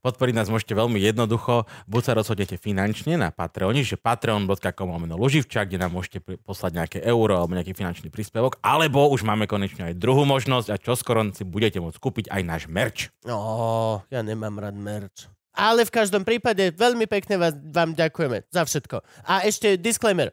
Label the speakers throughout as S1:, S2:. S1: Podporiť nás môžete veľmi jednoducho, buď sa rozhodnete finančne na Patreon, že patreon.com lomeno Luživčák, kde nám môžete pri- poslať nejaké euro alebo nejaký finančný príspevok, alebo už máme konečne aj druhú možnosť a čoskoro si budete môcť kúpiť aj náš merch.
S2: No, ja nemám rád merč. Ale v každom prípade veľmi pekne vás, vám ďakujeme za všetko. A ešte disclaimer.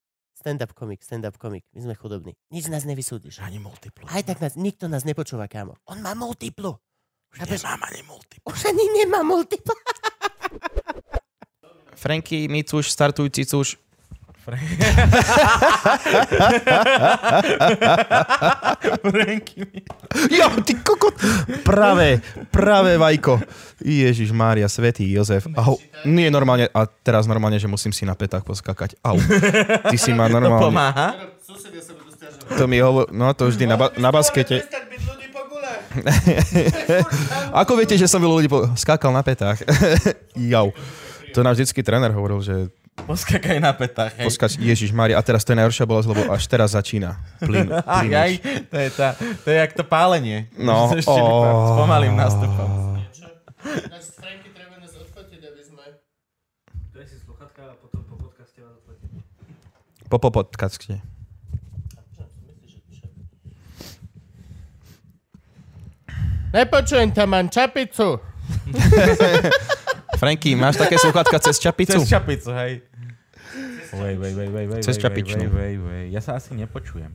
S2: Stand-up komik, stand-up komik. My sme chudobní. Nič nás nevysúdiš.
S1: Ani multiplu.
S2: Aj tak nás, nikto nás nepočúva, kámo. On má multiplu.
S1: Už nemám ani multiplu.
S2: Už ani nemá multiplu.
S3: Franky, Micuš, startujúci cuš. Jo, ty kokot! Práve, práve vajko. Ježiš Mária, svetý Jozef. Au, nie normálne, a teraz normálne, že musím si na petách poskakať. Au, ty si ma normálne.
S1: Pomáha?
S3: To mi hovor... No to vždy na, ba- na
S2: E-
S3: baskete. Ako viete, že som bol ľudí po... skákal na petách? Jau. To nám vždycky tréner hovoril, že
S1: Poskakaj na petách, hej.
S3: poskač, Ježiš Mária, a teraz to je najhoršia bolesť, lebo až teraz začína. Plyn,
S1: Aj, aj,
S3: plynúť.
S1: to je, tá, to je jak to pálenie.
S3: No,
S1: Že ešte vypá-
S3: ó.
S1: s pomalým nástupom.
S2: Náš Franky treba nás odfotiť, aby sme...
S4: Daj si sluchatka a potom po podcaste vás odletím.
S3: Po popodkačke.
S2: Nepočujem tam, mám čapicu.
S3: Franky, máš také sluchátka cez čapicu?
S1: Cez čapicu, hej. Wait, wait, wait, wait, wait,
S3: Cez
S1: wait,
S3: čapičnú.
S1: wait, wait, wait. Ja sa asi nepočujem.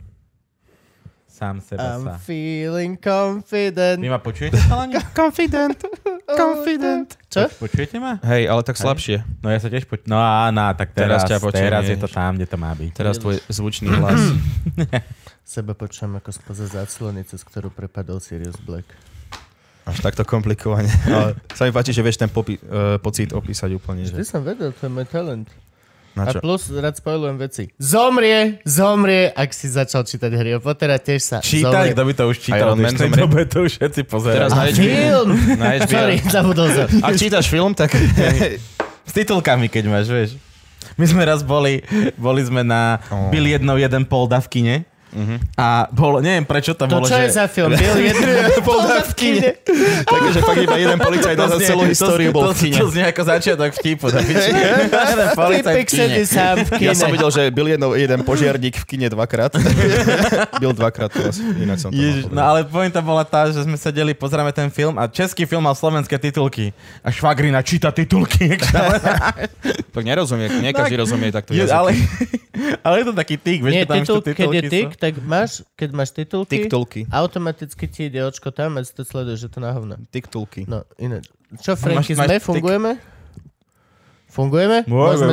S1: Sám seba sa.
S2: I'm feeling confident. Oh,
S1: Vy ma počujete, chalani?
S3: Confident, confident.
S2: Čo?
S1: Počujete ma?
S3: Hej, ale tak slabšie.
S1: No ja sa tiež počujem. No á, na, tak teraz,
S3: Teraz
S1: teraz,
S3: ťa počujem,
S1: teraz je
S3: vieš.
S1: to tam, kde to má byť.
S3: Teraz tvoj zvučný hlas.
S2: Seba počujem ako spoza záclony, cez ktorú prepadol Sirius Black.
S3: Až takto komplikovane. Ale sa mi páči, že vieš ten popi- eh, pocit opísať úplne.
S2: Vždy
S3: Že...
S2: som vedel, to je môj talent. A
S3: Na čo?
S2: plus rád spojujem veci. Zomrie, zomrie, ak si začal čítať Harry Pottera, tiež sa zomrie.
S1: Čítať, kto by to už čítal, v
S3: Iron Man
S1: dnešnej
S3: zomrie.
S1: dobe to už všetci
S3: Teraz
S1: pozerajú.
S3: na HBO.
S2: Film!
S3: Na HBO.
S2: Sorry, zabudol som.
S3: Ak čítaš film, tak...
S1: S titulkami, keď máš, vieš. My sme raz boli, boli sme na
S3: Ó.
S1: Bill jednou jeden pol davkine.
S3: Mhm.
S1: A bolo, neviem prečo tam
S2: To
S1: bolo,
S2: čo
S1: že...
S2: je za film? Bill jeden poldavkine.
S3: Takže fakt iba jeden policajt na
S1: znie-
S3: celú históriu bol
S1: to,
S3: v kine.
S1: to, to znie ako začiatok vtipu. Na piči. Jeden policajt
S2: Typek
S1: v kine.
S2: sedí sám v kine.
S3: Ja som videl, že byl jedno, jeden požiarník v kine dvakrát. byl dvakrát, to asi ináč som to mal
S1: Ježiš, no
S3: povedať.
S1: ale pointa bola tá, že sme sedeli, pozeráme ten film a český film mal slovenské titulky. A švagrina číta titulky. jak šalená.
S3: Tak nerozumie, nie každý rozumie takto
S1: Je-
S3: jazyky.
S1: ale, ale je to taký tik, vieš,
S2: Nie,
S1: keď tam už
S2: titul,
S1: tie
S2: keď je
S1: titulky
S2: tik,
S1: sú.
S2: tak máš, keď máš titulky,
S3: Tiktulky.
S2: automaticky ti ide očko tam a si to sleduješ, že to na hovno.
S3: Tiktulky.
S2: No, iné. Čo, Franky,
S1: máš
S2: sme?
S1: tik-
S2: Fungujeme? Fungujeme?
S1: Môžeme,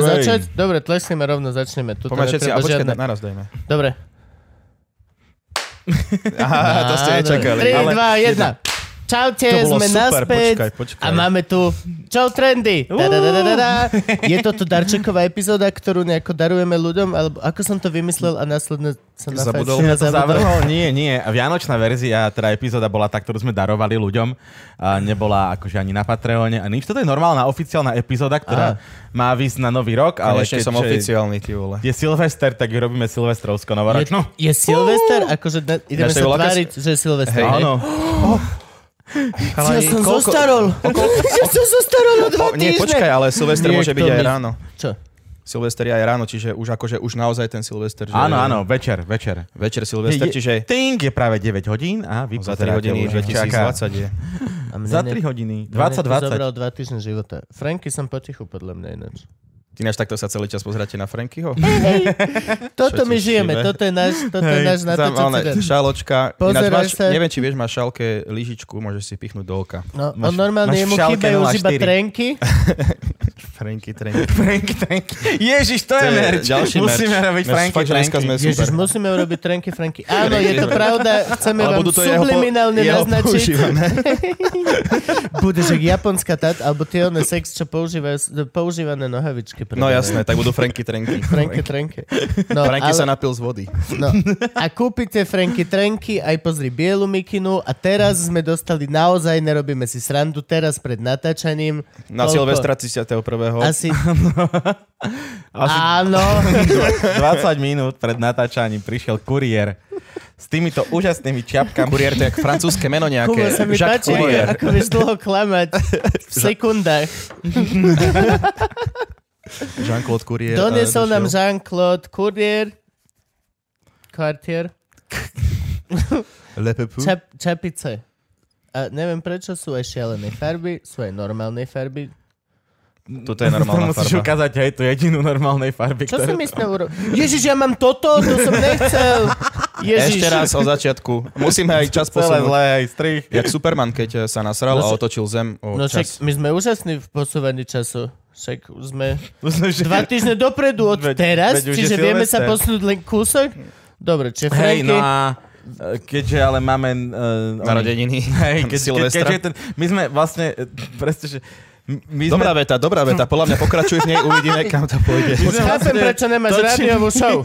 S2: Môžeme
S1: hej.
S2: začať? Dobre, tleskneme rovno, začneme. Tuto
S3: Poďme všetci, a
S2: netreba
S3: počkaj,
S2: žiadne.
S3: na- naraz dajme.
S2: Dobre.
S3: Aha, to ste nečakali.
S2: 3,
S3: Ale
S2: 2, 1. Čaute,
S3: to bolo
S2: sme
S3: super,
S2: naspäť.
S3: počkaj, počkaj. Uh.
S2: A máme tu Čau trendy. Da, da, da, da, da, da. Je toto darčeková epizóda, ktorú nejako darujeme ľuďom, alebo ako som to vymyslel a následne som na
S3: Zabudol.
S2: fajčil a
S1: Ja to zavrhol? Nie, nie. Vianočná verzia, teda epizóda bola tá, ktorú sme darovali ľuďom. A nebola akože ani na Patreone, ani nič. Toto je normálna oficiálna epizóda, ktorá má výsť na nový rok, ale
S3: Konečne som
S1: keďže
S3: oficiálny, ty vole.
S1: je Silvester, tak ju robíme Silvestrovsko
S2: Je,
S3: no.
S1: novoročnú.
S2: je Silvester?
S3: Uh.
S2: Akože na, ideme
S3: Ináč to
S2: sa
S3: je veľká-
S2: tváriť, že je Silvester.
S3: Hej,
S2: hej?
S1: Áno.
S2: Ja Oh. som zostarol. Ja som zostarol o dva
S3: O, nie,
S2: týždne.
S3: počkaj, ale Silvester
S2: Niekto
S3: môže byť aj
S2: mi-
S3: ráno.
S2: Čo?
S3: Silvester je aj ráno, čiže už akože už naozaj ten Silvester. Že
S1: Áno, áno, večer, večer.
S3: Večer Silvester,
S1: Je-
S3: čiže
S1: Ting je práve 9 hodín a vy
S3: za 3 hodiny 2020 je.
S2: A mne
S1: Za
S2: ne-
S1: 3 hodiny,
S2: mne No, to
S1: 2020.
S2: Zobral dva týždne života. Franky som potichu podľa mňa ináč.
S3: Ináč takto sa celý čas pozeráte na Frankyho?
S2: Toto
S3: Čo
S2: my
S3: ti
S2: žijeme,
S3: šíbe?
S2: toto je náš, toto je náš na to,
S3: Tam,
S2: čo
S3: ale,
S2: si dá.
S3: šaločka. Ináč,
S2: Pozeráš
S3: máš,
S2: sa-
S3: neviem, či vieš, máš šalke lyžičku, môžeš si pichnúť do oka.
S2: No,
S5: máš-
S2: on normálne
S5: máš
S2: jemu
S5: v šálke
S2: chýbajú už iba
S5: 04.
S2: trenky.
S3: Franky, trenky.
S5: Franky, Franky. Ježiš,
S3: To
S5: to, je
S3: je
S5: merch.
S3: ďalší merch.
S5: Musíme robiť
S3: Merch,
S5: Franky,
S3: fakt, že dneska sme
S5: Franky.
S2: Ježiš,
S3: super.
S2: musíme urobiť trenky, Franky. Áno, je to pravda, chceme
S3: Ale
S2: vám
S3: budú to jeho po-
S2: subliminálne
S3: jeho
S2: naznačiť.
S3: používané.
S2: Budeš jak japonská tat, alebo tie one sex, čo používajú, s- používané nohavičky.
S3: No jasné, tak budú Franky, trenky.
S2: Trenky, trenky. No,
S3: Franky
S2: ale,
S3: sa napil z vody.
S2: no, a kúpite Franky trenky, aj pozri bielu mikinu a teraz sme dostali naozaj, nerobíme si srandu, teraz pred natáčaním.
S3: Na
S2: Koľko?
S3: Silvestra 31.
S2: Asi,
S5: Asi
S2: áno,
S5: 20 minút pred natáčaním prišiel kuriér s týmito úžasnými čiapkami.
S3: Kuriér, to je jak francúzske meno nejaké.
S2: Kubo sa mi
S3: Jacques
S2: páči,
S3: Courier.
S2: ako vieš dlho klamať v sekundách.
S3: Jean-Claude Courier.
S2: Donesol
S3: eh,
S2: nám
S3: došiel.
S2: Jean-Claude Courier, Quartier,
S3: Le Pepu.
S5: Hm?
S2: čap, čapice. A neviem prečo sú aj šialené farby, sú aj normálne farby.
S3: Toto je normálna
S5: Musíš
S3: farba.
S5: ukázať aj tú jedinú normálnej farby,
S2: Čo
S5: ktorú-
S2: som myslel? uro- Ježiš, ja mám toto, to som nechcel. Ježiš.
S3: Ešte raz od začiatku. Musíme aj čas
S5: Celé
S3: posunúť.
S5: zlé aj strich.
S3: Jak Superman, keď eh, sa nasral
S2: No
S3: a
S2: však-
S3: otočil zem o
S2: No
S3: čas.
S2: však my sme úžasní v posúvaní času. Však už sme dva
S5: Dva...
S2: týždne dopredu od
S5: Veď-
S2: teraz,
S5: veď už je
S2: čiže vieme sa
S5: Silvester.
S2: posunúť len kúsok. Dobre, čiže
S5: Hej,
S2: Franky,
S5: no a e, keďže ale máme... Uh,
S3: Narodeniny.
S5: Hej, keď, keď,
S3: Silvestra.
S5: keďže je ten, my sme vlastne, e, presne, že... My sme,
S3: Dobrá veta, dobrá veta. Podľa mňa pokračuj v nej, uvidíme, kam to pôjde.
S2: už chápem, prečo nemáš
S5: točili-
S2: rádiovú show.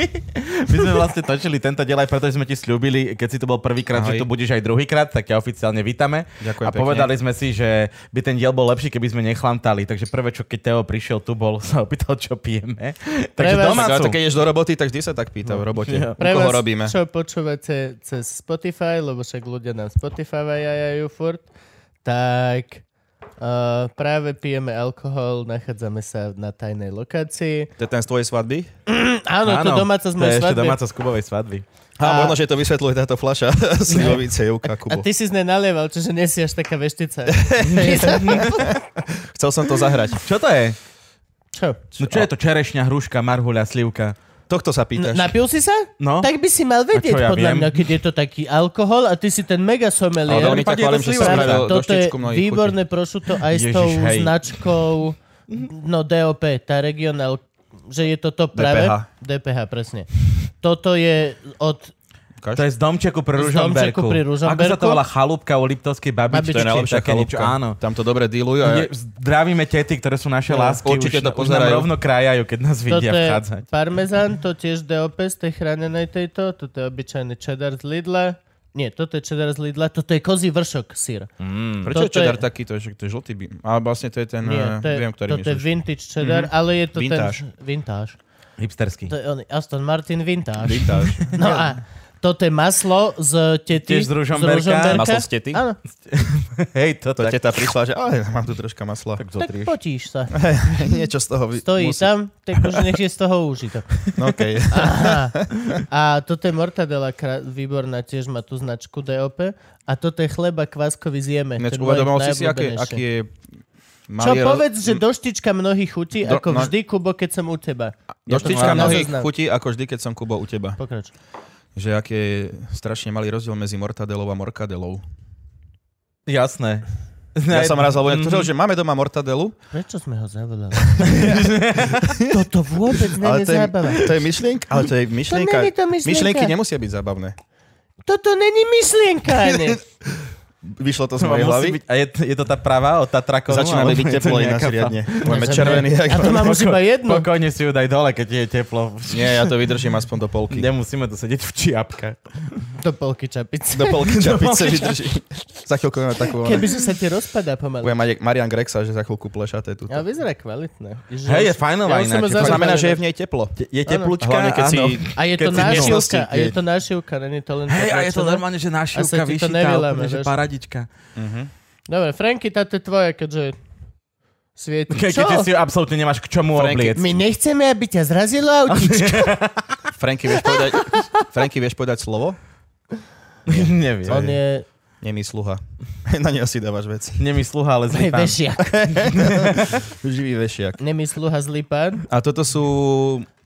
S5: my sme vlastne točili tento diel aj preto, že sme ti slúbili, keď si tu bol prvýkrát, že
S3: Ahoj.
S5: tu budeš aj druhýkrát, tak ťa oficiálne vítame.
S3: Ďakujem
S5: a
S3: pekne.
S5: povedali sme si, že by ten diel bol lepší, keby sme nechlantali. Takže prvé, čo keď Teo prišiel tu bol, sa opýtal, čo pijeme. Takže
S2: Pre vás- No,
S3: Tak, ale
S5: domácu.
S3: tak keď ideš do roboty, tak vždy sa tak pýta v robote. U
S5: Ja.
S3: koho robíme?
S2: čo počúvate cez Spotify, lebo však ľudia nám Spotify jajajú furt, tak uh, práve pijeme alkohol, nachádzame sa na tajnej lokácii.
S3: To je ten z tvojej svadby?
S2: Áno, to domáca z
S5: to je
S2: mojej
S5: ešte
S2: svadby.
S5: domáca z Kubovej svadby.
S3: A,
S2: A-
S3: možno, že to vysvetľuje táto fľaša slivovice Jevka
S2: A
S3: Kubo.
S2: ty si z nej nalieval, čiže nie si až taká veštica.
S3: Chcel som to zahrať.
S5: Čo to je?
S2: Čo?
S5: No čo je to čerešňa, hruška, marhuľa, slivka?
S3: Tohto sa
S2: N-
S3: pýtaš.
S2: napil si sa?
S5: No,
S2: Tak by si mal vedieť,
S5: ja
S2: podľa
S5: viem?
S2: mňa, keď je to taký alkohol a ty si ten mega
S3: Ale
S2: sommelier.
S3: veľmi ťa
S5: Prípadne
S3: chválim,
S5: je to
S3: že si
S5: slivovica.
S3: spravil
S2: Toto je
S3: doštičku mnohých
S2: výborné prosciutto aj s
S5: Ježiš,
S2: tou
S5: hej.
S2: značkou no DOP, tá regionál, že je to top práve.
S3: DPH.
S2: DPH, presne. Toto je od...
S3: chutí.
S5: to je z domčeku pri
S2: Z domčeku
S5: Ružomberku.
S2: pri
S5: Ako sa
S2: Ružomberku?
S5: to volá chalúbka u Liptovskej babičky?
S2: Babičky. To je
S3: Najlepšia
S5: Také niečo,
S3: chalúbka.
S5: Áno.
S3: Tam to dobre dealujú. A...
S5: Je, zdravíme tety, ktoré sú naše
S3: No,
S5: lásky.
S3: určite
S5: už,
S3: to
S5: už nám
S3: pozerajú.
S5: rovno krajajú, keď nás
S2: Toto
S5: vidia
S2: je
S5: vchádzať.
S2: parmezán, to tiež DOP z tej chránenej tejto, toto je obyčajný cheddar z Lidla. Nie, toto je cheddar z Lidla, toto je kozí vršok sír.
S1: Mm.
S3: Prečo je
S2: toto je-
S3: cheddar takýto? Že to je žltý by... A vlastne to je ten...
S2: Nie, to
S3: eh,
S2: je,
S3: Viem, ktorý
S2: toto je
S3: myslíš. Mhm.
S2: vintage cheddar, ale je to
S3: Vintage.
S2: ten... Vintage.
S5: Hipstersky.
S2: To je on, Aston Martin Vintage.
S3: Vintáž.
S2: No a toto je maslo z tety.
S5: Tiež z Ružomberka.
S3: Maslo z tety?
S2: Áno,
S5: Hej, toto.
S3: To
S5: tak,
S3: teta prišla, že ale mám tu troška masla.
S5: tak
S2: tak
S5: zotrieš.
S2: potíš sa.
S3: Niečo z toho... vy-
S2: Stojí
S3: musí-
S2: tam, tak už nech je z toho užito.
S3: No, okej.
S2: Aha. A toto je mortadela, krá- výborná, tiež má tú značku DOP. A toto je chleba kváskový zjeme.
S3: Ináč
S2: ten
S3: uvedomoval
S2: môj
S3: si si, aký,
S2: najobľúbenejší.
S3: aký je...
S2: Čo
S3: malý roz-
S2: povedz, že doštička mnohých chutí,
S3: Do-
S2: ako
S3: no-
S2: vždy, Kubo, keď som u teba.
S3: Do štyčka
S2: mám na
S3: mnohých
S2: zoznam.
S3: chutí, ako vždy, keď som Kubo u teba.
S2: Pokrač.
S3: Že aký je strašne malý rozdiel medzi mortadelou a morkadelou.
S5: Jasné.
S3: Ja som raz alebo
S5: Mhm.
S3: niekto že máme doma mortadelu,
S2: Prečo sme ho zavolali? Toto vôbec není
S3: ale to je,
S2: zábava.
S3: to je myšlienka, ale to je myšlienka.
S2: není to myšlienka.
S3: Myšlienky nemusia byť zábavné.
S2: Toto není myšlienka, ani.
S3: Vyšlo to z
S5: To
S3: mojej
S5: No, musí
S3: hlavy.
S5: byť, a je, je to tá pravá od Tatrakonu?
S3: Začínali
S5: alebo
S3: byť
S5: je to
S3: teplej na
S5: nejaká tá-
S3: riadne. Máme
S2: Ja som-
S3: červený.
S2: A to
S3: ako-
S2: mám už iba jednu.
S5: Pokojne si ju daj dole, keď ti je teplo.
S3: Nie, ja to vydržím aspoň do polky.
S5: Nemusíme tu sedieť v čiapkách.
S2: Do polky čapice.
S3: Do polky čapice vydržím. Za chvíľku máme takú...
S2: Keby že sa ti rozpadá pomaly.
S3: Budem mať jak Marian Grexa, že za chvíľku plešaté tu.
S2: Ale vyzerá kvalitné. Ježiš,
S5: Hej, je
S2: ja už
S5: fajnová
S2: som
S5: ináč.
S2: ho
S3: To
S2: zažil.
S3: znamená, že je v nej teplo.
S5: Je teplúčka,
S3: Hlavne keď si...
S5: áno.
S2: A je
S5: Keď
S2: to
S5: si v
S2: nášivka.
S3: miestnosti,
S2: A je
S3: keď-
S2: to nášivka, není to len
S5: Hej, a je to
S2: prepračené.
S5: normálne, že
S2: Asi ti
S5: našivka
S2: to
S5: vyšitá,
S2: nevyláme,
S5: úplne, že
S2: vieš.
S5: paradička.
S2: Dobre, Franky, táto je tvoja, keďže svieti.
S5: Ke,
S2: Čo?
S5: keďže si ju absolútne nemáš k čomu
S3: Franky,
S5: obliec.
S2: My nechceme, aby ťa zrazilo autíčko.
S3: Franky, vieš povedať, Franky, vieš povedať slovo?
S5: Neviem.
S2: On je
S3: Nemý sluha. Na neho si dávaš vec.
S5: Nemysluha, ale zlý pán.
S2: Vešiak.
S3: Živý vešiak.
S2: Nemysluha zlý pán.
S3: A toto sú,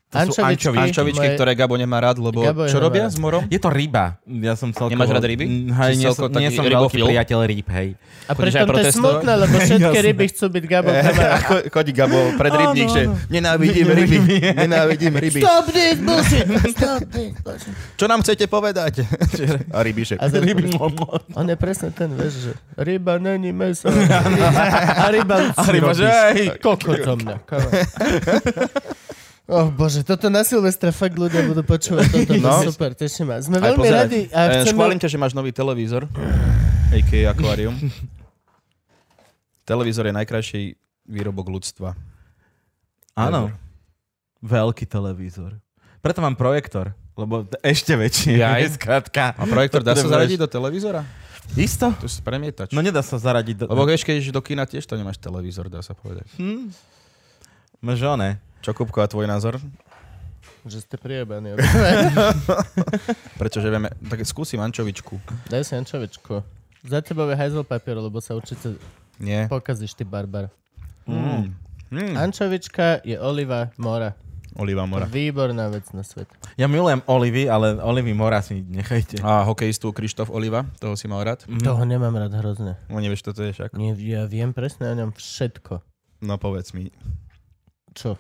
S3: to sú
S2: Ančovičky.
S3: ančovičky, ančovičky
S2: Moje-
S3: ktoré Gabo nemá rád, lebo
S2: Gabo
S3: čo
S2: nemá
S3: robia
S2: rád.
S3: s morom?
S5: Je to ryba. Ja som celkovo...
S3: Nemáš rád ryby?
S5: Mm, Hej,
S3: Si
S5: nie, som,
S3: celkovo
S5: nie
S3: taký
S5: som veľký
S3: rybofil?
S5: priateľ rýb, hej.
S2: A pritom to je
S3: protestovať?
S2: smutné, lebo všetky ryby chcú byť Gabo.
S3: A cho- chodí Gabo pred rybník, že nenávidím ryby, nenávidím ryby.
S2: Stop this bullshit! Stop this bullshit!
S3: Čo nám chcete povedať? A ryby, že...
S2: A za-
S5: Ryby momo.
S2: On je presne ten, vieš, že ryba není meso. A ryba
S5: A ryba, že hej.
S2: Kokotom na Oh bože, toto na Silvestra fakt ľudia budú počúvať toto. No.
S3: No.
S2: Super, teším ma. Sme
S3: Aj
S2: veľmi
S3: pozerať.
S2: radi a
S3: Eh, Škválim
S2: chceme...
S3: ťa, že máš nový televízor, a.k.a. akvárium. Televízor je najkrajší výrobok ľudstva.
S5: Áno. Veľký televízor. Preto mám projektor, lebo t- ešte väčší.
S3: Jaj.
S5: Je skrátka.
S3: A projektor dá sa
S5: To nebudeš-
S3: zaradiť do televízora?
S5: Isto?
S3: To je premietač.
S5: No nedá sa zaradiť do...
S3: Lebo vieš, keď ideš do kina tiež to nemáš televízor, dá sa povedať.
S5: Hm? Máš oné.
S3: Čo, Kupko, a tvoj názor?
S2: Že ste priebaní.
S3: Pretože vieme, tak skúsim ančovičku.
S2: Daj si ančovičku. Za tebou je hajzel papier, lebo sa určite
S3: Nie.
S2: pokazíš, ty barbar.
S3: Mm. Mm.
S2: Ančovička je oliva mora.
S3: Oliva Mora.
S2: Výborná vec na svet.
S5: Ja milujem olivy, ale olivy mora si nechajte.
S3: A hokejistu Krištof Oliva, toho si mal rád?
S2: Mm. Toho nemám rád hrozne.
S3: No nevieš, čo to je však.
S2: Nie, ja viem presne o ňom všetko.
S3: No povedz mi.
S2: Čo?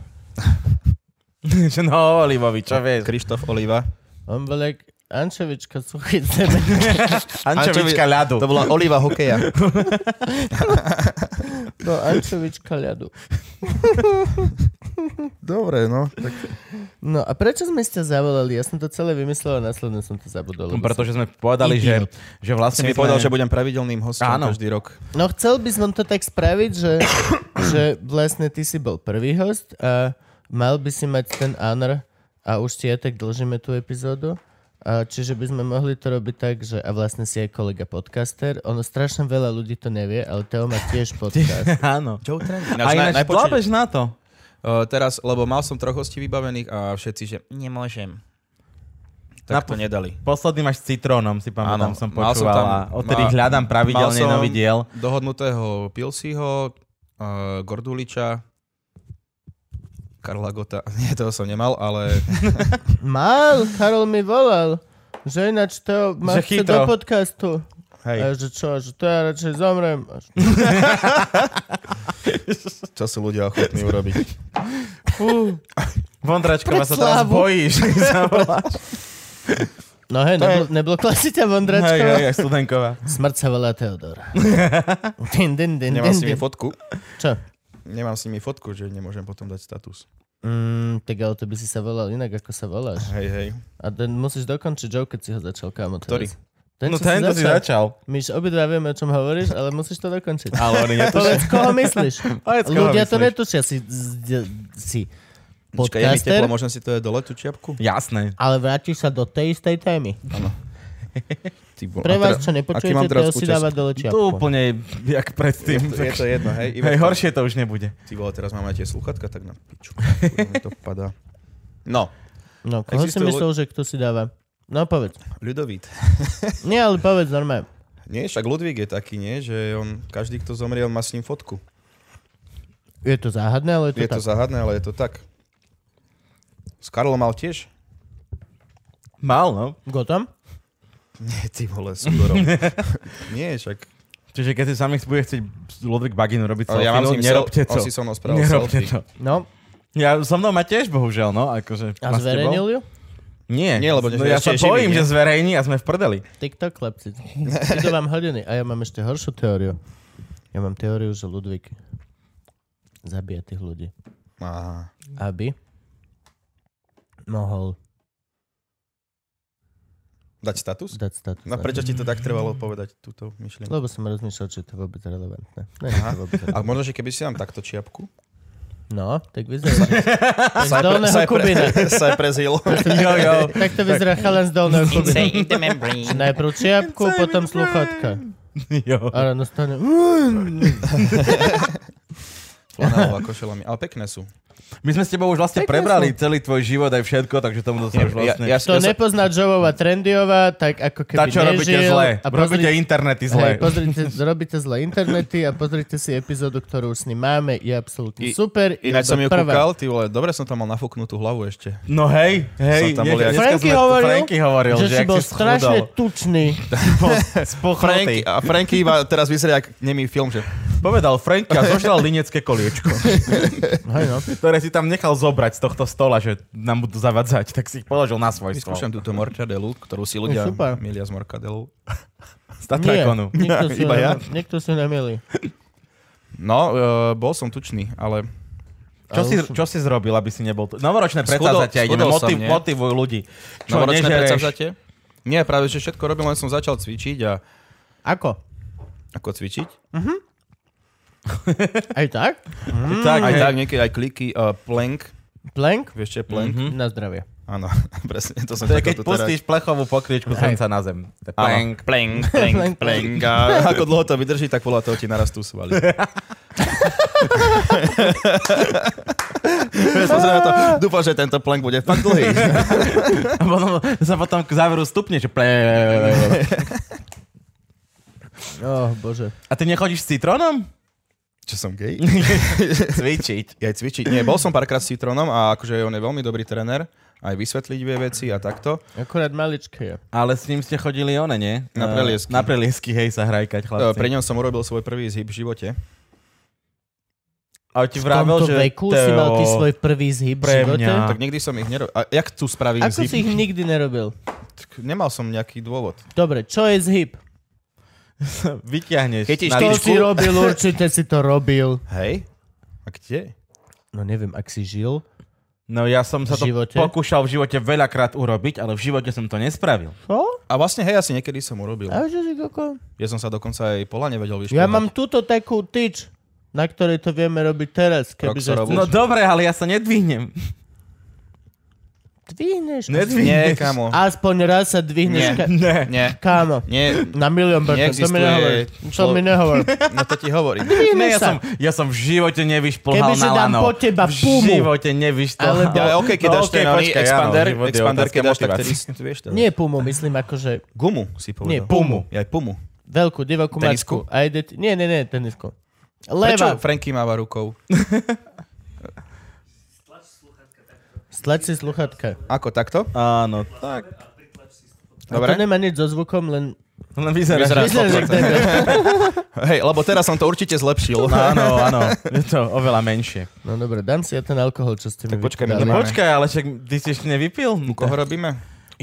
S5: Že no, olivovi, čo vieš?
S3: Krištof Oliva.
S2: On bol jak ančovička suchý zeme.
S5: Ančovička ľadu.
S3: To bola Oliva hokeja.
S2: No, ančovička ľadu.
S3: Dobre, no. Tak...
S2: No a prečo sme ste zavolali? Ja som to celé vymyslel a následne som to zabudol. lebo som-
S5: Pretože sme povedali, že, že vlastne
S3: Si mi
S5: my sme-
S3: povedal, že budem pravidelným hostom
S5: Áno.
S3: každý rok.
S2: No chcel by som to tak spraviť, že, že vlastne ty si bol prvý host a mal by si mať ten honor a už ti aj tak dlžíme tú epizódu. A čiže by sme mohli to robiť tak, že a vlastne si aj kolega podcaster. Ono strašne veľa ľudí to nevie, ale Teo má tiež podcast.
S5: Áno.
S3: Joe Trent.
S5: A ináč dlábeš na to.
S3: Uh, teraz, lebo mal som troch hostí vybavených a všetci, že nemôžem. Tak
S5: Napo-
S3: to nedali.
S5: Posledný máš s citrónom, si pamätám,
S3: Áno,
S5: som
S3: mal som
S5: počúval
S3: tam-
S5: a odtedy
S3: ma-
S5: hľadám pravidelne
S3: mal som-
S5: nový diel.
S3: Dohodnutého Pilsiho, uh, Gorduliča, Karla Gota. Nie, toho som nemal, ale
S2: Mal, Karol mi volal, že ináč Teo má
S5: Že
S2: chce
S5: chytro.
S2: do podcastu. A
S3: hej,
S2: ja, že čo, že to ja radšej zomrem. A že-
S3: čo sú ľudia ochotní urobiť.
S5: Fú. Vondračkova sa
S2: Pre
S5: teraz
S2: slávu.
S5: bojíš.
S2: No hej,
S5: To je-
S2: nebl- neblokla si ťa
S5: hej,
S2: Vondračková?
S5: hej, hej, studenková.
S2: Smrť sa volá Teodor. din, din, din,
S3: Nemám
S2: din,
S3: si
S2: din.
S3: mi fotku.
S2: Čo?
S3: Nemám si mi fotku, že nemôžem potom dať status.
S2: Mm, tak ale to by si sa volal inak, ako sa voláš.
S3: Hej, hej.
S2: A ten musíš dokončiť joke, keď si ho začal, kámo.
S3: Ktorý?
S2: Teraz. Ten,
S5: No
S2: čo
S5: ten, to si začal.
S2: My už obidva vieme, o čom hovoríš, ale musíš to dokončiť.
S5: Ale oni netušia.
S2: Povedz, koho myslíš.
S5: Povedz, koho
S2: Ľudia to
S5: myslíš.
S2: netušia. Si, z- si
S3: Počkaj, je mi
S2: podcaster,
S3: teplo, môžem si to dať dole, tú čiapku?
S5: Jasné.
S2: ale vrátiš sa do tej istej témy.
S3: Ty bol,
S2: Pre vás, čo nepočujete, to si dáva dole
S5: To
S2: čiapku.
S5: úplne, jak predtým.
S3: Je to jedno, hej.
S5: Hej, horšie to už nebude.
S3: Ty vole, teraz mám aj tie sluchatka, tak na piču. Kurva, mi to padá. No,
S2: No, koho si
S3: Existujú
S2: myslel, že kto si dáva? No povedz.
S3: Ľudovít.
S2: Nie, ale povedz normálne.
S3: Nie, však Ludvík je taký, nie? Že on, každý, kto zomrie, on má s ním fotku.
S2: Je to záhadné, ale je to,
S3: Je
S2: tak.
S3: to záhadné, ale je to tak. S Karlom mal tiež?
S5: Mal, no.
S2: Gotom?
S3: Nie, ty vole, súdorom. nie, však.
S5: Čiže keď si sami bude chcieť Ludvík Baginu robiť
S3: Ale ja mám s
S5: selfie,
S3: ním
S5: no, nerobte
S3: sel-
S5: to.
S3: On si so mnou spravil
S5: Nerobte
S3: selfie.
S5: to.
S2: No,
S5: Ja so mnou ma tiež, bohužiaľ, no. Akože,
S2: a
S5: má s tebou?
S2: zverejnil ju?
S5: Nie.
S3: Nie, lebo
S5: no, ja
S3: ešte
S5: sa
S3: je živý,
S5: bojím,
S3: nie?
S5: že zverejní a sme v prdeli.
S2: TikTok chlapci. Idú vám hodiny. A ja mám ešte horšiu teóriu. Ja mám teóriu, že Ludvík zabíja tých ľudí,
S3: Á,
S2: aby mohol
S3: dať status?
S2: dať status.
S3: No prečo ti to tak trvalo povedať túto
S5: No.
S3: myšlienku?
S2: Lebo som rozmýšľal, či je to vôbec relevantné. Ne, nie je to vôbec
S3: A
S2: relevantné.
S3: možno, že keby si nám takto čiapku.
S2: No, tak vyzerá, že z dolného Kubina.
S3: Cypress Hill.
S5: Jo, jo.
S2: Tak to vyzerá chalan z dolného Kubina. Najprv čiapku,
S5: Insane
S2: potom
S5: in the
S2: sluchátka.
S5: jo.
S2: A ráno stane...
S3: Flanelová košela mi. Ale pekné sú.
S5: My sme s tebou už vlastne
S2: Tak
S5: prebrali celý tvoj život aj všetko, takže tomu sa už vlastne...
S3: Ja, ja,
S2: To
S3: ja, ja,
S2: nepozná Joeova Trendyová, tak ako keby
S5: Tá, čo robíte
S2: nežil.
S5: zle.
S2: A
S5: Robíte
S2: pozri-
S5: internety zle.
S2: Hej, pozrite, robíte zle internety a pozrite si epizódu, ktorú s ním máme. Je absolútne
S3: I-
S2: super. je to
S3: Ináč som ju
S2: prvá.
S3: kúkal, ty vole, dobre som tam mal nafúknutú hlavu ešte.
S5: No hej, hej.
S3: Som tam bol jak-
S5: dneska sme-
S2: Franky hovoril,
S5: Franky hovoril,
S2: že,
S5: že,
S2: si
S5: ak
S2: bol
S5: si schudol.
S2: strašne tučný.
S5: Bol
S3: Franky,
S5: Spochnutý.
S3: a Franky iba teraz vyzerá jak nemý film, že
S5: Povedal Frank a zožral linecké koliečko,
S2: Hej, no.
S5: ktoré si tam nechal zobrať z tohto stola, že nám budú zavadzať, tak si ich položil na svoj stôl.
S3: vyskúšam túto morčadelu, ktorú si ľudia
S2: super.
S3: milia s morkadelou.
S5: Z
S2: Nie,
S5: Tatrakonu.
S2: niekto si,
S5: Iba ja.
S2: niekto si nemieli.
S3: No, e, bol som tučný, ale
S5: Čo si, čo si zrobil, aby si nebol... tu- Novoročné
S3: Schudol-
S5: predsavzatia, ideme,
S3: schudol som,
S5: motiv,
S3: nie?
S5: motivuj ľudí. Čo
S3: novoročné
S5: nežereš?
S3: predsavzatie? Nie, práve, že všetko robím, len som začal cvičiť a
S2: Ako?
S3: ako cvičiť?
S2: Aj tak?
S5: Tak,
S3: Aj
S5: Mm. hej.
S3: tak, niekedy aj kliky, uh, plank,
S2: Plank?
S3: vieš čo je plank?
S5: Hm?
S3: Mm-hmm.
S2: Na zdravie.
S3: Áno, presne, to som
S5: To je, keď
S3: takto teraz-
S5: pustíš plechovú pokričku slnca na zem. To je
S3: Áno,
S5: Plank.
S3: plank, plank,
S2: Plank,
S3: plank. A ako dlho to vydrží, tak podľa toho ti narastú svaly. Vieš, pozerám na to, dúfam, že tento plank bude fakt dlhý.
S5: A potom sa potom k záveru stupne, že ple...
S2: Oh, bože.
S5: A ty nechodíš s citrónom?
S3: Čo som gej?
S5: Cvičiť.
S3: Ja aj cvičiť. Nie, bol som párkrát s Citronom a akože on je veľmi dobrý tréner. Aj vysvetliť vie veci a takto.
S2: Akurát maličké je.
S5: Ale s ním ste chodili one, nie?
S3: Na
S5: Eh,
S3: preliesky.
S5: Na preliesky, Eh, hej, sa hrajkať,
S3: E,
S5: chlapci.
S3: Pri ňom som urobil svoj prvý zhyb v živote.
S5: A on
S2: V
S5: ti vravel,
S2: tomto
S5: že...
S2: veku si mal ty svoj prvý zhyb v
S5: pre
S2: živote?
S5: mňa.
S3: Tak nikdy som ich nerobil. A jak tu spravím
S2: Ako
S3: zhyb?
S2: si ich nikdy nerobil?
S3: Tak Nemal som nejaký dôvod.
S2: Dobre, čo je zhyb?
S5: Vyťahneš.
S3: Keď
S5: na
S3: ideš
S2: To
S5: výšku.
S2: si robil, určite si to robil.
S3: Hej? A kde?
S2: No neviem, ak si žil.
S5: No ja som sa
S2: V
S5: to
S2: živote?
S5: pokúšal v živote veľakrát urobiť, ale v živote som to nespravil.
S2: Čo?
S3: A vlastne hej, asi niekedy som urobil.
S2: A že si koko?
S3: Ja som sa dokonca aj pola nevedel vyšplhať.
S2: Ja mám túto takú tyč, na ktorej to vieme robiť teraz. Keby že
S3: Roxorovo.
S5: No dobre, ale ja sa nedvihnem.
S2: dvihneš.
S3: Nie, kamo.
S2: Aspoň raz sa dvihneš.
S3: Nie.
S2: Ka-
S5: Ne.
S3: Nie.
S2: Kámo.
S3: Nie,
S2: Na milión percent, to mi
S3: Neexistuje
S2: nehovor. To
S3: člo-
S2: mi nehovor.
S3: no to ti hovorím.
S2: Dvihneš
S5: Ne, ja
S2: sa.
S5: som, ja som v živote nevyšplhal
S2: Kebyže
S5: na
S2: dám
S5: lano.
S2: po teba
S5: v
S2: pumu.
S5: živote nevyšplhal.
S2: Alebo-
S3: Ale OK, keď
S5: No
S3: dáš
S5: okej,
S3: ten oný
S5: počkaj, áno,
S3: expander,
S5: život je
S3: expander keď
S5: otázka
S3: dáš, tak
S5: motivácie.
S3: tedy si vieš to.
S2: Nie pumu, myslím akože
S3: Gumu si povedal.
S2: Nie, pumu.
S3: Ja aj pumu.
S2: veľkú divokú
S3: Tenisku?
S2: mačku. A ide, nie, nie, nie, tenisku.
S3: Prečo
S2: Leva.
S3: Franky máva rukou?
S2: Stlač si sluchatka.
S3: Ako takto?
S5: Áno, tak.
S2: Dobre. To
S3: Dobre.
S2: nemá nič so zvukom, len...
S5: Len vyzeráš.
S3: Vyzeráš
S2: Myslím, že
S3: potvrdzené. Hej, lebo teraz som to určite zlepšil.
S5: No, áno, áno. Je to oveľa menšie. No,
S2: No dobre, dám si ja ten alkohol, čo ste mi
S3: Tak počkaj, my
S2: vypýtali.
S3: nemáme-
S5: Počkaj, No, ale však ty si ešte nevypil?
S3: Koho robíme?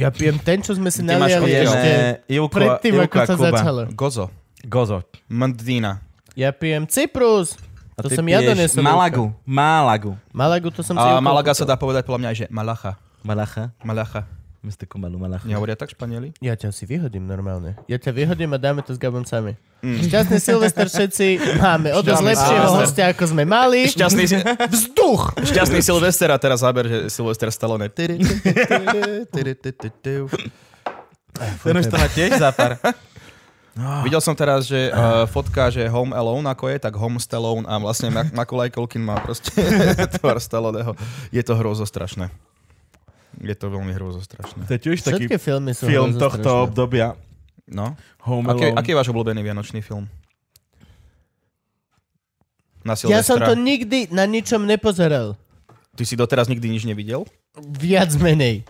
S2: Ja pijem ten, čo sme si
S3: Ty máš
S2: naliali
S3: oddiel.
S2: ešte
S5: Ivko,
S2: predtým, ako
S5: Ivka,
S2: to
S5: Kuba.
S2: začalo.
S3: Gozo.
S5: Gozo.
S3: Mdína.
S2: Ja pijem Cyprus.
S5: A
S2: To
S5: ty
S2: som ja
S5: piješ
S2: donesol.
S5: Malagu. Malagu.
S2: Malagu to som si...
S3: A
S2: ukol-
S3: Malaga sa dá povedať podľa mňa aj, že Malacha.
S5: Malacha.
S3: Malacha.
S5: Mr. Kumalu Malacha.
S3: Nehovoria tak Španieli?
S2: Ja ťa si vyhodím normálne. Ja ťa vyhodím a dáme to s Gabom sami. Mm. Šťastný Silvester všetci. Máme o dosť
S3: Šťastný
S2: lepšieho
S3: Silvester.
S2: hostia, ako sme mali.
S3: Šťastný, si-
S2: Vzduch!
S3: šťastný Silvester a teraz záber, že Silvester Stallone.
S5: Ten už to má tiež zápar.
S3: Videl som teraz, že uh, fotka, že Home Alone ako je, tak Home Stallone a vlastne Mac- Macaulay Culkin má proste tvar Stalloneho. Je to hrozostrašné. Je to veľmi hrozostrašné.
S5: To je tiež taký
S2: Všetky filmy sú
S5: film
S2: hrozostrašné.
S5: tohto obdobia.
S3: No.
S5: Home
S3: Aký,
S5: Alone.
S3: aký je váš obľúbený vianočný film? Na
S2: Ja som
S3: Silvestra.
S2: to nikdy na ničom nepozeral.
S3: Ty si doteraz nikdy nič nevidel?
S2: Viac menej.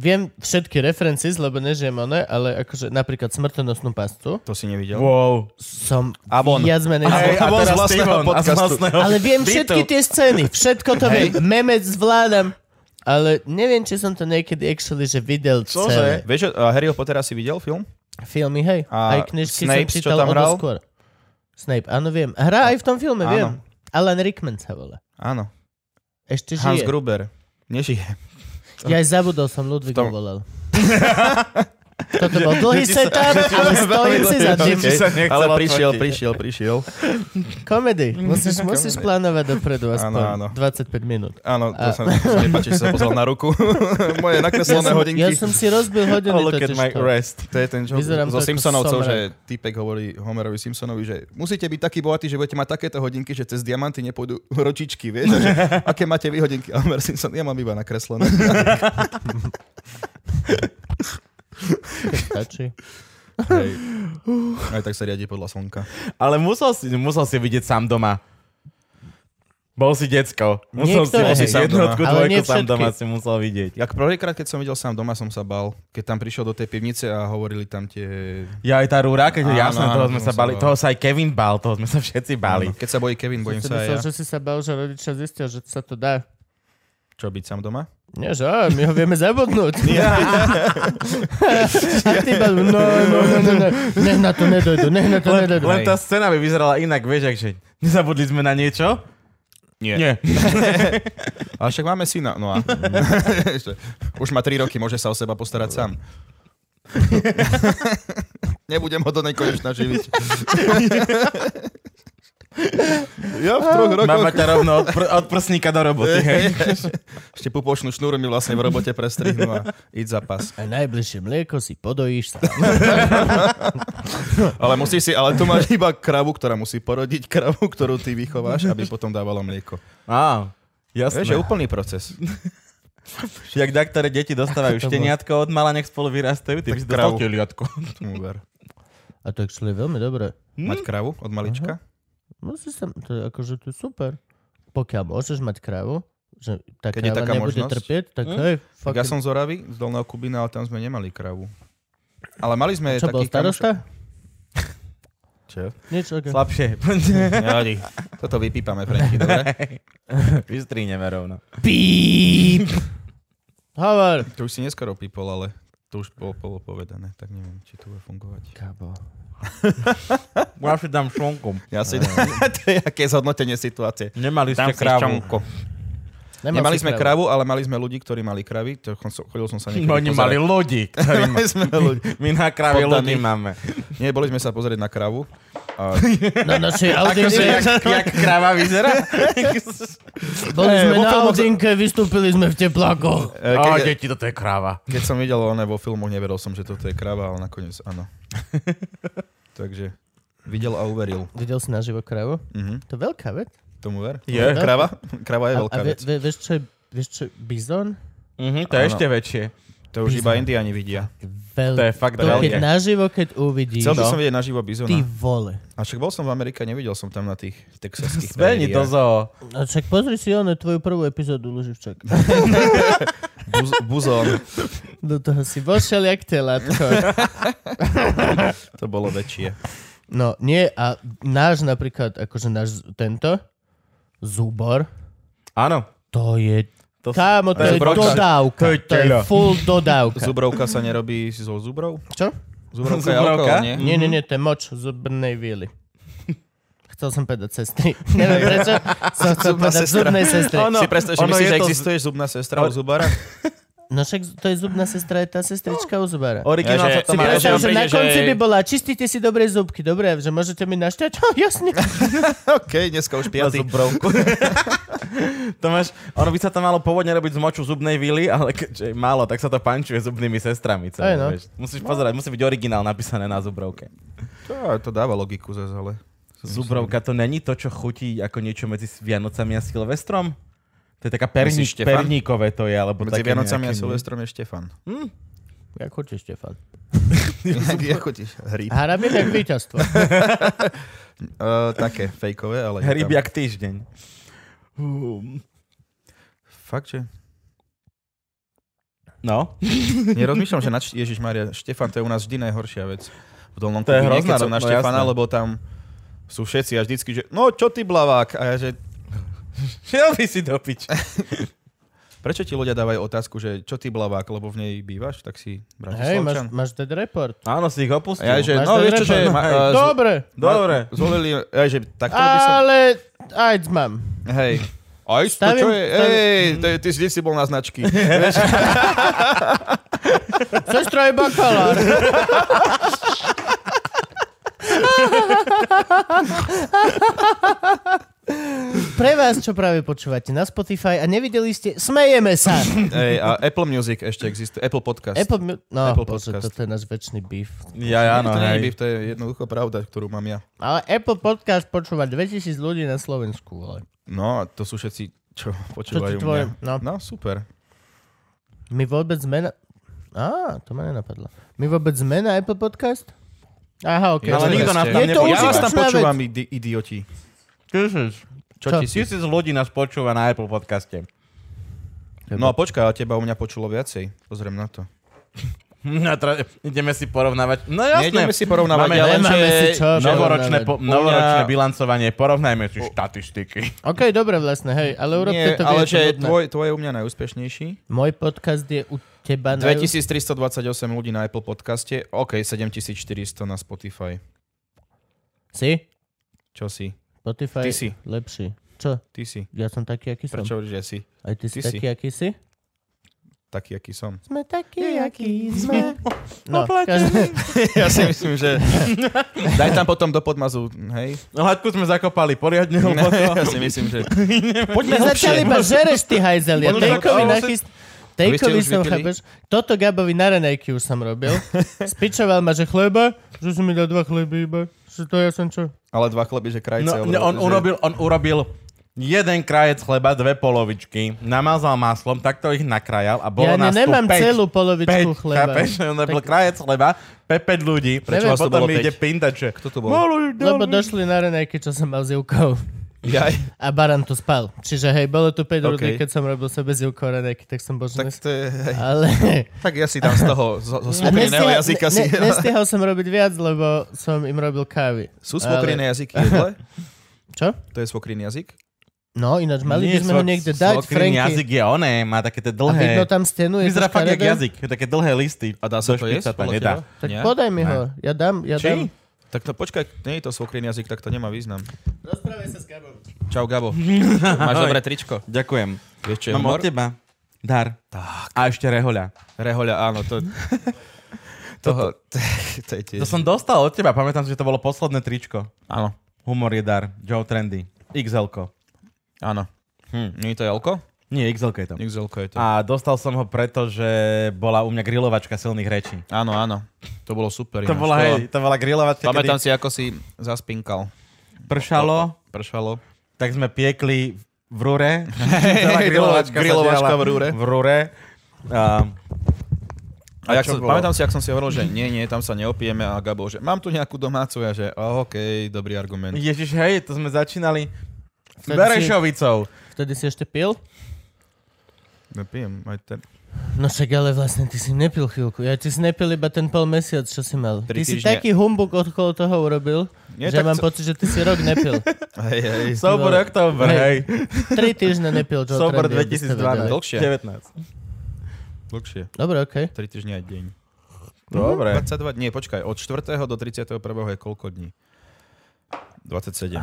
S2: Viem všetky referencie, lebo nežijem one, ale akože napríklad smrtonosnú pascu
S3: To si nevidel?
S5: Wow.
S2: som
S3: A von.
S2: viac menej...
S5: Hej,
S3: a
S5: teraz
S3: z vlastného
S5: Steven, a z
S3: podcastu.
S5: vlastného
S2: Ale viem
S5: bytu.
S2: všetky tie scény, všetko to viem. Memec zvládam, ale neviem, či som to niekedy actually, že videl celé.
S3: Vieš, že uh, Harryho Pottera si videl film?
S2: Filmy, hej.
S3: A
S2: aj knižky
S3: Snape,
S2: som
S3: čo
S2: čítal o
S3: tam
S2: dosť
S3: hral?
S2: skôr. Snape, áno, viem. Hrá aj v tom filme,
S3: Áno.
S2: viem. Alan Rickman sa volá.
S3: Áno.
S2: Ešte
S3: Hans
S2: žije.
S3: Gruber. Nežije.
S2: Ja aj zabudol som, Ludvík
S3: V tom-
S2: ho volal. Toto bol dlhý
S5: Že ti sa-
S2: setup, ale stojím si za tým.
S5: Že ti sa nechcel
S3: Ale prišiel,
S5: odfotiť.
S3: prišiel, prišiel.
S2: Komedy. Musíš, musíš plánovať dopredu
S3: áno.
S2: aspoň 25 minút.
S3: Áno, to sa mi nepáči, že sa pozrel na ruku. Moje
S2: Ja
S3: nakreslené
S2: som,
S3: hodinky.
S2: ja som si rozbil hodiny
S5: Oh, look at
S2: totiž
S5: my
S2: to.
S5: rest.
S3: To je ten čo
S2: Vyzerám to
S3: zo
S2: ako
S3: Simpsonovcov,
S2: somrak.
S3: že týpek hovorí Homerovi Simpsonovi, že musíte byť takí bohatí, že budete mať takéto hodinky, že cez diamanty nepôjdu ročičky, vieš? A Že, aké máte vy hodinky? A Homer Simpson, ja mám iba nakreslené.
S2: Stačí.
S3: Hej. Aj tak sa riadi podľa slnka.
S5: Ale musel si, musel si vidieť sám doma. Bol si decko. Musel
S2: Niektoré,
S5: si
S2: hej.
S5: vidieť jednotku,
S2: Ale nie
S5: dvojku
S2: všetky.
S5: sám doma si musel vidieť.
S3: Jak prvýkrát, keď som videl sám doma, som sa bal. Keď tam prišiel do tej pivnice a hovorili tam tie...
S5: Ja aj tá rúra, keď
S3: Áno,
S5: jasné,
S3: áno,
S5: toho
S3: to
S5: sme
S3: som
S5: sa
S3: sa
S5: bali,
S3: bál.
S5: toho sa aj Kevin bál, toho sme sa všetci báli.
S3: Keď sa bojí Kevin, bojím
S2: Si
S3: sa aj
S2: myslel,
S3: ja.
S2: že si sa bál, že rodičia zistia, že sa to dá.
S3: Čo, byť sám doma?
S2: Nie, že á, my ho vieme zabudnúť. A ty bol, no, no, no, no, no, nech na to nedojdu, nech na to nedojdu.
S5: Len tá scéna by vyzerala inak, vieš, akže nezabudli sme na niečo?
S3: Nie.
S5: Nie.
S3: Ale však máme syna. No a... Ešte. Už má 3 roky, môže sa o seba postarať sám. Nebudem ho do nekonečna živiť. ja v troch rokoch...
S5: Mama ťa rovno od, pr- od prsníka do roboty, hej.
S3: Ešte pupočnú šnúru mi vlastne v robote prestrihnú a íď za pas.
S2: A najbližšie mlieko si podojíš sa.
S3: Ale musíš si, ale tu máš iba kravu, ktorá musí porodiť kravu, ktorú ty vychováš, aby potom dávala mlieko.
S5: Á, jasné.
S3: Vieš, že úplný proces.
S5: Jak da, ktoré deti dostávajú
S2: Ako to bolo?
S5: šteniatko od mala, nech spolu vyrastajú, ty by si dostal
S3: kravu.
S5: teliatko.
S3: Tomu ver.
S2: A to je veľmi dobré.
S3: Mať kravu od malička?
S2: Musíš sa, No, to je akože to je super. Pokiaľ môžeš mať krávu, že tá
S3: Keď je
S2: kráva
S3: taká
S2: nebude
S3: možnosť.
S2: trpieť, tak hej, fuck
S3: Tak ja
S2: it.
S3: som z Oravy, z Dolného Kubína, ale tam sme nemali kravu. Ale mali sme
S2: Čo, bol
S3: taký
S2: starosta?
S3: Čo?
S2: Nič, okay.
S5: Slabšie.
S3: Toto vypípame, Franky, dobre?
S5: Vystríneme rovno.
S2: Píp! Hovor!
S3: To už si neskoro pípol, ale to už bolo, bolo povedané, tak neviem, či to bude fungovať.
S2: Kabo.
S5: Ja si dám šonkom.
S3: Ja si to je aké zhodnotenie situácie.
S5: Nemali ste
S3: Dám si
S5: krávu.
S3: šťavku. Nemali sme kravu, ale mali sme ľudí, ktorí mali kravy. To som- Chodil som sa niekedy
S5: Oni
S3: pozerať.
S5: mali ľudí, ktorí ma...
S3: Mali sme ľudí.
S5: My na kráve ľudí
S3: Poddaných.
S5: máme.
S3: Nie, boli sme sa pozrieť na kravu. A
S2: Na našej
S5: Akože,
S2: audinke,
S5: jak, jak kráva vyzerá?
S2: boli sme
S3: Eh, vo
S2: na
S3: filmoch-
S2: audinke, vystúpili sme v teplákoch.
S3: e,
S5: Á,
S3: keď,
S5: deti, toto je kráva.
S3: keď som videl one vo filmoch, neveril som, že toto je krava, ale nakoniec áno. Takže videl a uveril.
S2: Videl si naživo kravu?
S3: Mhm,
S2: To je veľká vec.
S3: tomu ver.
S5: Je.
S3: Krava? Krava je veľká
S2: a, a
S3: vec.
S2: Ve, ve, vieš, čo je, vieš, čo je bizon?
S5: Mhm, to je
S3: Áno.
S5: ešte väčšie.
S3: To už iba indiani vidia.
S2: Veľ...
S5: To je fakt
S2: to keď
S5: veľké.
S2: naživo, keď uvidíš,
S3: Chcel by som vidieť naživo
S2: ty
S3: bizona.
S2: vole.
S3: A však bol som v Amerike, nevidel som tam na tých texaských
S5: Zmeni
S3: prériách.
S5: to zoo.
S2: A však No pozri si ono, tvoju prvú epizódu Luživčak.
S3: Buz, buzon.
S2: Do toho si vošiel jak telátko.
S3: To bolo väčšie.
S2: No nie, a náš napríklad, akože náš z- tento, zúbor,
S5: Áno.
S2: to je
S5: To-
S2: Kámo, to,
S5: to je
S2: je
S5: broka.
S2: dodávka.
S5: To je
S2: To je
S5: telo.
S2: full dodávka.
S3: Zubrovka sa nerobí so zubrov?
S2: Čo?
S3: Zubrovka, je
S5: Zubrovka?
S3: alkohol, nie?
S2: Nie, nie, nie, to je moč zubnej vily. Chcel som povedať sestry. Neviem prečo, som chcel
S3: Zubná
S2: povedať
S3: sestra.
S2: zubnej sestre.
S5: Ono-
S3: si predstav, že
S5: ono
S3: myslíš,
S5: je
S3: že
S5: to z-
S3: existuješ zubná sestra u zubára?
S2: No však to je zubná sestra, je tá sestrička u zubára.
S3: Ja,
S5: Originál sa
S3: že-
S5: to
S2: Si
S5: má.
S3: ale
S2: predstav,
S3: že
S2: že
S3: on
S2: na
S3: príde, že-
S2: konci by bola, čistite si dobre zubky, dobre, že môžete mi našťať? Oh, jasne.
S3: OK, dneska už piatý.
S5: zubrovku. to máš, ono by sa to malo pôvodne robiť z moču zubnej vily, ale keďže je málo, tak sa to pančuje zubnými sestrami.
S2: Aj
S5: Celé,
S2: no.
S5: vieš. Musíš pozerať, musí byť originál napísané na zubrovke.
S3: To, to dáva logiku zase, ale...
S5: Zubrovka to není to, čo chutí ako niečo medzi Vianocami a Silvestrom? To je taká perní,
S3: Myslíš, Štefan?
S5: perníkové to je, alebo
S3: Medzi
S5: také
S3: Vianocami a
S5: nejaké-
S3: Silvestrom je Štefan.
S2: Jak chodí, Štefan?
S3: Ako ti hríb?
S2: Harabin jak víťazstvo.
S3: Uh, také, fejkové, ale... je tam.
S5: Hrybiak týždeň. Um,
S3: Fakt, že?
S5: No,
S3: Nerozmýšľam, že na Č- Ježiš Maria, Štefan, to je u nás vždy najhoršia vec. V Dolnom
S5: To je
S3: Kubíne,
S5: hrozná
S3: keď som na
S5: ro- no
S3: Štefana,
S5: jasné.
S3: lebo tam sú všetci a vždycky, že no čo ty blavák? A ja, že
S5: šiel by si do piče.
S3: prečo ti ľudia dávajú otázku, že čo ty blavák, lebo v nej bývaš, tak
S2: Hej,
S3: si
S2: máš,
S5: no,
S3: Bratislavčan.
S2: máš dead report.
S5: Áno, si ich opustil.
S3: A ja, že
S2: Máš
S3: no
S2: ten
S3: vieš čo, že...
S2: report?
S3: ma- a, z-
S2: Dobre,
S5: Dobre.
S3: ma- Zvolili, ja, že tak to by som...
S2: ale aj mám.
S3: Hej. Aj to,
S2: Stavím-
S3: čo je,
S2: stavím-
S3: hej, to je- ty vždy si bol na značky.
S2: Sestro, trojbokolor. Pre vás, čo práve počúvate na Spotify a nevideli ste, smejeme sa.
S3: Ej, a Apple Music ešte existuje. Apple Podcast.
S2: Apple, mu- no,
S3: Apple
S2: Apple bože,
S3: Podcast.
S2: toto je náš väčší beef.
S5: Ja, áno,
S3: to, nie je
S5: hej.
S3: beef, to je jednoducho pravda, ktorú mám ja.
S2: Ale Apple Podcast počúva 2000 ľudí na Slovensku. Ale.
S3: No, a to sú všetci, čo
S2: Čo
S3: počúvajú
S2: ti tvoje-
S3: mňa.
S2: no.
S3: no, super.
S2: My vôbec sme na... Á, to ma nenapadlo. My vôbec sme na Apple Podcast? Aha, ok.
S3: Ale nikto
S5: nás
S2: tam Je to nepočúva.
S3: ja vás tam
S2: užitočná
S3: počúvam, idi- idioti.
S5: Tisíc. Čo,
S2: Čo?
S5: tisíc? tisíc ľudí nás počúva na Apple podcaste.
S3: No a počkaj, a teba u mňa počulo viacej. Pozriem na to.
S5: Hm, A tra- ideme si porovnávať. No jasné.
S3: Nejdeme si porovnávať,
S5: Máme
S3: ale
S5: len,
S2: nemáme si
S5: že
S2: čo
S5: novoročné,
S2: porovnávať.
S5: po, novoročné
S3: Mňa-
S5: bilancovanie. Porovnajme si štatistiky.
S2: Ok, dobre vlastne, hej, ale urobte
S3: nie,
S2: to
S3: ale
S2: viac
S3: že
S2: hodné.
S3: tvoj, tvoj je u mňa najúspešnejší.
S2: Môj podcast je u teba na...
S3: 2328 ľudí na Apple podcaste, OK, 7400 na Spotify.
S2: Si?
S3: Čo si?
S2: Spotify
S3: Ty si.
S2: lepší. Čo?
S3: Ty si.
S2: Ja som taký, aký som.
S3: Prečo hovoríš, že si
S2: Aj ty, si
S3: Ty si.
S2: taký, aký si?
S3: taký, aký som?
S2: Sme takí, akí sme. No,
S3: Ja si myslím, že... Daj tam potom do podmazu, hej?
S5: Hladku sme zakopali poriadne.
S3: No, ja si myslím, že... Poďme
S2: My začali iba žereš, ty hajzel. Ja
S3: Ono
S2: tejkovi
S3: začalo-
S2: nachyst...
S3: Vy
S2: Tejkovi
S3: ste už
S2: som,
S3: videli?
S2: chápeš? Toto Gabovi na ranejky už som robil. Spičoval ma, že chleba, že si mi dal dva chleby iba. Že to ja som čo?
S3: Ale dva chleby, že krajce.
S5: No, ne, on, urobil, on urobil jeden krajec chleba, dve polovičky, namazal maslom, takto ich nakrajal a bolo
S2: ja
S5: nás
S2: ne, nemám
S5: tu 5,
S2: celú polovičku chleba.
S5: Chápeš? On bol krajec chleba, 5 ľudí.
S3: Prečo
S5: Neviem,
S3: vás to
S5: potom
S3: bolo
S5: mi
S3: päť?
S5: ide pindať, že...
S3: Kto to bol?
S5: Bolo,
S2: Lebo došli na ranejky, čo som mal s Júkou.
S3: Jaj.
S2: A Baran tu spal. Čiže hej, bolo tu 5 okay.
S3: OK.
S2: keď som robil sebe z Júkou ranejky, tak som božný.
S3: Tak, to je, hej.
S2: Ale...
S3: tak ja si dám z toho, zo, zo
S2: A
S3: smokriného
S2: nestihal-
S3: jazyka
S2: ne-
S3: si...
S2: ne- Nestihal som robiť viac, lebo som im robil kávy.
S3: Sú smokriné jazyky jedle?
S2: Čo?
S3: To je smokriný jazyk?
S2: No, ináč mali by sme ho niekde dať,
S5: Franky.
S2: Franky.
S5: jazyk je oné, má také
S2: A
S5: tie
S2: vidno
S5: dlhé...
S2: tam stenu, je
S5: Vyzerá
S2: to
S5: fakt jak
S2: škaredé.
S5: jazyk, také dlhé listy.
S3: A dá sa
S5: Do
S3: to
S5: špica
S3: jesť?
S5: to
S3: podľa
S5: nedá.
S3: teba?
S2: Tak
S3: Nie?
S2: podaj mi
S5: Ne.
S2: ho, ja dám, ja dám.
S5: Či?
S3: Tak to počkaj, nie je to svokriný jazyk, tak to nemá význam.
S2: Rozprávaj sa s Gabom.
S3: Čau, Gabo. Máš
S5: Ahoj.
S3: dobré tričko.
S5: Ďakujem.
S3: Vieš, čo je
S5: Mám
S3: humor?
S5: od teba. Dar. A ešte rehoľa.
S3: Rehoľa, áno, to... Toho, to, to je tiež...
S5: To som dostal od teba, pamätám si, že to bolo posledné tričko.
S3: Áno,
S5: Humor je dar. Joe Trendy. xl
S3: áno. Hm. Nie je to Jelko?
S5: Nie, xl je to.
S3: xl je to.
S5: A dostal som ho preto, že bola u mňa grilovačka silných rečí.
S3: Áno, áno. To bolo super. ináč.
S5: To bola, hej, to bola grilovačka,
S3: Pamätám
S5: kedy
S3: si, ako si zaspinkal.
S5: pršalo,
S3: Pršalo.
S5: tak sme piekli v rúre. Celá grilovačka, sa
S3: Grilovačka
S5: diala
S3: v rúre.
S5: V rúre. A,
S3: A, jak
S5: čo
S3: som,
S5: bolo?
S3: pamätám si, ak som si hovoril, že nie, nie, tam sa neopijeme a Gabo, že mám tu nejakú domácu a že oh, OK, dobrý argument.
S5: Ježiš, hej, to sme začínali s
S2: Vtedy si-
S5: Berešovicou.
S2: Vtedy si ešte pil?
S3: No pijem aj ten.
S2: No však ale vlastne ty si nepil chvíľku. Ja ty si nepil iba ten pol mesiac, čo si mal.
S3: Tri
S2: ty si
S3: týždne.
S2: taký humbug okolo toho urobil,
S3: Nie,
S2: že
S3: tak
S2: mám
S3: co-
S2: pocit, že ty si rok nepil.
S3: Hej, hej.
S5: Sober
S2: vole.
S5: oktober,
S2: Hej.
S5: hej.
S2: Tri týždne nepil. Joe
S5: Sober
S2: Trendy, aby ste vedeli.
S5: 2012.
S3: Dlhšie.
S5: 19.
S3: Dlhšie.
S2: Dobre, okej.
S3: 3 týždne aj deň.
S5: Dobre.
S3: 22, nie, počkaj, od 4. do 31. je koľko dní? 27.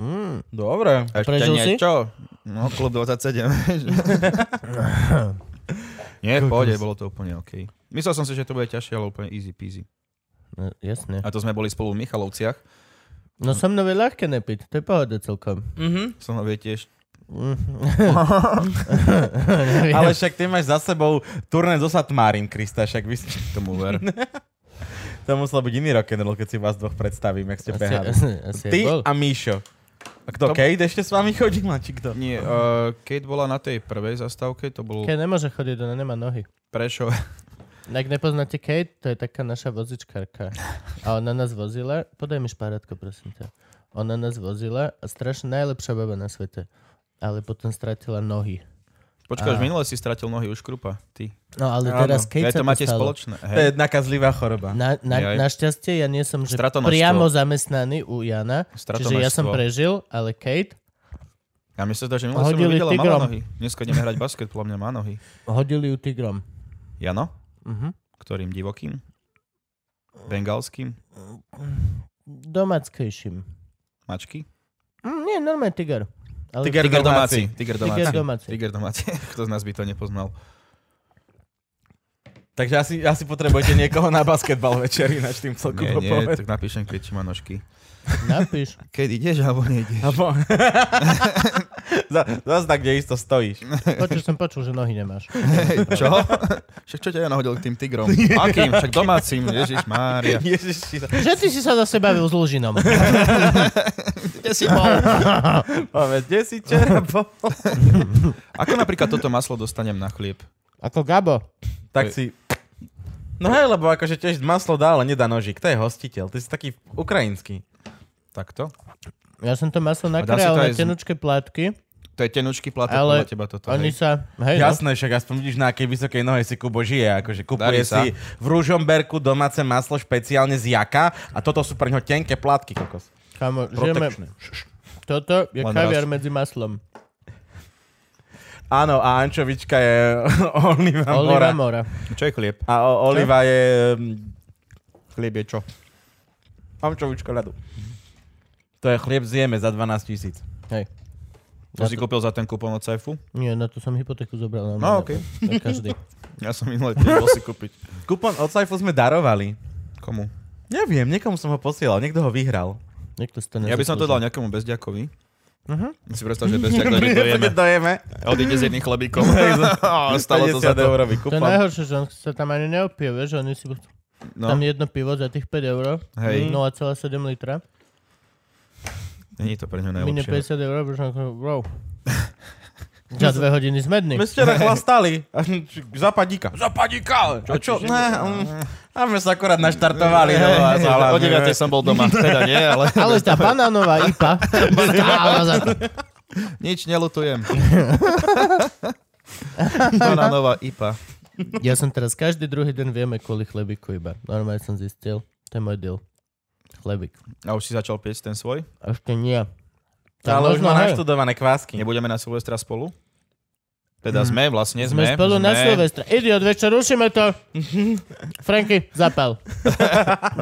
S2: Mm.
S5: Dobre.
S3: A ešte
S2: Prežil si?
S3: nie, čo? No, klub 27. vieš. nie, v pohode, bolo to úplne OK. Myslel som si, že to bude ťažšie, ale úplne easy peasy.
S2: No, jasne.
S3: A to sme boli spolu v Michalovciach.
S2: No so mnou je ľahké nepiť, to je pohode celkom.
S5: Mhm.
S3: Som ho vie tiež.
S2: Mm.
S5: Ale však ty máš za sebou turné so Satmárim, Krista, však vy ste...
S3: Tomu ver.
S5: To musel byť iný rock'n'roll, keď si vás dvoch predstavím, jak ste
S2: asi,
S5: behali.
S2: asi, asi
S5: Ty
S2: aj bol.
S5: a Míšo. A
S3: To-
S5: kto, Kate ešte s vami chodila, či kto?
S3: Nie, uh, Kate bola na tej prvej zastávke, to bol
S2: Keď nemôže chodiť, ona nemá nohy.
S3: Prešov.
S2: Ak nepoznáte Kate, to je taká naša vozičkárka. A ona nás vozila, podaj mi šparátko, prosím ťa. Ona nás vozila a strašne najlepšia baba na svete. Ale potom stratila nohy.
S3: Počkaj, už
S2: Á.
S3: minule si stratil nohy už krupa. Ty.
S2: No ale
S5: Áno.
S2: teraz Kate
S3: Ja,
S2: sa
S3: to máte
S2: stalo.
S3: spoločné.
S5: To je
S3: Hej.
S5: nakazlivá choroba.
S2: Na, na,
S3: Jaj.
S2: našťastie ja nie som že
S3: Stratonožstvo.
S2: priamo zamestnaný u Jana, čiže ja som
S3: Stratonožstvo.
S2: prežil, ale Kate
S3: Ja myslím, že minule som ju
S2: Hodili
S3: videla, mala
S2: tigrom.
S3: nohy. Dneska ideme hrať basket, podľa mňa má nohy.
S2: hodili ju tigrom.
S3: Jano?
S2: Mhm.
S3: Ktorým divokým? Bengalským?
S2: Domáckejším.
S3: Mačky?
S2: Mm, nie, normálne tiger. Ale
S5: Tiger domáci.
S3: Tiger
S2: Tiger
S3: domáci.
S2: domáci.
S3: Tiger domáci. Kto z nás by to nepoznal?
S5: Takže asi, asi potrebujete niekoho na basketbal večer, ináč tým celku
S3: Nie, nie,
S5: povedz.
S3: tak napíšem, keď či má nožky.
S2: Napíš.
S3: Keď ideš, alebo nejdeš.
S5: Abo... Za- Zas tak, kde isto stojíš.
S2: Počul som počul, že nohy nemáš.
S3: Hej, čo? Však čo ťa ja nahodil k tým tigrom? Akým? Však domácim, Ježiš Mária.
S5: Ježiš, si sa-
S2: Že ty si sa zase bavil s Lužinom.
S3: Kde si bol?
S5: povedz, kde si včera bol?
S3: Ako napríklad toto maslo dostanem na chlieb?
S2: Ako Gabo.
S5: Tak si... No hej, lebo akože tiež maslo dá, ale nedá nožík. To je hostiteľ. Ty si taký ukrajinský.
S3: Takto?
S2: Ja som to maso
S3: A dá sa
S2: nakrájal
S3: to
S2: na
S3: aj z-
S2: tenučké plátky.
S3: To je tenučký platok,
S2: Ale
S3: podľa teba toto.
S2: Oni
S3: Oni...
S2: sa... Hej, no.
S5: Jasné, však aspoň vidíš, na akej vysokej nohe si Kubo žije. Akože kupuje
S3: Darí sa.
S5: si v Ružomberku domáce maslo špeciálne z jaka a toto sú pre ňo tenké plátky, kokos.
S2: Kámo, žijeme...
S5: Protekčné.
S2: Toto je
S3: Len
S2: kaviar
S3: raz.
S2: medzi maslom.
S5: Áno, a ančovička je oliva mora.
S2: Oliva mora.
S3: Čo je chlieb?
S5: A o, oliva je... mm,
S3: Chlieb je čo?
S5: Ančovička ľadu. To je chlieb zjeme za 12 tisíc.
S2: Hej.
S3: To si kúpil za ten kupón od Saifu?
S2: Nie, na to som hypotéku zobral. No,
S3: No, okej.
S2: Na každý.
S3: Ja som minulý tiež bol si kúpiť.
S5: Kupon od Saifu sme darovali.
S3: Komu?
S5: Neviem, niekomu som ho posielal, niekto ho vyhral.
S2: Niekto si to
S3: Ja by som to
S2: nezaslúži.
S3: dal nejakému bezďakovi. Uh-huh. Si predstav, že bezďak dojde do jeme.
S5: dojeme.
S3: Odíde s jedným chlebíkom. Á, Stalo to za
S5: 50
S3: to.
S5: eurový
S2: To je
S5: kupon.
S2: najhoršie, že on sa tam ani neopije, vieš, oni si
S3: No,
S2: tam jedno pivo za tých Mm. 5 eur,
S3: Hej.
S2: 0,7 litra,
S3: není to no. pre ňa
S2: minie
S3: najlepšie.
S2: 50 eur, pretože ako, wow. Za dve hodiny smedný.
S5: My ste tak chlastali. A či- Za padíka. Za padíka! Čo, čo? Ne, mm, a my sa akorát naštartovali. no, a
S3: Hej,
S5: zalami,
S3: O 9
S5: vieš.
S3: som bol doma, teda nie, ale
S2: Ale tá banánová IPA, stála za to.
S3: nič nelutujem. Bananová IPA.
S2: Ja som teraz každý druhý deň vieme kvôli chlebiku iba. Normálne som zistil, to je môj deal. Chlebik.
S3: A už si začal piec ten svoj?
S2: Ešte nie. Tak
S5: Ale už
S2: možno,
S5: má
S2: hej.
S5: naštudované kvásky.
S3: Nebudeme na Silvestra spolu? Teda sme, vlastne
S2: Sme,
S3: sme.
S2: spolu na Silvestra. Idiot, vieš čo, rušíme to. Franky, zapal.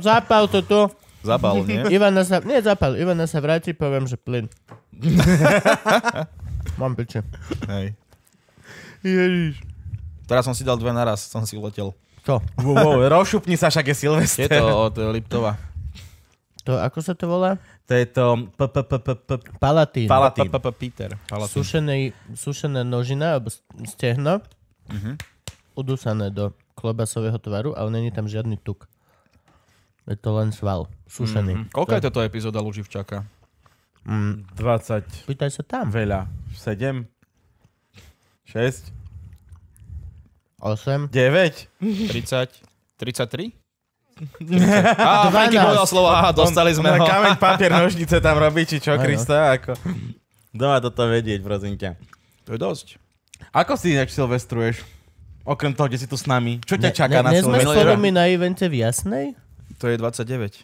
S2: zapal to tu.
S3: Zabal, nie?
S2: Ivana sa... Nie, zapal. Ivana sa vráti, poviem, že plyn. Mám piče.
S3: Hej. Teraz som si dal dve naraz, som si letel.
S2: Čo?
S5: Wow, wow, Rošupni sa však je
S3: Je
S5: Silvester.
S3: to od e, Liptova.
S2: To, ako sa to volá?
S5: To je to... p- p- p- p- p-
S2: Palatín.
S5: Pala- Palatín.
S3: Pa, pa, pa, Peter. Palatín.
S2: Sušený, sušená nožina, alebo s- stehno.
S3: Mhm.
S2: Udusané do klobasového tvaru, ale není tam žiadny tuk. Je to len sval. Sušený.
S3: Koľko je toto epizóda Luživčaka?
S5: Mm, 20
S2: Pýtaj sa tam.
S5: veľa. 7? 6?
S2: 8.
S3: 30?
S5: 9?
S3: 33? Á, Franky
S2: 12.
S3: povedal slovo, aha, dostali sme ho.
S5: Kameň, papier, nožnice tam robí, či čo,
S2: Áno.
S5: Krista? Ako... Doma toto vedieť, prosím ťa.
S3: To je dosť.
S5: Ako si ináč Silvestruješ? Okrem toho, kde si tu s nami. Čo ťa čaká na
S2: ne, sme
S5: Silvestra?
S2: spolu my na evente v Jasnej?
S3: To je 29.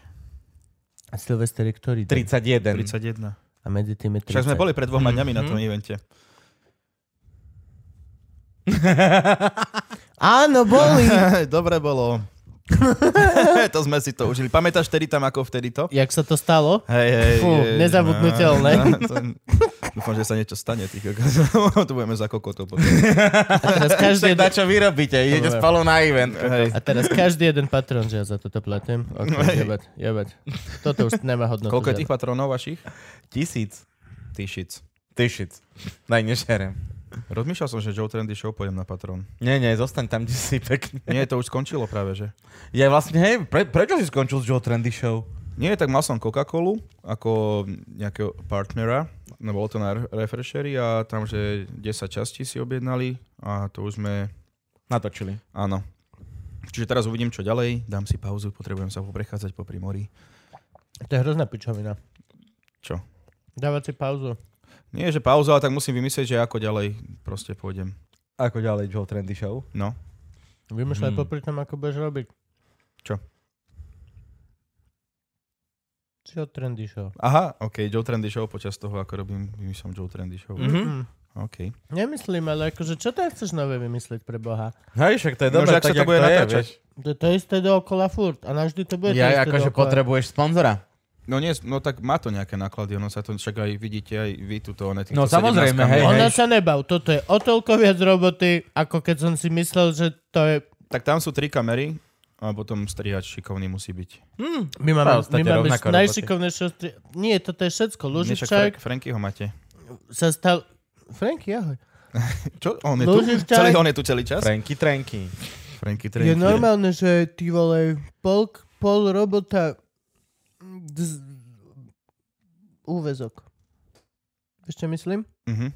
S2: A Silvester je ktorý? deň?
S5: 31.
S3: 31.
S2: A medzi tým je 30.
S3: Však sme boli pred dvoma dňami na tom evente.
S2: Áno, boli.
S3: Dobre bolo. to sme si to užili. Pamätáš vtedy tam ako vtedy to?
S2: Jak sa to stalo?
S3: Hej, hej.
S2: Fú,
S3: hej,
S2: nezabudnuteľné.
S3: á, á, to- Dúfam, že sa niečo stane. Tých, to budeme za kokotov. potom.
S2: A teraz každý,
S5: Však na
S2: jeden,
S5: čo vy robíte? Idete
S2: Dobre.
S5: spolu na event.
S3: Hej.
S2: a teraz každý jeden patron, že ja za toto platím. Ok, jebať, jebať. Toto už nemá hodnotu.
S3: Koľko je
S2: žiadnu.
S3: tých patronov vašich?
S5: Tisíc.
S3: Tisíc.
S5: Tisíc. Daj, nešerem.
S3: Rozmýšľal som, že Joe Trendy Show pojem na patron.
S5: Nie, nie, zostaň tam, kde si pekne.
S3: Nie, to už skončilo práve, že?
S5: Ja vlastne, hej, pre, prečo si skončil s Joe Trendy Show?
S3: Nie, tak mal som Coca-Colu ako nejakého partnera. No, bolo to na re- refresheri a tam, že 10 častí si objednali a to už sme...
S5: Natočili.
S3: Áno. Čiže teraz uvidím, čo ďalej. Dám si pauzu, potrebujem sa poprechádzať po mori.
S2: To je hrozná pičovina.
S3: Čo?
S2: Dávať si pauzu.
S3: Nie, že pauza, ale tak musím vymyslieť, že ako ďalej proste pôjdem.
S5: Ako ďalej Joe Trendy Show?
S3: No.
S2: Vymýšľaj
S5: Hmm.
S2: popri tom, ako budeš robiť.
S3: Čo?
S2: Čo trendy show?
S3: Aha, OK, Joe Trendy Show počas toho, ako robím, vymýšľam Joe Trendy Show.
S5: Mhm.
S2: Mm.
S3: OK.
S2: Nemyslím, ale akože čo tam chceš nové vymyslieť pre Boha?
S5: Hej, však to je
S3: No,
S5: dobré,
S3: že ak sa to
S5: jak
S3: bude
S5: je,
S3: natáčať.
S5: vieš.
S2: To, to isté dookola furt a navždy to bude to
S5: Ja,
S2: isté
S5: akože
S2: dookola.
S5: potrebuješ sponzora.
S3: No nie, no tak má to nejaké náklady, ono sa to však aj vidíte, aj vy tuto, one týchto
S5: No, samozrejme,
S3: 17
S5: hej,
S3: kamión.
S2: Ona
S5: hej.
S2: sa nebav, toto je o toľko viac roboty, ako keď som si myslel, že to je
S3: Tak tam sú tri kamery a potom strihač šikovný musí byť.
S5: Mm.
S2: My máme, my
S5: podstate
S2: máme
S5: rovnako
S2: najšikovnejšie... stri- Nie, toto je všetko. Luživčák
S3: Fre- Franky ho máte.
S2: sa stal... Franky, ahoj.
S3: Čo? On je tu?
S2: Luživčák-
S3: Celý, on je tu celý čas?
S5: Trenky, trenky.
S3: Franky
S2: Je
S3: Trenky.
S2: normálne, že ty vole, pol, pol robota z... úvezok. Ešte myslím?
S3: Mhm.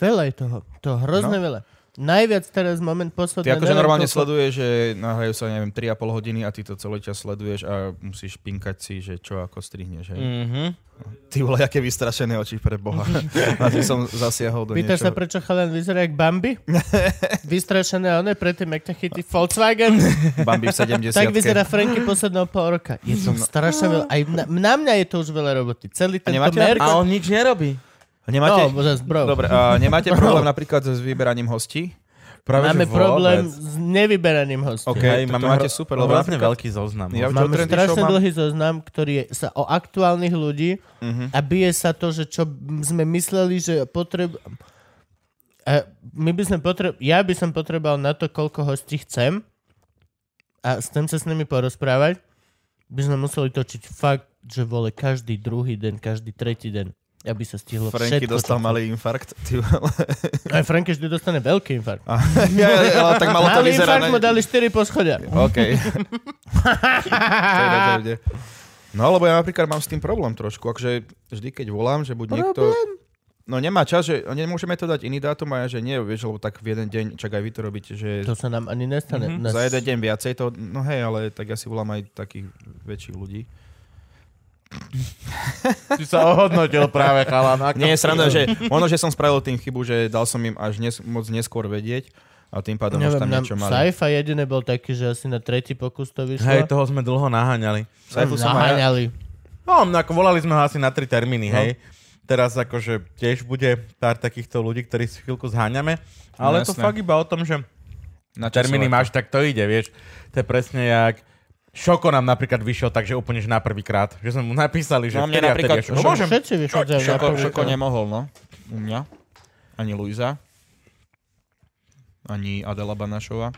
S2: Veľa je toho. To hrozne no. veľa. Najviac teraz moment posledný.
S3: Ty akože normálne sleduješ, že nahrajú sa, neviem, 3,5 hodiny a ty to celý čas sleduješ a musíš pinkať si, že čo ako strihneš. Hej.
S5: Mhm.
S3: Ty vole, aké vystrašené oči pre Boha. a ty som zasiahol do
S2: Pýtaš sa,
S3: niečoho.
S2: prečo chalan vyzerá jak Bambi? Vystrašené, a on je predtým, jak ťa chytí Volkswagen.
S3: Bambi v 70
S2: tak vyzerá Franky posledného pol roka. Je to strašne veľa. Aj na, na mňa je to už veľa roboty. Celý tento
S3: nemáte
S2: merk...
S5: A on nič nerobí.
S3: Nemáte,
S2: No, zas, bro.
S3: Dobre, a nemáte problém napríklad s vyberaním hostí?
S5: Práve,
S2: Máme
S5: že
S2: problém
S5: vôbec.
S2: s nevyberaným hostom.
S3: OK,
S5: Hej,
S3: tak to
S5: máme
S3: máte
S5: hro-
S3: super,
S5: Máme
S3: lebo
S5: vlastne
S3: napríklad-
S5: veľký zoznam.
S3: Ja
S5: no.
S3: v
S2: Máme
S3: Trendy Show
S2: strašne
S3: mám-
S2: dlhý zoznam, ktorý je sa o aktuálnych ľudí
S3: Mhm.
S2: a bije sa to, že čo sme mysleli, že potreb... A my by sme potreb... Ja by som potreboval na to, koľko hostí chcem a chcem sa s nimi porozprávať, by sme museli točiť fakt, že vole každý druhý deň, každý tretí deň, aby sa stihlo
S3: Franky
S2: všetko.
S3: dostal
S2: čo-
S3: malý infarkt. Ty vole.
S2: Aj Franky vždy dostane veľký infarkt.
S3: A- ja, ja, ja, ale tak malo to
S2: Malý
S3: vyzerá.
S2: infarkt
S3: ne?
S2: mu dali 4 poschodia.
S3: OK. To je na pravde. no lebo ja napríklad mám s tým problém trošku, akože vždy keď volám, že buď niekto... No nemá čas, že nemôžeme to dať iný dátum a ja, že nie, vieš, lebo tak v jeden deň, čak aj vy to robíte, že
S2: To sa nám ani nestane. Mm-hmm.
S3: Za jeden deň viacej to, no hej, ale tak ja si volám aj takých väčších ľudí.
S5: Ty sa ohodnotil práve, chalan. Ako...
S3: Nie, je sranda, že ono, že som spravil tým chybu, že dal som im až nes- moc neskôr vedieť a tým pádom
S2: Neviem,
S3: už tam
S2: na
S3: niečo mali.
S2: Saifa jediné bol taký, že asi na tretí pokus to vyšlo. Hm,
S5: Hej, toho sme dlho naháňali.
S3: Saifu som aj ja-
S2: Naháňali.
S5: No, ako volali sme ho asi na tri termíny, hej. Teraz akože tiež bude pár takýchto ľudí, ktorí si chvíľku zháňame,
S3: No,
S5: ale no, to
S3: jasné.
S5: fakt iba o tom, že
S3: na
S5: termíny
S3: časovať.
S5: máš, tak to ide, vieš. To je presne jak Šoko nám napríklad vyšiel, takže úplne že na prvýkrát. Že sme mu napísali, že
S3: No, mne
S5: vtedy a vtedy
S3: napríklad
S5: je Šoko.
S3: Šoko-
S5: Môžem.
S2: Všetci vychádzajú na
S3: Šoko,
S2: prvý
S3: šoko
S2: krát.
S3: nemohol, no. U mňa. Ani Luisa. Ani Adela Banašová.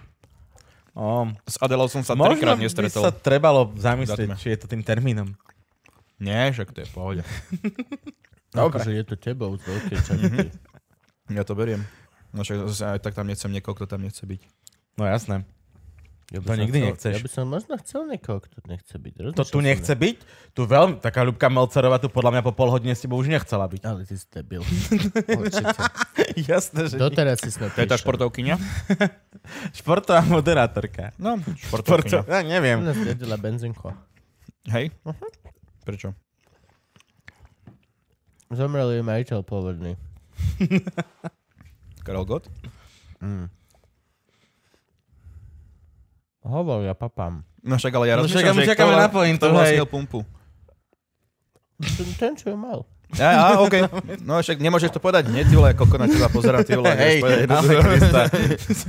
S5: O,
S3: S Adelou som sa
S5: možno
S3: trikrát
S5: by
S3: nestretol.
S5: sa trebalo zamyslieť,
S3: Zatme.
S5: či je to tým termínom.
S3: Nie, však to je v pohode.
S2: Dobre. Akože je to tebou z veľkej časti.
S3: Ja to beriem. No však zase aj tak tam nechcem niekoho, kto tam nechce byť.
S5: No jasné.
S2: Ja by
S5: To
S2: som
S5: nikdy
S2: chcel-
S5: nechceš.
S2: Ja by som možno chcel niekoho, kto nechce byť.
S5: To tu nechce byť? Tu veľmi, taká Ľubka Melcerová tu podľa mňa po pol hodine s tebou už nechcela byť.
S2: Ale ty si debil. Určite.
S5: Jasné, že nie.
S2: Doteraz si s ňou
S3: To je tá
S2: prišiel.
S3: športovkyňa?
S5: Športová moderátorka.
S3: No,
S5: Športo...
S3: športovkyňa. Mhm.
S5: Ja neviem.
S2: Ona zjedila benzínko.
S3: Hej? Prečo?
S2: Zomrel jej majiteľ pôvodný.
S3: Karel Gott?
S2: Hovor, ja papám.
S3: No však ale ja
S5: No však,
S3: rozmýšľam,
S5: my
S3: že
S5: čakáme na pointu,
S3: kto vlastne-
S5: hej.
S3: vlastnil pumpu.
S2: Ten, ten čo ju mal.
S3: Ja, ja, OK. No však nemôžeš to povedať hneď, ty vole, koľko na teba pozerá, ty vole.
S5: Hej, ale Krista.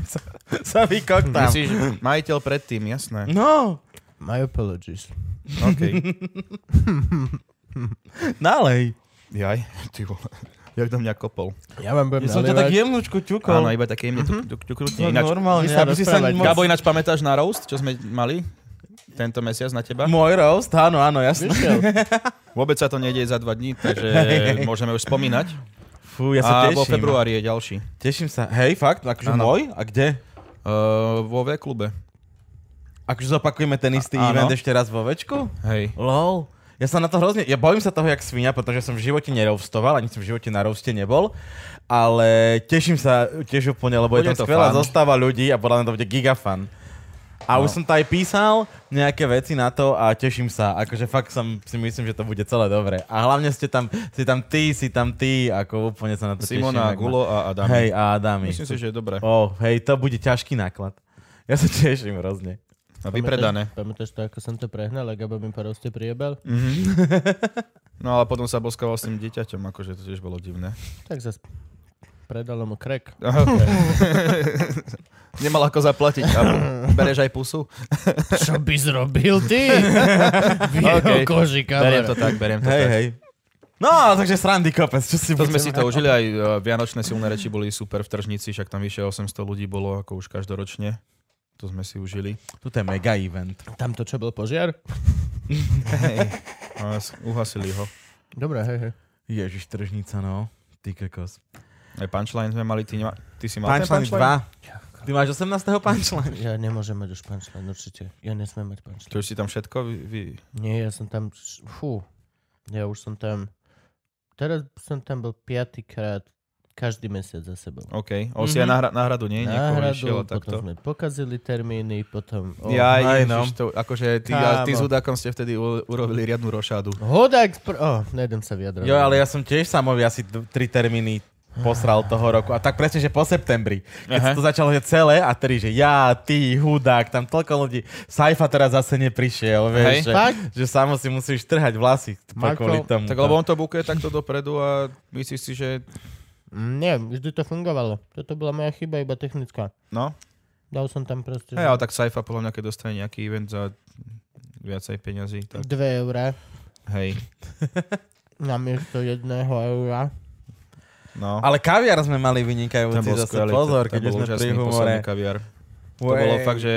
S5: sa- Sa vykoktám.
S3: Musíš majiteľ predtým, jasné.
S5: No,
S2: My apologies.
S3: OK.
S5: nalej.
S3: Jaj, ty vole. Jak do mňa kopol.
S2: Ja vám budem
S5: Ja som to tak
S2: nalievať.
S5: jemnúčko
S3: Áno,
S5: ťukol.
S3: iba také jemne
S5: Mhm.
S3: tu, tu, tu, tu,
S5: To
S3: ináč,
S2: Vy
S5: normálne,
S2: sa
S5: aby si sa
S2: rozprávať.
S5: moc...
S3: Gabo, ináč pamätáš na roast, čo sme mali tento mesiac na teba?
S5: Môj roast, áno, áno, jasné.
S2: Vyšiel.
S3: Vôbec sa to nedieje za dva dní, takže môžeme už spomínať.
S5: Fú, ja
S3: A
S5: sa
S3: vo
S5: teším.
S3: februári je ďalší.
S5: Teším sa. Hej, fakt? Akože
S3: Áno.
S5: môj? A kde?
S3: Uh, vo V-klube.
S5: Akože zopakujeme ten istý
S3: A- áno.
S5: event ešte raz vo večku?
S3: Hej.
S5: Lol. Ja sa na to hrozne... Ja bojím sa toho jak svinia, pretože som v živote nerovstoval, ani som v živote na rovste nebol. Ale teším sa tiež úplne, lebo
S3: Bude
S5: je
S3: to
S5: tam skvelá
S3: fun.
S5: zostava ľudí a podľa mňa to bude gigafan. A
S3: No.
S5: už som to aj písal nejaké veci na to a teším sa. Akože fakt som, si myslím, že to bude celé dobre. A hlavne ste tam, si tam ty, si tam ty, ako úplne sa na to
S3: Simona,
S5: teším. jak ma-
S3: Gulo a Adam.
S5: Hej, a Adami.
S3: Myslím si, že je dobré.
S5: Oh, hej, to bude ťažký náklad. Ja sa teším hrozne.
S3: A vypredané.
S2: Pamätáš to, ako som to prehnal a Gabo mi proste prijebal?
S3: No ale potom sa boskával s tým dieťaťom, akože to tiež bolo divné.
S2: Tak zas predalo mu krek.
S3: Nemal ako zaplatiť. A bereš aj pusu?
S2: Čo by zrobil ty? V jeho
S3: Okej.
S2: koži,
S3: Beriem to
S2: kamera.
S3: tak, beriem to
S5: Hej,
S3: tak.
S5: hej. No, takže srandy kopec, čo si
S3: To sme
S5: budeme-
S3: si to užili, aj eh, Vianočné silné reči boli super v tržnici, však tam vyše 800 ľudí bolo, ako už každoročne. To to sme si užili.
S5: Toto je mega event.
S2: Tamto čo bol požiar?
S3: Hej. A s- uhasili ho.
S2: Dobre, hej, hej.
S5: Ježiš, tržnica, no. Ty kokos.
S3: Aj punchline sme mali, ty, nema... ty si mal
S5: Punchline
S3: ten punchline?
S5: 2. Ty máš 18. punchline.
S2: Ja nemôžem mať už punchline, určite. Ja nesmiem mať
S3: To
S2: punchline.
S3: už si tam všetko vy... vy...
S2: Nie, ja som tam... Fú. Ja už som tam... Teraz som tam bol piatýkrát každý mesiac za sebou.
S3: OK. O, si aj nahra... náhradu, No, nie? Niekoho išiel a
S2: Náhradu, potom
S3: takto.
S2: sme pokazili termíny, potom...
S3: Oh, ja,
S5: aj
S3: aj,
S5: no.
S3: no. to, akože ty, a ty s
S2: Kámo.
S3: hudákom ste vtedy u, urobili riadnu rošádu.
S2: Hodák... Pr- oh, nejdem sa vyjadrovať.
S5: Jo, ale ja som tiež samový asi d- tri termíny posral toho roku. A tak presne, že po septembri. Keď sa to začalo že celé a tedy, že ja, ty, hudák, tam toľko ľudí. Saifa teraz zase neprišiel,
S3: Hej.
S5: vieš. Že,
S2: Fakt?
S5: že samo si musíš trhať vlasy t-
S2: Marko,
S5: kvôli tomu.
S3: Tak lebo on to bukuje takto dopredu a myslíš si, že...
S2: Mm, Nie, vždy to fungovalo. Toto bola moja chyba, iba technická.
S3: No,
S2: Dal som tam proste
S3: hej, ale tak Saifa podľa mňa, keď dostane nejaký event za viacej peňazí, tak
S2: 2 eurá
S3: hej.
S2: na miesto 1 eura.
S3: No.
S5: Ale kaviar sme mali
S3: Ten
S5: vynikajúci
S3: bol
S5: zase.
S3: skvelý,
S5: Pozor,
S3: ten- ten
S5: keď
S3: bol
S5: sme
S3: úžasný
S5: pri humore.
S3: posledný kaviár. To bolo
S5: Uej.
S3: fakt, že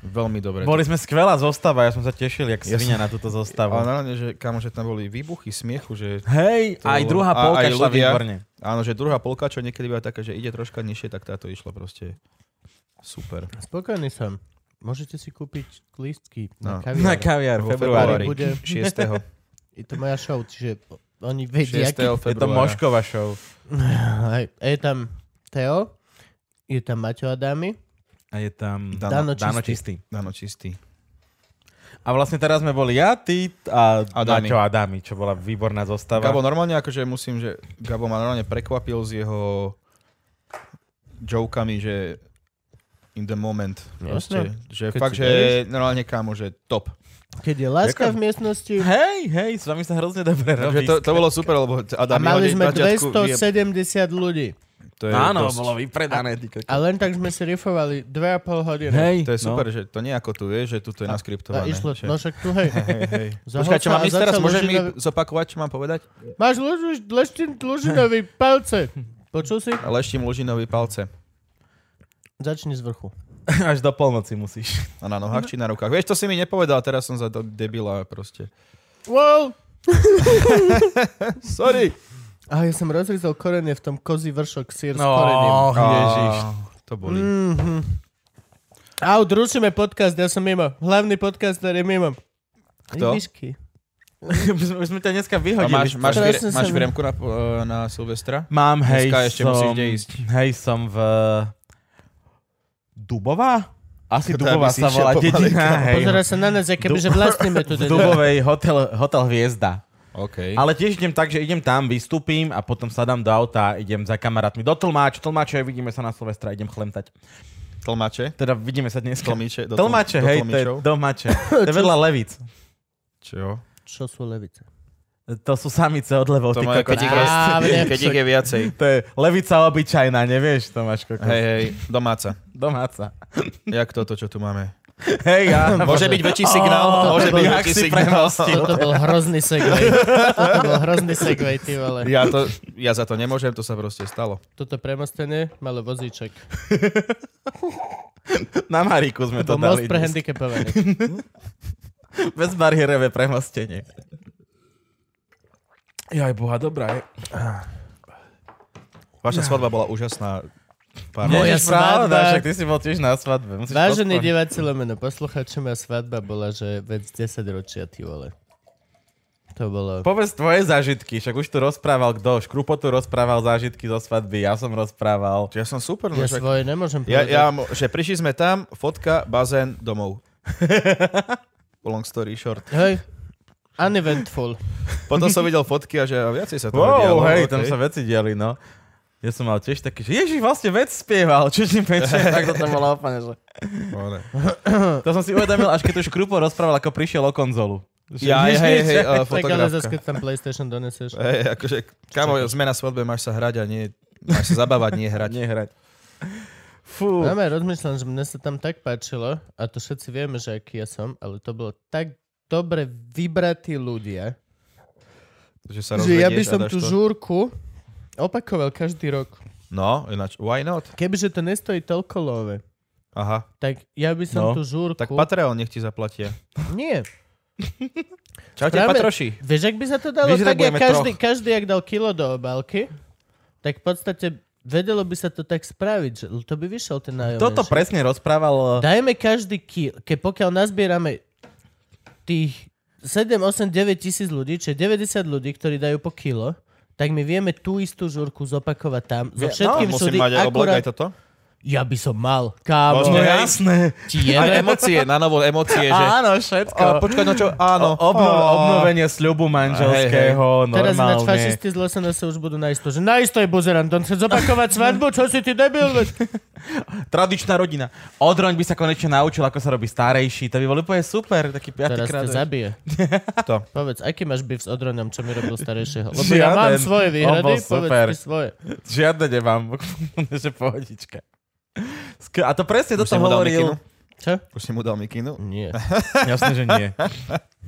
S3: veľmi dobre.
S5: Boli sme skvelá zostava, ja som sa tešil, jak
S3: Ja
S5: svinia na túto zostavu.
S3: Ale na že kamo, že tam boli výbuchy smiechu, že
S5: Hej,
S3: To
S5: aj
S3: bolo-
S5: druhá
S3: a-
S5: polka
S3: aj
S5: šla
S3: ľudia.
S5: výborne.
S3: áno, že druhá polka, čo niekedy býva taká, že ide troška nižšie, tak táto išla proste super.
S2: Spokojný som. Môžete si kúpiť lístky na
S3: No.
S2: kaviár.
S5: Na kaviar,
S3: Vo
S5: februári.
S2: februári. bude.
S3: 6.
S2: Je to moja show, čiže oni
S3: 6.
S2: vedia. Aký...
S5: Je to
S3: februára.
S5: Moškova show.
S2: Aj, je tam Teo, je tam Maťo Adami.
S5: A je tam
S2: Dano
S5: Dano
S2: Čistý.
S5: Čistý.
S3: Áno, čistý.
S5: A vlastne teraz sme boli ja, ty a
S3: Adami.
S5: Naťo Adami, čo bola výborná zostava.
S3: Gabo normálne, akože musím, že Gabo ma normálne prekvapil s jeho jokami, že in the moment. Proste, že
S2: Keď
S3: fakt,
S2: si
S3: že
S2: bereš.
S3: normálne kámo, že top.
S2: Keď je láska
S5: Ďakujem.
S2: v miestnosti.
S5: Hej, hej, s vami sa hrozne dobre
S3: Takže
S5: robí.
S3: to, to bolo super, lebo
S2: A
S3: Adam
S2: mali
S3: jeho
S2: sme
S3: načiatku vie-
S2: 270 ľudí.
S3: To je
S5: Áno,
S3: dosť.
S5: bolo vypredané. ty kokos.
S2: A len tak sme si rifovali 2,5 hodiny.
S3: To
S5: no.
S3: je super, že to nie ako tu je, že tu to je
S2: A
S3: naskriptované.
S2: išlo,
S3: že...
S2: no však tu hej.
S3: Hej, hej.
S2: Zahol
S3: Počkaj, čo
S2: sa
S3: mám
S2: a
S3: ísť teraz?
S2: začal
S3: Môžeš mi
S2: Lužinov-
S3: zopakovať, čo mám povedať?
S2: Máš dlžin- dlžin- dlžinové palce. Počul si?
S3: Leštím Lužinovi palce.
S2: Začni z vrchu.
S5: Až do polnoci musíš.
S3: A na
S2: No.
S3: nohách či na rukách. Vieš, to si mi nepovedal, teraz som za to debila proste.
S2: Wow!
S3: Sorry.
S2: A Ah, ja som rozrizal korene v tom kozí vršok sír s
S5: No.
S2: korením.
S5: ježiš.
S3: To boli.
S2: Mhm. Au, rušíme podcast, ja som mimo. Hlavný podcast, ktorý je mimo.
S3: Kto?
S2: Myšky.
S5: Už sme- Už sme ťa dneska
S3: A
S5: vyhodili.
S3: máš, máš,
S2: Strašne
S3: vire, máš
S2: sa mi-
S3: viremku na, eh, na Silvestra?
S5: Mám, hej,
S3: Dneska ešte
S5: som,
S3: musíš kde ísť.
S5: hej, som v... Dubová? Asi
S3: To aby
S5: Dubová
S3: teda si
S5: sa
S3: išiel
S5: volá
S3: pomaly,
S5: dedina,
S3: kámo.
S5: hej.
S2: Pozera sa na nás, aké by, že vlastníme tu.
S5: V Dubovej hotel, hotel Hviezda.
S3: OK.
S5: Ale tiež idem tak, že idem tam, vystúpim a potom sadám do auta a idem za kamarátmi do Tlmáč. Tlmáče, vidíme sa na Silvestra, idem chlemtať.
S3: Tlmače?
S5: Teda vidíme sa dnes.
S3: Tlmiče? Do
S5: Tlmáče,
S3: tlm- do
S5: hej, to je
S3: tlmičov?
S5: domáče. To je vedľa Levic.
S3: Čo?
S2: Čo sú levice?
S5: To sú samice od levov,
S3: To
S5: ty
S3: moje, keď,
S5: kokos.
S3: ich
S2: kokos.
S3: je-
S2: Á, viem,
S3: keď ich je viacej.
S5: To je levica obyčajná, nevieš, Tomáš Kokos.
S3: Hej, hej, domáca.
S5: Domáca.
S3: Jak toto, čo tu máme?
S5: Hej, ja.
S3: Môže byť väčší signál?
S5: Ó,
S3: Môže byť
S5: jak
S3: väčší
S5: si
S3: signál?
S5: prehostil.
S2: Toto bol hrozný segway. Toto bol hrozný segway, ty vole.
S3: Ja, to, ja za to nemôžem, to sa proste stalo.
S2: Toto premostenie malo vozíček.
S5: Na Mariku sme to
S2: To most
S5: dali.
S2: pre
S5: dnes.
S2: handicapovaných.
S5: Bezbariérové premostenie. Jaj, boha, dobrá je.
S3: Vaša svadba bola úžasná. Pár
S2: Nie, Moja
S5: Ježiš, pravda,
S2: svadba.
S5: Však ty si bol tiež na svadbe. Musíš
S2: Vážení
S5: podporiť.
S2: diváci lomeno posluchači, moja svadba bola, že vec 10 ročia, ty vole. To bolo...
S5: Povedz tvoje zážitky, však už tu rozprával kto. Škrupo tu rozprával zážitky zo svadby, ja som rozprával.
S3: Ja som super. no
S2: Ja
S3: však-
S2: svoje nemôžem
S3: Ja,
S2: povedať.
S3: ja, mo- že prišli sme tam, fotka, bazén, domov. Long story short.
S2: Hej, uneventful.
S3: Potom som videl fotky a že a viacej sa to
S5: Wow,
S3: okej.
S5: hej, tam sa veci diali, no. Ja som mal tiež taký, že Ježiš, vlastne vec spieval, čo ti peče, tak to tam bolo úplne, že...
S3: Dobre.
S5: To som si uvedomil, až keď už Krupo rozprával, ako prišiel o konzolu.
S3: Ja, hej, hej, hej, a
S2: Tak ale zase,
S3: fotografka.
S2: keď tam PlayStation donesieš.
S3: Hej, akože, kamo, sme na svadbe, máš sa hrať a nie, máš sa zabávať, nie hrať.
S5: Nehrať. Fú.
S2: Máme, No, rozmýšľam, že mne sa tam tak páčilo, a to všetci vieme, že aký ja som, ale to bolo tak dobre vybratí ľudia,
S3: Že sa
S2: že ja by
S3: rozvedieš a
S2: som
S3: dáš
S2: tú
S3: to.
S2: žúrku opakoval každý rok.
S3: No, ináč, why not?
S2: Kebyže to nestojí toľko love.
S3: Aha,
S2: Tak ja by som
S5: No,
S2: tú žúrku...
S3: tak Patreon nech ti zaplatia.
S2: Nie.
S5: Čaute,
S2: Práve-
S5: Patroši.
S2: Vieš, ak by sa to dalo,
S5: Vieš, že
S2: tak
S5: tak
S2: jak
S5: budeme
S2: každý, každý, ak dal kilo do obálky, tak v podstate vedelo by sa to tak spraviť, že to by vyšiel ten nájomnejší.
S5: Toto
S3: eh,
S5: presne rozprával...
S2: Dajme každý kil, keď pokiaľ nazbierame tých 7, 8, 9 tisíc ľudí, čiže 90 ľudí, ktorí dajú po kilo, tak my vieme tú istú žurku zopakovať tam. So všetkým no,
S3: Musím
S2: všudy
S3: mať aj oblek, aj
S2: akurát...
S3: toto?
S2: Ja by som mal, kámo.
S3: No,
S5: Hm?
S2: ja
S5: jasné.
S2: ti
S3: Aj
S2: jebe.
S3: emócie, na novo emócie, že...
S5: Áno, všetko.
S3: A počkaj, no čo, áno.
S5: Obnov,
S3: Á.
S5: obnovenie sľubu manželského,
S2: Teraz ináč
S5: normálne.
S2: fašisti z Lesena sa už budú najisto, že najisto je buzeran, on chce zopakovať svadbu, čo si ty debil? veď?
S5: Tradičná rodina. Odroň by sa konečne naučil, ako sa robí starejší. To by bolo úplne super, taký
S2: Teraz
S5: piatýkrát.
S2: ťa zabije.
S3: To.
S2: Povedz, aký máš byv s odronom, čo mi robil starejšieho? Lebo ja
S5: Žiaden.
S2: mám svoje výhrady,
S5: On bol
S2: povedz
S5: super.
S2: ty svoje.
S5: Žiadne nemám. že pohodička. Sk- A to presne
S3: Už
S5: toto
S3: si mu dal mikinu?
S5: hovoril.
S2: Čo?
S3: Už si mu dal mikinu?
S2: Nie.
S5: Jasné, že nie.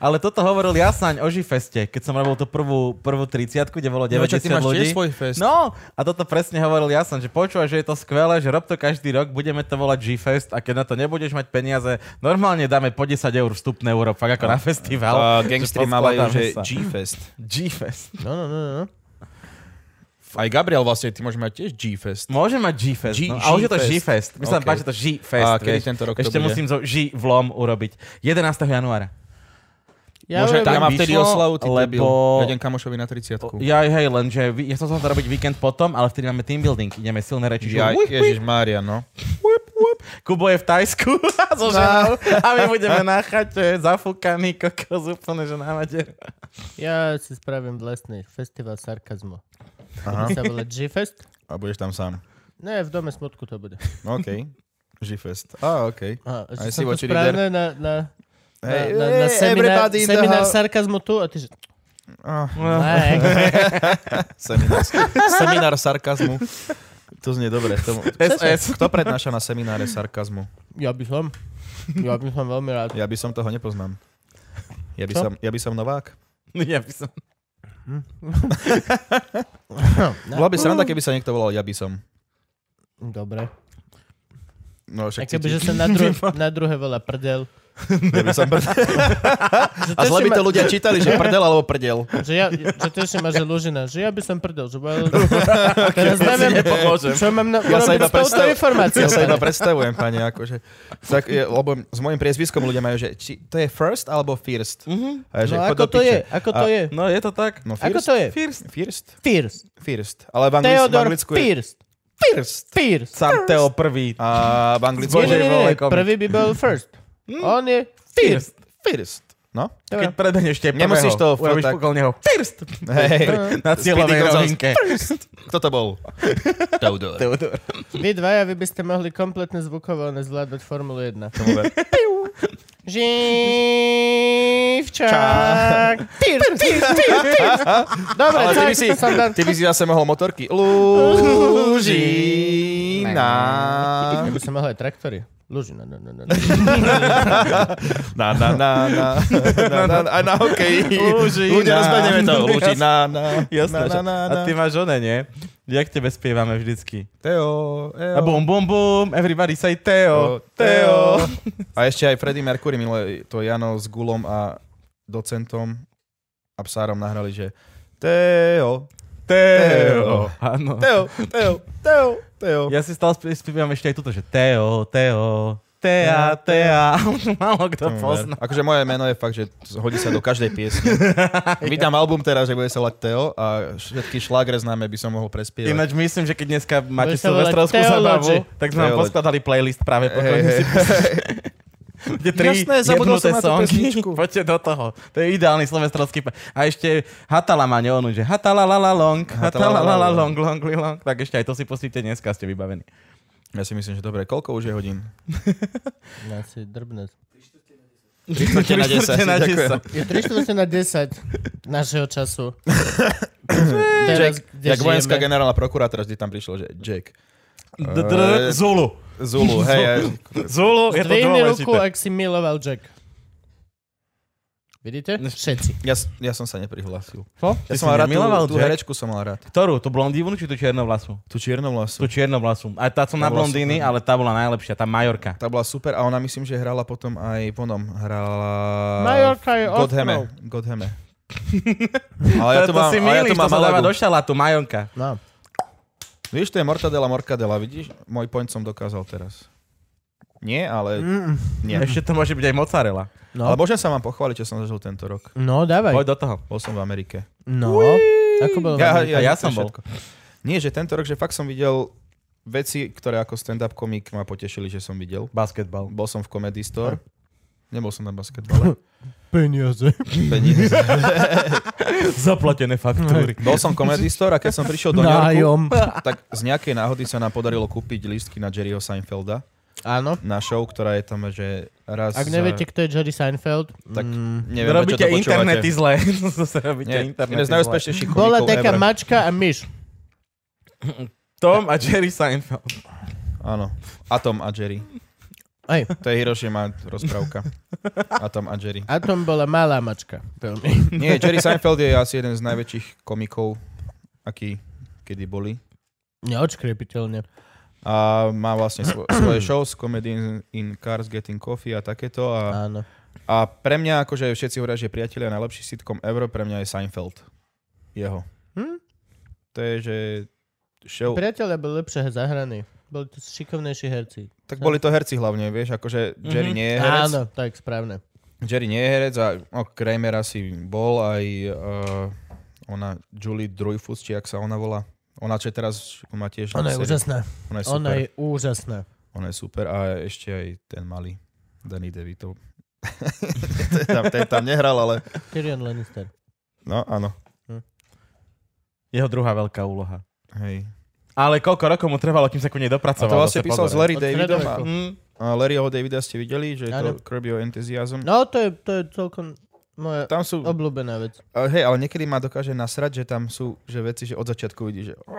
S5: Ale toto hovoril Jasaň o Žifeste, keď som robil tú prvú, prvú 30 kde bolo 90
S3: No, čo, ty máš
S5: ľudí.
S3: tiež svoj fest.
S5: No, a toto presne hovoril Jasan, že počúvaj, že je to skvelé, že rob to každý rok, budeme to volať G-Fest a keď na to nebudeš mať peniaze, normálne dáme po 10 eur vstupné euro, fakt ako na festival.
S3: A
S5: že
S3: gangstri mávajú, že
S5: poskladáme sa.
S3: G-Fest.
S5: G-Fest.
S2: No, no, no, no.
S3: Aj Gabriel vlastne, ty môžeš mať tiež G-Fest.
S5: Môže mať G-Fest,
S3: G-
S5: no, ale už je to
S3: G-Fest.
S5: G-Fest. My sa nám
S3: OK.
S5: páči to G-Fest,
S3: A kedy
S5: vieš.
S3: tento rok to
S5: Ešte
S3: bude?
S5: musím zo G vlom urobiť. 11. januára.
S2: Ja
S5: Môže-
S2: urobím-
S3: Ja
S5: Tak
S3: mám vtedy
S5: vyšlo,
S3: oslavu, ty debil.
S5: lebo-
S3: Jeden kamošovi na 30
S5: Ja hej, lenže vy- ja som sa to robiť víkend potom, ale vtedy máme team building, ideme silné reči. že
S3: Ja,
S5: uj, uj,
S3: Ježiš Mária, no.
S5: Uip, uip. Kubo je v Tajsku so ženou a my budeme na chate zafúkaný kokos úplne, že na mater.
S2: Ja si spravím vlastný festival sarkazmu. Aha.
S3: Aha.
S2: sa volá G-Fest?
S3: A budeš tam sám.
S2: Ne, v Dome smutku to bude.
S3: No okej. G-Fest. Á, okej.
S2: Aha,
S3: Aj
S2: že
S3: si
S2: som to
S3: voči
S2: správne na, na, na,
S3: Hej,
S2: na, na
S3: hey,
S2: seminár,
S3: everybody in the
S2: seminár
S3: house. Ah.
S2: sarkazmu tu a ty že...
S3: Á,
S2: Ne,
S3: Seminár, seminár sarkazmu. To znie dobre. To...
S5: SS.
S3: Kto prednáša na semináre sarkazmu?
S2: ja by som. Ja by som veľmi rád.
S3: Ja by som toho nepoznám. Ja by,
S2: Čo?
S3: som, ja by som novák.
S5: Ja by som...
S2: No.
S3: Bola by sranda, keby sa niekto volal ja by som.
S2: Dobre.
S3: No
S2: A
S3: však
S2: keby, že
S3: cítiš.
S2: sa na, dru- na druhé volá prdel.
S3: Ja by som prdel.
S2: Že
S3: A zle by
S2: teším
S3: to
S2: ma-
S3: ľudia čítali, že prdel alebo prdel.
S2: Že, ja, že teším ma, že Lužina, že ja by som prdel, že bola... Teraz neviem, čo mám na,
S3: Ja sa
S2: urobiť
S3: iba
S2: s touto
S3: predstav-
S2: informáciou.
S3: Ja sa iba predstavujem, pane, akože. Tak, je, lebo s môjim priezviskom ľudia majú, že či, to je first alebo first.
S5: Mhm.
S3: A ja, že,
S2: No
S3: chod
S2: ako
S3: do
S2: to
S3: piče.
S2: je? Ako to
S3: A-
S2: je?
S5: No je to tak.
S3: No
S2: Ako
S3: first,
S2: to je?
S5: First.
S3: first,
S2: Fierce.
S3: first. Ale v, anglis- v
S2: Theodor
S3: anglicku je
S2: Fierce.
S3: first.
S2: Fierce.
S5: Sam Teo prvý.
S3: A v anglicku
S2: Nie, nie,
S3: je
S5: Bože,
S2: nie,
S5: vole,
S2: nie,
S5: komik.
S2: prvý by bol first. On je first.
S3: first. No?
S5: Keď predaneš tie prvého,
S3: Nemusíš to furt
S5: urobíš
S3: tak-
S5: pokolne ho. First.
S2: No.
S3: Hej,
S5: Na cieľovej
S3: Gonzales.
S5: rovinke.
S3: kto to bol? Teodor.
S5: Teodor.
S2: Vy dvaja, vy by ste mohli kompletne zvukovo nezvládať Formulu 1.
S3: Tomu ver.
S2: Živčák. Fierce, fierce, fierce, fierce. Dobre,
S3: Ale ty by, si,
S2: tak, som dal
S3: ty by si zase mohol motorky. Lúžina.
S2: Ja by som mal aj traktory. Lužina, no, no, no. no.
S3: Na, na, na, na. na, na, na, na hokej.
S5: Lúžina.
S3: Ľudia, rozbehneme to. Lúžina, na.
S5: Jasné.
S3: na,
S5: že-
S3: na,
S5: A
S3: na.
S5: ty máš one, nie? Jak tebe spievame vždycky.
S3: Teo,
S5: A
S3: Eo.
S5: bum, bum, bum, everybody say Teo,
S3: Teo.
S5: Teo.
S3: A ešte aj Freddie Mercury, milé to Jano s Gulom a docentom a psárom nahrali, že Teo, Teo.
S5: Teo. Áno.
S3: Teo, Teo, Teo, Teo.
S5: Ja si stále spie- spievam ešte aj túto, že Teo, Teo, Tea, Tea. Už málo kto
S3: Tomu ver.
S5: pozná.
S3: Akože moje meno je fakt, že hodí sa do každej piesne. Vydám album teraz, že bude sa volať Teo a všetky šlágre známe by som mohol prespievať.
S5: Ináč myslím, že keď dneska máte
S2: Budeš sa volať
S5: silvestrovskú
S2: Teology.
S5: zabavu, tak sme vám
S3: Teology.
S5: poskladali playlist práve po
S3: Hej, hej.
S5: hey, Tie tri
S3: Jasné, zabudol som
S5: jednoté
S3: na tú
S5: songy.
S3: pesničku.
S5: Poďte do toho. To je ideálny silvestrovský. pa- A ešte Hatala má neonu, že Hatala la la long, Hatala la la long, long, li, long. Tak ešte aj to si pustíte dneska, ste vybavení.
S3: Ja si myslím, že dobre, koľko už je hodín?
S2: Ja si drbnec.
S3: na 10, ďakujem.
S2: Je 340 na 10 našeho času. Teraz,
S3: Jack,
S2: kde
S3: jak vojenská
S2: žijeme.
S3: generálna prokurátora vždy tam prišlo, že Jack.
S5: D- dr- Zulu.
S3: Zulu, hej, hej.
S5: Zulu, je to
S2: Zdvihni ruku,
S5: dôležité.
S2: ak si miloval Jack. Vidíte? Všetci.
S3: Ja, s- ja som sa neprihlásil.
S5: Čo?
S3: Ja
S5: Ty
S3: som
S5: si
S3: mal rád tú,
S5: nemiloval
S3: tú
S5: Jack?
S3: herečku som mal rád.
S5: Ktorú? Tú blondívnu či tú čiernovlasu?
S3: Tú čiernovlasu.
S5: Tú čiernovlasu. Aj tá som na
S3: Tá bola
S5: blondíny,
S3: super.
S5: ale tá bola najlepšia, tá Majorka.
S3: Tá bola super a ona myslím, že hrala potom aj potom. Hrala...
S2: Majorka je
S3: v Godheme. Godheme. ale
S5: to, to
S3: mám-
S5: si
S3: ale
S5: milíš, to,
S3: mám
S5: sa dáva
S3: Malagu.
S5: do šalatu, Majonka.
S2: No.
S3: Vieš, to je mortadela, mortadela, vidíš? Môj point som dokázal teraz. Nie, ale...
S2: Mm,
S3: Nie.
S5: Ešte to môže byť aj mozzarella.
S2: no.
S3: Ale môžem sa vám pochváliť, čo som zažil tento rok.
S2: no, dávaj.
S5: Poď do toho.
S3: Bol som v Amerike.
S2: No. Ako bolo?
S3: Ja,
S2: vám-
S3: ja, ja,
S5: ja som
S3: som bol. Nie, že tento rok, že fakt som videl veci, ktoré ako stand-up komik ma potešili, že som videl.
S5: Basketbal.
S3: Bol som v Comedy Store. Nebol som na basketbale.
S2: Peniaze.
S3: Peníze.
S5: Zaplatené faktúry.
S3: Bol som v Comedy Store a keď som prišiel do New Yorku,
S2: Nájom.
S3: tak z nejakej náhody sa nám podarilo kúpiť lístky na Jerryho Seinfelda
S2: Áno.
S3: na show, ktorá je tam, že raz...
S2: Ak neviete, kto je Jerry Seinfeld,
S3: Tak-
S2: mm,
S3: neviem,
S5: Robíte
S3: prečo to počúvate.
S5: internety zle. Zase robíte
S3: Nie, jeden z
S5: internety zle.
S3: najúspešnejších
S2: bola
S3: komikov
S2: taká
S3: ever.
S2: mačka a myš.
S5: Tom a Jerry Seinfeld.
S3: Áno. Atom a Jerry.
S2: Hej.
S3: To je Hiroshima rozprávka. Atom a Jerry.
S2: A tom bola malá mačka. Veľmi.
S3: Nie, Jerry Seinfeld je asi jeden z najväčších komikov, aký kedy boli.
S2: Neodškriepiteľne.
S3: A má vlastne svo- svoje show s Comedy in- in Cars Getting Coffee a takéto. A,
S2: Áno.
S3: a pre mňa, akože všetci hovoria, že priatelia najlepší sitcom ever, pre mňa je Seinfeld. Jeho.
S2: Hm?
S3: To je, že show...
S2: Priatelia boli lepšie zahraní. Boli to šikovnejší herci.
S3: Tak boli to herci hlavne, vieš, akože Jerry nie je herec.
S2: Mhm. Áno, tak správne.
S3: Jerry nie je herec a no, Kramer asi bol aj uh, ona Julie Dreyfus, či jak sa ona volá. Ona čo je teraz, má tiež...
S2: Ona je
S3: série.
S2: úžasná.
S3: Ona je super.
S2: Ona je úžasná.
S3: Ona je super a ešte aj ten malý Danny DeVito. ten, tam, ten tam nehral, ale...
S2: Tyrion Lannister.
S3: No, áno.
S5: Jeho druhá veľká úloha.
S3: Hej.
S5: Ale koľko rokov mu trvalo, kým sa ku nej
S3: A
S5: dopracoval?
S3: to vlastne
S5: sa
S3: písal s
S5: pozor.
S3: Larry
S2: Od
S3: Davidom a,
S2: Frederiku.
S5: Mm.
S3: a Larryho Davida ste videli, že je to
S2: Áno.
S3: Curb Your Enthusiasm.
S2: No, to je, to je celkom moja
S3: Tam sú...
S2: obľúbená vec.
S3: A hej, ale niekedy ma dokáže nasrať, že tam sú že veci, že od začiatku vidíš, že "Ó,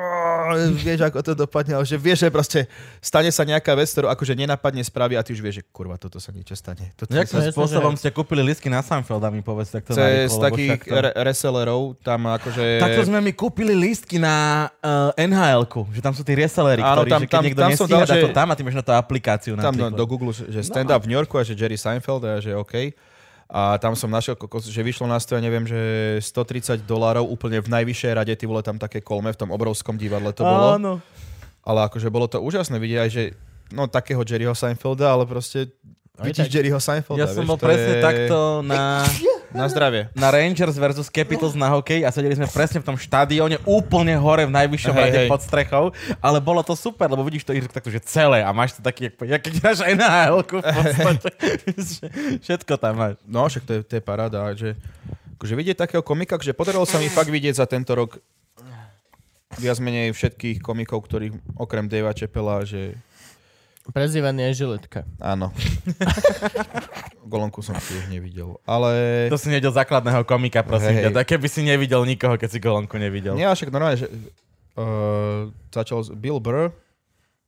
S3: vieš, ako to dopadne, ale že vieš, že proste stane sa nejaká vec, ktorú akože nenapadne spraví a ty už vieš, že kurva, toto sa niečo stane. Toto
S5: Jakým
S2: Jasné, že
S5: spôsobom
S2: hej.
S5: ste kúpili listky na Seinfeld, mi povedz
S3: to
S5: takto
S3: je z
S5: narýchlo, lebo
S3: takých
S5: však to-
S3: re- resellerov, tam akože...
S5: Takto sme mi kúpili lístky na uh, NHL-ku, že tam sú tí resellery,
S3: Áno,
S5: ktorí,
S3: tam-
S5: že keď
S3: tam-
S5: niekto
S3: tam som
S5: nestíha,
S3: dal,
S5: dá
S3: že-
S5: to tam a ty máš na No. to aplikáciu
S3: tam do,
S5: napríklad.
S3: do Google, že- že stand-up v New Yorku a že Jerry Seinfeld a ja, že OK. A tam som našiel, kokos, že vyšlo na stoja, neviem, že 130 dolárov úplne v najvyššej rade, ty vole tam také kolme v tom obrovskom divadle to bolo.
S5: Áno.
S3: Ale akože bolo to úžasné vidieť aj, že no takého Jerryho Seinfelda, ale proste
S2: Aj
S3: vidíš
S2: tak.
S3: Jerryho Seinfelda.
S5: Ja som
S3: vieš,
S5: bol
S3: to
S5: presne
S3: je...
S5: takto na,
S3: Na zdravie.
S5: na Rangers versus Capitals na hokej a sedeli sme presne v tom štadióne úplne hore v najvyššom
S3: Hej,
S5: rade
S3: hej.
S5: pod strechou, ale bolo to super, lebo vidíš to ihrisko takto, že celé a máš to taký, jak, jak keď hráš NHL-ku v podstate. Všetko tam máš.
S3: No, však to je, to je paráda, že akože vidieť takého komika, že podarilo sa mi fakt vidieť za tento rok viac menej všetkých komikov, ktorých okrem Davea Čepela, že
S2: Prezývaný je žiletka.
S3: Áno. Golonku som si už nevidel. Ale...
S5: To si nevidel základného komika, prosím.
S3: Hej.
S5: Hey. Keby si nevidel nikoho, keď si Golonku nevidel.
S3: Nie, ale však normálne, že... Uh, začal s Bill Burr,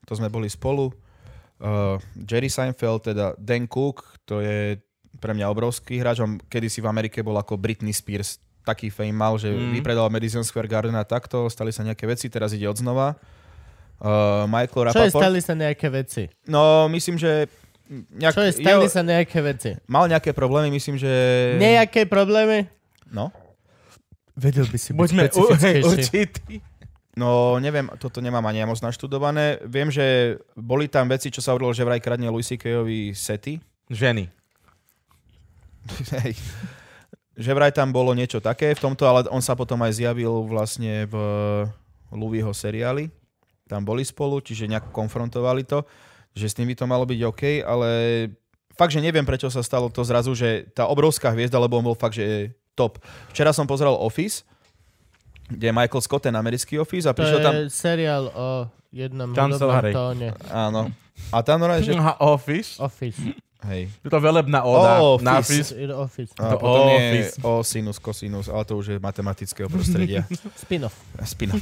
S3: to sme boli spolu. Uh, Jerry Seinfeld, teda Dan Cook, to je pre mňa obrovský hráč. On kedysi v Amerike bol ako Britney Spears taký fame mal, že
S5: Mm.
S3: mm. vypredal Madison Square Garden a takto, stali sa nejaké veci, teraz ide odznova. Uh, Michael
S2: Čo je,
S3: Rapaport.
S2: stali sa nejaké veci?
S3: No, myslím, že... Nejak,
S2: Čo je, stali sa nejaké veci?
S3: Mal nejaké problémy, myslím, že...
S2: Nejaké problémy?
S3: No.
S2: Vedel by si
S5: Buďme u- hej, určití.
S3: No neviem, toto nemám ani ja moc naštudované. Viem, že boli tam veci, čo sa hovorilo, že vraj kradne Louis C.K.ovi sety.
S5: Ženy.
S3: Hej. že vraj tam bolo niečo také v tomto, ale on sa potom aj zjavil vlastne v Louisho seriáli. Tam boli spolu, čiže nejak konfrontovali to, že s tým by to malo byť OK, ale fakt, že neviem, prečo sa stalo to zrazu, že tá obrovská hviezda, lebo on bol fakt, že top. Včera som pozeral Office, kde je Michael Scott, ten americký Office a
S2: To
S3: prišiel
S2: je
S3: tam...
S2: seriál o jednom
S5: Chancelory.
S2: hudobnom tóne.
S3: Áno. A tam normálne, že...
S5: A Office.
S2: Office.
S3: Hej.
S5: Je to velebná oda.
S3: Office.
S5: Na
S2: Office.
S5: Office.
S2: Office.
S3: A
S5: To
S3: potom je
S5: office.
S3: o sinus, kosinus, ale to už je matematického prostredia.
S2: Spin-off.
S3: Spina.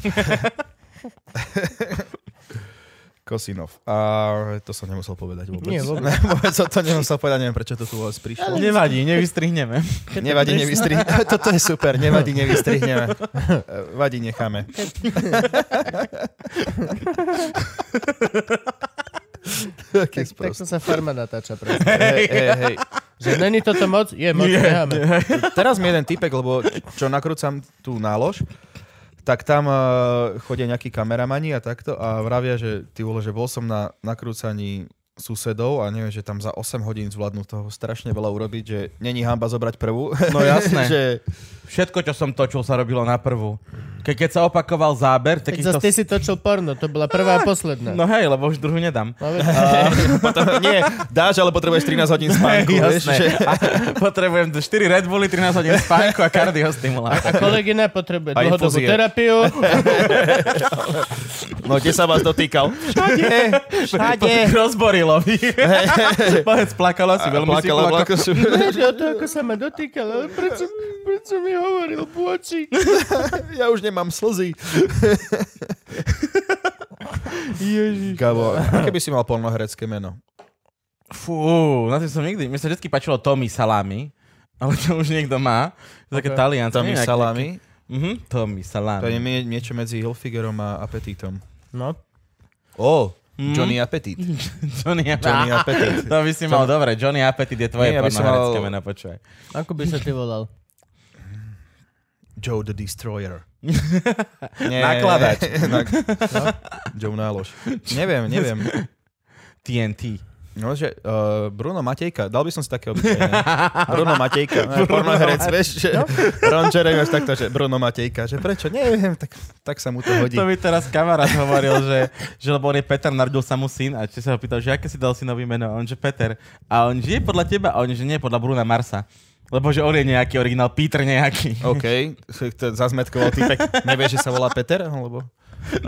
S3: Kosinov. A to som nemusel povedať vôbec.
S2: Nie, vôbec.
S3: vôbec som to nemusel povedať, neviem prečo to tu vôbec prišlo.
S5: Nevadí, nevystrihneme.
S3: Nevadí, nevystrihneme. Toto je super, nevadí, nevystrihneme. Eh, Vadí, necháme. Aký
S2: Tak, tak
S3: sprost.
S2: to sa farma natáča. proste.
S3: Hej, hej, hej.
S2: Že není toto moc? Je moc, necháme.
S3: Teraz mi jeden typek, lebo čo nakrúcam tú nálož, tak tam uh, chodia nejakí kameramani a takto a vravia, že ty vole, že bol som na nakrúcaní susedov a neviem, že tam za 8 hodín zvládnu toho strašne veľa urobiť, že není hamba zobrať prvú.
S5: No jasné.
S3: že,
S5: Všetko, čo som točil, sa robilo na prvú. Ke, keď sa opakoval záber,
S2: Tak zase
S5: takýchto...
S2: ty si točil porno, to bola prvá a posledná.
S5: No hej, lebo už druhú nedám.
S2: No,
S3: potom, nie, dáš, ale potrebuješ 13 hodín spánku. vieš,
S5: Jasné.
S3: že,
S5: A potrebujem 4 Red Bulli, 13 hodín spánku a
S2: a
S5: kardiostimulátor.
S2: kolegyňa potrebuje
S3: A
S2: dlhodobú
S3: infúzie.
S2: terapiu.
S3: no, kde sa vás dotýkal?
S5: Všade. Rozborilo mi. Povedz, plakala si veľmi si
S3: Plakala,
S5: plakala.
S3: plakala sú-
S2: Vieš, o to, ako sa ma dotýkal, ale prečo, prečo mi hovoril pôčik?
S3: Ja už nemám slzy. Ježiš. Gabo, aké by si mal polnoherecké meno?
S5: Fú, na tým som nikdy. Mne sa vždy páčilo Tommy Salami. Ale to už niekto má. To je také talianské.
S3: Tommy
S5: neviem, aké-
S3: Salami.
S5: Mhm, Tommy Salami.
S3: To je nie- niečo medzi Hilfigerom a Apetitom.
S2: No,
S3: O, oh, Johnny Apetit.
S5: Hm. Johnny,
S3: Johnny
S5: Á,
S3: Appetit.
S5: To by si mal dobre. Johnny Appetit je tvoje
S3: Nie, ja by som
S5: pornoherecké
S3: mal-
S5: meno, počúvaj.
S2: ako by sa ty volal?
S3: Joe the Destroyer. Nie.
S5: Nakladač.
S3: Nak- no. Joe Nálož. Neviem, neviem.
S5: TNT.
S3: No, že uh, Bruno Matejka, dal by som si také obyčajné. Bruno Matejka, no, pornoherec, vieš, že Ron Jeremy až takto, že Bruno Matejka, že prečo, neviem, tak, tak sa mu to hodí.
S5: To mi teraz kamarát hovoril, že, že lebo on je Peter, narodil sa mu syn a či sa ho pýtal, že aké si dal synovi meno, a on že Peter. A on že je podľa teba, a on že nie, podľa Bruna Marsa. Lebo že on je nejaký originál, Peter nejaký.
S3: OK, to zazmetkoval typek. Nevieš, že sa volá Peter? Alebo...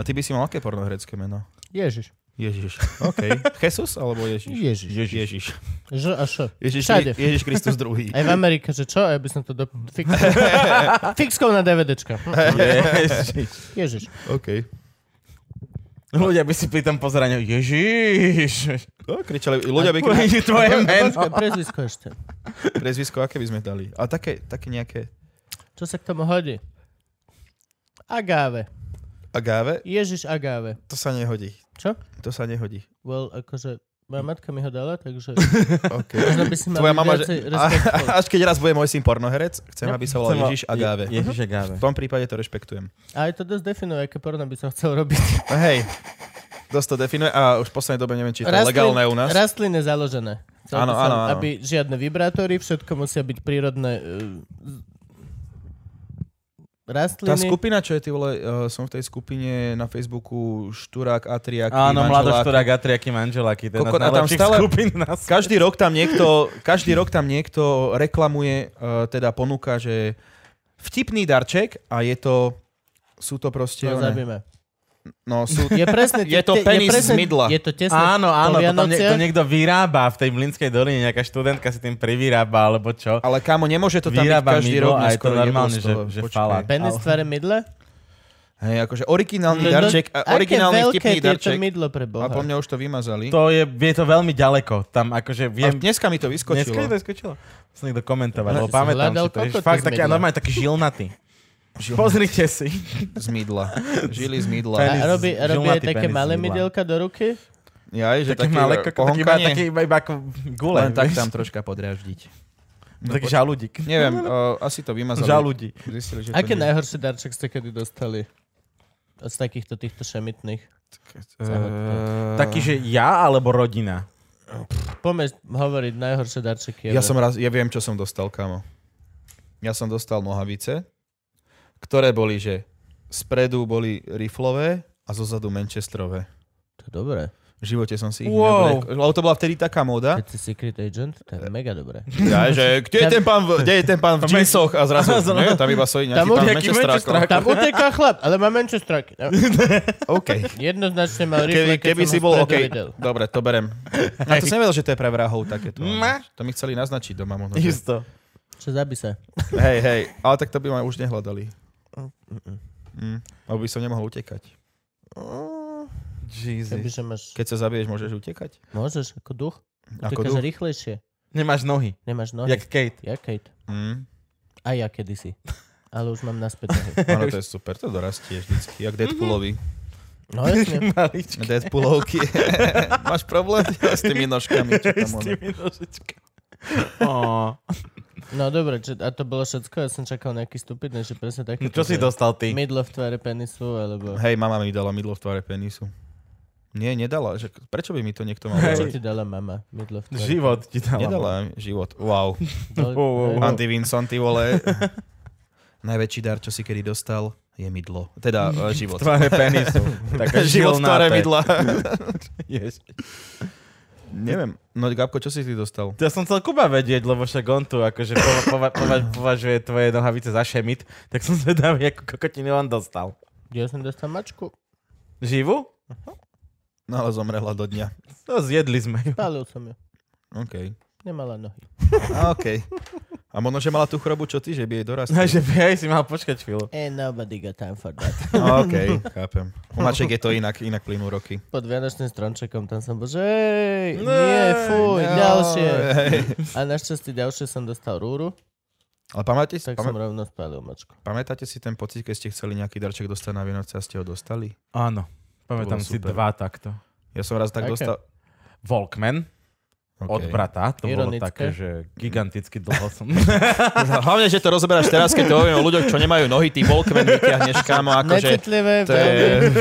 S3: A ty by si mal aké pornohrecké meno?
S2: Ježiš.
S3: Ježiš. OK. Jesus alebo Ježiš?
S2: Ježiš.
S3: Ježiš.
S2: Ž a š.
S3: Ježiš,
S2: Všade.
S3: Ježiš Kristus druhý.
S2: Aj v Amerike, že čo? Ja by som to do... Fix... Fixkou na DVDčka. Hm,
S5: Ježiš.
S2: Ježiš.
S3: OK.
S5: Ľudia by si pri tom pozerania, Ježiš,
S3: No, kričali, ľudia by
S5: to je tvoje meno.
S2: Počkaj, prezvisko ešte.
S3: prezvisko, aké by sme dali. A také, také nejaké
S2: Čo sa k tomu hodí? Agáve.
S3: agáve,
S2: Ježiš Agáve.
S3: to sa nehodí.
S2: Čo?
S3: To sa nehodí.
S2: Well, akože moja matka mi ho dala, takže
S3: OK.
S2: možno by si mali
S3: Tvoja mama, že...
S2: viacej
S3: A,
S2: respektu.
S3: až keď raz bude môj syn pornoherec, chcem,
S2: No,
S3: aby sa volal
S5: chcem ho-
S3: Ježiš Agáve.
S5: Ježiš a Gáve.
S3: V tom prípade to rešpektujem.
S2: A aj to dosť definuje, aké porno by som chcel robiť.
S3: No hej, dosť to definuje a už v poslednej dobe neviem, či je to
S2: Rastlin-
S3: legálne u nás.
S2: Rastline založené. Chcel by
S3: Áno,
S2: som,
S3: áno, áno.
S2: Aby žiadne vibrátory, všetko musia byť prírodné uh,
S3: Tá
S2: rastliny.
S3: skupina, čo je ty vole, uh, som v tej skupine na Facebooku Šturák, Atriak,
S5: Áno,
S3: Manželák.
S5: Mladoš Turák, Gatriaky, Manželaky, to je
S3: Kokot, a
S5: jedna z
S3: tam
S5: najlepších
S3: stále-
S5: skupín na svete.
S3: Každý rok tam niekto, každý rok tam niekto reklamuje, uh, teda ponúka, že vtipný darček a je to, sú to proste,
S2: No,
S3: one-
S2: zabíme.
S3: no sú,
S2: Je presne...
S3: Je to
S2: te- je
S3: penis
S2: presne,
S3: z mydla.
S2: Je to tesne
S5: Áno, áno,
S2: po
S5: to tam niekto,
S2: Vianociach.
S5: niekto vyrába v tej Blinskej doline, nejaká študentka si tým privyrába, alebo čo.
S3: ale kámo, nemôže to tam byť
S5: Vyrába
S3: každý
S5: mydlo
S3: rok.
S5: a je to
S3: neskoro,
S5: normálne,
S3: neprosto,
S5: že- že
S3: počkaj.
S5: falát.
S2: Penis
S5: Ale-
S2: v tvare mydla?
S3: Hej, akože originálny
S2: No, no,
S3: darček, a originálny
S2: aké veľké
S3: vtipný darček.
S2: je to mydlo pre
S3: A
S2: Boha?
S3: po mňa už to vymazali.
S5: To je, je to veľmi ďaleko. Tam
S3: A
S5: akože viem...
S3: dneska mi to
S5: Dneska je
S3: vyskočilo.
S5: to skočilo. Som niekto komentoval,
S2: Ja
S5: lebo
S2: som
S5: pamätám
S2: hľadal
S5: si to. Ježiš,
S2: kokot
S5: fakt
S2: z
S5: taký,
S2: mydla.
S5: normálne taký žilnatý. Pozrite si.
S3: Z mydla. Žili z
S2: A
S3: mydla.
S5: Penis.
S2: robí, robí aj
S5: žilnatý
S2: také
S5: penis z
S2: malé
S5: mydla.
S2: mydielka do ruky?
S3: Jaj, že
S5: Taký malý kokot, taký, iba,
S3: pohonkanie.
S5: taký iba, iba ako gule.
S3: Len tak
S5: vieš.
S3: tam troška podráždiť.
S5: Taký žalúdik.
S3: Neviem, uh, asi to vymazali.
S5: No, Žalúdi.
S3: Zistili, že
S2: Aké
S3: to nie...
S2: najhorší darček ste kedy dostali? Z takýchto týchto šemitných.
S3: Eh,
S5: Taký, že ja alebo rodina.
S2: Poďme hovoriť najhoršie darčeky.
S3: Ja
S2: ever.
S3: som raz, ja viem, čo som dostal, kamo. Ja som dostal nohavice, ktoré boli, že spredu boli riflové a zozadu manchesterové.
S2: To je dobré.
S3: V živote som si ich
S5: Wow.
S3: neobliekol, lebo to bola vtedy taká móda.
S2: Keď si secret agent, to je mega dobré.
S3: Ja, že, kde je ten pán, v- kde je ten pán v džinsoch a zrazu, nie, tam iba stojí
S2: Tam
S3: nejaký pán v
S5: nejaký
S3: manchesterákoch.
S2: Tam uteká chlap, ale má Manchester.
S3: OK.
S2: Jednoznačne mal
S3: Keby,
S2: rifle, keď
S3: keby
S2: som
S3: si
S2: ho
S3: bol
S2: vpredu
S3: OK.
S2: videl.
S3: Dobre, to berem. Ja to som nevedel, že to je pre vrahov takéto. To mi chceli naznačiť doma možno. že-
S5: Isto.
S2: Čo zabí sa.
S3: Hej, hej, ale tak to by ma už nehľadali. Mm, lebo by som nemohol utekať.
S5: Jesus.
S2: Kebyže máš...
S3: Keď sa zabiješ, môžeš utekať?
S2: Môžeš, ako duch.
S3: Ako
S2: Utekáš
S3: duch?
S2: rýchlejšie.
S5: Nemáš nohy,
S2: Nemáš nohy.
S5: jak Kate.
S2: Ja, Kate.
S3: Mm.
S2: A ja kedysi. Ale už mám naspäť nohy.
S3: Áno, to je super, to dorastie vždycky, jak Deadpoolovi.
S2: No jasne.
S5: Maličky.
S3: Deadpoolovky. Máš problém s tými nožkami? Čo tam ono?
S5: Ó.
S2: No dobre, či, a to bolo všetko? Ja som čakal nejaký stupidný, že presne taký.
S5: No, Čo si dostal ty?
S2: Mydlo v tvare penisu, alebo...
S3: Hej, mama mi dala mydlo v tvare penisu. Nie, nedala. Že, prečo by mi to niekto mal
S2: Čo
S3: dať?
S2: ti dala mama? Mydlo v tvare.
S5: Život ti dala.
S3: Nedala mi život. Wow.
S2: Bol-
S5: Wow, wow, wow.
S3: Andy Vincent, ty vole. Najväčší dar, čo si kedy dostal, je mydlo. Teda e,
S5: V
S3: život.
S5: Tvare penisu. Taká
S3: život v tvare
S5: žilnáte.
S3: mydla.
S5: Ježiš.
S3: Neviem. No, Gabko, čo si ty dostal?
S5: Ja som chcel Kuba vedieť, lebo však on tu akože pova- pova- pova- považuje tvoje nohavice za šemit, tak som zvedavý, ako kokotiny on dostal.
S2: Ja som dostal mačku.
S5: Živú?
S3: No, ale zomrela do dňa.
S5: No, zjedli sme ju.
S2: Pálil som ju.
S3: OK.
S2: Nemala nohy.
S3: A, OK. A možno, že mala tú chorobu, čo ty, že by jej
S5: No,
S3: dorastla.
S5: že by aj si mal počkať chvíľu.
S2: Ain't nobody got time for that.
S3: OK, chápem. U mačiek je to inak, inak plynú roky.
S2: Pod vianočným strončekom tam som bol, že "Ej,
S5: Ne,
S2: nie, fuj,
S3: No,
S2: ďalšie.
S3: hej.
S2: A našťastie ďalšie som dostal rúru,
S3: Ale pamätáte, si-
S2: tak som
S3: pamä,
S2: rovno spálil mačku.
S3: pamätáte si ten pocit, keď ste chceli nejaký darček dostať na Vianoce a ste ho dostali?
S5: Áno. Pamätám
S3: To bolo
S5: si
S3: super.
S5: dva takto.
S3: Ja som raz tak
S2: Aké?
S3: dostal...
S5: Walkman okay. od brata. To Ironické. bolo
S2: Ironické.
S5: také, že giganticky dlho som...
S3: Hlavne, že to rozoberáš teraz, keď to hovorím o ľuďoch, čo nemajú nohy, ty Walkman vytiahneš, kámo, akože...
S2: Necitlivé,
S3: To je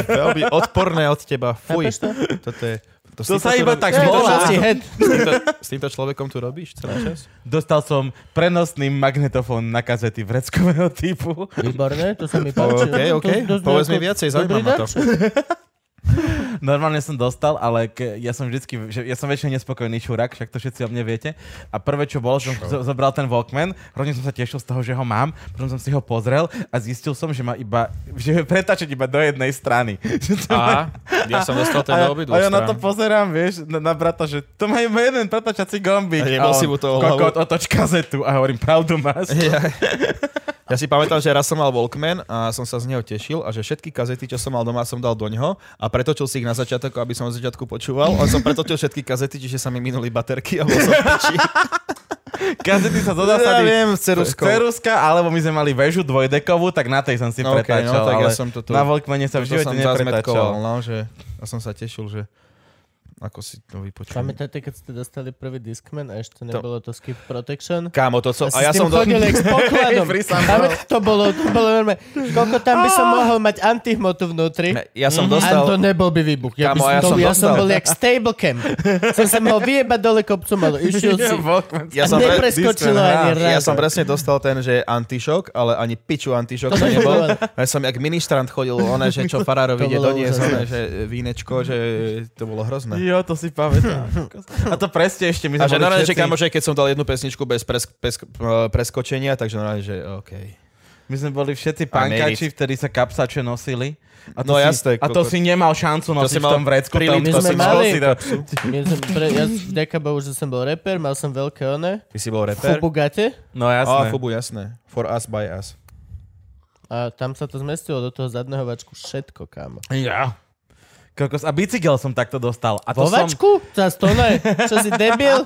S3: veľmi odporné od teba, fuj.
S2: Chápeš to?
S3: Toto je... To, s
S5: To
S3: týmto
S5: sa
S3: čo
S5: iba
S3: robí-
S5: tak
S3: s týmto
S5: volá.
S3: človekom-
S2: head.
S3: S týmto, s týmto človekom tu robíš celý čas?
S5: Dostal som prenosný magnetofón na kazety vreckového typu.
S2: Výborné, to sa mi páči.
S3: OK, OK. Povedz mi viacej, zaujíma ma to.
S5: Normálne som dostal, ale ke, ja som vždycky, že, ja som väčšine nespokojný čurák, však to všetci o mne viete. A prvé, čo bolo, som zo- zobral ten Walkman, hrozne som sa tešil z toho, že ho mám, potom som si ho pozrel a zistil som, že má iba, že je pretačať iba do jednej strany. Že to má-
S3: Aha, ja som dostal ten
S5: a,
S3: do
S5: a
S3: obidvoch
S5: ja na to
S3: strán.
S5: pozerám, vieš, na, na brata, že to má iba jeden pretačací gombík.
S3: A nebol
S5: on,
S3: si mu to o hlavu.
S5: Kokot, otoč kazetu a hovorím, pravdu máš.
S3: Ja, ja si pamätám, že raz som mal Walkman a som sa z neho tešil a že všetky kazety, čo som mal doma, som dal do ňoho a pretočil si ich na začiatok, aby som z začiatku počúval. On som pretočil všetky kazety, čiže sa mi minuli baterky a bol som v piči.
S5: Kazety sa zo
S3: Ja
S5: zásady...
S3: viem, s ceruskou.
S5: Ceruska, alebo my sme mali väžu dvojdekovú, tak na tej som si
S3: No, okej,
S5: pretáčal.
S3: no, tak ja
S5: ale
S3: som toto-
S5: na Walkmane
S3: To
S5: sa v živote
S3: som zazmetkoval,
S5: nepretáčal.
S3: no, že ja som sa tešil, že ako si to vypočul.
S2: Pamätáte, keď ste dostali prvý Discman a ešte nebolo to Skip Protection?
S3: Kámo, to
S2: A,
S3: co... A ja som... Do...
S2: chodil jak s pokladom.
S5: Pri sám-
S2: Pamätáte, to bolo, to bolo normálne. Koľko tam by som mohol mať antihmotu vnútri?
S3: Ah. Ja som
S2: A to
S3: dostal...
S2: nebol by výbuch. Ja, by
S3: Kamo,
S2: som,
S3: ja
S2: to,
S3: som
S2: ja som
S3: dostal.
S2: bol jak stable cam. Som sa mohol vyjebať dole kopcom, ale išiel si.
S5: Walkman.
S3: Ja
S2: A
S3: som, pre...
S2: nepreskočilo
S5: Discman,
S2: ani raz.
S3: ja som presne dostal ten, že antišok, ale ani piču
S2: To
S3: antišok
S2: som
S3: to nebol.
S2: povedal.
S3: Ja som jak ministrant chodil, one, že čo
S2: To
S3: farárovi ide
S2: bolo
S3: doniesť,
S2: úžasné.
S3: one, že vínečko, že to bolo hrozné.
S5: Jo, to si pamätám. A to presne ešte my
S3: A že
S5: sme boli
S3: normálne, že
S5: všetci,
S3: kamo, že keď som dal jednu pesničku bez presk- pesk- eh, preskočenia, takže normálne, že OK.
S5: my sme boli všetci pankači, vtedy sa kapsače nosili. A
S3: No
S5: to si,
S3: jasné,
S5: A
S3: kokot.
S5: to si nemal šancu
S3: si
S5: nosiť v
S3: mal
S5: tom vrecku.
S3: príliš
S5: tam
S2: My
S5: to
S2: sme
S5: si
S2: mali.
S5: mal si to-
S2: Ja som pre, ja, vďaka Bohu, že som bol reper, mal som veľké one.
S3: Ty si bol reper?
S2: Fubugate.
S5: No
S3: Á,
S5: jasné.
S3: Fubu, jasné. For us, by us.
S2: A tam sa to zmestilo do toho zadného vačku všetko, kámo.
S5: Ja. Kokos. A bicykel som takto dostal. A to
S2: Vo
S5: som...
S2: vačku? Zas to ne. Čo si debil?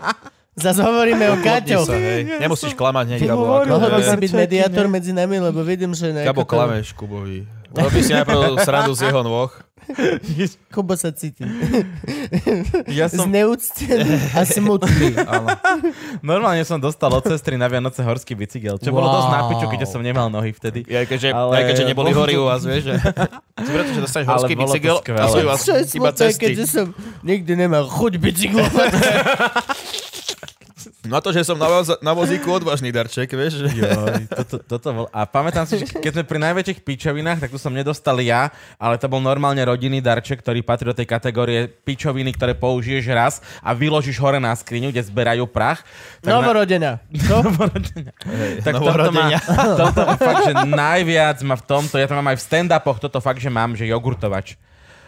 S2: Zas hovoríme o
S3: Sa,
S2: Kaťoch.
S3: hej. Nemusíš klamať hneď,
S5: Ty
S3: Gabo. ako-
S5: hovoril,
S2: Mohol by si byť
S5: Čaky,
S2: mediátor medzi nami, lebo vidím, že... nejako
S3: Gabo,
S2: to-
S3: klameš Kubovi. Robí si najprv srandu z jeho nôh.
S2: Kubo sa cíti.
S5: Ja som...
S2: Zneúctený a smutný.
S3: Áno.
S5: Normálne som dostal od sestry na Vianoce horský bicykel, čo wow. bolo
S2: Wow.
S5: dosť na piču, keďže som nemal nohy vtedy.
S3: Ja keďže,
S5: Ale-
S3: ja keďže neboli hory u vás, vieš, že... Si Pretože dostaneš
S5: Ale
S3: horský
S5: bolo to
S3: bicykel
S5: skvelé.
S3: a sú u vás
S2: Čo je
S3: iba
S2: smutné,
S3: cesty.
S2: keďže som nikdy nemal chuť bicyklovať.
S3: Na No to, že som na, voz, na vozíku odvážny darček, vieš, že...
S5: Joj, toto, toto bol... A pamätám si, že keď sme pri najväčších pičovinách, tak tu som nedostal ja, ale to bol normálne rodinný darček, ktorý patrí do tej kategórie pičoviny, ktoré použiješ raz a vyložíš hore na skriňu, kde zberajú prach. Tak na-
S2: Novorodená. To?
S5: tak tomto má, tomto má fakt, že najviac ma v tomto, ja to mám aj v stand-upoch, toto fakt, že mám, že jogurtovač.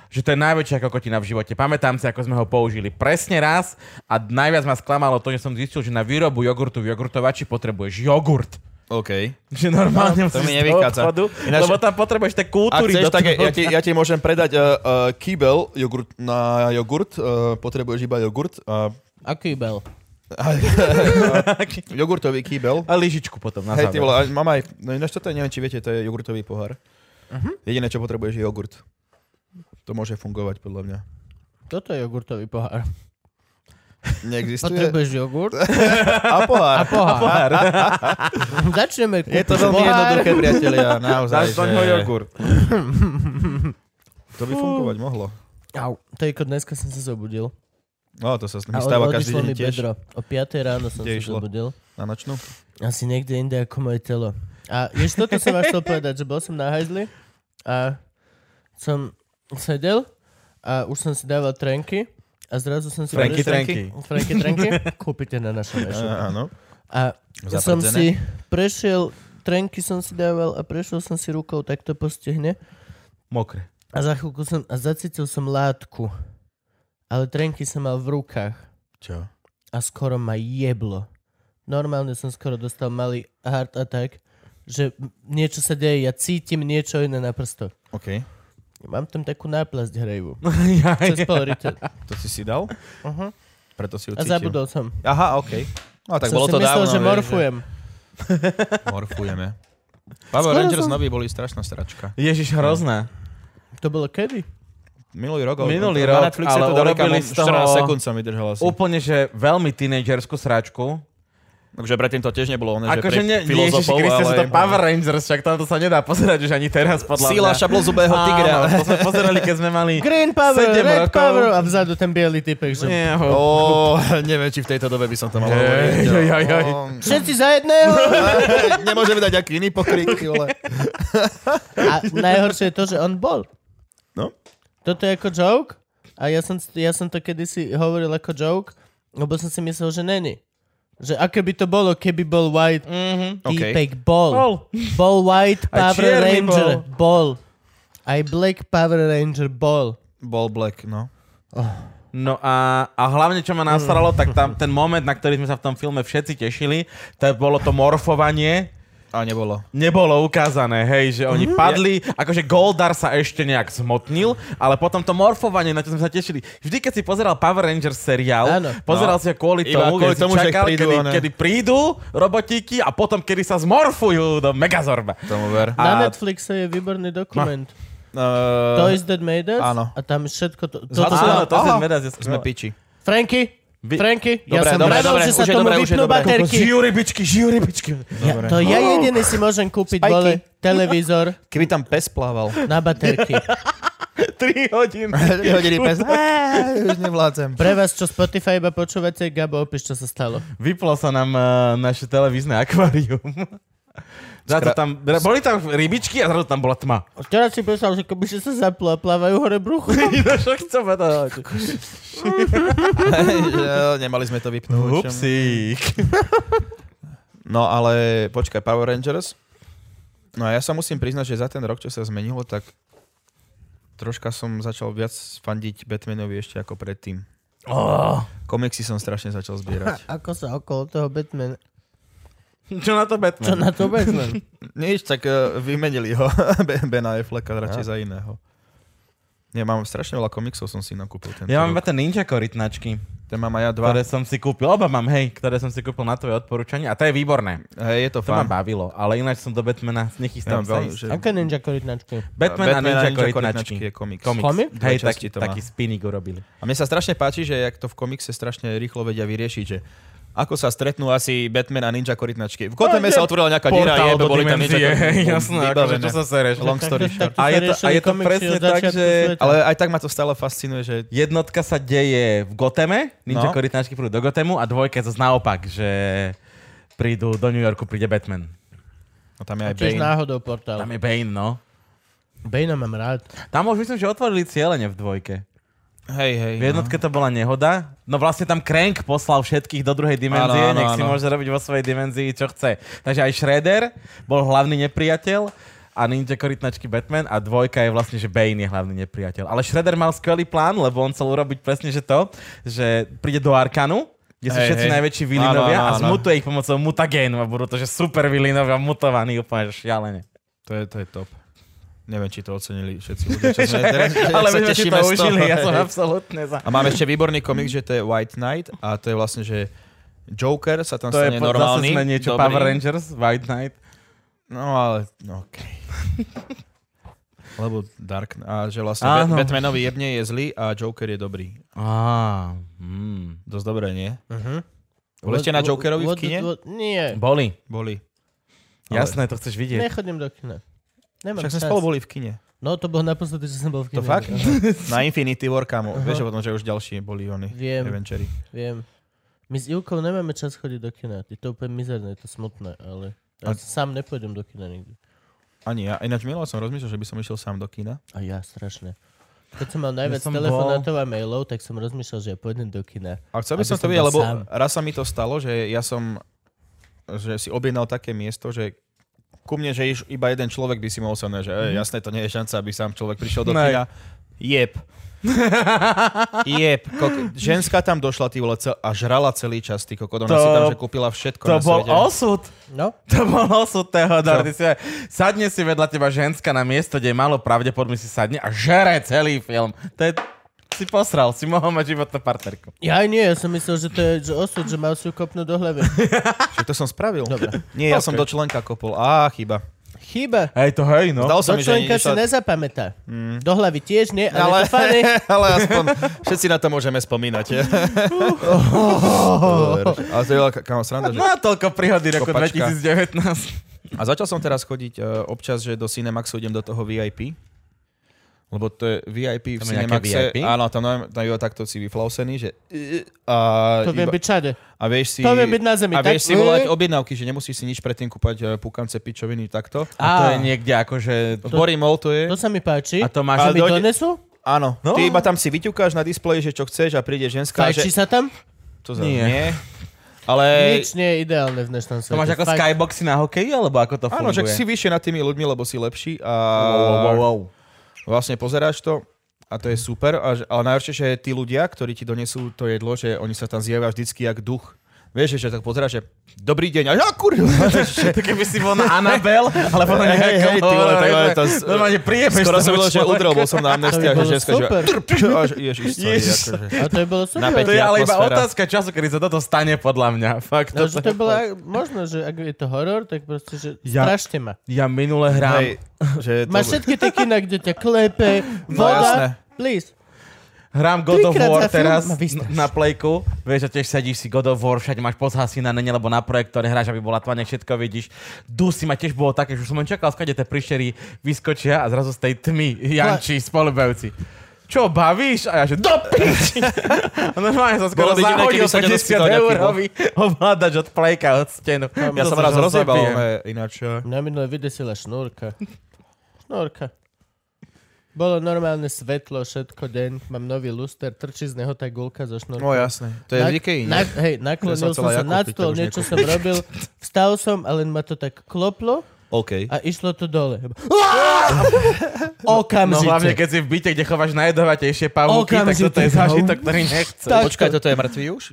S5: Že to je najväčšia kokotina v živote. Pamätám si, ako sme ho použili presne raz a najviac ma sklamalo to, že som zistil, že na výrobu jogurtu v jogurtovači potrebuješ jogurt.
S3: OK.
S5: Že
S3: No,
S5: normálne
S3: to
S5: musíš
S3: mi
S5: ísť do
S3: nevychádza.
S5: obchodu,
S3: Ináč-
S5: lebo tam potrebuješ tie
S3: Ak
S5: kultúry.
S3: chceš,
S5: do
S3: tak
S5: toho.
S3: ja ti, ja ti môžem predať uh, uh, kýbel jogurt na jogurt. Uh, potrebuješ iba jogurt. Uh,
S2: Aký bel?
S3: jogurtový kýbel.
S5: A lyžičku potom na
S3: Hej, ty vole,
S5: záver.
S3: a mám aj, no ináč toto je, neviem, či viete, to je jogurtový pohár. Uh-huh. Jediné, čo potrebuješ, je jogurt. To môže fungovať, podľa mňa.
S2: Toto je jogurtový pohár.
S3: Neexistuje.
S2: Potrebuješ jogurt?
S3: A
S2: A
S3: pohár.
S2: pohár. Začneme.
S3: Je to
S2: kúpiš
S3: veľmi
S2: pohár.
S3: jednoduché, priatelia, naozaj.
S5: Dáš do
S3: že-
S5: ňoho jogurt.
S3: To by fungovať mohlo.
S2: Au, to je ako dneska som sa zobudil.
S3: No, to sa s
S2: A
S3: mi stáva
S2: od-
S3: každý
S2: odišlo
S3: deň
S2: mi
S3: tiež.
S2: bedro. O 5 ráno som
S3: Kde
S2: sa
S3: išlo?
S2: zobudil.
S3: Na nočnú.
S2: Asi niekde inde ako moje telo. A vieš, toto som vás chcel povedať, že bol som na hajzli a som sedel a už som si dával trenky a zrazu som si...
S5: Trenky,
S2: uvedomil- Trenky,
S5: trenky.
S2: trenky. Kúpite na našom
S3: Á,
S2: e
S3: Áno.
S2: A
S3: Zaprdzené.
S2: som si prešiel, trenky som si dával a prešiel som si rukou takto postihne
S5: Mokré.
S2: a za chvíľku som, a zacítil som látku. Ale trenky som mal v rukách
S3: Čo?
S2: a skoro ma jeblo. Normálne som skoro dostal malý heart attack, že m- niečo sa deje, ja cítim niečo iné na prstoch.
S3: OK.
S2: Mám tam takú náplasť hrejvu.
S5: Jaj.
S2: Cez poloritel.
S3: To si si dal?
S2: Uh-huh.
S3: Preto si ju
S2: A
S3: cítim.
S2: zabudol som.
S3: Aha, OK. No, tak
S2: som
S3: bolo
S2: si
S3: to
S2: myslel,
S3: dávno,
S2: že
S3: vieš,
S2: morfujem.
S3: Morfujeme. Power
S2: Skoro
S3: Rangers
S2: som-
S3: nový boli strašná stračka.
S5: Ježiš, hrozná.
S2: To bolo kedy?
S3: Minulý rok.
S5: Minulý
S3: na
S5: rok,
S3: Netflixe
S5: ale
S3: to dali
S5: urobili
S3: kamo-
S5: z toho-
S3: 14 sekúnd sa mi držala asi.
S5: Úplne, že veľmi tínedžerskú sráčku.
S3: Takže predtým to tiež nebolo ono, že pre
S5: Akože ne, Ježiš
S3: filozofov,
S5: Kriste,
S3: ale...
S5: sú to Power Rangers, však tam to sa nedá pozerať už ani teraz, podľa
S3: Sila
S5: mňa.
S3: šablozubého tigra.
S5: Áno, to sme pozerali, keď sme mali...
S2: Green Power,
S5: Sedem
S2: Red
S5: rokov.
S2: Power a vzadu ten bielý typek. Že...
S5: Nie,
S3: Ó,
S5: ho...
S3: neviem, či v tejto dobe by som to mal
S5: Ej,
S3: hovoriť. no.
S5: joj, joj, joj.
S3: Ó,
S2: Všetci za jedného!
S3: Nemôžeme dať aký iný pokrik, ty vole.
S2: A najhoršie je to, že on bol.
S3: No.
S2: Toto je ako joke a ja som, ja som to kedysi hovoril ako joke, lebo som si myslel, že není. Že aké by to bolo, keby bol White
S5: Mhm.
S3: OK.
S2: týpek bol.
S5: Bol.
S2: Bol White Power
S5: Aj čierny
S2: Ranger bol. Aj Black Power Ranger bol.
S3: Bol Black, no.
S5: No a, a hlavne, čo ma nasralo, tak tam ten moment, na ktorý sme sa v tom filme všetci tešili, to bolo to morfovanie,
S3: A nebolo.
S5: nebolo ukázané, hej, že oni padli, akože Goldar sa ešte nejak zmotnil, ale potom to morfovanie, na čo sme sa tešili. Vždy, keď si pozeral Power Rangers seriál,
S2: Áno.
S5: pozeral
S3: No.
S5: si ho kvôli
S3: Iba
S5: tomu,
S3: kvôli
S5: že si
S3: tomu, že
S5: čakal,
S3: prídu
S5: kedy,
S3: one.
S5: kedy prídu robotíky a potom, kedy sa zmorfujú do Megazorba.
S3: Tomu ver.
S5: A-
S2: Na Netflixe je výborný dokument.
S3: Uh,
S2: Toys That Made Us.
S3: áno.
S2: A tam všetko to... No, to,
S3: Zlatá-
S2: to
S5: Áno, to
S3: Aha.
S5: som vedel, že
S3: Sme piči.
S2: Franky,
S5: Vy-
S2: Franky, ja
S3: Dobre,
S2: som
S3: dobre,
S2: vravil,
S3: dobre,
S2: že sa
S3: už je
S2: tomu
S3: dobre, už je
S2: vypnú
S3: dobre.
S2: baterky.
S5: Žijú rybičky, žijú rybičky.
S2: Ja, to ja jediný si môžem kúpiť,
S3: Spajky.
S2: vole, televízor
S3: Keby tam pes plával.
S2: na baterky.
S5: 3 hodiny.
S3: Vyhodili pes. Á, Už nevládzem.
S2: Pre vás, čo Spotify iba počúvate, Gabo, opíš, čo sa stalo.
S5: Vyplo sa nám uh, naše televízne akvárium. Zrazu
S3: Skra-
S5: tam, boli tam rybičky a zrazu tam bola tma.
S2: Včera si písal, že keby si sa zaplo a plávajú hore brucho.
S5: No, čo chcem povedať?
S3: Že Nemali sme to vypnúť.
S5: Upsík.
S3: No ale počkaj, Power Rangers. No a ja sa musím priznať, že za ten rok, čo sa zmenilo, tak troška som začal viac fandiť Batmanovi ešte ako predtým.
S5: Oh.
S3: Komiksy som strašne začal zbierať.
S2: Ako sa okolo toho Batman.
S5: Čo na to
S2: Čo
S5: Batman?
S2: na to Batman?
S3: Nič, tak uh, vymenili ho. Ben- Bena Afflecka radšej za iného. Ja mám strašne veľa komiksov, som si nakúpil tento
S5: Ja mám iba
S3: rok.
S5: tie ninja korytnačky,
S3: Ten mám aj ja dva.
S5: ktoré som si kúpil. Oba mám, hej, ktoré som si kúpil na tvoje odporúčanie. A to je výborné.
S3: Hej, je to
S5: To ma
S3: fun.
S5: bavilo, ale ináč som do Batmana
S3: Ja
S5: nechystám
S3: mám
S5: sa
S3: veľmi,
S5: ísť.
S3: že...
S2: Aké ninja korytnačky?
S5: Batman, a ninja, korytnačky.
S3: je komiks.
S5: Komiks.
S2: Komik?
S5: Hej,
S3: Dve
S5: taký,
S3: časti to má.
S5: taký spinning urobili.
S3: A mne sa strašne páči, že jak to v komikse strašne rýchlo vedia vyriešiť, že ako sa stretnú asi Batman a ninja korytnačky. V Goteme
S5: No,
S3: sa
S5: je
S3: otvorila nejaká diera,
S5: Portál
S3: jebe,
S5: do
S3: boli tam ninja
S5: dimenzie, hej,
S3: korytnačky.
S5: jasné, akože čo sa sereš.
S3: Long story short.
S2: Takto
S5: A
S2: sa
S5: je to-
S2: riešili
S5: a je to
S2: komiksy
S5: presne
S2: od začiatku
S5: tak, že-
S2: sveta.
S3: Ale aj tak ma to stále fascinuje, že
S5: Jednotka sa deje v Goteme,
S3: No.
S5: ninja no. korytnačky prídu do Gotemu a dvojka je zase naopak, že prídu do New Yorku, príde Batman.
S3: no, tam je aj
S2: Tiež
S3: Bane.
S2: náhodou
S5: Tam
S2: portál.
S5: je Bane, no.
S2: Bane mám rád.
S5: Tam už myslím, že otvorili cieľene v dvojke.
S3: Hej, hej. no.
S5: V jednotke to bola nehoda. No vlastne tam Crank poslal všetkých do druhej dimenzie,
S3: Áno, áno,
S5: nech si
S3: áno.
S5: môže robiť vo svojej dimenzii, čo chce. Takže aj Shredder bol hlavný nepriateľ a ninja korytnačky Batman a dvojka je vlastne, že Bane je hlavný nepriateľ. Ale Shredder mal skvelý plán, lebo on chcel urobiť presne, že to, že príde do Arkanu kde sú
S1: Hej,
S5: všetci
S1: hej.
S5: najväčší vilinovia
S1: Áno,
S5: a
S1: áno, áno.
S5: zmutuje ich pomocou mutagénu a budú to, že super vilinovia mutovaní úplne šialene.
S3: To je, to je top. Neviem, či to ocenili všetci ľudia, čo sme teraz, sa
S5: Ale my sme si
S3: tešíme z
S5: to
S3: toho,
S5: užili, ja som
S3: hej.
S5: absolútne za.
S3: A máme ešte výborný komik, že to je White Knight a to je vlastne, že Joker sa tam
S5: To
S3: stane
S5: je po, zase
S3: normálny.
S5: sme niečo
S3: dobrý.
S5: Power Rangers, White Knight.
S3: No ale, no okej. Lebo Dark, a že vlastne
S5: Áno.
S3: Ba- Batmanovi jebne je zlý a Joker je dobrý.
S5: Á, hmm.
S3: Dosť dobré, nie?
S5: Mhm.
S2: Uh-huh.
S3: Boli ste na Jokerovi v kine?
S2: Nie,
S5: Boli.
S3: Boli. Ale-
S5: Jasné, to chceš vidieť.
S2: nechodím do kina. Nemám
S3: Však sme
S2: čas.
S3: spolu boli v kine.
S2: No to bolo naposledy, že som bol v kine.
S3: To fakt?
S2: Áno,
S3: Na Infinity War, kámo. Vieš o tom, že už ďalší boli oni.
S2: Viem.
S3: Avengery.
S2: Viem. My s Ivkou nemáme čas chodiť do kina. Je to úplne mizerné, je to smutné, ale ja
S3: A-
S2: sám nepôjdem do kina nikdy.
S3: Ani ja. Ináč minule som rozmýšľal, že by som išiel sám do kina.
S2: A ja, strašné. Keď som mal najviac
S5: som
S2: telefonátov a mailov, tak som rozmýšľal, že ja pôjdem do kina.
S3: A chcel by
S2: Aby
S3: som
S2: som
S3: to vidieť,
S2: bol
S3: lebo
S2: sám.
S3: raz sa mi to stalo, že ja som že si objednal také miesto, že ku mne, že iš, iba jeden človek by si mohol sa že mm. jasné, to nie je šanca, aby sám človek prišiel do
S5: Nej.
S3: kina. Jeb. Jeb. Kok- ženská tam došla, ty vole, cel- a žrala celý čas, ty kokot. Ona
S5: To-
S3: si tam, že kúpila všetko
S5: To
S3: na
S5: bol
S3: svete.
S5: osud.
S2: No,
S5: To bol osud Teodor. Ty si, sadne si vedľa teba ženská na miesto, kde je malo pravdepodobne si sadne a žere celý film. To je, si posral, si mohol mať životnú partnerku.
S2: ja aj nie, ja som myslel, že to je že osud, že mal si ju kopnúť do hlavy.
S3: Že to som spravil.
S2: Dobre.
S3: Nie, ja som do členka kopol. Á, chyba.
S2: Chyba.
S5: Hej, to hej, no.
S3: Zdalo sa
S2: Do
S3: mi, že...
S2: členka si
S3: išla-
S2: nezapamätá. Do hlavy tiež nie, ale, ale...
S3: Ale,
S2: to fajne.
S3: ale aspoň všetci na to môžeme spomínať. Ale to je veľká kámo, sranda, že
S5: No a toľko príhody roku
S3: Kopačka.
S5: 2019.
S3: A začal som teraz chodiť uh, občas, že do Cinemaxu idem do toho VIP. Lebo to je VIP v
S5: Tam je nejaké
S3: Cinemaxe.
S5: VIP?
S3: Áno, tam, tam, tam je takto si vyflausený, že... A,
S2: To viem
S3: iba-
S2: byť čade.
S3: a vieš si...
S2: to viem byť na zemi,
S3: A
S2: tak?
S3: vieš si volať objednávky, že nemusíš si nič predtým kúpať e, pukance, pičoviny, takto.
S5: A to
S2: Á.
S5: je niekde akože...
S3: To... Bory Mall to je.
S2: To sa mi páči.
S5: A to
S2: Že
S3: Ale
S5: máš...
S2: mi
S3: dojde-
S2: donesú?
S3: Áno. No.
S5: No.
S3: Ty iba tam si vyťukáš na displeji, že čo chceš a príde ženská,
S2: Fajči
S3: že...
S2: sa tam?
S3: To za...
S5: Nie.
S3: nie. Ale...
S2: Nič nie je ideálne v dnešnom svete.
S5: To máš ako
S2: Fakt.
S5: skyboxy na hokeji, alebo ako to
S3: Áno,
S5: funguje?
S3: že si vyššie nad tými ľuďmi, lebo si lepší a
S5: Wow, wow, wow.
S3: vlastne pozeráš to a to je super, a, že- ale najhoršie, že tí ľudia, ktorí ti donesú to jedlo, že oni sa tam zjavia vždycky jak duch. Vieš, že tak pozeráš, že dobrý deň, a ja kurva.
S5: To keby si bol na Anabel, alebo
S3: Hej,
S5: na nejakom...
S3: hej, ty vole, tak ale to-
S5: Normálne príjemeš
S3: Skoro
S5: tomu
S3: som bol, že
S5: človeku.
S3: udrel, bol som na amnestiách,
S2: To by
S3: že
S2: bolo
S3: ženská, že...
S2: super.
S3: A že- Ježiš, sorry,
S5: Ježiš.
S3: akože.
S2: A to je bolo super.
S3: Napäť.
S5: To je ale iba
S3: atmosféra.
S5: otázka času, kedy sa toto stane podľa mňa. Fakt.
S2: No,
S5: toto
S2: že to
S5: je
S2: bolo,
S5: fakt.
S2: možno, že ak je to horor, tak proste, že ja.
S5: Ja-
S2: strašte ma.
S5: Ja minule hrám.
S3: Hej, že to...
S2: Máš všetky tie kina, kde ťa klepe,
S3: No jasné.
S2: voda, please.
S5: Hrám God of
S2: Trikrát
S5: War
S2: za film No,
S5: teraz
S2: ma vystraš.
S5: na playku. Vieš, že tiež sedíš si God of War, všade máš podhasínané, ne, lebo na projektore hráš, aby bola tmane, všetko vidíš. Dusy ma tiež bolo také, že už som len čakal, skade tie prišery vyskočia a zrazu z tej tmy Janči, spolubajúci. Čo, bavíš? A ja že, do piči! A normálne som skoro
S3: Bolo by divné,
S5: zahodil
S3: keby sa
S5: 50
S3: nedospýtal nejaký
S5: eurový ovládač od playka, od stenu.
S3: Ja som raz rozjebal, hej, ináč. e,
S2: Na minule vydesila šnúrka. Šnúrka. Bolo normálne svetlo, všetko deň, mám nový luster, trčí z neho tá gulka zo šnúrka.
S3: No jasné, to je
S2: Nak-
S3: v Ikei, nie?
S2: nak- Hej, naklonil
S3: Ja som
S2: som
S3: chcela
S2: sa
S3: Jakub,
S2: nad
S3: ty to
S2: stôl,
S3: už
S2: niečo
S3: nekúpiš.
S2: som robil, vstal som a len ma to tak kloplo
S3: OK.
S2: a išlo to dole.
S5: No hlavne,
S2: Okamžite.
S5: keď si v byte, kde chováš najjedovatejšie pavúky, tak
S2: Okamžite.
S5: toto je zážitek, ktorý nechceš.
S2: Tak-
S3: Počkaj, toto je mŕtvý už?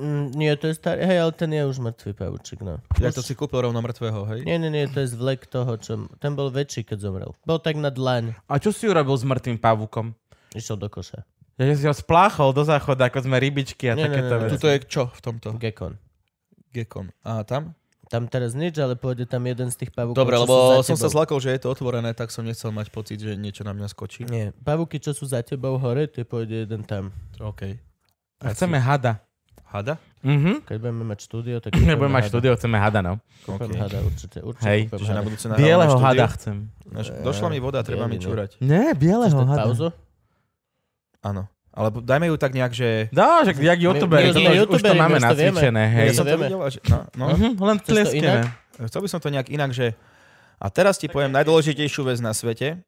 S2: Mm, Nie, to je starý, hej, ale ten je už mŕtvý pavúčik, no.
S3: Ja to si kúpil rovno mŕtvého, hej?
S2: Nie, nie, nie, to je zvlek toho, čo... Ten bol väčší, keď zomrel. Bol tak na dlaň.
S5: A čo si urobil s mŕtvým pavúkom?
S2: Išiel do koša.
S5: Ja že si ho spláchol do záchoda, ako sme rybičky a
S2: Nie,
S5: takéto
S2: nie, nie,
S5: veci.
S3: Tuto je čo v tomto?
S2: Gekon.
S3: Gekon. A tam?
S2: Tam teraz nič, ale pôjde tam jeden z tých pavúkov.
S3: Dobre,
S2: čo
S3: lebo
S2: sú za
S3: som sa
S2: tebou.
S3: zlakol, že je to otvorené, tak som nechcel mať pocit, že niečo na mňa skočí.
S2: Nie, pavúky, čo sú za tebou hore, tie pôjde jeden tam.
S3: OK.
S5: A Chceme hada.
S3: Hada?
S5: Mhm.
S2: Keď budeme mať štúdio, tak...
S5: Nebudeme mať štúdio, chceme hada, no.
S2: Kúpem
S3: Ok.
S2: hada, určite, určite.
S5: Hej,
S2: kúpem
S3: Čiže na
S2: hada.
S3: budúce nahrávame
S5: Bieleho
S3: štúdiu.
S5: hada chcem.
S3: Naš- Došla mi voda, treba mi
S2: Bielý, no.
S3: čúrať.
S5: Nie,
S2: Chceš
S5: bieleho
S2: dať
S5: hada.
S2: pauzu?
S3: Áno. Alebo dajme ju tak nejak, že...
S5: Dá, že No, jak youtuber,
S2: my
S5: to-
S2: sme
S5: už- už to
S2: youtuberi,
S5: máme
S2: my už to vieme.
S5: nacvičené, hej.
S3: Ja som to
S2: vieme.
S3: videl, až- no, no.
S5: Mhm, len
S2: to
S5: tleskeme.
S2: inak?
S3: Chcel by som to nejak inak, že... A teraz ti poviem najdôležitejšiu vec na svete.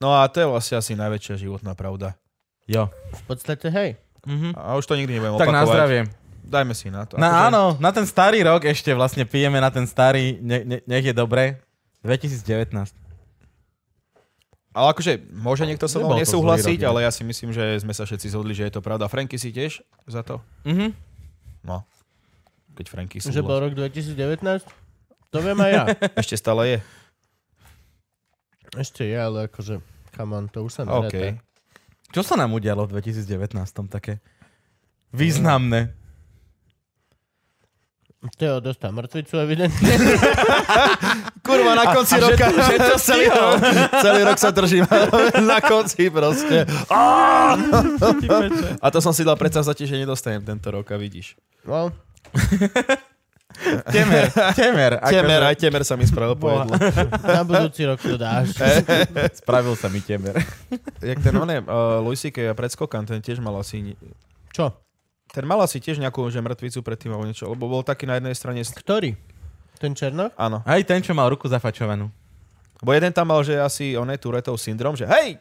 S3: No a to je vlastne asi najväčšia životná pravda.
S5: Jo.
S2: V podstate, hej.
S5: Mhm.
S3: A už to nikdy nebudem
S5: Tak
S3: opakovať.
S5: na zdravie.
S3: Dajme si na to. Akože-
S5: Na, áno, na ten starý rok ešte vlastne pijeme na ten starý, ne, ne, nech je dobre. 2019.
S3: Ale akože môže niekto so mnou
S5: Nebol to
S3: nesúhlasiť,
S5: zlý rok,
S3: ale ja si myslím, že sme sa všetci zhodli, že je to pravda. Franky si tiež za to?
S5: Mhm.
S3: No. Keď Franky
S2: Že bol
S3: súhlas.
S2: rok 2019? To viem aj ja.
S3: Ešte stále je.
S2: Ešte je, ale akože, come on, to už sa neráta.
S3: OK.
S5: Čo sa nám udialo v 2019 také významné?
S2: Teo dostal mŕtvicu, evidentne.
S3: Kurva, na konci a, roka. Že to, celý, rok, celý rok sa držím. na konci proste. A to som si dal predsa za že nedostanem tento rok a vidíš.
S2: No,
S5: Temer, temer. akože-
S3: Temer, aj temer sa mi spravil po
S5: Boha.
S3: jedle.
S2: na budúci rok to dáš.
S5: Spravil sa mi temer.
S3: Jak ten onem, uh, Louis C.K. a predskokan, ten tiež mal asi...
S2: Čo?
S3: Ten mal asi tiež nejakú že mŕtvicu predtým alebo niečo, lebo bol taký na jednej strane...
S2: Ktorý? Ten Černoch?
S3: Áno.
S5: Aj ten, čo mal ruku zafačovanú.
S3: Bo jeden tam mal, že asi on je Turetov syndrom, že hej!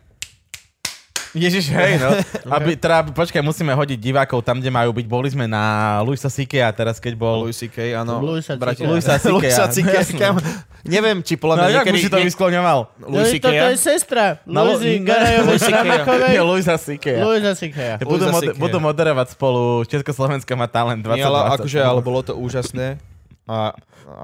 S5: Ježiš, hej, no. Aby, teda, počkaj, musíme hodiť divákov tam, kde majú byť. Boli sme na Luisa Sike a teraz, keď bol...
S3: Louis C.K., áno.
S2: Louisa C.K..
S3: bratia.
S5: Louisa C.K.,
S3: Louisa
S5: áno.
S3: C.K., kam- Neviem, či podľa
S5: No
S3: mňa
S5: jak
S3: niekedy...
S5: už si to vyskloňoval?
S2: Louis
S3: Louis C.K.
S2: Toto je sestra.
S5: Na Lu-
S2: Luizy
S5: ne.
S2: Garajovej
S3: Luisa Keja.
S2: Stramekovej.
S5: Nie, Luisa Sike.
S2: Luisa Sikeja.
S5: Budú,
S3: Luisa
S5: mod-
S3: Sikeja.
S5: budú moderovať spolu Československa má talent 2020.
S3: Nie, ale
S5: no?
S3: akože, ale bolo to úžasné. A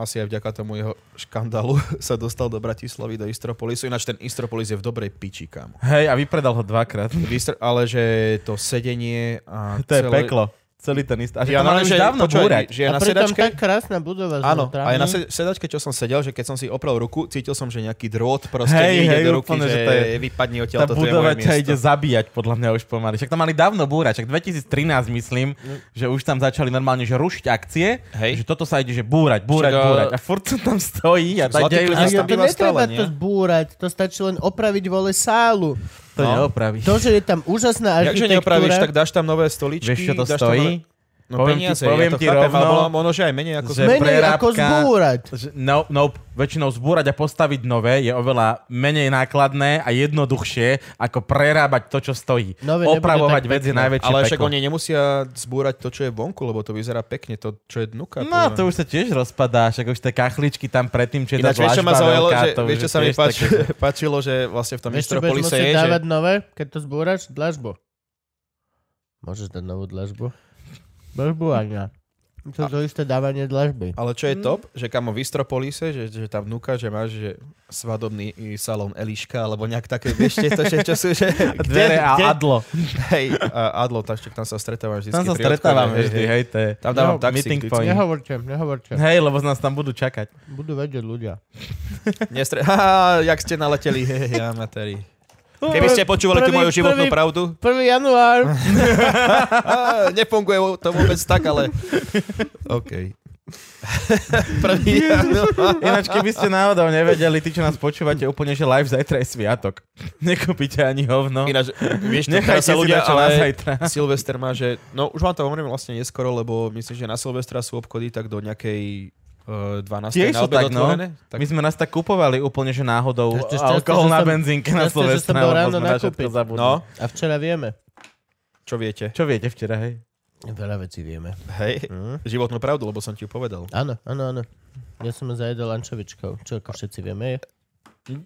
S3: asi aj vďaka tomu jeho škandálu sa dostal do Bratislavy, do Istropolisu. Ináč ten Istropolis je v dobrej piči, kámo.
S5: Hej, a vypredal ho dvakrát.
S3: Vystr- ale že to sedenie a
S5: To je
S3: celé...
S5: peklo. Celý ten istý. A že ja to
S3: normálne,
S5: mali už dávno
S3: počúvaj,
S5: búrať.
S3: Že ja
S2: A
S3: na
S2: pritom
S3: sedačke...
S2: tak krásna budova.
S3: Áno,
S2: znútra.
S3: a ja na se- sedačke, čo som sedel, že keď som si oprel ruku, cítil som, že nejaký drôt proste
S5: Hej,
S3: hej, ide
S5: hej,
S3: do ruky,
S5: úplne,
S3: že,
S5: že to je-
S3: vypadni odtiaľ,
S5: Tá
S3: toto je moje
S5: budova
S3: miesto.
S5: ťa ide zabíjať, podľa mňa už pomaly. Však to mali dávno búrať, však 2013 myslím, že už tam začali normálne že rušiť akcie,
S3: No. Hej.
S5: že toto sa ide, že búrať, búrať,
S3: Však, a-
S5: búrať. A furt to tam stojí a tá
S3: Zlatý
S5: dejú,
S3: kľúč
S5: že
S2: Ale
S3: nás tam
S2: to
S3: býva
S2: netreba
S3: stále, nie?
S2: to zbúrať, to stačí len opraviť vole sálu.
S5: to
S3: no.
S5: neopravíš.
S2: To, že je tam úžasná
S3: Jakže
S2: architektúra.
S3: neopravíš, tak dáš tam nové stoličky.
S5: Vieš, čo to
S3: dáš tam nové-
S5: stojí?
S3: No
S5: Poviem ti-
S3: peniaze,
S5: poviem
S3: ja to
S5: ti
S3: chápem,
S5: rovno,
S3: ale ono, že aj menej ako...
S5: že
S2: Menej ako
S5: prerábka-
S2: zbúrať.
S5: Že- No, no, väčšinou zbúrať a postaviť nové je oveľa menej nákladné a jednoduchšie, ako prerábať to, čo stojí.
S2: Nové nebude
S5: Opravovať
S2: tak
S5: vec je
S2: pekné.
S5: najväčšie
S3: Ale však
S5: peklo.
S3: oni nemusia zbúrať to, čo je vonku, lebo to vyzerá pekne, to, čo je dnuka.
S5: No, to už sa tiež rozpadá, však už tie kachličky tam predtým, či je tá
S3: Ináč, vieš, čo ma
S5: dlažba
S3: zaujalo,
S5: veľká,
S3: že,
S5: to
S3: vieš,
S5: už
S3: čo sa
S5: je
S3: mi
S5: tiež
S3: páči,
S5: také, že-
S3: páčilo, že vlastne v tom
S2: Vieš, čo budeš
S3: Istropolise
S2: musieť
S3: je, že...
S2: dávať nové, keď to zbúraš? Dlažbu. Môžeš dať novú dlažbu? Dlažbu a ja. To je to isté dávanie dlažby.
S3: Ale
S5: Hm?
S3: čo je top, že kamo v Istropolise, že, že tam vnúka, že máš že svadobný i, salón Eliška, alebo nejak také, vieš, tieto, že, čo sú, že...
S5: A Dvere a adlo.
S3: Hej, a Adlo, tak, tam sa stretávam vždy.
S5: Tam sa stretávame vždy, hej, to je.
S3: Tam dávam
S5: No,
S3: taxík
S5: meeting
S3: vždycky.
S5: point.
S2: Nehovorte, nehovorte.
S5: Hej, lebo z nás tam budú čakať.
S2: Budú vedieť ľudia.
S3: Nestre... Ha, jak ste naleteli, hej, amatéri. Keby ste počúvali tú
S2: Prvý-
S3: moju životnú
S2: prvý-
S3: pravdu,
S2: 1. január.
S3: Á, nefunguje to vôbec tak, ale... OK. Prvý január.
S5: Ináč, keby ste náhodou nevedeli, tí, čo nás počúvate, úplne, že live zajtra je sviatok. Nekúpite ani hovno.
S3: Ináč, vieš, čo, teraz
S5: Nechajte
S3: sa
S5: si
S3: ľudia,
S5: ľudia, na
S3: ale
S5: zajtra.
S3: Silvester má, že... No, už vám to hovorím vlastne neskoro, lebo myslím, že na Silvestra sú obchody tak do nejakej eh, 12.
S5: Tiež
S3: na
S5: sú
S3: obed
S5: tak, no.
S3: otvorené.
S5: Tak. My sme nás tak kupovali úplne, že náhodou
S2: Ešte šťastie,
S5: alkohol
S2: že
S5: na
S2: som-
S5: benzínke na
S2: šťastie, že som
S5: Slovestra,
S2: bol
S5: lebo
S2: ráno
S5: sme na všetko
S2: nakúpiť.
S5: zabudli.
S3: No,
S2: A včera vieme.
S3: čo viete?
S5: Čo viete včera, hej?
S2: Veľa vecí vieme.
S3: Hej, Hm? životnú pravdu, lebo som ti ju povedal.
S2: Áno, áno, áno. Ja som zajedol ančovičkou, čo ako všetci vieme je.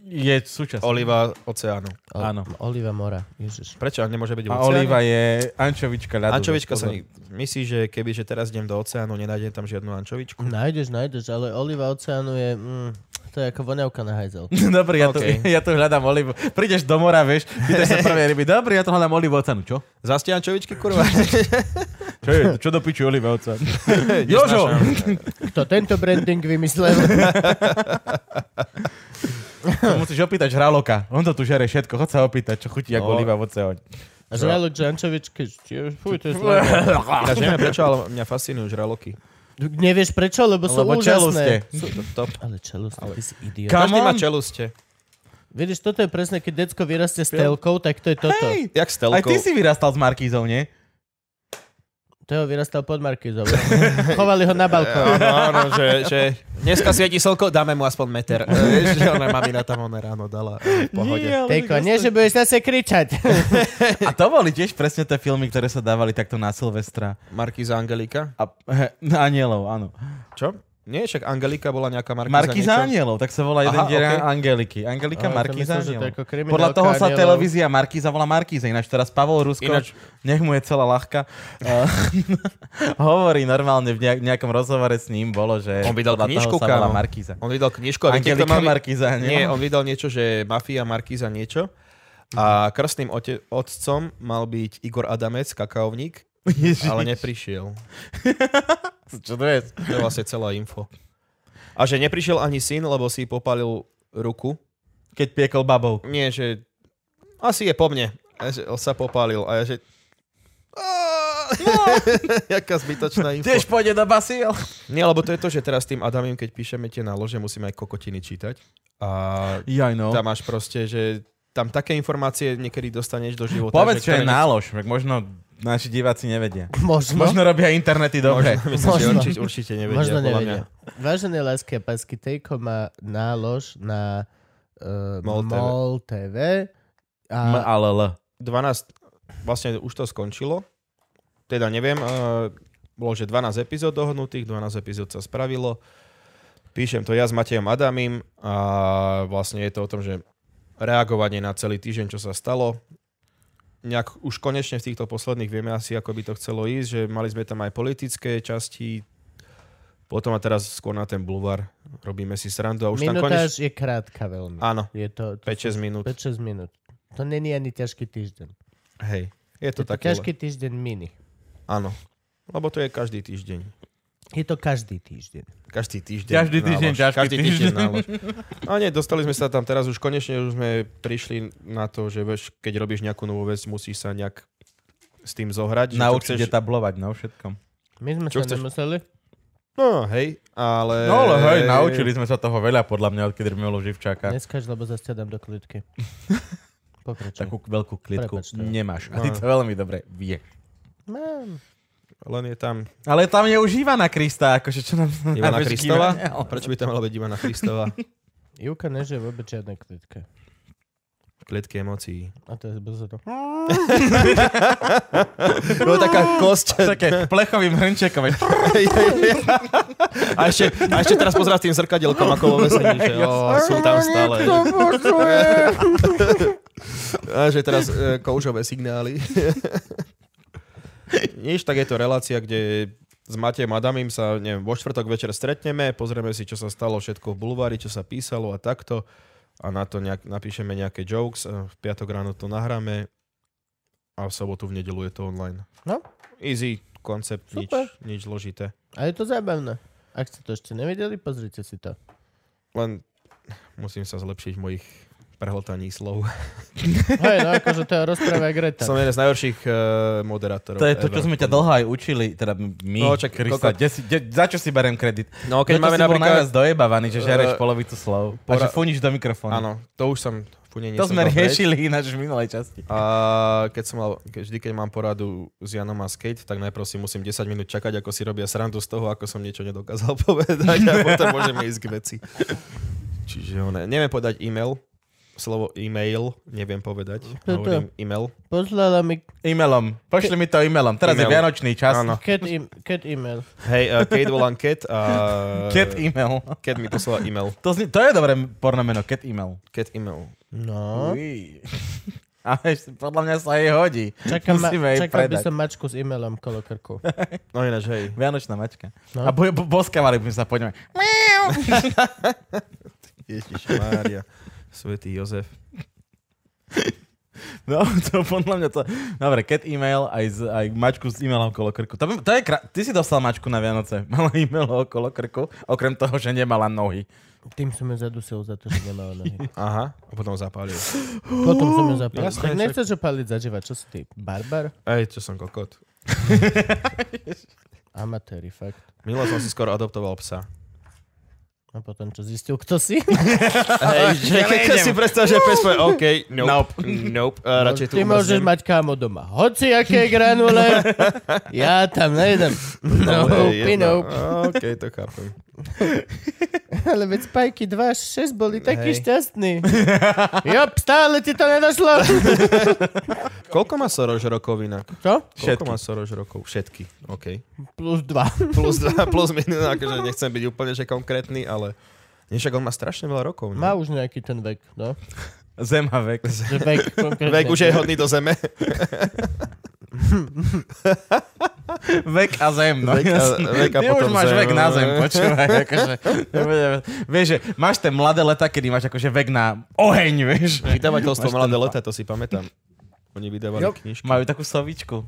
S5: Je súčasť.
S3: Oliva oceánu.
S2: O-
S5: Áno.
S2: Oliva mora, ježiš.
S3: Prečo? Ak nemôže byť v
S5: A
S3: oceáne?
S5: oliva je ančovička ľadu.
S3: Ančovička sa...
S5: Pozor.
S3: nik- Myslíš, že keby že teraz idem do oceánu, nenájdem tam žiadnu ančovičku?
S2: Nájdeš, nájdeš, ale oliva oceánu je... Mm, to je ako voňavka na hajzel.
S5: Dobre, ja,
S3: OK.
S5: tu, ja tu hľadám olivu. Prídeš do mora, vieš, pýtaš sa prvé ryby. Dobre, ja tu hľadám olivu ocanu. Čo?
S3: Zastia ančovičky, kurva?
S5: Čo je? Čo do piči oliva ocanu? Jožo!
S2: Kto tento branding vymyslel?
S5: To musíš opýtať žraloka. On to tu žere všetko. Chod sa opýtať, čo chutí ako
S3: No.
S5: oliva v oceáne.
S2: A žralok, že ančovičky... či- Fuj, to je zlé.
S3: Ja neviem prečo, ale mňa fascinujú žraloky.
S2: Nevieš prečo, lebo sú
S5: Lebo
S2: úžasné.
S5: čeluste.
S2: Sú...
S3: To top.
S2: Ale čeluste, ty si idiot.
S5: Ka-
S3: Každý
S5: Come
S3: má
S5: on.
S3: čeluste.
S2: Vidíš, toto je presne, keď decko vyrastie s telkou, tak to je toto.
S5: Hej!
S3: Jak s
S5: Aj
S3: telkou.
S5: ty si vyrastal s Markízou, nie?
S2: Teo vyrastal pod Markizou. Chovali ho na balkón.
S3: Áno, áno, že, že dneska svieti slnko, dáme mu aspoň meter. E, Vieš, že ona mamina tam ona ráno dala. e, V pohode.
S2: Tejko, nie, že budeš zase kričať.
S5: A to boli tiež presne tie filmy, ktoré sa dávali takto na Silvestra.
S3: Markíza Angelika.
S5: A, he, na anielov, áno.
S3: Čo? Nie, však Angelika bola nejaká Markiza.
S5: Markiza
S3: niečo.
S5: Anielov, tak sa volá jeden
S3: Aha,
S5: diel
S3: okej.
S5: Angeliky.
S2: Ale
S5: Angelika
S2: to
S5: Markiza
S2: myslím, že to je
S5: Anielov.
S2: ako kriminálka
S5: Podľa toho sa
S2: Anielov.
S5: televízia Markiza volá Markiza. Ináč teraz Pavol Rusko,
S3: Ináč-
S5: Ináč... nech mu je celá ľahká, eh, hovorí normálne v nejak- nejakom rozhovore s ním bolo, že
S3: On vydal
S5: podľa toho
S3: knižku,
S5: sa volá
S3: kámo.
S5: Markiza.
S3: On vydal knižku a viete, kto
S5: Angelika
S3: má...
S5: Markiza
S3: Nie,
S5: Anielov.
S3: on vydal niečo, že Mafia Markiza niečo.
S5: Mhm.
S3: A krstným ote- otcom mal byť Igor Adamec, kakaovník,
S5: Ježiš,
S3: ale neprišiel.
S5: čo to je?
S3: To je vlastne celá info. A že neprišiel ani syn, lebo si popalil ruku.
S5: Keď piekol babou.
S3: Nie, že asi je po mne. A že sa popálil a ja že... Jaká zbytočná info.
S5: Tiež pôjde do basy, ale...
S3: Nie, lebo to je to, že teraz tým Adamim, keď píšeme tie nálože, musíme aj kokotiny čítať. A
S5: Jaj no.
S3: tam máš proste, že tam také informácie niekedy dostaneš do života.
S5: Povedz,
S3: že
S5: čo je
S3: ktoré
S5: Hm?
S3: nech-
S5: nálož. tak Možno naši diváci nevedia.
S2: Možno.
S5: Možno robia internety dobre.
S3: Myslím, že
S2: Možno.
S3: určite, určite nevedia.
S2: Možno
S3: podľa
S2: nevedia. Vážené lásky a pásky, Tejko má nálož na uh,
S3: MOL
S2: MOL
S3: TV.
S2: TV. a
S5: M, ale L.
S3: 12, vlastne už to skončilo. Teda neviem, uh, bolo, že 12 epizód dohodnutých, 12 epizód sa spravilo. Píšem to ja s Matejom Adamim a vlastne je to o tom, že reagovanie na celý týždeň, čo sa stalo. Nejak už konečne v týchto posledných vieme asi, ako by to chcelo ísť, že mali sme tam aj politické časti, potom a teraz skôr na ten bulvar robíme si srandu a už tam konečne...
S2: minutáž je krátka veľmi.
S3: Áno,
S2: Je to, to
S3: 5-6 minút.
S2: 5-6 minút. To není ani ťažký týždeň.
S3: Hej, je to
S2: je to
S3: také...
S2: ťažký týždeň mini.
S3: Áno, lebo to je každý týždeň.
S2: Je to každý týždeň.
S3: Každý týždeň.
S5: Každý týždeň
S3: nálož.
S5: ťažký
S3: Každý týždeň
S5: týždeň.
S3: nálož. No nie, dostali sme sa tam teraz už konečne, už sme prišli na to, že vieš, keď robíš nejakú novú vec, musíš sa nejak s tým zohrať. že
S5: Nauč
S3: čo
S5: ide tablovať na no, všetkom.
S2: My sme
S3: Čo
S2: sa
S3: chceš?
S2: nemuseli.
S3: No hej, ale...
S5: No ale hej, naučili sme sa toho veľa podľa mňa, odkedy sme mali Živčáka.
S2: Neskáž, lebo zase ťa dám do klidky. Pokračuj.
S5: Takú veľkú klitku
S2: Prepač to.
S5: nemáš. A ty to veľmi dobre vieš.
S2: Mám.
S3: Len je tam
S5: Ale tam je už Ivana Krista, akože čo nám...
S3: Ivana
S5: Aby-
S3: Kristova.
S5: Ivana-
S3: Prečo by tam mala byť Ivana Kristova?
S2: Júka nežije vôbec žiadne klidke.
S3: Klietky emócií.
S2: A to je brzo to.
S3: No taká kosť.
S5: Také plechovým hrnčekom. vieš.
S3: A ešte, a ešte teraz pozerá tým zrkadielkom, ako vo vesení, že ó, sú tam stále. A že teraz e, koužové signály. Nič, tak je to relácia, kde s Matejom Adamim sa neviem, vo štvrtok večer stretneme, pozrieme si, čo sa stalo všetko v bulvári, čo sa písalo a takto. A na to nejak, napíšeme nejaké jokes, e, v piatok ráno to nahráme a v sobotu, v nedelu je to online.
S2: No.
S3: Easy koncept, nič,
S2: Super.
S3: nič zložité.
S2: A je to zábavné. Ak ste to ešte nevideli, pozrite si to.
S3: Len musím sa zlepšiť v mojich prehltaní slov.
S2: Hej, no akože to je rozpráva jak Greta.
S3: Som jeden z najhorších e, moderátorov.
S5: To je to, čo
S3: ever.
S5: sme ťa dlho aj učili, teda my,
S3: No,
S5: no,
S3: čak,
S5: čak, Krista,
S3: kokot.
S5: kde si, kde, za čo si berem kredit?
S3: No keď
S5: Za čo
S3: máme
S5: si bol
S3: napríklad...
S5: najviac dojebavaný, že
S3: Eh,
S5: žereš polovicu slov a že
S3: pora-
S5: funíš do mikrofónu.
S3: Áno, to už som funenie
S5: To
S3: som
S5: sme
S3: dal preč.
S5: riešili ináč v minulej časti.
S3: A keď som mal, keď, vždy, keď mám poradu s Janom a s Kate, tak najprv si musím 10 minút čakať, ako si robia srandu z toho, ako som niečo nedokázal povedať a potom môžeme ísť k veci. Čiže one, neviem povedať e-mail, slovo e-mail neviem povedať.
S2: To je to.
S3: Hovorím e-mail.
S2: Poslala mi
S5: E-mailom. Pošli mi to e-mailom. Teraz
S3: E-mail.
S5: je vianočný čas.
S3: Áno.
S2: cat, e- cat e-mail.
S3: Hej, uh, Kate volám Kate a...
S5: Cat e-mail.
S3: Kate mi poslala e-mail.
S5: To, zni- to je dobré porno meno, cat e-mail.
S3: Kate e-mail.
S2: No.
S5: Uí. Ale ešte podľa mňa sa jej hodí.
S2: Čakám, ma,
S5: Musíme jej
S2: čakal by
S5: predať.
S2: som mačku s e-mailom kolo krku.
S3: No ináč, hej.
S5: Vianočná mačka.
S2: No.
S5: A bo, bo, boskavali by sme sa po ňom.
S3: Ježiš Mária. Svetý Jozef.
S5: No, to podľa mňa to... Dobre, cat e-mail, aj, z, aj mačku s e-mailom okolo krku. To, by, to je krá... Ty si dostal mačku na Vianoce. Mala e-mail okolo krku, okrem toho, že nemala nohy.
S2: Tým som ju zadusil za to, že nemala nohy.
S3: Aha. A potom zapálil.
S2: Potom som ju zapálil.
S3: Jasné,
S2: Tak
S3: však.
S2: nechceš ju paliť zaživa, čo si ty? Barbar?
S3: Ej, čo som kokot.
S2: Amatéri, fakt. No
S3: Milo som si skoro adoptoval psa.
S2: A potom čo zistil, kto si?
S3: Hej, že
S5: Ja
S3: keď
S5: nejdem.
S3: si predstav, že pes povie, OK, nope, nope, a radšej tu
S2: No, Ty môžeš mať kámo doma. Hoci aké granule, ja tam nejdem. No,
S3: Ale je jedno.
S2: pinov.
S3: OK, to chápem.
S2: Ale veď spajky 2 až 6 boli takí
S3: Hej.
S2: šťastní. Jop, stále ti to nedošlo.
S3: Koľko má Soroš rokov inak?
S2: Čo?
S3: Koľko má Soroš rokov? Všetky. OK.
S2: Plus 2.
S3: Plus dva, plus minus, akože nechcem byť úplne že konkrétny, ale... Nie, však on má strašne veľa rokov. nie?
S2: Má už nejaký ten vek, no?
S5: Zemavek.
S2: Že vek, konkrétne.
S3: Vek už je hodný do zeme.
S5: Vek a zem, no
S3: Vek a-
S5: jasné.
S3: vek a
S5: Ty
S3: potom
S5: už máš
S3: zem. no.
S5: vek na zem, počúvaj, akože. nebude- Vieš, že máš tie mladé leta, kedy máš akože vek na oheň, vieš.
S3: Vydavateľstvo
S5: Máš
S3: Mladé
S5: ten-
S3: leta, to si pamätám. Oni vydávali
S2: Jo.
S3: knižky.
S5: Majú takú sovičku,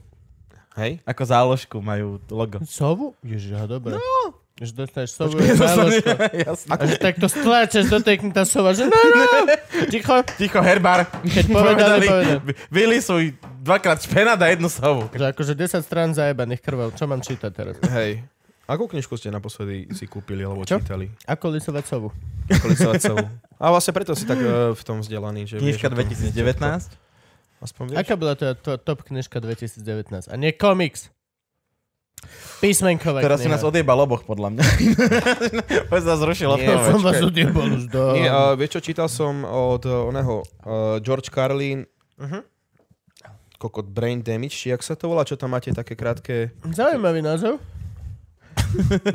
S3: Hej?
S5: ako záložku majú logo.
S2: Sovu? Ježiš, aha, dobre. No. Že dostaneš sovu, je
S5: Počkaj, to som-
S2: záložko.
S5: Jasné.
S2: A že takto stláčaš do tej tá sova, že no, no. Ticho.
S5: Ticho, herbár.
S2: Keď povedali, povedali.
S5: vy- vylisuj dvakrát špenát a jednu sovu.
S2: Že akože 10 strán zajebaných krvov. Čo mám čítať teraz?
S3: Hej. Akú knižku ste naposledy si kúpili alebo
S2: Čo?
S3: čítali?
S2: Ako lisovať sovu?
S3: Kolicovacovú. A vlastne preto si tak e, v tom vzdelaný, že vieš o
S5: Knižka
S3: tom
S5: 2019.
S3: všetko. Aspoň vieš.
S2: Aká bola to, to top knižka 2019? A nie komiks. Písmenková
S5: Teraz si
S2: kniha.
S5: nás odjebal oboch, podľa mňa. Poď sa zrušil
S2: Nie,
S5: opäť.
S2: som vás odjebal už do...
S3: Nie, a vieš čo, čítal som od e, oného e, George Carlin
S2: Mhm.
S3: kokot Brain Damage, či jak sa to volá, čo tam máte také krátke...
S2: Zaujímavý názov.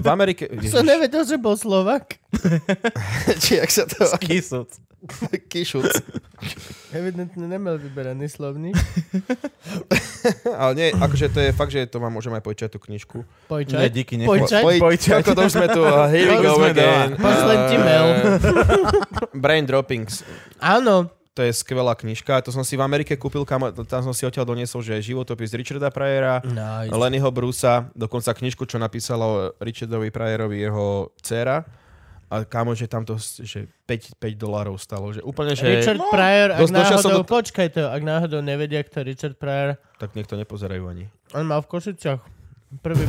S3: V Amerike...
S2: Som nevedel, že bol Slovak.
S3: či jak sa to...
S5: Kisúc.
S3: Kišuc.
S2: Evidentne nemal vyberaný slovník.
S3: Ale nie, akože to je fakt, že to vám môžem aj požičať tú knižku.
S5: Nie,
S2: Pojčaj.
S5: díky, nechod.
S2: Pojčaj.
S3: Poj-
S5: Pojčať.
S3: Ako to už sme tu, uh, here we
S5: To už
S3: go
S5: sme
S3: again.
S5: doma.
S2: Pošlem ti mail.
S3: Brain Droppings.
S2: Áno.
S3: To je skvelá knižka. To som si v Amerike kúpil, kam, tam som si odtiaľ doniesol, že je životopis Richarda Pryora,
S2: Nice.
S3: Lennyho Brusa, dokonca knižku, čo napísala Richardovi Pryerovi jeho dcéra. A kámo, že tam to že 5, 5 dolárov stalo. Že úplne, že...
S2: Richard Pryor, ak
S3: Dos- došiel som
S2: náhodou, počkaj to, ak náhodou nevedia, kto je Richard Pryor,
S3: Tak niekto nepozerajú ani.
S2: on mal v Košiciach prvý,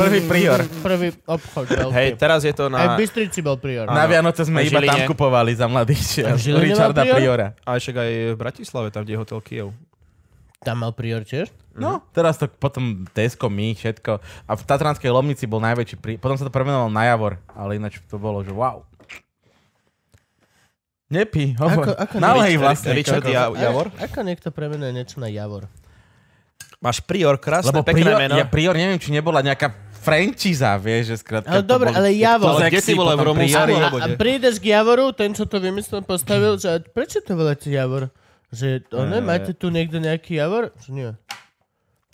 S5: Prvý prior.
S2: prvý obchod veľký.
S3: Hej, teraz je to
S2: Aj v
S3: na...
S2: Bystrici bol Pryor.
S5: Na Vianoce
S3: Aj
S5: sme iba tam
S3: Žiline.
S5: kupovali za mladých čias.
S2: Žiline má
S5: Richarda
S2: Priora?
S5: Priora.
S3: A však aj v Bratislave, tam, kde je hotel Kiev.
S2: Tam mal Pryor tiež?
S5: No, teraz to potom Tesco, my, všetko. A v Tatranskej Lomnici bol najväčší pri... Potom sa to premenoval na Javor, ale ináč to bolo, že wow. Nepí, hovor.
S2: Ako- ako
S5: Nalej
S3: Richard-
S5: vlastne.
S3: Richard
S5: kokos.
S3: Ja- Javor?
S2: A, ako niekto premenuje niečo na Javor?
S3: Máš Prior, krásne,
S5: Lebo
S3: pekné
S5: prior,
S3: meno.
S5: ja prior neviem, či nebola nejaká franchíza, vieš, že skrátka.
S2: Ale
S5: to
S2: dobre,
S5: bol-
S2: ale Javor.
S5: to
S3: Ale kde
S5: sexy,
S3: si bolo
S5: potom
S3: v Rumunsku?
S5: prior.
S2: Áno, a,
S3: Javor
S2: a
S3: je.
S2: prídeš k Javoru, ten, čo to vymyslel, postavil, že prečo to voláte Javor? Že, one, máte tu niekto nejaký Javor? Čo nie?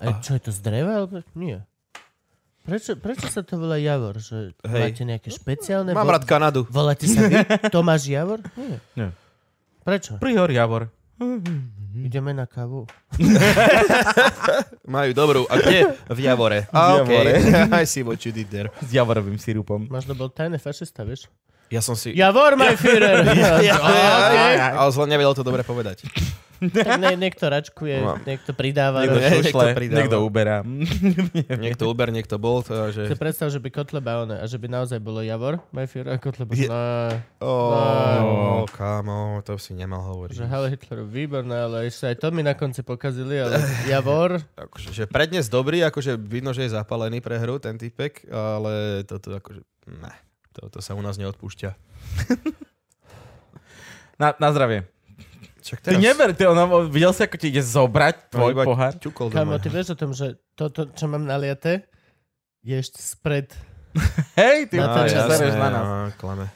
S2: A
S3: Ah.
S2: čo je to z dreva? Alebo... Nie. Prečo, prečo sa to volá Javor? Že
S3: Hej.
S2: máte nejaké špeciálne...
S3: Mám
S2: vo-
S3: rád Kanadu.
S2: Voláte sa vy Tomáš Javor? Nie.
S5: Nie.
S2: Prečo?
S5: Prior Javor.
S2: Ideme na kávu.
S3: Majú dobrú. A kde? V Javore.
S5: V
S3: A
S5: Javore.
S3: okej. I see what you did there.
S5: S Javorovým sirupom.
S2: Máš to bol tajné fašista, vieš?
S3: Ja som si...
S2: Javor, my Führer!
S3: Ja,
S2: Á, okej.
S3: ja, ale zle nevedel to dobre povedať.
S2: Tak ne, niekto račkuje,
S3: No.
S2: niekto pridáva.
S5: Niekto
S2: Niekto...
S3: Nie, niekto
S5: šušle,
S3: pridáva.
S5: niekto uberá.
S3: Niekto Uber, niekto Bolt. a
S2: Si
S3: Že...
S2: predstav, že by Kotleba one, a že by naozaj bolo Javor, Mayfield a Kotleba.
S3: Je-
S2: No,
S5: No.
S3: Oh, kámo, to si nemal hovoriť.
S2: že Halle Hitlerov výborné, ale ešte aj to mi na konci pokazili, ale Javor.
S3: Akože, že prednes dobrý, akože vidno, že je zapálený pre hru ten typek, ale toto akože... Ne, toto sa u nás neodpúšťa.
S5: Na, na zdravie.
S3: Čak
S5: Ty neber, ty ono, videl si, ako ti ide zobrať
S3: No,
S5: tvoj
S3: iba
S5: pohár?
S3: Ťukol
S2: Kamo,
S3: doma.
S2: ty vieš o tom, že toto, čo mám naliaté, je ešte spred.
S5: Hej, ty
S2: Na
S5: to
S2: to,
S5: čo
S2: jasné,
S5: sereš na nás.
S3: á, klame.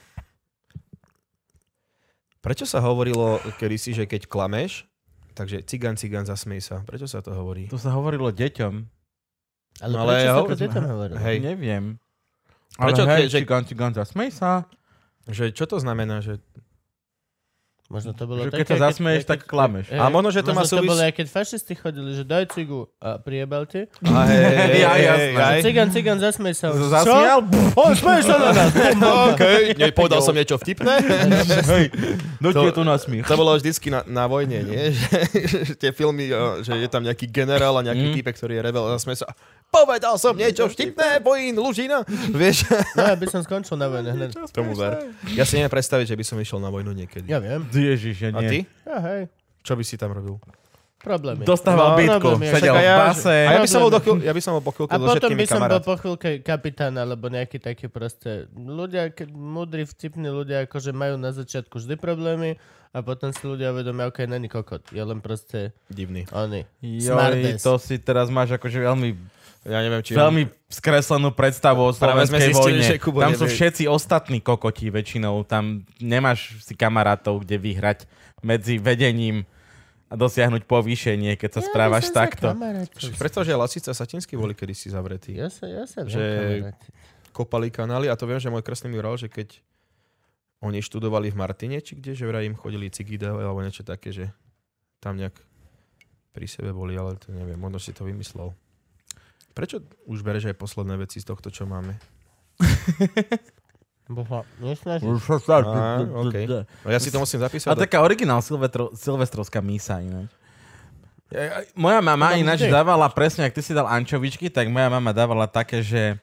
S3: Prečo sa hovorilo kedysi, že keď klameš, takže cigan, cigan, zasmej sa. Prečo sa to hovorí?
S5: To sa hovorilo deťom.
S2: Ale, ale
S3: No, ale
S2: prečo sa
S3: Javor-
S2: to deťom hovorí?
S3: Hej,
S5: Neviem. Ale
S3: Prečo
S5: hej,
S3: ke- že-
S5: cigán, cigán, zasmej sa.
S3: že čo to znamená? Že...
S2: Možno to bolo
S5: Že
S2: také,
S5: keď sa zasmeješ, tak klameš.
S2: Hej,
S3: A možno, že to má
S2: to
S3: súvis-
S2: bolo, aj keď fašisti chodili, že daj cigu a prijebal ti.
S3: A hej,
S5: Ja, jasné.
S2: Že Cigan, cigan, zasmej sa. Čo?
S5: Zasmial?
S2: O, smeješ sa na nás. Bum, bum, bum.
S3: Okej, okay, povedal som niečo vtipné.
S5: Hej, do
S3: To-
S5: ti je tu nasmiech.
S3: To bolo vždycky na, na vojne, nie? Že, že tie filmy, o, že je tam nejaký generál a nejaký mm. týpek, ktorý je rebel a sme sa povedal som niečo vtipné, vojín, lužina. Vieš,
S2: No, ja by som skončil na vojne hneď.
S3: tomu ver. Ja si neviem predstaviť, že by som išiel na vojnu niekedy.
S2: Ja viem.
S5: Ježiš, ja
S3: A
S5: nie.
S3: ty?
S2: Ja, hej.
S3: Čo by si tam robil?
S2: Problém je.
S5: Dostával
S2: No,
S5: bytku,
S2: problém je.
S5: sedel
S3: Čakaj,
S5: v
S3: ja, že-
S5: base.
S3: A ja by som bol, do chvíľ, ja by som bol po chvíľke
S2: A
S3: so
S2: potom
S3: všetkými
S2: by som bol
S3: kamarát.
S2: po chvíľke kapitán alebo nejaký taký proste ľudia, ke- múdri, vtipní ľudia, akože majú na začiatku vždy problémy a potom si ľudia uvedomia, ok, není kokot, je len proste
S3: Divný.
S2: oni.
S5: Joj,
S2: Smartass.
S5: to si teraz máš akože veľmi,
S3: Ja neviem, či...
S5: veľmi skreslenú predstavu o
S3: Práve sme
S5: slovenskej
S3: zistili,
S5: vojne.
S3: že Kubo
S5: tam sú
S3: nevie.
S5: všetci ostatní kokoti väčšinou. Tam nemáš si kamarátov, kde vyhrať medzi vedením a dosiahnuť povýšenie, keď sa
S2: Ja by
S5: správaš
S2: som sa
S5: takto.
S2: kamarátil.
S3: Predstav, že Lasica a Satinsky boli kedysi zavretí.
S2: Ja sa, ja sa že...
S3: Že- kopali kanály a to viem, že môj krstný mi hovoril, že keď oni študovali v Martine, či kde, že vraj im chodili cigy dávať alebo niečo také, že tam nejak pri sebe boli, ale to neviem, možno si to vymyslel. Prečo už bereš aj posledné veci z tohto, čo máme?
S2: Boha, nesnažím.
S3: Á, okej. No ja si to musím zapísať.
S5: A taká originál Silvetro, silvestrovská mísa ináč. Ja- ja- Moja mama
S2: To tam
S5: ináč
S2: vždy.
S5: dávala, presne, ak ty si dal ančovičky, tak moja mama dávala také, že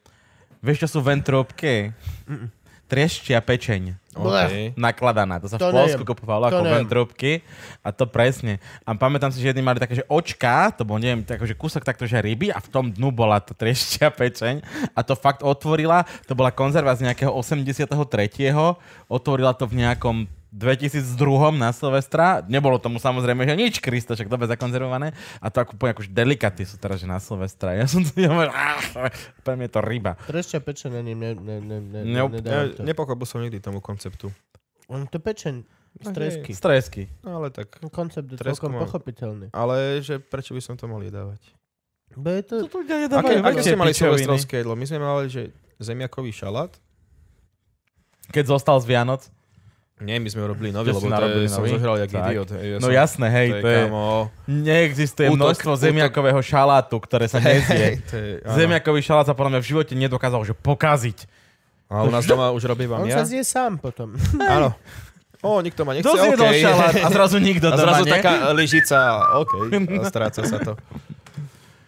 S5: vieš, čo sú ventróbky? Trieštia pečeň.
S3: okay.
S5: Nakladaná. To sa
S2: To
S5: v Polsku
S2: neviem. To
S5: kupovalo ako
S2: neviem.
S5: ventróbky. A to presne. A pamätám si, že jedni mali také, že očka, to bol, neviem, akože kúsok takto, že ryby a v tom dnu bola to trieštia pečeň. A to fakt otvorila, to bola konzerva z nejakého 83. Otvorila to v nejakom 2002 na Silvestra. Nebolo tomu samozrejme, že nič, Krista, však dobe zakonzervované. A to ako úplne akože delikaty sú teraz, že na Silvestra. Ja som to, ja hovorím, "Ah, pre mňa je to ryba.
S2: Prečo pečené ne, ne, ne, ne, ne,
S5: Nope.
S2: nedávam
S3: Ja
S2: to.
S3: nepochopil som nikdy tomu konceptu.
S2: On to pečen, stresky.
S5: Stresky.
S3: No ale tak.
S2: Koncept je
S3: No, Tresku
S2: celkom
S3: mám.
S2: pochopiteľný.
S3: Ale že prečo by som to mal jedávať?
S2: Bo je to...
S5: Toto ľudia
S3: Aké,
S5: nedávajú
S3: aké
S5: veľké
S3: ste mali
S5: pičoviny.
S3: silvestrovské jedlo? My sme mali, že zemiakový šalát.
S5: Keď zostal z Vianoc?
S3: Nie, my sme urobili nový, lebo
S5: Čo ste
S3: to
S5: narobili
S3: je, som
S5: nový?
S3: zožral jak
S5: Tak.
S3: idiot. hej, Ja
S5: No
S3: som-
S5: jasné, hej, to je...
S3: Kamo,
S5: Neexistuje
S3: Útok,
S5: množstvo
S3: útok.
S5: zemiakového šalátu, ktoré sa nezie.
S3: to je, áno.
S5: Zemiakový šalát sa podľa mňa v živote nedokázal že pokaziť.
S3: A u nás doma už robí
S2: On
S3: vám
S2: sa
S3: ja?
S2: zje sám potom.
S3: Áno. O, nikto ma nechce,
S5: Kto si jedol
S3: okej.
S5: šalát a zrazu nikto
S3: A
S5: doma,
S3: zrazu
S5: nie?
S3: taká lyžica, okej, a stráca sa to.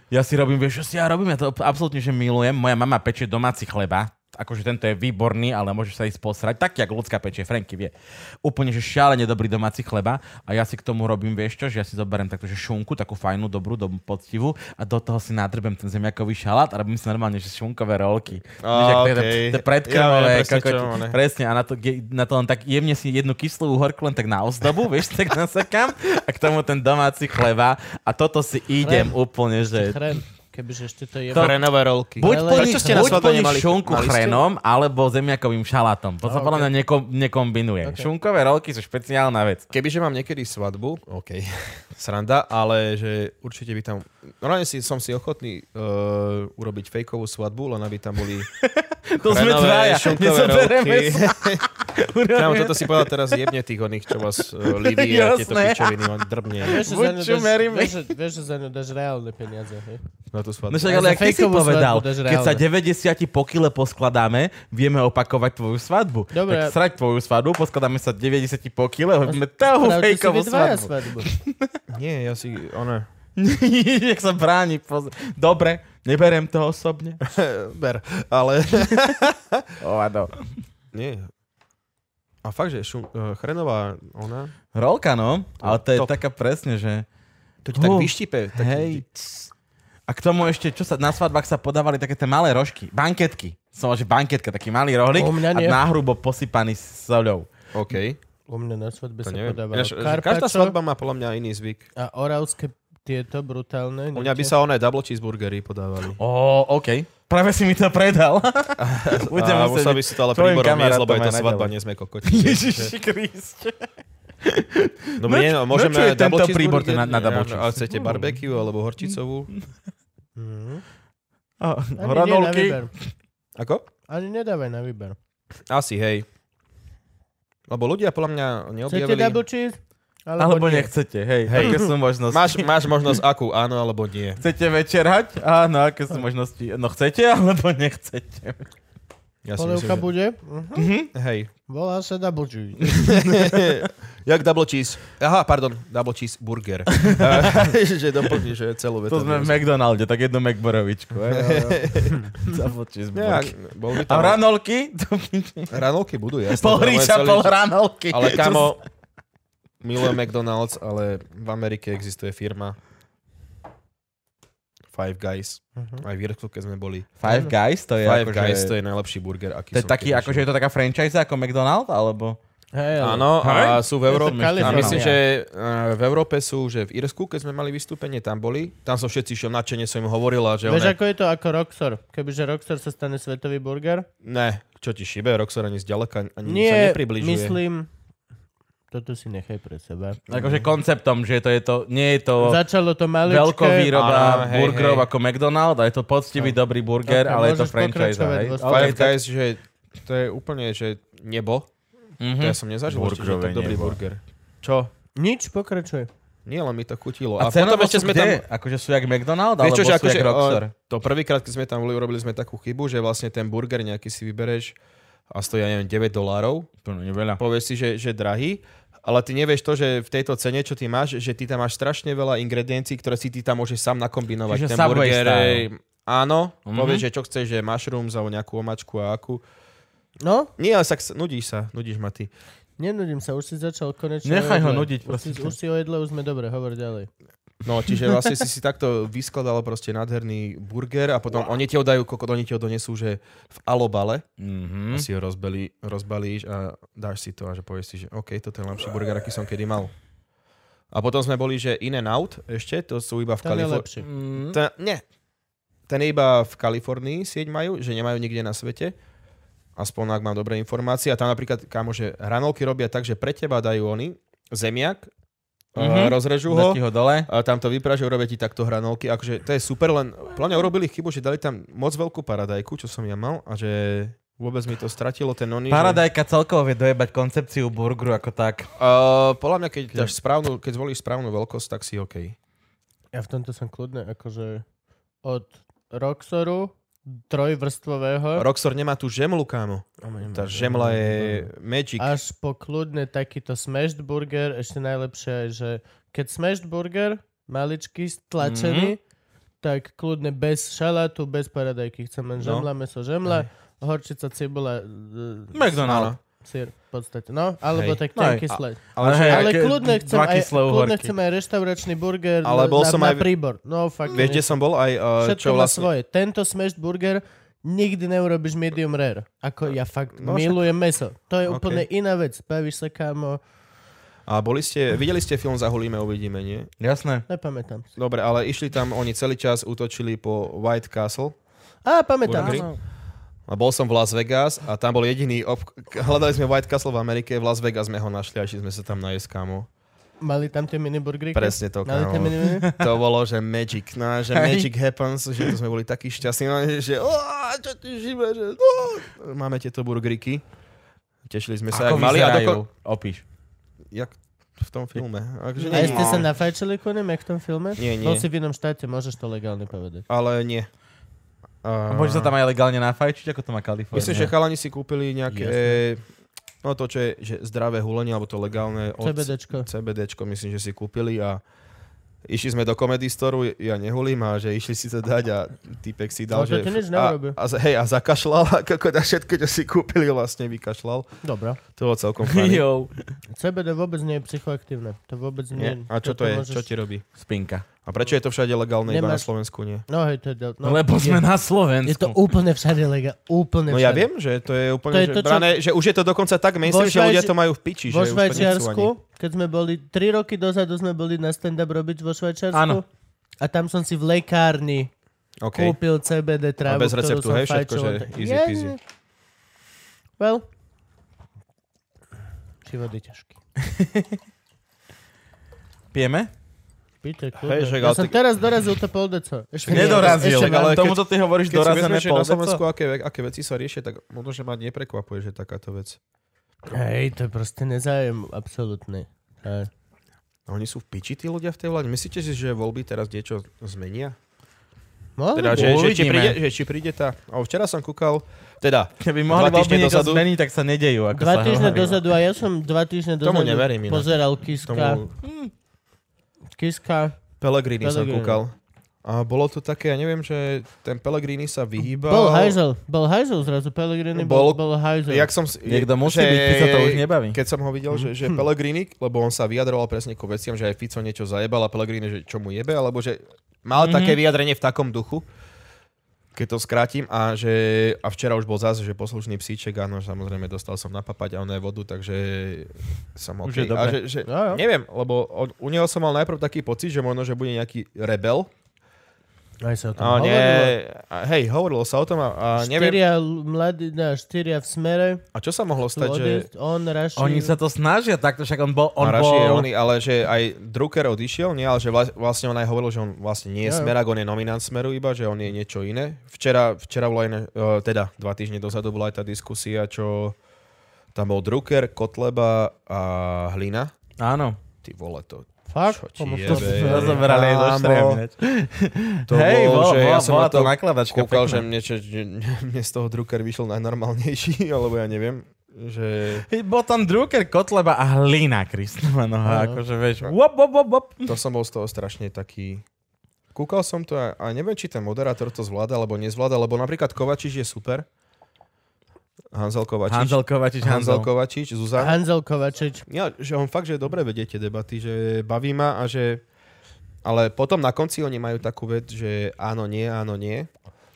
S5: Ja si robím, vieš, čo si ja robím? Ja to absolútne, že milujem. Moja mama peče domáci chleba. Akože tento je výborný, ale môžeš sa ísť posrať. Tak, jak ľudská pečie, Franky vie. Úplne, že šialene dobrý domáci chleba. A ja si k tomu robím, vieš čo, že ja si zoberiem takto, že šunku, takú fajnú, dobrú, do, poctivú. A do toho si nadrbem ten zemiakový šalát a robím si normálne, že šunkové rolky.
S3: Á,
S5: Vieš, jak to je to-
S3: okej.
S5: to je predkrmové,
S3: Ja viem presne, čo
S5: kokoti.
S3: one.
S5: Presne, a na to, ge- na to len tak jemne si jednu kyslú uhorku len tak na ozdobu, vieš, tak nasekám a k tomu ten domáci chleba a toto si idem úplne, že
S2: Chrén, kebyže ešte to je...
S5: To-
S3: Hrenové rolky.
S5: Buď
S2: Ale-
S5: plníš,
S2: Prečo
S3: ste na
S5: buď
S3: svadbe
S5: plníš
S3: nemali-
S5: šunku
S3: mali ste?
S5: chrenom, alebo zemiakovým šalátom. To
S2: A,
S5: sa podľa
S2: ok.
S5: mňa nekom, nekombinuje.
S2: Ok.
S5: Šunkové rolky sú špeciálna vec.
S3: Kebyže mám niekedy svadbu, OK, sranda, ale že určite by tam... Normálne si, som si ochotný uh, urobiť fejkovú svadbu, len aby tam boli
S5: To sme
S3: Hrenové,
S5: dvaja,
S3: šunkové
S5: nezoberieme
S3: rolky.
S5: sa.
S3: Kámo, toto si povedal teraz jebne tých oných, čo vás uh, Lidi a tieto
S5: Jasné.
S3: pičoviny on drbne
S2: Vieš, že za
S5: Buď
S2: ňu
S5: čo
S2: dáš-
S5: meríme.
S2: vieš, že- vieš, že za ňu dáš reálne peniaze. hej?
S3: na tú
S5: No
S3: svadbu.
S5: však,
S2: Aj
S5: ale
S2: za
S5: jak ty si
S2: fejkovú
S5: povedal,
S2: svadbu dáš
S5: keď sa
S2: reálne.
S5: 90 po kile poskladáme, vieme opakovať tvoju svadbu.
S2: Dobre.
S5: Tak srať tvoju svadbu, poskladáme sa 90 po kile, robíme tú
S2: Pravdu, si
S5: fejkovú
S2: vy dvaja
S5: svadbu.
S2: svadbu.
S3: Nie, ja si... Ona...
S5: Jak sa bráni. Poz... Dobre, neberem to osobne.
S3: Ber, ale...
S5: O, ado.
S3: Nie. A fakt, že šum, eh, chrenová ona...
S5: Rolka, no. Ale to je
S3: Top.
S5: taká presne, že...
S3: To ti tak
S5: Oh,
S3: vyštipe. Tak
S5: Hej. ts. A k tomu ešte, čo sa na svadbách sa podávali také tie malé rožky, banketky. Som že banketka, taký malý rohlik
S2: U mňa
S5: a
S2: nie.
S5: náhrubo posypaný soľou.
S3: OK,
S2: U mňa na svadbe sa
S3: to neviem.
S2: podávalo
S3: Ináč, že Každá
S2: karpačo
S3: svadba má podľa mňa iný zvyk.
S2: a oravské tieto brutálne.
S3: U mňa by
S2: nejaké-
S3: sa oné double cheeseburgery podávali.
S5: Ó, OK. Práve si mi to predal. Budem
S3: a
S5: musieť-
S3: musel by si to ale
S5: tvojim
S3: príborom jesť, lebo je
S5: kamarátom
S3: to
S5: aj
S3: svadba,
S5: naďalej.
S3: nie sme kokoti.
S5: Ježiši Kriste.
S3: No, nie, no, môžeme
S5: no, čo je
S3: double
S5: tento príbor
S3: cheeseburger?
S5: na- na double
S3: Áno, A
S5: cheese?
S3: chcete barbecue alebo horčicovú?
S2: Mhm.
S5: A
S2: Ani nie na
S5: Hranolky.
S2: výber.
S3: Ako?
S2: Ani nedávaj na výber.
S3: Asi, hej. Lebo ľudia podľa mňa
S2: Chcete
S3: neobjavili...
S2: double cheese?
S5: Alebo
S2: nie.
S5: nechcete, hej. Aké sú možnosti?
S3: Máš, máš možnosť akú, áno alebo nie.
S5: Chcete večerhať? Áno, aké sú možnosti? No chcete, alebo nechcete?
S3: Ja si myslím,
S2: Polievka
S3: že...
S2: bude? Mhm.
S3: Hej.
S2: Volá sa double cheese.
S3: Jak double cheese. Aha, pardon, double cheese burger. že doplní, že celú vetu.
S5: To sme v McDonalde, tak jednu McBorovičku. hej. Double
S3: Ja,
S5: cheeseburger.
S3: bol by
S5: A
S3: tam...
S5: hranolky? To
S3: Ranolky budú, jasné.
S5: Pol
S3: to je
S5: ríča,
S3: celý-
S5: pol hranolky.
S3: Ale kamo, milujem McDonald's, ale v Amerike existuje firma Five Guys. Aj v Irsku, keď sme boli.
S5: Five Guys, Mhm. to je
S3: Five
S5: akože...
S3: Guys, to je najlepší burger, aký
S5: to je
S3: som
S5: taký,
S3: kedy
S5: akože je to taká franchise ako McDonald's, alebo...
S2: Hej, ale-
S3: Áno, a sú v Európe. A
S2: Kalifornia.
S3: myslím, že eh, v Európe sú, že v Irsku, keď sme mali vystúpenie, tam boli. Tam som všetci išiel nadšene, som im hovorila, že
S2: Vieš,
S3: ona...
S2: ako je to ako Roxor? Kebyže Roxor sa stane svetový burger?
S3: Ne, čo ti šibe, Roxor ani zďaleka
S5: Mm,
S3: ani sa
S2: Nie,
S3: nepribližuje.
S2: myslím... Toto si nechaj pre seba.
S5: Akože konceptom, že to je to, nie je to
S2: Začalo to maličké.
S5: veľkovýroba
S3: Áno, hej,
S5: burgerov
S3: hej.
S5: ako McDonald's, a je to poctivý, dobrý burger,
S2: Ok,
S5: ale je to
S2: môžeš
S5: franchise,
S2: pokračovať
S5: hej?
S2: vo
S5: OK,
S3: Five
S5: tak-
S3: Guys, že to je úplne, že nebo.
S5: Mhm.
S3: To ja som nezažil, ešte, že je
S5: Burgerové
S3: to dobrý
S5: nebo.
S3: burger. Čo?
S2: Nič, pokračuj.
S3: Nie, len mi to chutilo. vlastne
S5: A, cenovo sú sme kde? Tam... Akože sú jak McDonald's,
S3: Vieš
S5: alebo
S3: čo, že
S5: sú
S3: akože,
S5: jak Rockstar?
S3: o, to prvýkrát, keď sme tam boli, urobili sme takú chybu, že vlastne ten burger nejaký si vybereš a stojí, ja neviem, 9 dolárov.
S5: To nie je veľa.
S3: Povieš si, že, že drahý, ale ty nevieš to, že v tejto cene, čo ty máš, že ty tam máš strašne veľa ingrediencií, ktoré si ty tam môžeš sám nakombinovať.
S5: Čiže
S3: ten
S5: Subway
S3: burger,
S5: style.
S3: ej, áno,
S5: Mhm.
S3: mm-hmm. povieš, že čo chceš, že mushrooms alebo nejakú omačku a akú.
S2: No,
S3: Nie, ale sa, nudíš sa, nudíš ma ty.
S2: nenudím sa, už si začal konečne.
S5: Nechaj
S2: o jedle.
S5: ho nudiť,
S2: Už si,
S5: prosím ťa.
S2: už si o jedle, už sme dobre, hovor ďalej.
S3: No, čiže vlastne si si takto vyskladal proste nádherný burger a potom wow. oni ti ho dajú, kokot, oni ti ho donesú, že v alobale mm.
S5: Mhm.
S3: si ho rozbeli, rozbalíš a dáš si to a že povieš si, že OK, toto je lepší burger, aký som kedy mal. A potom sme boli, že in and out ešte, to sú iba
S2: Ten
S3: v
S2: je
S3: Kalifornii.
S2: lepší.
S5: Mhm.
S3: Ten, nie. Ten je iba v Kalifornii sieť majú, že nemajú nikde na svete. Aspoň ak mám dobré informácie. A tam napríklad, kámo, že hranolky robia tak, že pre teba dajú oni zemiak,
S5: Mhm.
S3: mm-hmm. rozrežú
S5: Dá
S3: ho,
S5: ti ho dole.
S3: a tam to vypráže, urobia ti takto hranolky. Akože to je super, len podľa mňa urobili chybu, že dali tam moc veľkú paradajku, čo som ja mal a že vôbec mi to stratilo ten oný.
S5: Paradajka celkovo vie dojebať koncepciu burgeru ako tak.
S3: Že, uh, podľa mňa, keď, dáš správnu, keď zvolíš správnu veľkosť, tak si OK.
S2: Ja v tomto som kľudný, akože od Roxoru, trojvrstvového,
S3: Roxor nemá tú žemlu, kámo. Tá žemla je magic.
S2: No, až po kľudne takýto smashed burger, ešte najlepšie je, že keď smashed burger, maličký,
S5: Mhm.
S2: stlačený, tak kľudne bez šalátu, bez paradajky. Chcem len
S3: No.
S2: žemla, meso žemla, horčica, cibula, e,
S5: McDonald's.
S2: sír v podstate. No, alebo
S3: Hej.
S2: tak
S5: No aj-
S2: tenký sled.
S5: Ale, hej,
S2: Ale
S5: aké-
S2: kľudne chcem,
S5: dva
S2: aj,
S5: kyslé
S2: kľudne
S5: uhorky.
S2: chcem aj reštauračný burger
S3: Ale
S2: na,
S3: bol
S2: na,
S3: som
S2: na
S3: aj v-
S2: príbor. No, fakt.
S3: Vieš, kde som bol aj, uh,
S2: Všetko
S3: čo
S2: má
S3: vlastne...
S2: svoje. Tento smashed burger nikdy neurobiš medium rare. Ako ja fakt
S3: No, však-
S2: milujem meso. To je
S3: OK.
S2: úplne iná vec. Bavíš sa, kámo.
S3: A boli ste, videli ste film Zahulíme, uvidíme, nie?
S5: Jasné.
S2: Nepamätám. si.
S3: Dobre, ale išli tam, oni celý čas útočili po White Castle.
S2: Á, pamätám. si.
S3: Burgery? A bol som v Las Vegas a tam bol jediný... Ob... Hľadali sme White Castle v Amerike, v Las Vegas sme ho našli a išli sme sa tam najesť, kámo.
S2: Mali tam tie mini burgery.
S3: Presne to,
S2: Mali tie
S3: kámo.
S2: mini, mini?
S3: To bolo, že magic, no, že
S5: Hej.
S3: magic happens, že to sme boli takí šťastní, no, že "Ó, čo ti živé, že no. máme tieto burgeriky. Tešili sme sa, jak
S5: Ako
S3: mali. A
S5: vyzerajú?
S3: doko-
S5: Opíš.
S3: jak v tom filme. Akže,
S2: A ste sa nafajčili konem, jak v tom filme?
S3: Nie, nie.
S2: Bol si v inom štáte, môžeš to legálne povedať.
S3: Ale nie.
S5: A
S3: A...
S5: môže sa tam aj legálne nafajčiť, ako to má Kalifornia.
S3: Myslím, že chalani si kúpili nejaké... No to, čo je že zdravé hulenie, alebo to legálne od
S2: CBDčko.
S3: CBDčko, myslím, že si kúpili a išli sme do Comedy Store, ja nehulím a že išli si to dať a typek si dal,
S2: No to
S3: že...
S2: ti nič
S3: a,
S2: neurobil.
S3: a, za- hej, a zakašľal a koko na všetko, čo si kúpili, vlastne vykašľal.
S2: Dobre.
S3: To bolo celkom funny.
S5: Jo.
S2: CBD vôbec nie je psychoaktívne. To vôbec nie.
S3: Nie? A čo
S2: toto
S3: to, je?
S2: môžeš-
S3: Čo ti robí?
S5: Spinka.
S3: A prečo je to všade legálne, iba na
S2: Nemáš-
S3: Slovensku nie?
S2: No hej, to je... del- No,
S5: Lebo
S2: je,
S5: sme na Slovensku.
S2: Je to úplne všade legálne. Úplne
S3: No
S2: všade.
S3: ja viem, že to je úplne...
S2: To je
S3: že,
S2: to, čo-
S3: brané, že už je to dokonca tak mainstream,
S2: Vo
S3: že ľudia
S2: Švajči-
S3: to majú v piči.
S2: Vo
S3: že už to nechcú
S2: Švajčiarsku,
S3: ani.
S2: keď sme boli 3 roky dozadu, sme boli na stand-up robiť vo Švajčiarsku.
S5: Áno.
S2: A tam som si v lekárni
S3: OK.
S2: okay. kúpil CBD trávu,
S3: bez
S2: ktorú
S3: receptu,
S2: som
S3: hej, všetko,
S2: fajčil.
S3: že easy
S2: Je-
S3: peasy.
S2: Well, život je ťažký.
S5: Pijeme?
S2: Píte,
S3: Hej,
S2: hey,
S3: že
S2: ja
S3: ale
S2: som
S3: ty-
S2: teraz dorazil to pol deco. Ešte nie,
S5: Nedorazil.
S2: ešte mám.
S5: Ale tomu, čo ty
S3: Keď
S5: hovoríš,
S3: si
S5: dorazené
S3: vezmeš, že na
S5: pol
S3: Slovensku, aké, aké veci sa riešia, tak možno, že ma neprekvapuje, že takáto vec.
S2: Hej, to je proste nezájem, absolútny. Hej.
S3: A oni sú v piči, tí ľudia v tej vláde. Myslíte si, že voľby teraz niečo zmenia?
S2: Mohli
S3: Teda,
S2: by.
S3: že, že, či
S5: Uvidíme.
S3: príde, že či príde tá... A včera som kúkal, teda,
S5: Keby
S3: Dva
S5: mohli
S3: týždne
S5: voľby niečo
S3: dozadu.
S5: zmeniť, tak sa nedejú. Ako
S2: Dva
S5: sa
S2: týždne
S5: hovorí.
S2: dozadu a ja som dva týždne dozadu
S3: Tomu neverím inak.
S2: pozeral Kiska.
S3: tomu
S2: Kiska.
S3: Pelegrini som
S2: Pellegrini.
S3: kúkal. A A bolo to také, ja neviem, že ten Pellegrini sa vyhýbal.
S2: Bol hajzel, bol hajzel zrazu, Pellegrini bol,
S3: Bol-
S2: bol hajzel.
S3: Jak som, si-
S5: Hm. Niekto musí
S3: že-
S5: byť, keď sa to už nebaví. Hm.
S3: Keď som ho videl, že, že Pellegrini, lebo on sa vyjadroval presne ku veciam, že aj Fico niečo zajebal a Pellegrini, že čo mu jebe, alebo že mal
S5: Mhm.
S3: mm-hmm. také vyjadrenie v takom duchu, keď to skrátim, a, že, a včera už bol zase, že poslušný psíček, áno, samozrejme dostal som napapať a on aj vodu, takže som OK.
S5: Už
S3: a
S5: je dobre.
S3: že, že,
S2: Jo, jo.
S3: neviem, lebo on, u neho som mal najprv taký pocit, že možno, že bude nejaký rebel.
S2: Aj sa o tom
S3: A nie,
S2: hovorilo.
S3: a hej, hovorilo sa o tom a, a neviem,
S2: Štyria l- mladí, ne, štyria v smere.
S3: a čo sa mohlo
S2: Stať,
S3: stať, že...
S2: On, Raši.
S5: Oni sa to snažia takto, však on bol...
S3: On
S5: On
S3: Raši je
S5: bol...
S3: oný, ale že aj Drucker odišiel, nie, ale že vla- vlastne on aj hovoril, že on vlastne nie je
S2: Jo, jo.
S3: smerák, on je nominant smeru iba, že on je niečo iné. Včera, včera bola iné, eh, teda dva týždne dozadu bola aj tá diskusia, čo tam bol Drucker, Kotleba a Hlina.
S5: Áno.
S3: Ty vole, to,
S2: Fakt?
S3: Čo ti
S2: Komu
S3: jebe,
S2: to-
S5: To si
S3: Jebe,
S5: rozoberali aj zo
S3: áno.
S5: štremne.
S3: to
S5: Hej,
S3: bol,
S5: bola-
S3: že ja
S5: bola-
S3: som
S5: bola
S3: na to
S5: to nakladačka
S3: kúkal,
S5: pekná.
S3: že mne, že, že mne z toho Drucker vyšiel najnormálnejší, alebo ja neviem, že
S5: Bol tam Drucker, Kotleba a Hlina Kristova noha,
S2: Áno.
S5: akože vieš, wop, wop, wop, wop.
S3: to som bol z toho strašne taký... Kúkal som to a, a neviem, či ten moderátor to zvláda alebo nezvláda, lebo napríklad Kovačič je super. Hanzel Kovačič.
S5: Hanzel Kovačič,
S3: Hanzel
S5: Hanzel.
S3: Kovačič, Zuzana.
S2: Hanzel Kovačič.
S3: Ja, že on fakt, že dobre vedie tie debaty, že baví ma a že... Ale potom na konci oni majú takú vec, že áno, nie, áno, nie.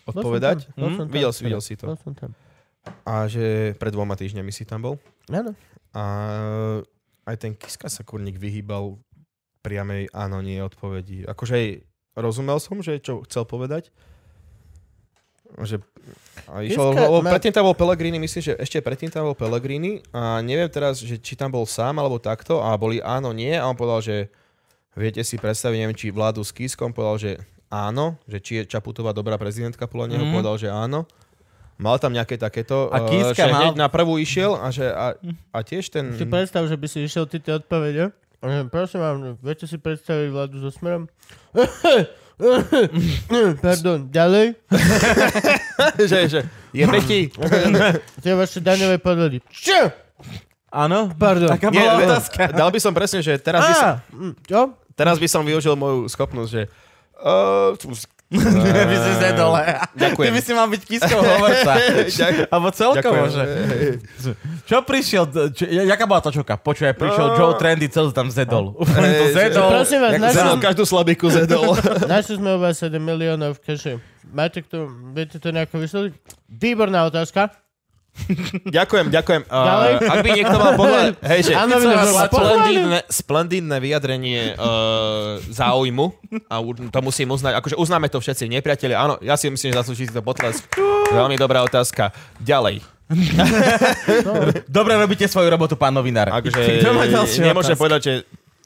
S2: Bol som
S3: Odpovedať.
S2: tam,
S3: Mhm.
S2: bol som tam.
S3: Videl si, videl si to.
S2: Bol som tam.
S3: A že pred dvoma týždňami si tam bol.
S2: Áno.
S3: A aj ten Kiska sa kurník vyhýbal priamej áno, nie odpovedi. Akože aj rozumel som, že čo chcel povedať. Že, a išlo,
S2: Kiska
S3: lebo
S2: má-
S3: predtým tam bol Pellegrini, myslím, že ešte predtým tam bol Pellegrini a neviem teraz, že či tam bol sám alebo takto a boli áno, nie a on povedal, že viete si predstaviť, neviem, či vládu s Kiskom povedal, že áno, že či je Čaputová dobrá prezidentka, podľa neho
S5: Mhm.
S3: mm. povedal, že áno. Mal tam nejaké takéto,
S5: A
S3: eh,
S5: Kiska
S3: že
S5: mal-
S3: hneď na prvú išiel a, že, a, a tiež ten...
S2: Si predstav, že by si išiel ty tie odpovede. A že, Prosím vám, viete si predstaviť vládu so smerom? Pardon, ďalej.
S3: že, že je
S2: No.
S3: preti.
S2: Tie vaše daňové podvody. Čo?
S5: Áno,
S2: Pardon.
S5: taká
S3: Nie,
S5: bola
S3: ve-
S5: otázka.
S3: dal by som presne, že teraz, by som,
S2: Á, mm, čo?
S3: teraz by som využil moju schopnosť, že... Uh,
S5: By si zedole.
S3: Ďakujem.
S5: Ty by si mal byť kiskov hovorca.
S3: Ďakujem.
S5: Alebo celkovo, že... Čo prišiel, čo, jaká bola točovka? Počuj, prišiel Joe Trendy, celý tam zedol. Úplne
S3: No. Ej,
S5: to
S3: že-
S5: zedol.
S2: Prosím vás,
S3: Jak
S2: našli,
S3: zedol, každú slabiku zedol.
S2: našli sme u vás 7 miliónov v keši. Máte to, viete to nejako vysvetliť? Výborná otázka.
S3: ďakujem, ďakujem.
S2: Ďalej.
S3: Uh, ak by niekto mal povedať, hej, že
S2: Áno,
S3: Fico má
S2: vidno, že-
S3: splendidné, splendidné vyjadrenie uh, záujmu a u- to musím uznať, akože uznáme to všetci nepriatelia, áno, ja si myslím, že zaslúži si to potlesk. Veľmi dobrá otázka. Ďalej.
S5: Dobre robíte svoju robotu, pán novinár.
S3: Akože
S5: Kto má ďalšiu
S3: nemôžem
S5: otázku?
S3: povedať, že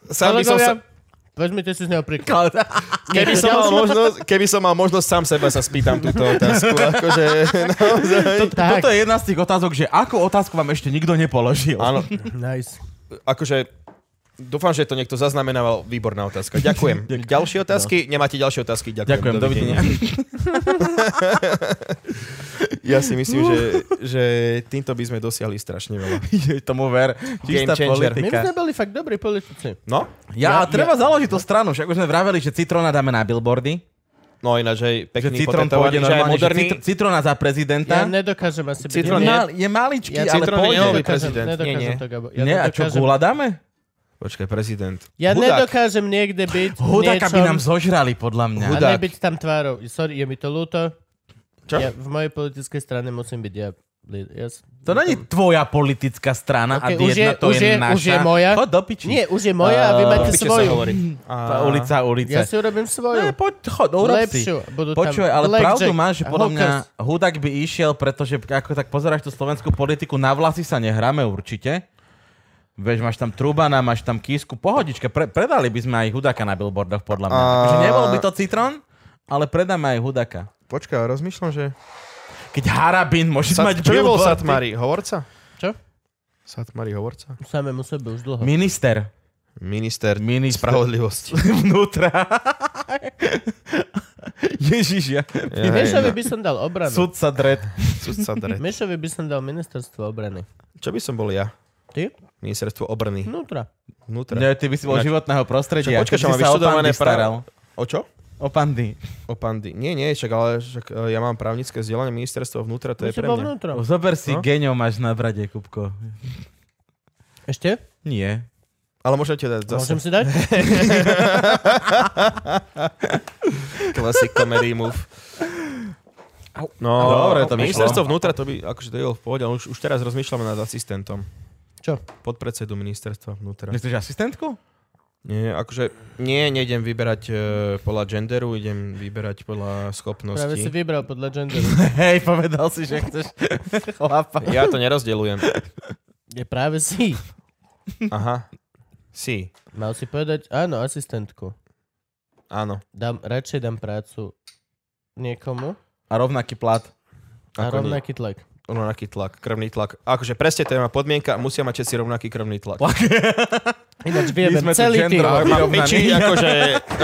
S3: sám by som sa...
S2: Kolegovia, vezmite si z neho príklad.
S5: Klauda.
S3: Keby som, mal možnosť, keby som mal možnosť, sám seba sa spýtam túto otázku. Akože,
S2: Tak.
S5: Toto je jedna z tých otázok, že akú otázku vám ešte nikto nepoložil.
S3: áno,
S2: Nice.
S3: akože dúfam, že to niekto zaznamenával. Výborná otázka. Ďakujem. Ďalšie otázky? Nemáte ďalšie otázky? Ďakujem.
S5: No. Ďakujem, dovidenia.
S3: Ja si myslím, že,
S5: Uh.
S3: že týmto by sme dosiahli strašne veľa.
S5: Je tomu ver. Čistá
S3: Game changer.
S2: My
S5: politika.
S2: sme boli fakt dobrí politici.
S3: No?
S5: Ja,
S3: Ja-
S5: a treba založiť tú stranu, však už sme vraveli, že Citrona dáme na billboardy.
S3: No ináč aj
S5: Že
S3: pekný
S5: Citron
S3: potentovaný, že
S5: pôjde
S3: aj
S5: normálne, že
S3: moderný.
S5: Citr- Citrona za prezidenta.
S2: Ja nedokážem asi byť.
S3: Citrón
S5: je,
S2: Ja
S5: mal, je maličký,
S3: Ja-
S5: ale
S3: Citrón je
S5: pôjde.
S3: nový
S2: nedokážem-
S3: prezident.
S2: Nedokážem
S3: Nie, nie.
S2: to, Gabo. Ja
S5: Nie, a čo,
S2: nedokážem-
S5: gula dáme?
S3: Počkaj, prezident.
S2: Ja
S3: Hudák.
S2: nedokážem niekde byť
S5: Hudáka by
S2: niečom
S5: nám zožrali, podľa mňa.
S3: Hud-
S2: A
S3: Chudák.
S2: nebyť tam tvárou. Sorry, je mi to ľúto.
S3: Čo?
S2: Ja, v mojej politickej strane musím byť ja. Li- ja s-
S5: To není tvoja politická strana
S2: Okej,
S5: a
S2: Hm. už
S5: jedna,
S2: je-
S5: to
S2: už je-
S5: je, naša.
S2: už je moja.
S5: Chod do piči.
S2: Nie, už je moja a vy
S5: Eh,
S2: máte
S5: do
S3: Piče sa
S2: svoju.
S3: hovorí. A...
S5: Tá ulica, ulica.
S2: Ja si urobím svoju.
S5: Ne, poď, chod, urob si.
S2: Lepšiu. Budú tam
S5: Počuj, ale
S2: Black
S5: pravdu
S2: Jack
S5: máš, že
S2: a
S5: podľa mňa
S2: Hawkers.
S5: Hudák by išiel, pretože ako tak pozeráš tú slovenskú politiku, na vlasy sa nehráme určite. Vieš, máš tam Trubana, máš tam Kisku, pohodička, pre, predali by sme aj Hudáka na billboardoch, podľa mňa.
S3: A-
S5: Takže nebol by to Citron, ale predáme aj Hudáka.
S3: Počkaj, rozmýšľam, že...
S5: Keď Harabin môže
S3: Sa...
S5: mať
S3: Čo by bol
S5: billboard.
S3: Satmari? Hovorca?
S2: Čo?
S3: Satmari hovorca?
S2: Samému sebe už dlho.
S5: Minister.
S3: Minister,
S5: Minister.
S3: spravodlivosti.
S5: Vnútra. Ježiš, ja.
S3: Ja, no.
S2: Mišovi by som dal obranu.
S5: Sudca Dredd.
S3: Sudca Dredd.
S2: Mišovi by som dal ministerstvo obrany.
S3: Čo by som bol ja?
S2: Ty?
S3: Ministerstvo obrany.
S2: Vnútra.
S3: Vnútra.
S5: Nie, ty by si bol
S3: Ináč-
S5: životného prostredia.
S3: Čo, počkaj,
S5: Ty by
S3: čo má
S5: si sa o
S3: vyštudované
S5: Atlanty
S3: právo?
S5: staral.
S3: O čo?
S5: O pandy.
S3: O pandy. Nie, nie, však, ale však, e, ja mám právnické vzdelanie ministerstva vnútra,
S2: My
S3: to je
S2: si
S3: pre
S2: bol
S3: mňa.
S2: vnútro.
S5: Zober si,
S3: No?
S5: no? geňo máš na brade, Kupko.
S2: Ešte?
S5: Nie.
S3: Ale môžete dať
S2: Môžem
S3: zase
S2: si dať?
S3: classic comedy move. No,
S5: Dobre, to by
S3: ministerstvo vnútra, to by, akože to je v pohode, ale už, už teraz rozmýšľame nad asistentom.
S2: Čo?
S3: Podpredsedu ministerstva vnútra.
S5: Myslíš asistentku?
S3: Nie, akože nie, nejdem vyberať e, podľa genderu, idem vyberať podľa
S2: Práve si
S3: schopností.
S2: vybral podľa genderu.
S5: Hej, povedal si, že chceš chlapa.
S3: Ja to nerozdeľujem.
S2: Je práve si.
S3: Aha. Si.
S2: Mal si povedať, áno, asistentku.
S3: Áno.
S2: Dám, radšej dám prácu niekomu
S5: A rovnaký plat.
S2: a
S3: Ako nie.
S2: rovnaký tlak.
S3: Rovnaký tlak, krvný tlak. Akože presne téma podmienka, musia mať všetci rovnaký krvný tlak.
S2: Ináč
S5: My
S2: vyjebem
S5: sme tu
S2: celý tým.
S5: gender
S3: Tak ma
S5: Vyrovnaný.
S3: piči, akože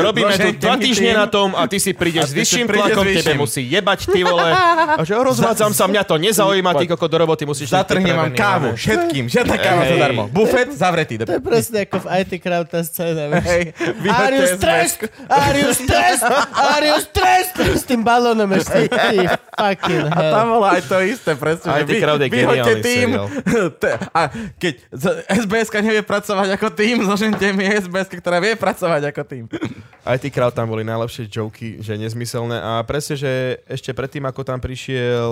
S3: robíme tu
S5: Bože,
S3: dva
S5: ty
S3: týždne
S5: tým.
S3: na tom a ty si
S5: A
S3: prídeš s
S5: ty si
S3: vyšším
S5: prídeš
S3: tlakom,
S5: s
S3: tebe
S5: vyšším.
S3: musí jebať, ty vole. A že rozvádzam sa, mňa to nezaujíme, ty koko do roboty musíš... byť
S5: Zatrhnem vám
S3: pripravený,
S5: kávu.
S3: ale-
S5: Všetkým. Žiadna káva
S3: Hej.
S5: zadarmo. Bufet zavretý.
S2: To je presne ako v IT Crowd tá scéna. vieš.
S5: Hej,
S2: Are you
S5: vyhoďte
S2: stressed? Are you stressed? Are you stressed? S tým balónom ešte. Ty fucking
S5: A tam
S2: hell.
S5: bolo aj to isté, presne.
S3: Aj
S5: že
S3: ty
S5: vy-
S3: Crowd je
S5: vyhoďte
S3: geniálny
S5: tým.
S3: seriál.
S5: T- A keď z- SBS-ka nevie pracovať ako tým, zložente mi SBS, ktorá vie pracovať ako tým.
S3: Aj ty krát tam boli najlepšie joky, že nezmyselné. A presne, že ešte predtým, ako tam prišiel...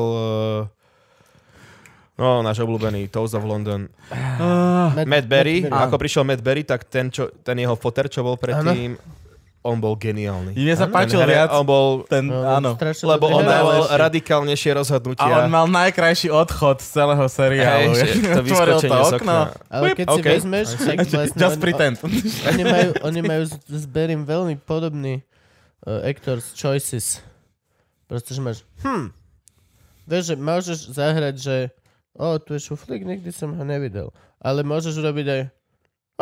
S3: e, No, náš obľúbený Toast of London. Matt Berry.
S2: Matt Berry.
S3: A ako prišiel Matt Berry, tak ten, čo, ten jeho foter, čo bol predtým, on bol geniálny.
S5: Mne sa páčil
S3: Ten hre-
S5: viac
S3: On bol
S5: ten,
S2: No,
S5: áno.
S2: strašne
S3: Lebo
S2: dobrý
S3: on
S2: herec.
S3: dával
S5: najlepšie.
S3: radikálnejšie rozhodnutia.
S5: A on mal najkrajší odchod z celého
S3: Hej,
S5: seriálu.
S3: že to
S5: Otvoril
S3: vyskočenie z okna.
S2: Ale keď si
S3: Okay.
S2: vezmeš, tak vlastne
S5: Just
S2: on-
S5: pretend.
S2: Oni majú, oni majú s- s Berim veľmi podobný uh, actors choices. Proste, že máš, hm, vieš, že môžeš zahrať, že o, tu je šuflík, nikdy som ho nevidel. Ale môžeš urobiť aj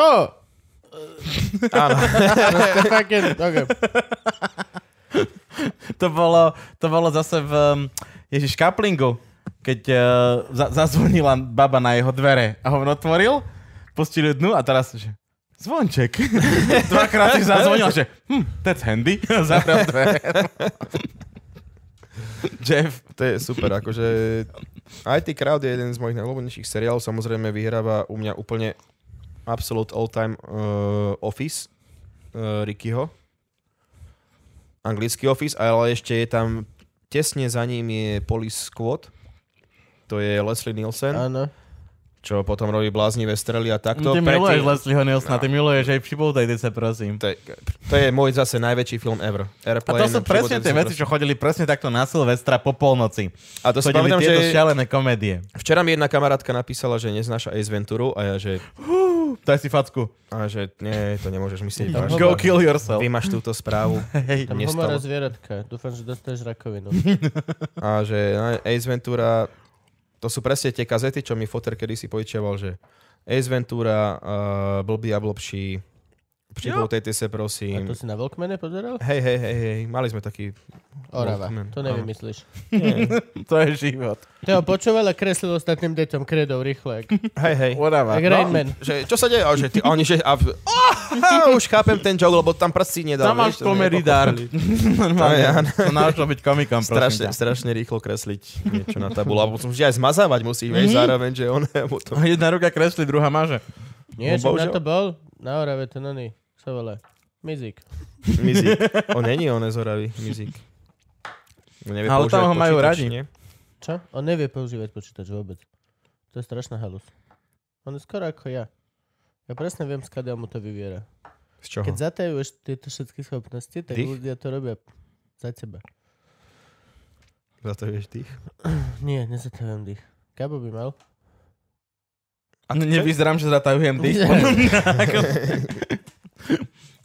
S2: o,
S3: Áno.
S2: proste fucking, okay.
S5: To bolo, to bolo zase v um, Ježiš Kaplingu, keď uh, za- zazvonila baba na jeho dvere a on otvoril, pustili dnu a teraz, že zvonček. Dvakrát si zazvonil, že hm, that's handy. A Zavrel dvere. Jeff.
S3: To je super, akože IT Crowd je jeden z mojich najľúbenejších seriálov, samozrejme vyhráva u mňa úplne absolute all-time uh, Office uh, Rickyho. Anglický Office, ale ešte je tam tesne za ním je Police Squad, to je Leslie Nielsen,
S2: Áno.
S3: čo potom robí bláznivé strely a takto.
S5: ty miluješ vlastne
S3: Predtým-
S5: Leslieho Nilsona, ty miluješ aj Přiboutajte sa, prosím.
S3: to, je, to je môj zase najväčší film ever.
S5: A
S3: Airplane,
S5: to sú presne
S3: Přiboutajte
S5: tie
S3: sa,
S5: veci, čo chodili presne takto na Silvestra po polnoci.
S3: A to si
S5: Chodili
S3: pamätám,
S5: tieto
S3: že
S5: šialené komédie.
S3: včera mi jedna kamarátka napísala, že neznáša Ace Venturu a ja, že
S5: To je si facku.
S3: A že nie, to nemôžeš myslieť
S2: Tam
S3: vážne.
S5: Go kill yourself.
S3: Vy máš túto správu.
S5: Hej.
S2: Tam
S3: Nestalo.
S2: homora zvieratka. Dúfam, že dostaneš rakovinu.
S3: A že na Ace Ventura, to sú presne tie kazety, čo mi Foter kedysi požičiaval, že Ace Ventura, uh, blbý a blbší, pribútejte
S2: A
S3: sa
S2: to
S3: prosím.
S2: si na Volkmene pozeral?
S3: Hej, hej, hej, hej, mali sme taký...
S2: Orava,
S3: Walkman,
S2: to nevymyslíš.
S5: To je život.
S2: Teo počúval a kreslil ostatným deťom kredov rýchlo, jak,
S3: Hej, hej.
S5: Whatever.
S2: jak Rain Man.
S3: Že, čo sa deje? A, že ty, a oni, že... A, oh, už chápem ten joke, lebo tam prsty nedal.
S5: Tam
S3: vieš,
S5: máš
S3: to
S5: comedy
S3: nepochopil.
S5: dar. Normálne.
S3: To je áno.
S5: To naučil byť komikom,
S3: Strašne,
S5: prosím ťa.
S3: strašne rýchlo kresliť niečo na tabulu. A potom že aj zmazávať musí, vieš,
S5: Mhm.
S3: zároveň, že on... Potom...
S5: Jedna ruka kresli, druhá maže.
S2: Nie, no,
S3: No,
S2: na
S3: bohužiaľ.
S2: to bol? Na Orave ten oný, čo sa volá. Mizik.
S3: Mizik. On není on je z Oravy, Mizik. On Nevie
S5: Ale
S3: používať
S5: tam ho majú
S3: počítač,
S5: radi.
S3: nie?
S2: Čo? On nevie používať počítač vôbec. To je strašná halus. On je skoro ako ja. Ja presne viem, skade mu to vyviera.
S3: Z čoho?
S2: Keď zatajuješ tieto všetky schopnosti, tak
S3: Dých?
S2: ľudia to robia za teba.
S3: Za to vieš tých.
S2: Nie, nezatajujem dých. Gabo by mal.
S5: A nevyzerám, že zatajujem dých. Ako-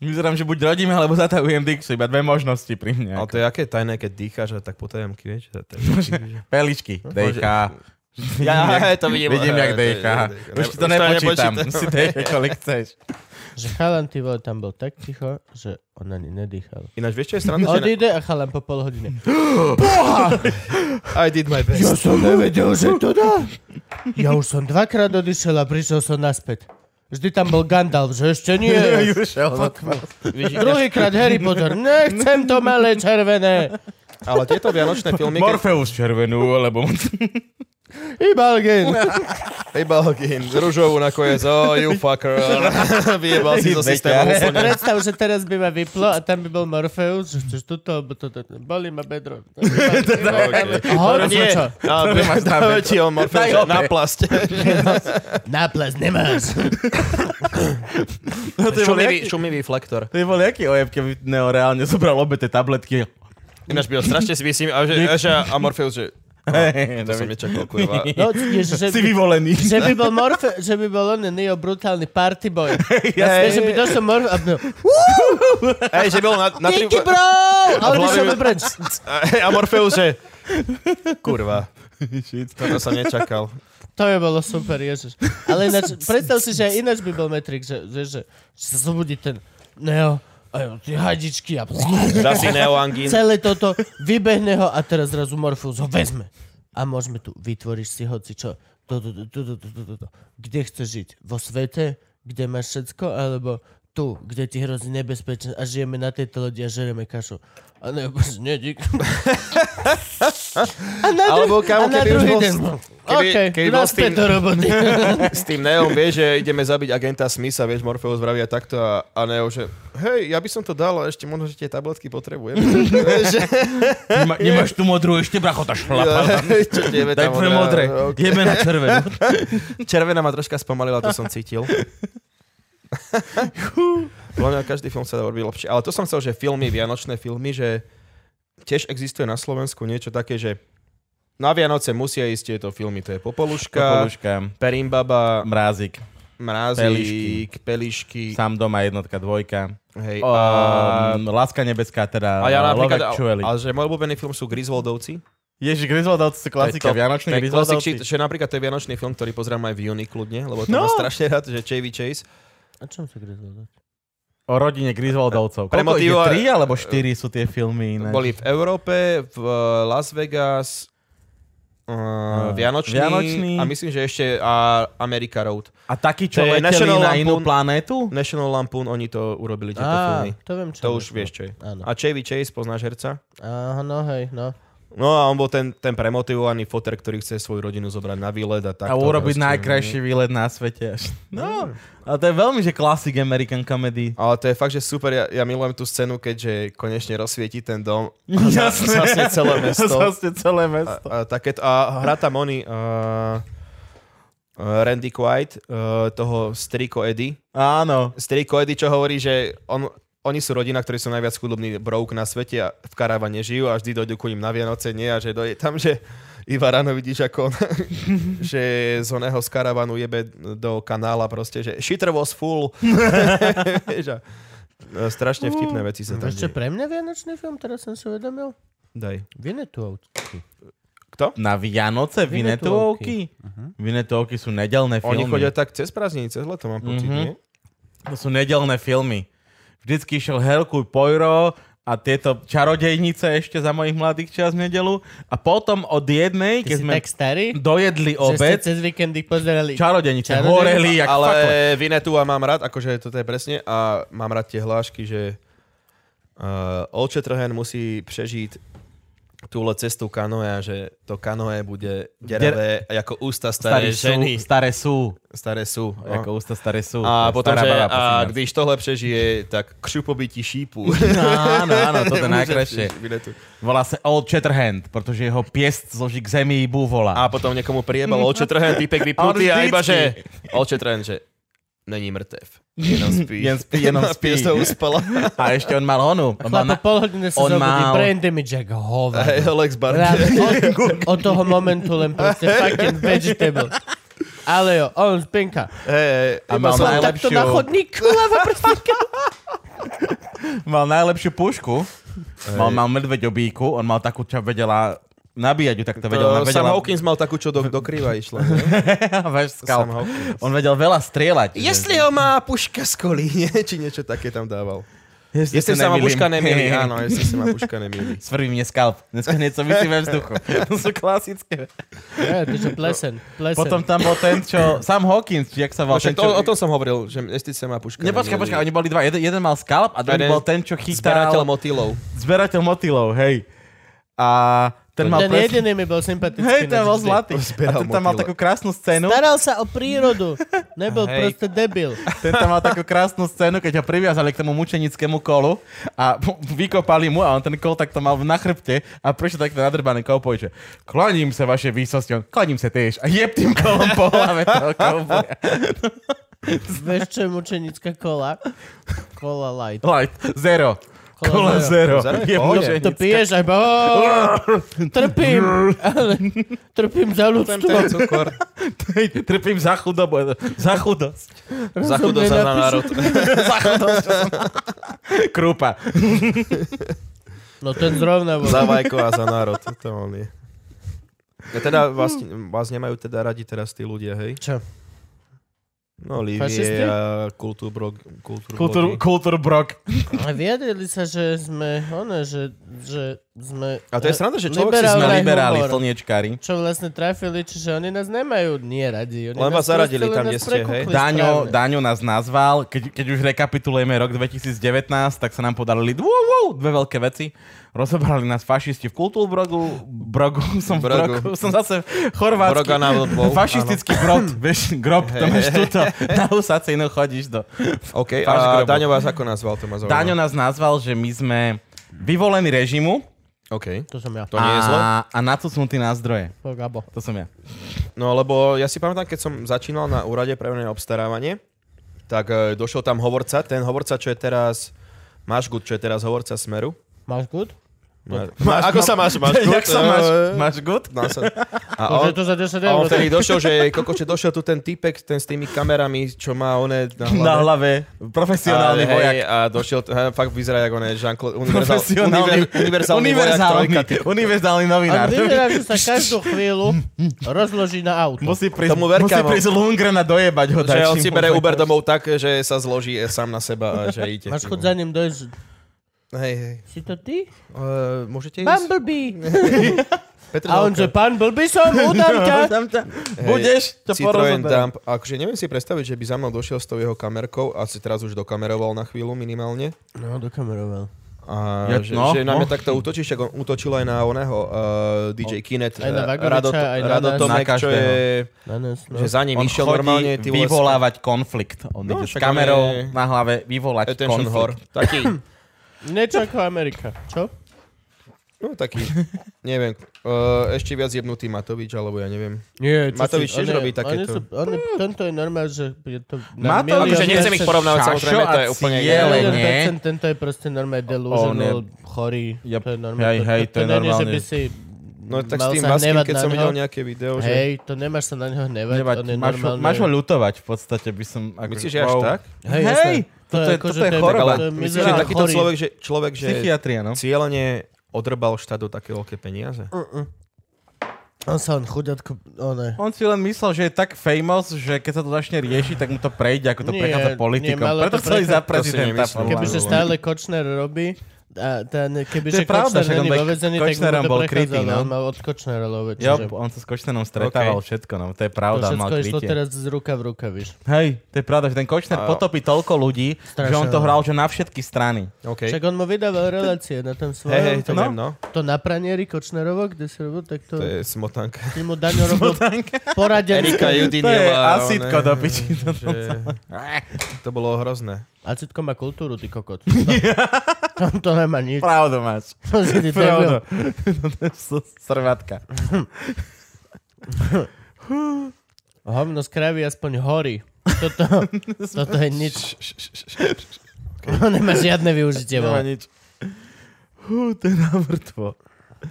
S5: Vyzerám, že buď rodím, alebo zatajujem dých. Sú iba dve možnosti pri mne.
S3: Ale to je aké tajné, keď dýcháš a tak po tajomky, vieš? Za to-
S5: Peličky. Dejka.
S3: No, Ja, hej, to vidím.
S5: Vidím, jak
S3: Hej, to je-
S5: dejka.
S3: dejka.
S5: Už ti
S3: Už
S5: to
S3: to
S5: nepočítam.
S3: nepočítam.
S5: Si dejka, kolik chceš.
S2: Že chalan ty vole, tam bol tak ticho, že on ani nedýchal.
S3: Ináč, vieš, čo je strana? Že
S2: Odíde a chalan po pol hodine.
S3: I did my best.
S2: som nevedel, že to dá. Ja už som dvakrát odišiel a prišiel som naspäť. Vždy tam bol Gandalf, že ešte nie. Druhýkrát Harry Potter. Nechcem to malé červené.
S3: Ale tieto vianočné filmy...
S5: Morfeus červenú, lebo...
S2: Ibalgin.
S3: Vybalgin, rúžovú nakoniec, oh, you fucker. Vyjebal si zo systému úplne.
S2: Predstav, že teraz by ma vyplo a tam by bol Morpheus, že chceš tuto, bo toto, boli ma bedro. Hoď niečo.
S3: No, Ale by máš na ti on Morfeus, na plasť.
S2: Náplas nemáš.
S3: Šumivý, šumivý flektor.
S5: To je bol jaký ojeb, keby Neo reálne zobral obe tie tabletky.
S3: Ináč by ho strašne si vysím, a, že, a, že, a Morfeus, že No,
S5: Hej,
S3: to som nečakal, kurva.
S2: No, jež, že,
S5: si
S2: by,
S5: vyvolený.
S2: že by bol Morfe, že by bol on Neo brutálny party boy. Jasne, že by došiel Morfe a byl,
S3: Hej, že bol na, na tri...
S2: Díky bro! Ale by
S3: Bol-
S2: som preč.
S3: A Morfeus, že... Kurva. Toto som nečakal.
S2: To je bolo super, ježiš. Ale ináč, predstav si, že aj ináč by bol Matrix, že, že, že, že sa zobudí ten Neo a jo, tie hadičky a
S3: Dá si neoangín.
S2: celé toto, vybehne ho a teraz zrazu Morpheus ho vezme. A môžeme tu, vytvoríš si hoci čo, to, to, to, to, to, to, to, to, to. kde chceš žiť? Vo svete, kde máš všetko, alebo tu, kde ti hrozí nebezpečné a žijeme na tejto lodi a žereme kašu. A ne, bože, nie, dík. a na, dru-
S3: Alebo
S2: a
S3: kámo,
S2: na
S3: keby už
S2: druhý
S3: bol-
S2: deň.
S3: keby-
S2: OK,
S3: keby bol s
S2: naspäť
S3: tým-
S2: do roboty.
S3: S tým Neom vie, že ideme zabiť agenta Smitha, vieš, Morpheus vraví aj takto a, a Neo, že hej, ja by som to dal, ale ešte možno, že tie tabletky potrebujem. že,
S5: Nema, nemáš tu modrú ešte, bracho, tá šlapa.
S3: čo tie je
S5: Daj
S3: tam
S5: pre
S3: modrá?
S5: modré.
S3: Ok.
S5: Jeme na červenú.
S3: Červená ma troška spomalila, to som cítil. Podľa mňa každý film sa dá robiť lepšie. Ale to som chcel, že filmy, vianočné filmy, že tiež existuje na Slovensku niečo také, že na Vianoce musia ísť tieto filmy. To je Popoluška, Popoluška.
S5: Popoluška,
S3: Perimbaba,
S5: mrázik, Pelišky.
S3: Mrázík, Pelišky.
S5: sám doma, jednotka, dvojka.
S3: Hej,
S5: O, mm,
S3: a,
S5: láska nebeská, teda
S3: a ja napríklad,
S5: Lovek Čueli.
S3: ale že môj obľúbený film sú Griswoldovci.
S5: Ježiš, Griswoldovci sú
S3: To
S5: klasika,
S3: je to- to
S5: Vianočný
S3: je klasik,
S5: Griswoldovci.
S3: či- Že napríklad to je Vianočný film, ktorý pozerám aj v júni kľudne, lebo to no. má
S5: No.
S3: strašne rád, že Chevy Chase.
S2: A čom sa grizlo?
S5: O rodine Griswoldovcov.
S3: Pre
S5: Koľko ich je?
S3: motiva-
S5: Tri alebo štyri sú tie filmy iné?
S3: Boli v Európe, v eh, Las Vegas, Uh,
S5: A,
S3: Vianočný,
S5: Vianočný.
S3: a myslím, že ešte a America Road.
S5: A takí, čo
S3: To je
S5: leteli
S3: National
S5: na
S3: Lampoon.
S5: inú planétu?
S3: National Lampoon, oni to urobili, tieto
S2: Á,
S3: filmy.
S2: to viem, čo
S3: To
S2: je.
S3: už vieš, čo je.
S2: Áno.
S3: A Chevy Chase, poznáš herca?
S2: Aha, no hej, no.
S3: No a on bol ten, ten premotivovaný foter, ktorý chce svoju rodinu zobrať na výlet a no. tak.
S5: a urobiť najkrajší výlet na svete. až.
S3: Mm.
S5: No, ale to je veľmi, že klasik American comedy.
S3: Ale to je fakt, že super, ja, ja milujem tú scénu, keďže konečne rozsvietí ten dom.
S5: Jasné.
S3: Zasne celé mesto.
S5: Zase
S3: A,
S5: celé mesto.
S3: a, takéto, a hrá tam oni uh, Randy Quaid, uh, toho striko Eddie.
S5: Áno.
S3: Striko Eddie, čo hovorí, že on, oni sú rodina, ktorí sú najviac chudobný brouk na svete a v karavane žijú a vždy dojdu ku ním na Vianoce, nie? A že dojde tam, že iba ráno vidíš, ako on, že z oného z karavanu jebe do kanála proste, že shitter was full. Vieš, a strašne vtipné veci sa tam
S2: Vieš čo,
S3: dejú.
S2: pre mňa Vianočný film, teraz som si uvedomil?
S3: Daj.
S2: Vinetouovky.
S3: Kto?
S5: Na Vianoce
S2: Vinetuovky.
S5: Vinetuovky? Vinetuovky sú nedelné
S3: Oni
S5: filmy.
S3: chodia tak cez prázdniny, cez leto mám pocit,
S5: Mhm.
S3: mm-hmm. nie?
S5: To sú nedelné filmy. Vždycky išiel Herkul Poirot a tieto čarodejnice ešte za mojich mladých čas v nedelu. A potom od jednej,
S2: Ty
S5: keď
S2: si
S5: sme
S2: tak starý,
S5: dojedli
S2: že ste
S5: obec,
S2: cez víkendy pozerali.
S5: čarodejnice
S2: Čarodejnice.
S5: horeli, jak
S3: Ale
S5: ale...
S3: Vinetu a mám rád, akože toto je presne, a mám rád tie hlášky, že uh, Old Shatterhand musí prežiť túhle cestu kanoe a že to kanoe bude deravé Der- ako ústa staré, staré ženy.
S5: sú, staré sú.
S3: Staré sú.
S5: No. Ako
S3: No.
S5: ústa staré sú.
S3: A
S5: To je
S3: potom,
S5: stará
S3: že
S5: baba po
S3: a
S5: 17.
S3: když tohle prežije, tak k šupobití šípu.
S5: Áno, áno, to je najkrajšie.
S3: Vinetu.
S5: Volá sa Old Shatterhand, pretože jeho piest zloží k zemi i búvola.
S3: A potom niekomu priebal Old Shatterhand, typek vypnutý a iba, že
S5: vždycky.
S3: Old Shatterhand, že není mrtev. Jenom spí.
S5: Jen spí, jenom spí.
S3: Pies to uspala.
S5: A ešte on mal honu. On mal
S2: Chlapa
S5: na...
S2: pol hodiny sa
S5: on
S2: zobudí,
S5: mal-
S2: brain damage jak hova.
S3: Hej, Alex
S2: Rám,
S3: Barker.
S2: od, od toho momentu len proste fucking vegetable. Ale jo, on spinka.
S3: Hej, hej.
S5: A mal
S2: Som takto
S5: najlepšiu,
S2: na chodník, lava prstíka.
S5: mal najlepšiu pušku. Mal, mal medveďobíku. On mal takú, čo vedela nabíjať ju, tak to
S3: To,
S5: vedela. Ona
S3: Sam
S5: vedela,
S3: Hawkins mal takú, čo do, do kryva išla.
S5: Váš skalp.
S3: Sam Hawkins.
S5: On vedel veľa strieľať.
S3: Jestli ho má puška z kolí, nie? či niečo také tam dával. Jestli sa ma puška nemýli, áno, jestli sa ma puška nemýli.
S5: Svrví mne skalp. Dneska niečo vysí ve vzduchu. To sú klasické.
S2: Ja, to je plesen. plesen.
S5: Potom tam bol ten, čo... Sam Hawkins, či jak sa volal.
S3: No, Však
S5: ten,
S3: to,
S5: čo...
S3: o tom som hovoril, že jestli sa ma puška
S5: Ne, počkaj, počkaj, oni boli dva. Jeden, jeden mal skalp a druhý
S3: Jeden
S5: bol ten, čo
S3: Zberateľ
S5: chytal...
S3: motýlov.
S5: Zberateľ motýlov, hej. A ten mal...
S2: Ten
S5: pres-
S2: jediný mi bol sympatický.
S5: Hej, ten bol
S2: navždy.
S5: zlatý. A ten tam mal
S3: motýle.
S5: takú krásnu scénu.
S2: Staral sa o prírodu. Nebol
S5: Hej.
S2: proste debil.
S5: Ten tam mal takú krásnu scénu, keď ho priviazali k tomu mučenickému kolu a mu- vykopali mu a on ten kol takto mal na chrbte a prišiel takto nadrbaný koupoj, že kloním sa vaše výsosti, on kloním sa tiež a jeb tým kolom po hlave toho kouboja.
S2: Vieš, čo je mučenická kola? Kola light.
S5: Light, zero.
S2: Kola
S5: Kola
S2: zero.
S5: zero.
S3: Zero?
S5: Je
S3: Pohode.
S2: To
S5: mučenické.
S2: piješ No, aj bo... Trpím. Ale trpím za ľudstvo.
S3: cukor.
S5: Hej, Trpím za chudobu, za chudosť.
S3: Za chudo sa za národ.
S5: za chudosť. čo som- Krúpa.
S2: No ten zrovna bol.
S3: Za vajko a za národ. To on je. Ja teda vás, vás nemajú teda radi teraz tí ľudia, hej?
S2: Čo?
S3: No,
S2: Fašisti?
S3: Lívie a kultúrbrog...
S5: Kultúr,
S3: Kultúr...
S5: kultúr brok.
S2: A vyjadrili sa, že sme, ono, že, že sme...
S3: A to je sranda, že človek si
S2: Liberál
S5: Sme
S2: vraj
S5: liberáli,
S2: humor.
S5: slniečkári.
S2: Čo vlastne trafili, čiže oni nás nemajú nie radi. Oni
S3: Len
S2: nás
S3: vás zaradili
S2: proste len
S3: tam,
S2: nás
S3: kde ste, hej?
S2: prekúkli
S5: Dáňo,
S2: správne.
S5: Dáňo nás nazval, keď, keď už rekapitulujeme rok 2019, tak sa nám podarili dvo, wow, dve veľké veci. Rozobrali nás fašisti v Kultúrbrogu, Brogu, som v
S3: Brogu.
S5: Brogu, som zase chorvátsky.
S3: Broga nám odbol,
S5: Fašistický brod, vieš, grob, to
S3: Hej.
S5: máš tuto, na husacinu chodíš do.
S3: OK,
S5: Fáš
S3: a
S5: grobu.
S3: Daňo vás ako nazval, to no. ma zaujíma.
S5: Dáňo nás nazval, že my sme vyvolení režimu
S3: OK.
S2: To som ja.
S3: To nie je zlo?
S5: a, a nacucnutí na zdroje.
S2: To Gabo.
S5: To som ja.
S3: No lebo ja si pamätám, keď som začínal na úrade pre verejné obstarávanie, tak e, došiel tam hovorca, ten hovorca, čo je teraz Mašgut, čo je teraz hovorca Smeru.
S2: Máš good?
S3: Ma, ma, ako sa máš, Mašgut?
S5: Jak sa máš?
S3: Eh,
S5: Máš good?
S3: dal sa- A
S2: To,
S3: on,
S2: je to za 10
S3: a
S2: eur.
S3: on vtedy došiel, že kokoče, došiel tu ten typek, ten s tými kamerami, čo má one na hlave.
S5: Na hlave. Profesionálny
S3: a, hej,
S5: vojak.
S3: A došiel, ha, fakt vyzerá ako ne, Jean-Claude, univerzál, univer,
S5: Profesionálny,
S3: univerzálny, vojak
S5: univerzálny,
S3: trojka. Ty.
S5: univerzálny
S2: A
S5: novinár.
S2: vyzerá, že sa každú chvíľu rozloží na auto.
S5: Musí prísť,
S3: Tomu verkám.
S5: musí prísť Lundgrena dojebať ho.
S3: Že on
S5: dačím
S3: si bere
S5: mu-
S3: Uber domov tak, že sa zloží eh, sám na seba a že ide. No.
S2: Máš chod za ním dojsť.
S3: Hej, hej.
S2: Si to ty?
S3: Uh, môžete ísť?
S2: Bumblebee.
S3: Petr
S2: A on,
S3: Žalka.
S2: že pán Blbý som, udám ťa.
S5: Tam ťa- Budeš to
S3: Citroen
S5: porozumieť.
S3: Dump. Akože neviem si predstaviť, že by za mnou došiel s tou jeho kamerkou a si teraz už dokameroval na chvíľu minimálne.
S2: No, dokameroval.
S3: A
S5: Ja-
S3: že,
S5: no,
S3: že na
S5: no.
S3: mňa takto útočí, však on útočil aj na oného uh, DJ Kinet.
S2: No. Aj na
S3: eh,
S2: Vagoriča,
S3: Rado-
S2: aj na
S3: Rado
S2: nás.
S3: Tomek,
S5: Na
S3: čo
S5: každého.
S3: je,
S2: Na nás, no.
S3: že za ním
S5: On
S3: išiel
S5: chodí
S3: normálne. Ty vole,
S5: vyvolávať konflikt. On
S3: No,
S5: ide s
S3: však on
S5: kamerou
S3: je-
S5: na hlave vyvolať
S3: Attention whore.
S5: konflikt.
S3: Taký,
S2: Niečo ako Amerika. Čo?
S3: no taký, neviem, uh, ešte viac jebnutý Matovič, alebo ja neviem.
S2: Nie,
S3: čo Matovič si- tiež
S2: oni-
S3: robí
S2: oni
S3: takéto.
S2: sú- oni- Tento je normál, že je to... na
S5: Matovič-
S2: milión
S3: Akože nechcem ich
S2: percent-
S3: porovnávať,
S5: Šašo
S3: samozrejme, to je
S5: a
S3: úplne...
S5: ciele.
S2: Milión
S5: nie.
S2: percent, Tento je proste normálne delusional, chorý.
S5: Ja-
S2: To je normálne.
S5: hej, hej, to je
S2: není, že
S5: normálne.
S2: by si
S3: No tak
S2: mal
S3: s tým
S2: sa
S3: Vaským,
S2: hnevať
S3: keď
S2: na
S3: som
S2: neho.
S3: videl nejaké video, že...
S2: Hej, to nemáš sa na neho hnevať,
S5: Nevadí,
S2: on je
S5: máš, ho-
S2: normálne...
S5: máš ho ľutovať v podstate, by som... Ako,
S3: Myslíš, že až tak?
S2: Hej,
S5: Hej,
S2: jasné.
S5: toto je,
S2: ako,
S5: toto
S2: že to
S5: je
S2: je
S3: Tak,
S5: choroba.
S2: to je
S3: ale myslíš, že
S2: mizerál,
S3: takýto
S2: chorý.
S3: človek, že, človek, že
S5: Psychiatria, no.
S3: cieľene odrbal štát do také veľké peniaze?
S2: On sa on chudiatko... On je.
S5: On si len myslel, že je tak famous, že keď sa to začne riešiť, tak mu to prejde, ako to
S2: Nie,
S5: prechádza
S2: nie,
S5: politikom.
S2: malo
S5: Preto
S2: to
S5: chceli
S2: prechá-
S5: za
S3: To si
S5: prezidenta.
S3: nemyslím.
S5: podľa
S2: Kebyže
S5: mňa.
S2: stále Kočner robí, a ten,
S5: To
S2: kebyže
S5: je pravda,
S2: Kočner
S5: však on
S2: není
S5: bol-
S2: vo vezení, tak mu
S5: Kočnerom
S2: to
S5: bol krytý,
S2: prechádzalo.
S5: no.
S2: On mal od Kočnera love,
S5: Jo,
S2: čiže...
S5: on sa s Kočnerom stretával
S3: Okej.
S5: všetko, no to je
S2: To
S5: pravda, mal
S2: všetko išlo
S5: krytie.
S2: teraz z ruka v ruka, víš.
S5: Hej, to je pravda, že ten Kočner
S3: A-
S5: potopí toľko ľudí, že on to
S2: Strašne.
S5: hral že na všetky strany.
S3: OK.
S2: Však on mu vydával relácie na tom svojom.
S3: Hej, hej, to
S5: No.
S3: viem, no.
S2: To na pranieri Kočnerovo, kde si robil, tak to,
S3: To je smotanka.
S2: to mu Daňo robil poradenské.
S5: To je asitko do piči.
S3: To bolo hrozné.
S2: Acitko má kultúru, ty kokot. Tam to nemá nič.
S5: Pravdu máš.
S2: To si ty debil.
S5: Pravdu. To sú Srvatka.
S2: Hovno z kravy aspoň horí. Toto, toto je nič. On nemá žiadne využitie.
S5: Nemá
S2: vole.
S5: nič. Hú, to je na mŕtvo.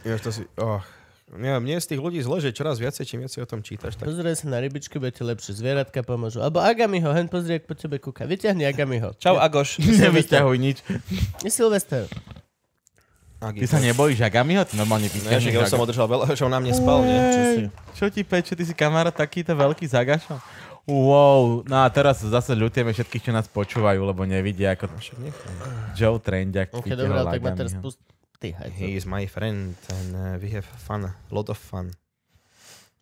S3: Ja, to si... Oh. Ja, mne je z tých ľudí zle, že čoraz viacej, čím viacej o tom čítaš. Tak...
S2: Pozeraj sa na rybičky, bude ti lepšie. Zvieratka pomôžu. Alebo Agamiho, hen pozri, ak po tebe kúka. Vyťahni Agamiho.
S3: Čau, Agoš.
S5: Nevyťahuj nič.
S2: Je Silvester.
S5: Ty sa nebojíš Agamiho? Ty normálne
S3: Ne,
S5: vyťahneš
S3: však ja už som
S5: Agamiho.
S3: održal veľa, že on na mne spal, nie?
S5: Čo ti peče, ty si kamarát takýto veľký zagašo? Wow, no a teraz zase ľutieme všetkých, čo nás počúvajú, lebo nevidia ako Joe Trendiak.
S2: No, Ok,
S5: chytil
S2: dobre, ale tak ma
S5: lagami,
S2: teraz
S5: ho.
S2: pust... Ty, haj,
S3: He is my friend and uh, we have fun, lot of fun.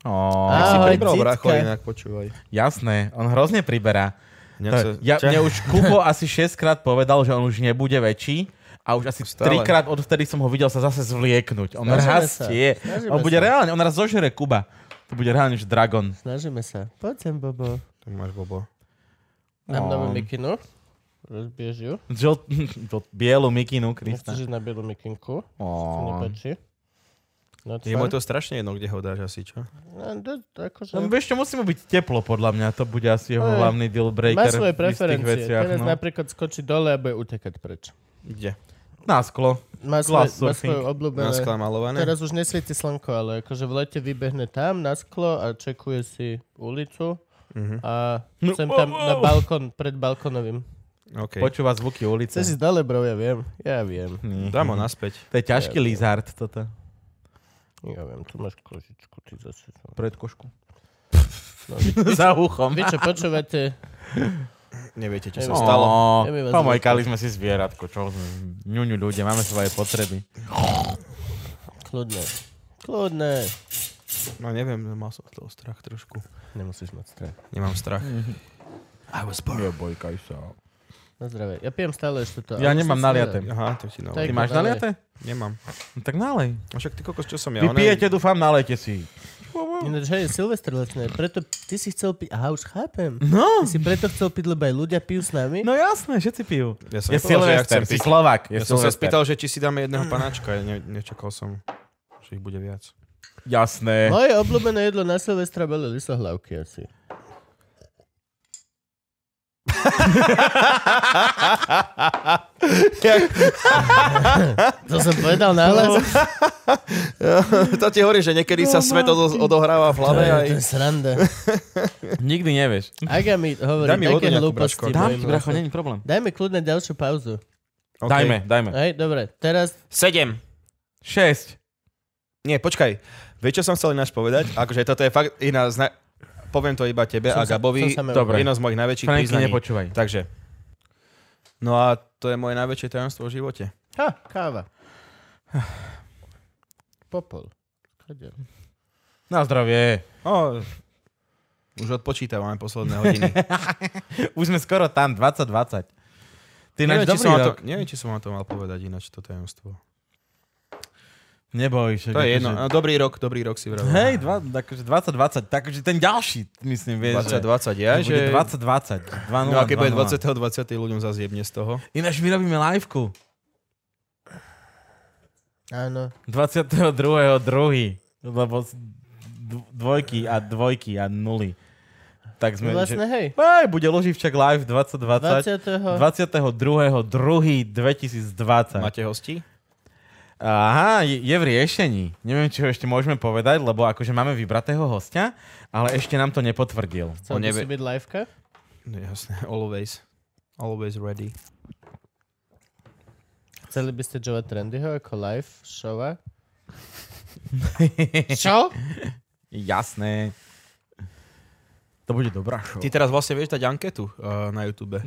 S5: Ó,
S2: Tak si Ahoj,
S3: Pribral
S2: cicka.
S3: bracho, inak počúvaj.
S5: Jasné, on hrozne priberá.
S3: Mňa
S5: To-
S3: sa-
S5: Ja,
S3: ča-
S5: mne už Kubo asi 6 krát povedal, že on už nebude väčší a už asi
S3: Stále.
S5: 3 krát odvtedy som ho videl sa zase zvlieknúť. On
S2: Snažíme
S5: rastie.
S2: sa. Snažíme
S5: On bude
S2: sa.
S5: reálne, on raz zožere Kuba. To bude reálne už dragon.
S2: Snažíme sa. Poď sem, Bobo.
S3: To máš, Bobo.
S2: Mám
S5: Ó.
S2: novú mikinu. Rozbiež ju.
S5: Žol, žol, bielu mikinu Krista.
S2: Nechceš ísť na bielu mikinku? To
S5: Ó.
S2: nepáči. No,
S3: Je mu to strašne jedno, kde ho dáš asi, čo?
S2: No, to, to akože...
S5: No, vieš čo, musí mu byť teplo podľa mňa, to bude asi jeho
S2: Hej.
S5: hlavný deal breaker.
S2: Má svoje
S5: v istých
S2: preferencie.
S5: Veciach,
S2: Teraz
S5: no.
S2: napríklad skočí dole a bude utekať preč.
S3: Kde?
S5: Na sklo.
S2: Má,
S5: Glass
S2: svoje, má
S5: surfing.
S2: svoje obľúbené...
S3: Na skla malované?
S2: Teraz už nesvieti slnko, ale akože v lete vybehne tam na sklo a čekuje si ulicu
S3: Mhm.
S2: a
S5: No,
S2: sem
S5: wow,
S2: tam
S5: wow.
S2: na balkón, pred balkónovým.
S3: OK.
S5: Počúva zvuky ulice.
S2: Chceš ísť dole, bro, ja viem. Ja viem.
S5: Nie.
S3: Dám ho naspäť.
S5: To je ťažký lizard toto.
S2: Ja viem, tu máš kožičku, ty zase. čo.
S5: Predkošku.
S2: No, vy,
S5: Za uchom.
S2: vy čo počúvate?
S3: Neviete, čo
S2: sa
S3: sa
S2: Neviem.
S3: stalo.
S5: Ó,
S2: Ja by vás
S5: Pomojkali sme si zvieratko, čo sme ňuňu ľudia, máme svoje potreby.
S2: Kľudne. Kľudne.
S3: No neviem, mal som z toho strach trošku.
S2: Nemusíš mať strach.
S3: Nemám strach. I was born.
S5: Nebojkaj sa.
S2: Na zdravie. Ja pijem stále ešte to.
S5: Ja
S2: ale
S5: nemám
S2: som stále-
S5: naliaté.
S3: Aha, to ti
S2: Tak-
S5: Ty
S3: nalej.
S5: máš
S2: nalej.
S5: naliaté?
S3: Nemám.
S5: No, tak nalej.
S3: A však ty kokos, čo som ja?
S5: Vy
S3: Ona-
S5: pijete, dúfam, nalejte si.
S2: Ináč, hej, Silvester letné, preto ty si chcel piť, aha, už chápem.
S5: No,
S2: Ty si preto chcel piť, lebo aj ľudia pijú s nami.
S5: no jasné, všetci pijú.
S3: Ja som
S5: Je
S3: nepovedal, že ja chcem
S5: Silvester, si
S3: piť.
S5: Slovak. Je
S3: Ja som sa
S5: Silvester.
S3: spýtal, že či si dáme jedného panáčka. Ja ne, nečakal som, že ich bude viac.
S5: Jasné.
S2: Moje obľúbené jedlo na Silvestra boli lisohlavky asi. to som povedal nález.
S3: to ti hovorím, že niekedy sa svet odo- odohráva v
S2: To
S3: hlave
S2: je,
S3: aj...
S2: to je sranda.
S5: Nikdy nevieš.
S2: Aga mi hovorí
S3: Daj mi vodu
S2: také
S3: nejakú,
S2: hlúposti.
S3: bračko.
S5: Dám
S2: mojim
S5: ti, bracho,
S2: hlasom.
S5: není problém.
S2: Dajme kľudne ďalšiu pauzu.
S3: OK.
S5: Dajme, dajme.
S2: Hej, dobre, teraz...
S3: Sedem.
S5: 6.
S3: Nie, počkaj. Vieš, čo som chcel ináč povedať? Akože toto je fakt iná z... Na... Poviem to iba tebe
S2: Som
S3: a
S2: sa-
S3: Gabovi.
S2: som sa
S5: Dobre.
S3: Jedno z mojich najväčších
S5: Franky,
S3: priznaní.
S5: nepočúvaj.
S3: Takže. No a to je moje najväčšie tajomstvo v živote.
S2: Ha, káva. Popol. Chodil.
S5: Na zdravie.
S3: O, už odpočítavame posledné hodiny.
S5: Už sme skoro tam, 20-20. Ty náš
S3: neviem, či
S5: dobrý
S3: som vám to,
S5: rok.
S3: neviem, či som vám to mal povedať ináč, to tajomstvo.
S5: Neboj. však
S3: To je
S5: akože-
S3: jedno. No, dobrý rok, dobrý rok si vravil.
S5: Hej, dva, akože 20-20, takže ten ďalší, myslím, vieš, 20,
S3: 2020, ja,
S5: že, že
S3: že...
S5: bude 20-20, 2
S3: No a keď bude 20. 20. ľuďom zase jebne z toho.
S5: Ináč my robíme liveku,
S2: Áno.
S5: 22.2., lebo s- dv- dvojky a dvojky a nuly. Tak
S2: No
S5: sme,
S2: vlastne, hej.
S5: že... Aj, bude Loživčak live 2020.
S2: 20.
S5: 22.2.2020.
S3: Máte hosti?
S5: Aha, je je v riešení. Neviem, či ho ešte môžeme povedať, lebo akože máme vybratého hostia, ale ešte nám to nepotvrdil.
S2: Chcel
S3: On
S2: by
S3: nevie-
S2: si byť liveka?
S3: No, jasné, always. Always ready.
S2: Chceli by ste Joe Trendyho ako live showa? Čo?
S5: Jasné. To bude dobrá show.
S3: Ty teraz vlastne vieš dať anketu uh, na YouTube.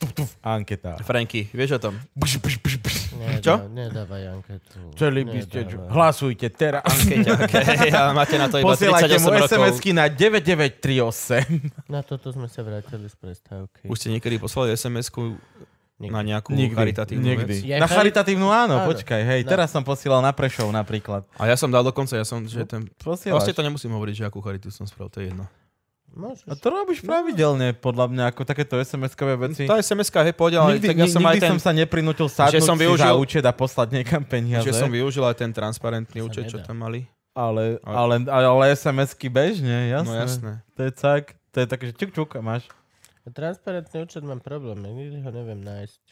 S5: Tuf, tuf, anketa.
S3: Franky, vieš o tom?
S5: Pš, pš, pš, pš.
S2: Nedá,
S3: Čo?
S2: Nedávaj anketu.
S5: Chceli by ste, čo-
S2: Nedávaj.
S5: hlasujte teraz.
S3: Anketa, okay. a máte na to iba 38
S5: Posielajte mu
S3: rokov.
S5: SMS-ky na 9938.
S2: Na toto sme sa vrátili z prestávky.
S3: Už ste niekedy poslali SMS-ku
S2: Nikdy.
S3: na nejakú charitatívnu
S5: Nikdy.
S3: vec?
S2: Ja
S5: Na
S2: charit-
S5: charitatívnu
S2: Áno.
S5: áno, počkaj, hej,
S2: No.
S5: teraz som posielal na Prešov napríklad.
S3: A ja som dal dokonca, ja som,
S5: No,
S3: že ten... Vlastne
S5: Posielaš.
S3: to nemusím hovoriť, že akú charitu som spravil, to je jedno.
S5: A
S2: Môžeš.
S5: to robíš pravidelne, podľa mňa, ako takéto SMS-kové veci.
S3: Tá SMS-ka, hej, poď, ale
S5: nikdy
S3: No, tak ja
S5: nikdy
S3: som aj ten...
S5: sa neprinútil sadnúť
S3: Že som
S5: si za
S3: využil-
S5: účet a poslať niekam peniaze.
S3: Že som využil aj ten transparentný
S2: Sa
S3: účet, čo
S2: nedá.
S3: tam mali.
S5: ale, ale, ale SMS-ky bežne, jasné.
S3: No jasné.
S5: To je tak, to je také, že čuk čuk a máš.
S2: Transparentný účet mám problém, ja nikdy ho neviem nájsť.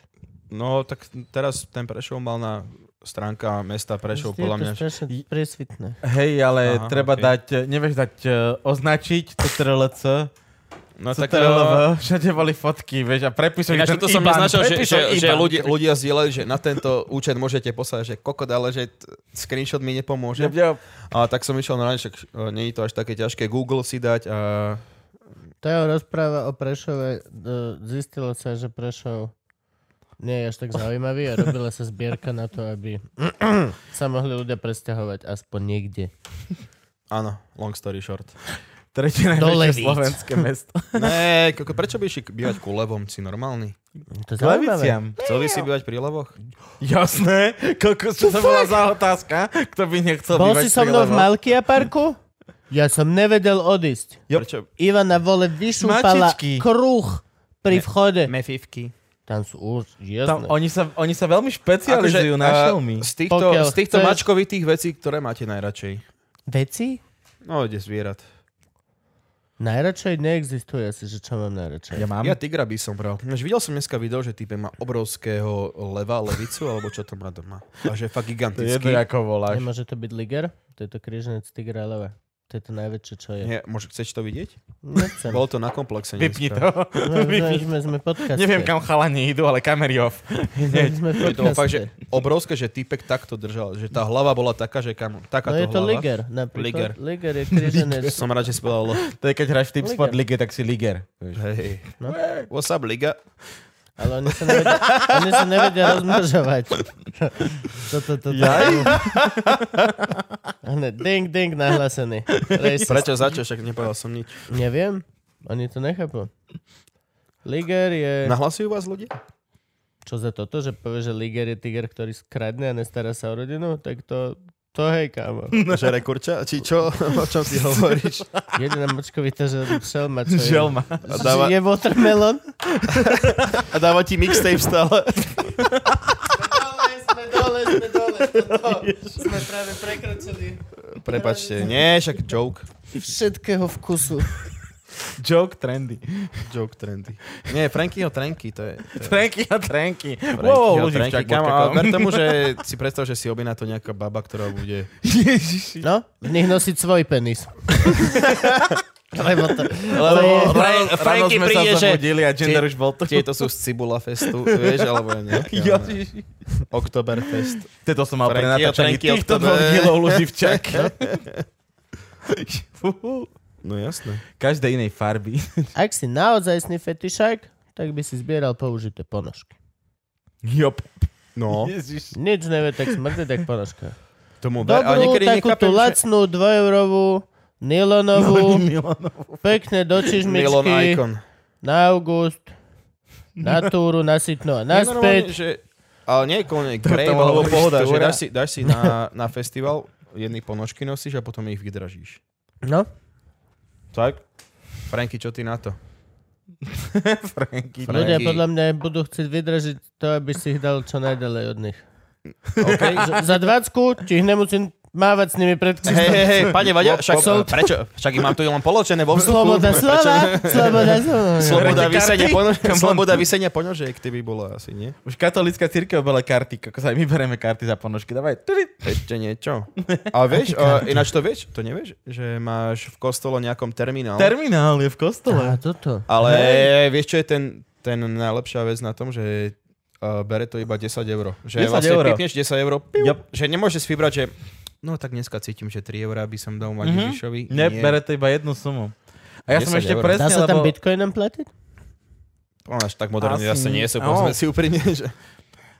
S3: No, tak teraz ten Prešov mal na stránka mesta Prešov,
S2: Je
S3: podľa
S2: to
S3: mňa. že-
S2: strašne presvitné.
S5: Hej, ale Aha,
S3: Aha,
S5: treba
S3: ok.
S5: okay. dať, e, nevieš dať e,
S3: eh,
S5: označiť to TRLC,
S3: No
S5: to
S3: tak...
S5: TRLV,
S3: eh,
S5: všade boli fotky, vieš, a prepisuj
S3: Ináč
S5: ten
S3: toto som
S5: IBAN,
S3: naznačil, že, že,
S5: prepisuj
S3: že
S5: IBAN.
S3: ľudia, ľudia zdieľajú, že na tento účet môžete poslať, že kokot, ale že t- screenshot mi nepomôže.
S5: Že- že-
S3: e, A tak som išiel na že nie je to až také ťažké. Google si dať a
S2: Teo rozpráva o Prešove. D- Zistilo sa, že Prešov nie je až tak zaujímavý a robila sa zbierka na to, aby sa mohli ľudia presťahovať aspoň niekde.
S3: Áno, long story short.
S5: Tretie
S2: Levíc.
S5: najväčšie slovenské mesto.
S3: Ne, koko, prečo by si bývať ku levom, si normálny?
S2: To je zaujímavé.
S3: Chcel by si bývať pri levoch?
S5: Jasné. Koľko, čo to bola za otázka? Kto by nechcel
S2: Bol
S5: bývať
S2: si so mnou v Malkia parku? Ja som nevedel odísť.
S3: Prečo?
S2: Ivana vole vyšúpala
S5: Mačičky.
S2: kruh pri vchode.
S5: Mefivky.
S2: Tam sú už,
S5: Tam,
S2: jasné.
S5: oni, sa, oni sa veľmi špecializujú na
S3: a, akože, e,
S5: šelmy.
S3: z týchto,
S2: Pokiaľ
S3: z týchto
S2: chceš-
S3: mačkovitých vecí, ktoré máte najradšej?
S2: Veci?
S3: No, ide zvierat.
S2: Najradšej neexistuje asi, že čo mám najradšej.
S5: Ja mám.
S3: Ja tigra by som bral. Než videl som dneska video, že type má obrovského leva, levicu, alebo čo to má doma. A že je fakt
S5: To je jedno,
S3: gigantický.
S5: ako voláš.
S2: Nemôže to byť Liger? To je to kríženec Tigra a Leva. To je to najväčšie, čo je.
S3: Nie, môže, chceš to vidieť?
S2: Nechcem.
S3: Bolo to na komplexe
S5: Vypni
S3: dneska.
S5: to.
S2: No,
S5: Vypni.
S2: sme, sme podcast.
S5: Neviem, kam chalani idú, ale kamery off.
S2: Sme v
S3: Je to fakt, že
S2: podcaste. No,
S3: obrovské, že typek takto držal. Že tá hlava bola taká, že kam,
S2: No
S3: takáto
S2: je to
S3: hlava.
S2: Liger. Napríklad.
S3: Liger.
S2: Liger je kríženec.
S3: Som rád, že si povedal.
S5: To je, keď hráš tip
S2: Liger.
S5: spod lige, tak si liger. Vieš.
S3: Hej.
S2: No.
S3: What's up, Liga?
S2: Ale oni sa nevedia, oni sa nevedia rozmnožovať. Toto, toto. Hne, ding, ding, nahlásený. Racist.
S3: Prečo začal, však nepovedal som nič.
S2: Neviem. Oni to nechápu. Liger je...
S3: Nahlasujú vás ľudia?
S2: Čo za toto, že povie, že Liger je tiger, ktorý skradne a nestará sa o rodinu? Tak to... To hej, kámo.
S3: Žere kurča? Či čo? O čom ty hovoríš?
S2: Jediná močkovita, že šelma, čo je...
S5: Želma.
S2: Že
S3: dáva-
S2: Je watermelon?
S3: A dáva ti mixtape stále.
S2: Dole, sme dole, sme dole. Toto sme práve prekročili.
S3: Prepačte. Nie, však joke.
S2: Všetkého vkusu.
S5: Joke trendy.
S3: Joke trendy. Nie, Frankyho trenky, to je... To je
S5: Trenky a trenky.
S3: Frankyho
S5: Wow, ľudí
S3: trenky,
S5: včak.
S3: kamo, ale ver tomu, že si predstav, že si objedná to nejaká baba, ktorá bude...
S5: Ježiši.
S2: No, v nich nosiť svoj penis. Lebo to...
S3: Lebo
S5: Ráno, ráno
S3: Franky
S5: sme
S3: príde,
S5: sa
S3: že...
S5: zobudili a gender
S3: Tie-
S5: už bol tu.
S3: Tieto sú z Cibula Festu, vieš, alebo nejaké... one-
S5: Ježiši.
S3: Oktoberfest.
S5: Tieto som mal pre
S3: Franky a
S5: natáčanie
S3: trenky
S5: týchto
S3: od
S5: dvoch
S3: tebe.
S5: dielov Luživčak.
S3: No jasné.
S5: Každej inej farby.
S2: Ak si naozaj sný fetišák, tak by si zbieral použité ponožky.
S5: Jop.
S3: No,
S5: Ježiš.
S2: Nič nevie, tak smrdí, tak ponožka.
S3: tomu ver.
S2: Dobrú,
S3: ale niekedy
S2: takú tú
S3: nechápem, že-
S2: lacnú, dvojeurovú, nylonovú, pekne do
S3: Nylon
S2: čižmičky,
S3: Icon.
S2: na august, na túru, na sitno a
S3: Normálne,
S2: naspäť.
S3: že, ale nie je kone grave, alebo
S5: bolo
S3: pohoda, že
S5: štúra.
S3: dáš si, dáš si na, na festival, jedny ponožky nosíš a potom ich vydražíš.
S2: No,
S3: Tak? Franky, čo ty na to?
S5: Franky.
S2: ľudia
S3: Franky.
S2: podľa mňa budú chcieť vydražiť to, aby si ich dal čo najďalej od nich.
S3: Okay.
S2: Že Za 20 ti ich nemusím mávať s nimi pred
S3: Hej, hej, hej, pane Vaďa, však,
S2: Som-
S3: prečo? Však ich mám tu len položené vo vzduchu.
S2: Sloboda slova, sloboda slova.
S3: Sloboda
S5: Hráte
S3: vysenia,
S5: karty?
S3: ponož-
S5: Come on.
S3: sloboda vysenia ponožiek, ty by bola asi, nie?
S5: Už katolická církev bola karty, ako sa aj my bereme karty za ponožky. Dávaj. Tudu.
S3: Ešte niečo. Ale vieš, o, ináč to vieš, to nevieš, že máš v kostole nejakom terminál.
S5: Terminál je v
S2: A
S5: kostole.
S2: toto.
S3: Ale vieš, čo je ten, ten najlepšia vec na tom, že uh, bere to iba 10 eur. Že
S5: 10
S3: vlastne
S5: euro.
S3: pipneš 10 eur, piu,
S5: Yep.
S3: že nemôžeš si vybrať, že no tak dneska cítim, že 3 eurá by som dal mať
S5: Mhm.
S3: Ježišovi.
S5: Ne,
S3: Nie.
S5: bere to iba jednu sumu. A ja som
S3: 10
S5: ešte
S3: eur.
S2: Dá
S5: presne,
S2: sa tam
S5: lebo...
S2: bitcoinom platiť?
S3: On až tak moderný zase
S5: Asi
S3: nie
S5: nie.
S3: sú,
S5: No.
S3: povedzme si úprimne, že...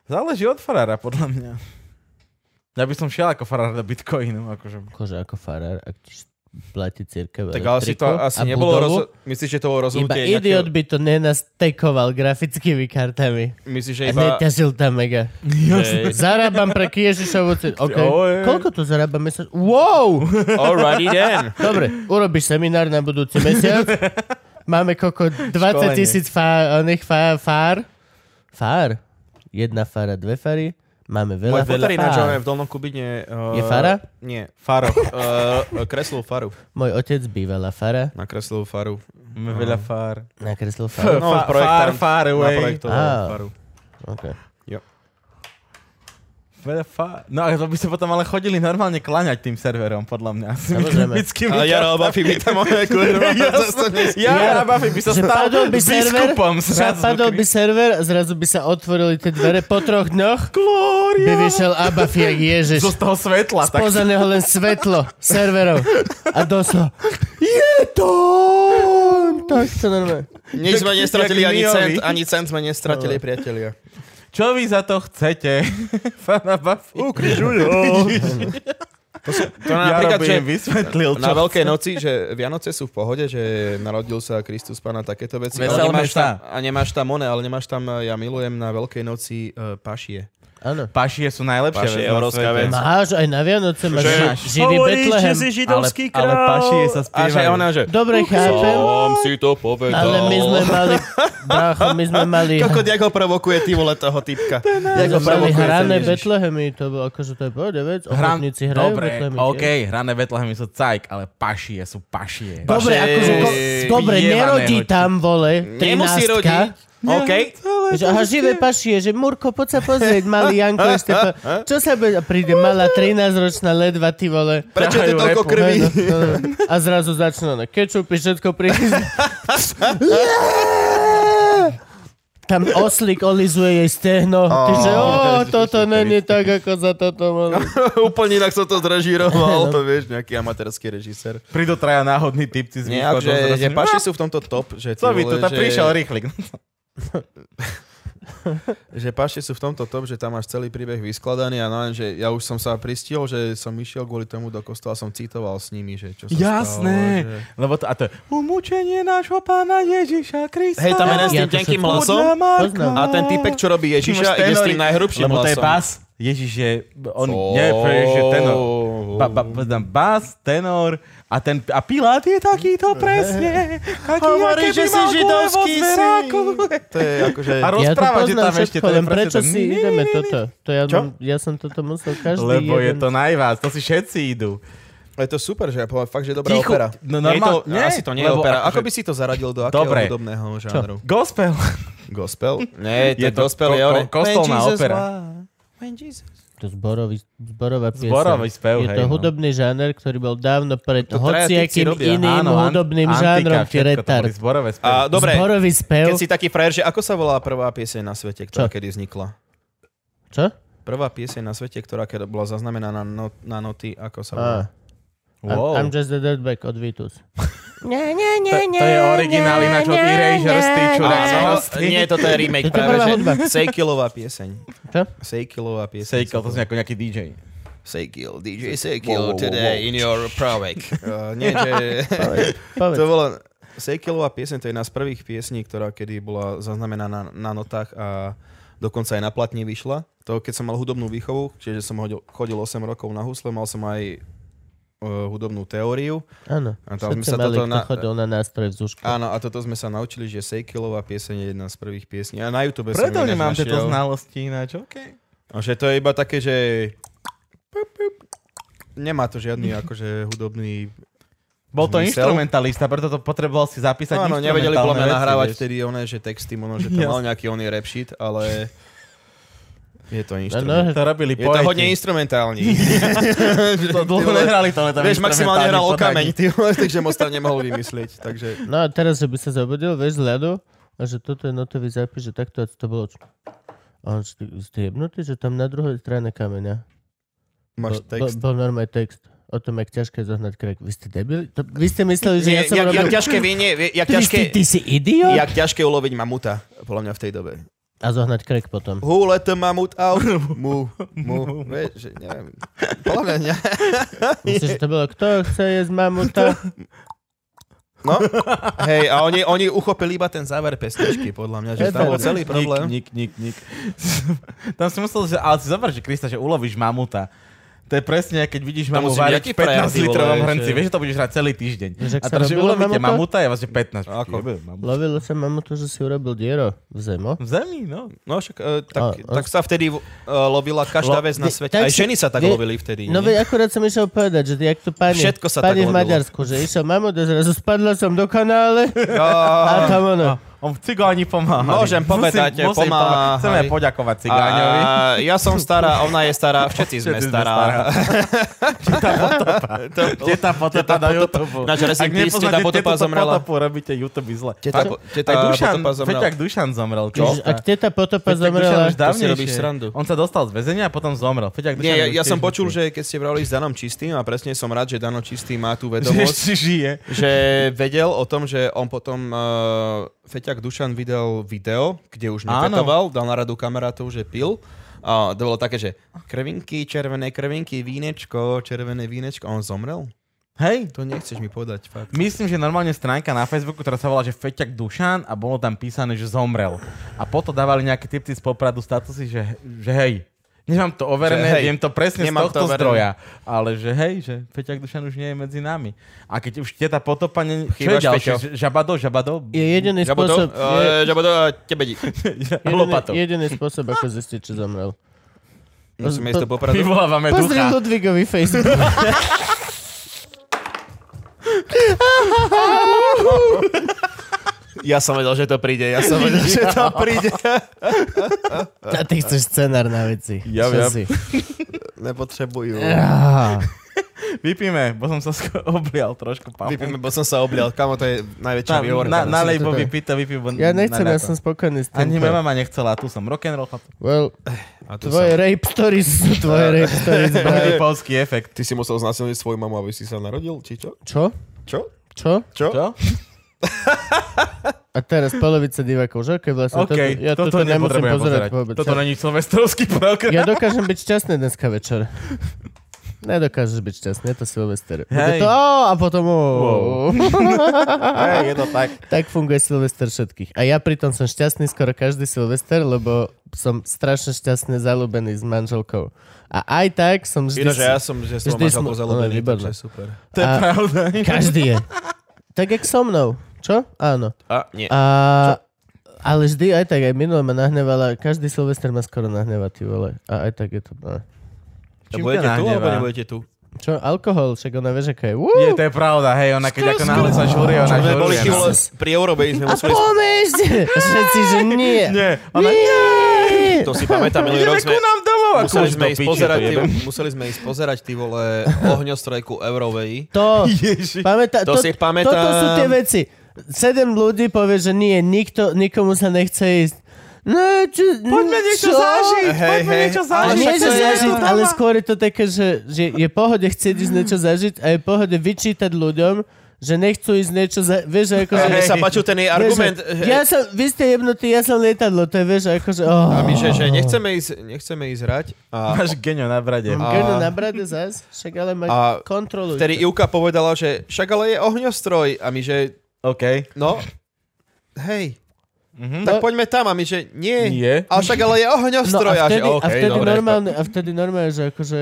S5: Záleží od farára, podľa mňa. Ja by som šiel ako farár do Bitcoinu. Akože.
S2: Akože ako farár, ak ti platí církev
S3: Tak ale si to
S2: elektriku
S3: asi
S2: a
S3: nebolo
S2: budovu,
S3: rozho- Myslíš, že to bolo
S2: Iba
S3: rozhodnutie
S2: idiot by to nenastekoval grafickými kartami.
S3: Myslíš, že
S2: A no.
S3: iba...
S2: neťažil tam mega.
S3: Že...
S2: Zarábam pre Ježišovu církev. Okay.
S5: Oj.
S2: Koľko tu zarábam mesačne? Wow!
S3: Alrighty then.
S2: Dobre, urobíš seminár na budúci mesiac. Máme koko 20
S5: Školenie.
S2: tisíc fá, oných fá, fár. Fár? Jedna fára, dve fary. Máme
S3: Môj
S2: veľa
S3: fotar ináč máme
S2: fár.
S3: v Dolnom Kubine... Uh,
S2: Je fara?
S3: Nie, faro. Uh, kreslil faru.
S2: Môj otec bývala fara.
S3: Nakreslil faru.
S5: Máme veľa fár.
S2: Nakreslil faru.
S3: No,
S5: Fa-
S3: projektant.
S5: far, far away.
S3: Naprojektoval
S2: Á.
S3: faru.
S2: Okay.
S5: Veľa fár. No a to by sa potom ale chodili normálne klaňať tým serverom, podľa mňa. S tými
S2: Samozrejme.
S5: grafickými
S3: Ale Jaro Obafy by tam mohol kurva.
S5: Ja, ja,
S2: Jaro-
S5: Buffy by sa
S2: že
S5: stal
S2: padol by server,
S5: biskupom
S2: že
S5: zrazu.
S2: padol by server, a zrazu by sa otvorili tie dvere po troch dňoch, by
S5: Glória!
S2: vyšiel Abafi jak Ježiš.
S5: Zo z toho svetla. Tak...
S2: Spoza neho len svetlo serverov. A doslo.
S5: Je to on!
S2: Tak to normálne.
S3: Nič sme nestratili,
S5: jak
S3: ani
S5: Miovi.
S3: cent, ani cent sme nestratili, priatelia.
S5: Čo vy za to chcete? Pána Buffy.
S3: To
S5: Ja robím, vysvetlil, čo
S3: Na Veľkej noci, že Vianoce sú v pohode, že narodil sa Kristus Pána, takéto veci. Ale
S5: Veselme
S3: nemáš
S5: sa.
S3: tam, a nemáš tam one, ale nemáš tam, e, ja milujem na Veľkej noci e, pašie.
S2: Áno.
S5: Pašie sú najlepšie.
S6: Pašie je obrovská vec.
S2: Máš aj na Vianoce, máš
S6: Že-
S2: živý Betlehem.
S5: židovský ale, ale pašie sa
S3: A že
S5: spievajú.
S3: ona, že...
S2: Dobre, chápem,
S6: si to povedal.
S2: ale my sme mali, brácho, my sme mali,
S3: Kokot, jak ho provokuje ty vole toho typka.
S2: my
S3: Jak ho
S2: sme mali
S3: provokuje
S2: hrané
S3: ten Ježiš.
S2: Betlehemy, to bolo akože to je pohode vec,
S5: Hran-
S2: ochotníci hrajú
S5: Dobre,
S2: Betlehemy.
S5: OK, hrané Betlehemy sú cajk, ale pašie sú pašie.
S2: Dobre,
S3: Paše-
S2: akože, ko- dobre,
S5: Jevané
S2: nerodí
S5: rodiť.
S2: tam, vole,
S3: Nemusí rodiť.
S2: 13
S3: OK.
S2: Že, aha, živé pašie, že Murko, poď sa pozrieť, malý Janko ešte po... Čo sa bude? A príde malá 13-ročná ledva, ty vole.
S3: Prečo je tu
S5: Dajú
S3: toľko
S5: repu.
S3: krvi?
S2: No, no, no. A zrazu začne na kečupy, všetko prísť. Tam oslík olizuje jej stehno. Ty že, o, toto není tak, ako za toto. bolo."
S3: Úplne inak som to zrežíroval, to vieš, nejaký amatérsky režisér.
S5: Prídu traja náhodní typci z
S3: Nejak,
S5: východu.
S3: že,
S5: zrazu-
S3: že paši sú v tomto top, že, ty
S5: Co by tu
S3: vole,
S5: tam
S3: že,
S5: prišiel rýchlik?
S3: že paši sú v tomto top, že tam máš celý príbeh vyskladaný a no len, že ja už som sa pristihol, že som išiel kvôli tomu do kostola, som citoval s nimi, že čo sa
S5: Jasné.
S3: stalo. Že...
S5: Lebo to, a to je umúčenie nášho pána Ježiša Krista.
S3: Hej, tam je
S2: Ja
S3: jeden s tým
S2: to
S3: tenkým
S2: všetko
S3: hlasom
S5: Podľa Marka.
S2: poznám.
S3: a ten typek, čo robí Ježiša, ide s tým najhrubším
S5: Lebo to je
S3: hlasom.
S5: bas. Ježiš je, on nie, že tenor. Ba, ba, ba, bas, tenor a, ten, a Pilát je takýto presne. Taký,
S3: Hovorí,
S5: aké by
S3: že si
S5: mal
S3: židovský
S5: guľevo zveráku.
S3: To je akože...
S5: A
S2: Ja to
S5: rozpráva, že
S2: poznám
S5: tam ešte
S2: všetko,
S5: to je
S2: len
S5: presne
S2: prečo
S5: ten-
S2: si
S5: Ni, ni,
S2: ideme
S5: ni, ni.
S2: toto? To ja,
S5: Čo?
S2: mám, ja som toto musel každý
S5: Lebo je
S2: jeden.
S5: to na vás, to si všetci idú.
S3: Je to super, že ja poviem, fakt, že je dobrá
S5: Ticho.
S3: opera. Nie je to,
S5: No normál- nie,
S3: asi to nie je
S5: lebo
S3: opera.
S5: akože-
S3: Ako by si to zaradil do akého
S5: Dobre.
S3: hudobného žánru?
S5: Gospel.
S3: Gospel? Nie, to je gospel,
S5: ko-
S3: je ore.
S5: ko- kostolná
S3: When Jesus
S5: opera.
S2: To zborový, zborová pieseň.
S5: Zborový spev,
S2: Je to
S5: hej, no.
S2: hudobný žáner, ktorý bol dávno pred
S3: To traja typci
S2: hociakým
S3: robia.
S2: iným hudobným žánrom, ty
S5: všetko to
S2: retard.
S5: boli zborové spevy.
S3: A dobre,
S2: Zborový spev.
S3: keď si taký frajer, že ako sa volá prvá pieseň na svete,
S2: Čo?
S3: ktorá kedy vznikla?
S2: Čo?
S3: Prvá pieseň na svete, ktorá keď bola zaznamenaná na, not- na noty, ako sa volá?
S2: Á,
S5: Wow.
S2: I'm just a dirtbag od Vitus.
S5: To, to je originál, ináč od Erasures, ty čurák.
S3: Áno, nie, toto je
S2: To
S3: remake
S2: je tá prvá
S3: práve, že
S2: hudba.
S3: Sejkilová pieseň.
S2: Čo?
S3: Sejkilová pieseň.
S5: Sejkel, to znie ako nejaký DJ.
S3: Sejkil, DJ Sejkil, today in your pravek. Uh, nie, že...
S2: Povedz.
S3: To bola Sejkelová pieseň, to je jedna z prvých piesní, ktorá kedy bola zaznamenaná na, na notách a dokonca aj na platni vyšla. To, keď som mal hudobnú výchovu, čiže som hodil, chodil 8 rokov na husle, mal som aj uh, hudobnú teóriu.
S2: Áno.
S3: A tam
S2: Všetci
S3: sa
S2: mali, kto
S3: toto na-
S2: chodil na nástroj v zúšku.
S3: Áno, a toto sme sa naučili, že Sejkilová pieseň je jedna z prvých piesní. A na YouTube
S5: Preto
S3: som ju
S5: nemám
S3: ináč
S5: tieto
S3: našiel.
S5: znalosti ináč, okej.
S3: A že to je iba také, že... Nemá to žiadny akože hudobný...
S5: Bol to
S3: Zmysel?
S5: instrumentalista, preto to potreboval si zapísať
S3: Áno, nevedeli
S5: instrumentálne
S3: podľa mňa
S5: veci,
S3: nahrávať
S5: vieš.
S3: vtedy one, že texty, ono, že to
S5: Jasne.
S3: mal nejaký oný rap shit, ale... Je to
S2: Áno,
S3: inštrument.
S5: To robili
S3: Je to hodne instrumentálny.
S5: To dlho nehrali to, ale tam
S3: Vieš, maximálne
S5: instrumentálne
S3: hral o
S5: podáky.
S3: kameň, ty vole, takže moc tam nemohol vymyslieť. Takže
S2: No a teraz, že by sa zobudil, vieš, z ľadu, a že toto je notový zápis, že takto a tak, to bolo... čo- A on že no, ty- ste jebnutý, že tam na druhej strane kameňa.
S3: máš
S2: Bol-
S3: text.
S2: Bol, bol normálny text o tom, jak ťažké je zohnať krek. Vy ste debili? To, vy ste mysleli, že ja
S3: Nie,
S2: som
S3: jak, jak
S2: robil...
S3: ťažké vinie, jak
S2: Vy ste, ty
S3: ťažké,
S2: si idiot?
S3: jak ťažké uloviť mamuta, podľa mňa v tej dobe.
S2: A zohnať krek potom.
S3: Who let the mamut out? Mu, mu, vieš, že neviem. Podľa mňa, ne.
S2: Myslíš, že to bolo, kto chce jesť mamuta?
S3: No, hej, a oni, oni uchopili iba ten záver pesničky, podľa mňa, že tam bol celý problém.
S5: Nik, nik, nik, nik. Tam si musel, že, ale si zober, že Krista, že ulovíš mamuta. To je presne, keď vidíš
S3: musí
S5: mamu
S3: byť
S5: variť
S3: jaký
S5: v
S3: frajer, ty
S5: 15 litrovom
S3: vole,
S5: hrnci.
S3: že-
S5: Vieš, že to budeš hrať celý týždeň.
S2: Vieš, ak
S5: A
S2: sa
S5: teraz, že
S2: robilo
S5: ulovíte
S2: mamuta?
S5: mamuta, je vlastne 15.
S3: Ako?
S5: Jebil
S2: no.
S5: mamutu.
S2: Lovilo sa mamutu, že si urobil diero v zemo.
S5: V zemi, no.
S3: No však, e, tak,
S2: A- a-
S3: tak sa vtedy e, lovila každá vec na
S2: Ve-
S3: svete.
S2: tak
S3: Aj
S2: si-
S3: ženy sa tak
S2: ve-
S3: lovili vtedy.
S2: No
S3: nie?
S2: veď akurát som išiel povedať, že jak to pani,
S3: Všetko sa
S2: pani v
S3: tak lovilo.
S2: Maďarsku, že išiel mamuta, zrazu spadla som do kanále
S3: Ja,
S2: a tam ono.
S5: On v cigáni pomáhali.
S3: Môžem povedať,
S5: musím, musím
S3: pomáhali.
S5: pomáhať. Chceme poďakovať cigáňovi.
S3: A ja som stará, ona je stará, všetci sme
S5: Všetci sme
S3: stará.
S5: Kde tá potopa na YouTube?
S3: Ináč, rest in
S5: Ak
S3: peace,
S5: nepoznáte
S3: teta potopa
S5: tetu
S3: zomrela.
S5: potopu, robíte YouTube zle.
S3: Teta
S5: Aj-
S3: po- teta
S5: aj Dušan,
S3: potopa zomrela.
S5: Feťak Dušan zomrel. čo?
S2: Ježiš, ak teta potopa
S5: Feťak Dušan
S2: zomrela...
S5: už dávnejšie.
S3: robíš srandu.
S5: On sa dostal z väzenia a potom zomrel. Feťak Dušan
S3: Nie, ja,
S5: už
S3: ja som
S5: tiež
S3: počul,
S5: mŕtvy.
S3: že keď ste brali s Danom Čistým a presne som rád, že Dano Čistý má tú
S5: že
S3: vedomosť,
S5: ešte žije.
S3: že vedel o tom, že on potom uh, Feťak Dušan vydal video, kde už
S5: Áno.
S3: nepetoval, dal na radu kamarátov, že pil. A to bolo také, že krvinky, červené krvinky, vínečko, červené vínečko. A on zomrel?
S5: Hej,
S3: To nechceš mi povedať, fakt.
S5: Myslím, že normálne stránka na Facebooku, ktorá sa volá, že Feťak Dušan a bolo tam písané, že zomrel. A potom dávali nejaké tipty z popradu statusy, že, že hej. Nemám to overené,
S3: Že hej.
S5: viem to presne
S3: Nemám
S5: z tohto
S3: to overené.
S5: zdroja. Ale že hej, že Feťak Dušan už nie je medzi nami. A keď už teta potopa... Ne... Čo je
S3: Chýbaš,
S5: ďalšie?
S3: Feťo.
S5: Ž- Žabado, žabado?
S2: Je jediný spôsob... je-
S3: Žabodo, eh, tebe di.
S2: Jediný,
S5: Lopato.
S2: jediný spôsob, ako zistiť, či zomrel.
S3: Musíme ísť do popradu.
S5: Vyvolávame
S2: Pozri
S5: ducha.
S2: Ludvigovi Facebook.
S3: Ja som vedel, že to príde. Ja som vedel, že to príde.
S2: A ty chceš scenár na veci.
S5: Ja
S2: Čo
S5: viem.
S2: si?
S3: Nepotrebujú.
S5: Eh.
S2: Á,
S5: Vypíme, bo som sa sk- oblial trošku. Pavol.
S3: Vypíme, bo som sa oblial. Kamo, to je najväčší
S5: Na,
S3: výhor.
S5: na, na lejbo
S2: toto je.
S5: vypíta, vypíbo.
S2: Ja nechcem,
S5: na-
S2: ja som spokojný s
S5: Ani
S2: tým.
S5: moja mama nechcela, tu som rock'n'roll. chlap.
S2: Well,
S3: A tu
S2: tvoje rape stories sú tvoje rape stories. bro.
S5: Dobrý polský efekt.
S3: Ty si musel znásilniť svoju mamu, aby si sa narodil, či čo?
S2: Čo?
S3: Čo?
S2: Čo?
S3: Čo?
S5: Čo?
S2: A teraz polovica divakov, že? Okay, vlastne
S5: OK,
S2: toto, ja toto, nemusím
S5: nepotrebujem
S2: pozerať, vôbec.
S5: Toto
S2: ja,
S5: není silvestrovský program.
S2: ja dokážem byť šťastný dneska večer. No Nedokážeš byť šťastný, je to Silvester. Bude
S5: Hej.
S2: to "Ó", a potom... "Ó".
S5: Hej, je to tak.
S2: Tak funguje Silvester všetkých. A ja pritom som šťastný skoro každý Silvester, lebo som strašne šťastne zalúbený s manželkou. A aj tak som vždy...
S3: Ináč, ja som, že som
S2: vždy
S3: manželku
S2: sme-
S3: zalúbený,
S2: No, výborné.
S3: takže super.
S5: To je
S2: A-
S5: pravda.
S2: Každý je. Tak jak so mnou. Čo? Áno.
S3: A, nie.
S2: A, ale vždy aj tak, aj minule ma nahnevala, každý Silvester ma skoro nahneva, ty vole. A aj tak je to... No.
S5: Čím
S3: budete
S5: ťa
S3: tu,
S5: nahnevá?
S3: alebo nebudete tu?
S2: Čo? Alkohol, však ona vie, že je. Wú!
S5: Nie, to je pravda, hej, ona keď ako náhle sa žúri, ona
S3: Čo sme boli
S5: žúri.
S3: ty
S5: no.
S3: vole, pri Eurobej sme
S2: A
S3: museli...
S2: pomôžte! Všetci, že nie.
S5: Nie, ona...
S2: Nie!
S3: To si pamätám, minulý rok
S5: Ideme
S3: sme...
S5: ku nám domov, ako
S3: Museli
S5: už
S3: sme,
S5: do
S3: ísť
S5: piči,
S3: pozerať,
S5: to
S3: ty,
S5: jebem.
S3: museli sme ísť pozerať ty vole ohňostrojku Eurovej.
S2: To,
S5: Ježiš.
S2: pamätá,
S3: To si pamätám.
S2: Toto sú tie veci. Sedem ľudí povie, že nie, nikto, nikomu sa nechce ísť. No, čo,
S5: Poďme
S2: čo?
S5: niečo zažiť,
S3: Hej,
S5: poďme
S3: hej.
S5: niečo
S2: Ale
S5: zažiť.
S2: nie,
S5: však
S2: že
S5: to je
S2: zažiť,
S5: tu
S2: ale
S5: doma.
S2: skôr je to také, že, že je pohode chcieť ísť niečo zažiť a je pohode vyčítať ľuďom, že nechcú ísť niečo za... Vieš, že akože...
S3: Mne sa páčil ten
S2: vieš,
S3: jej
S2: že-
S3: argument, eh,
S2: Ja
S3: že,
S2: som, vy ste jebnutí, ja som lietadlo, to je vieš, akože... Oh.
S3: a my, že, že nechceme, ísť, nechceme ísť hrať. A
S5: Máš genio na brade.
S2: Mám Genu Oh, na brade zás, však ale ma
S3: A
S2: kontrolujte.
S3: vtedy Ivka povedala, že však ale je ohňostroj. A my, že
S5: OK.
S3: no, hej.
S5: Mhm.
S3: Tak poďme tam a my, že nie.
S5: Nie.
S3: A však ale je ohňostroj.
S2: No. a vtedy,
S3: že OK,
S2: a vtedy
S3: dobre.
S2: normálne, a vtedy normálne, že akože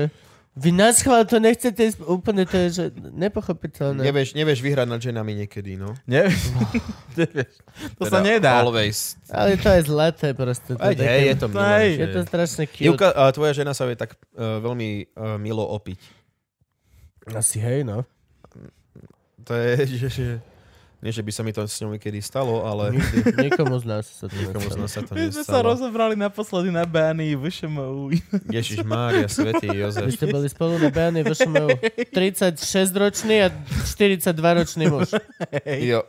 S2: vy nás chvál, to nechcete ísť, úplne to je, že nepochopiteľné.
S3: Nevieš, nevieš vyhrať nad ženami niekedy, no. Teda
S5: Nie? Nevieš. To
S2: Teda
S5: sa nedá.
S3: Always.
S2: Ale to je zlaté proste. To
S3: Aj,
S2: je, také,
S3: hej, je to milé.
S5: Hej.
S3: že-
S2: je to strašne cute.
S3: Júka, a tvoja žena sa vie tak uh, veľmi uh, milo opiť.
S2: Asi hej, no.
S3: To je, že, že... Nie, že by sa mi to s ňou niekedy stalo, ale
S2: Nikdy. Nikomu z nás sa to
S3: nikomu z
S2: nestalo.
S3: nás sa to
S5: My sme sa
S3: nestalo.
S5: rozobrali naposledy na Bány, vyšemou.
S3: Ježiš Mária, Svetý Jozef.
S2: Vy ste boli spolu na Bejany, vašom 36-ročný a 42-ročný muž.
S3: Jo.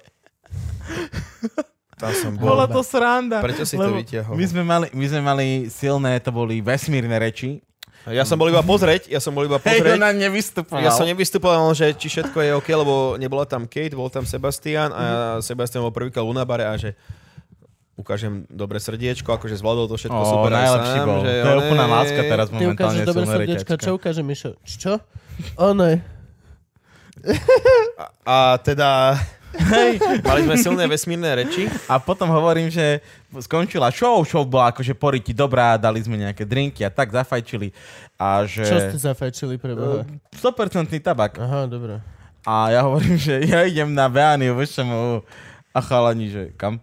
S3: Tam som bol.
S5: Bola to sranda.
S3: Prečo si to
S5: lebo
S3: vyťahol?
S5: My sme, mali, my sme mali silné, to boli vesmírne reči.
S3: Ja som bol iba pozrieť, ja som bol iba pozrieť.
S5: nevystupoval.
S3: Ja som nevystupoval, že či všetko je OK, lebo nebola tam Kate, bol tam Sebastian
S5: Mhm.
S3: a Sebastian bol prvýkrát v Lunabare a že ukážem dobre srdiečko, akože zvládol to všetko
S5: Ó,
S3: super aj
S5: najlepší
S3: sám,
S5: bol.
S3: že
S5: to je
S3: onej-
S5: úplná láska teraz
S2: Ty
S5: momentálne.
S2: ukážeš dobre
S5: silné
S2: srdiečko,
S5: reťačka.
S2: čo ukáže Mišo? Čo? Ono je.
S3: A teda... Mali sme silné vesmírne reči.
S5: A potom hovorím, že skončila show, show bola akože poriti dobrá, dali sme nejaké drinky a tak zafajčili. A že...
S2: Čo ste zafajčili pre Boha?
S5: 100% tabak.
S2: Aha, dobre.
S5: A ja hovorím, že ja idem na Beániu, vyšem a chalani, že kam?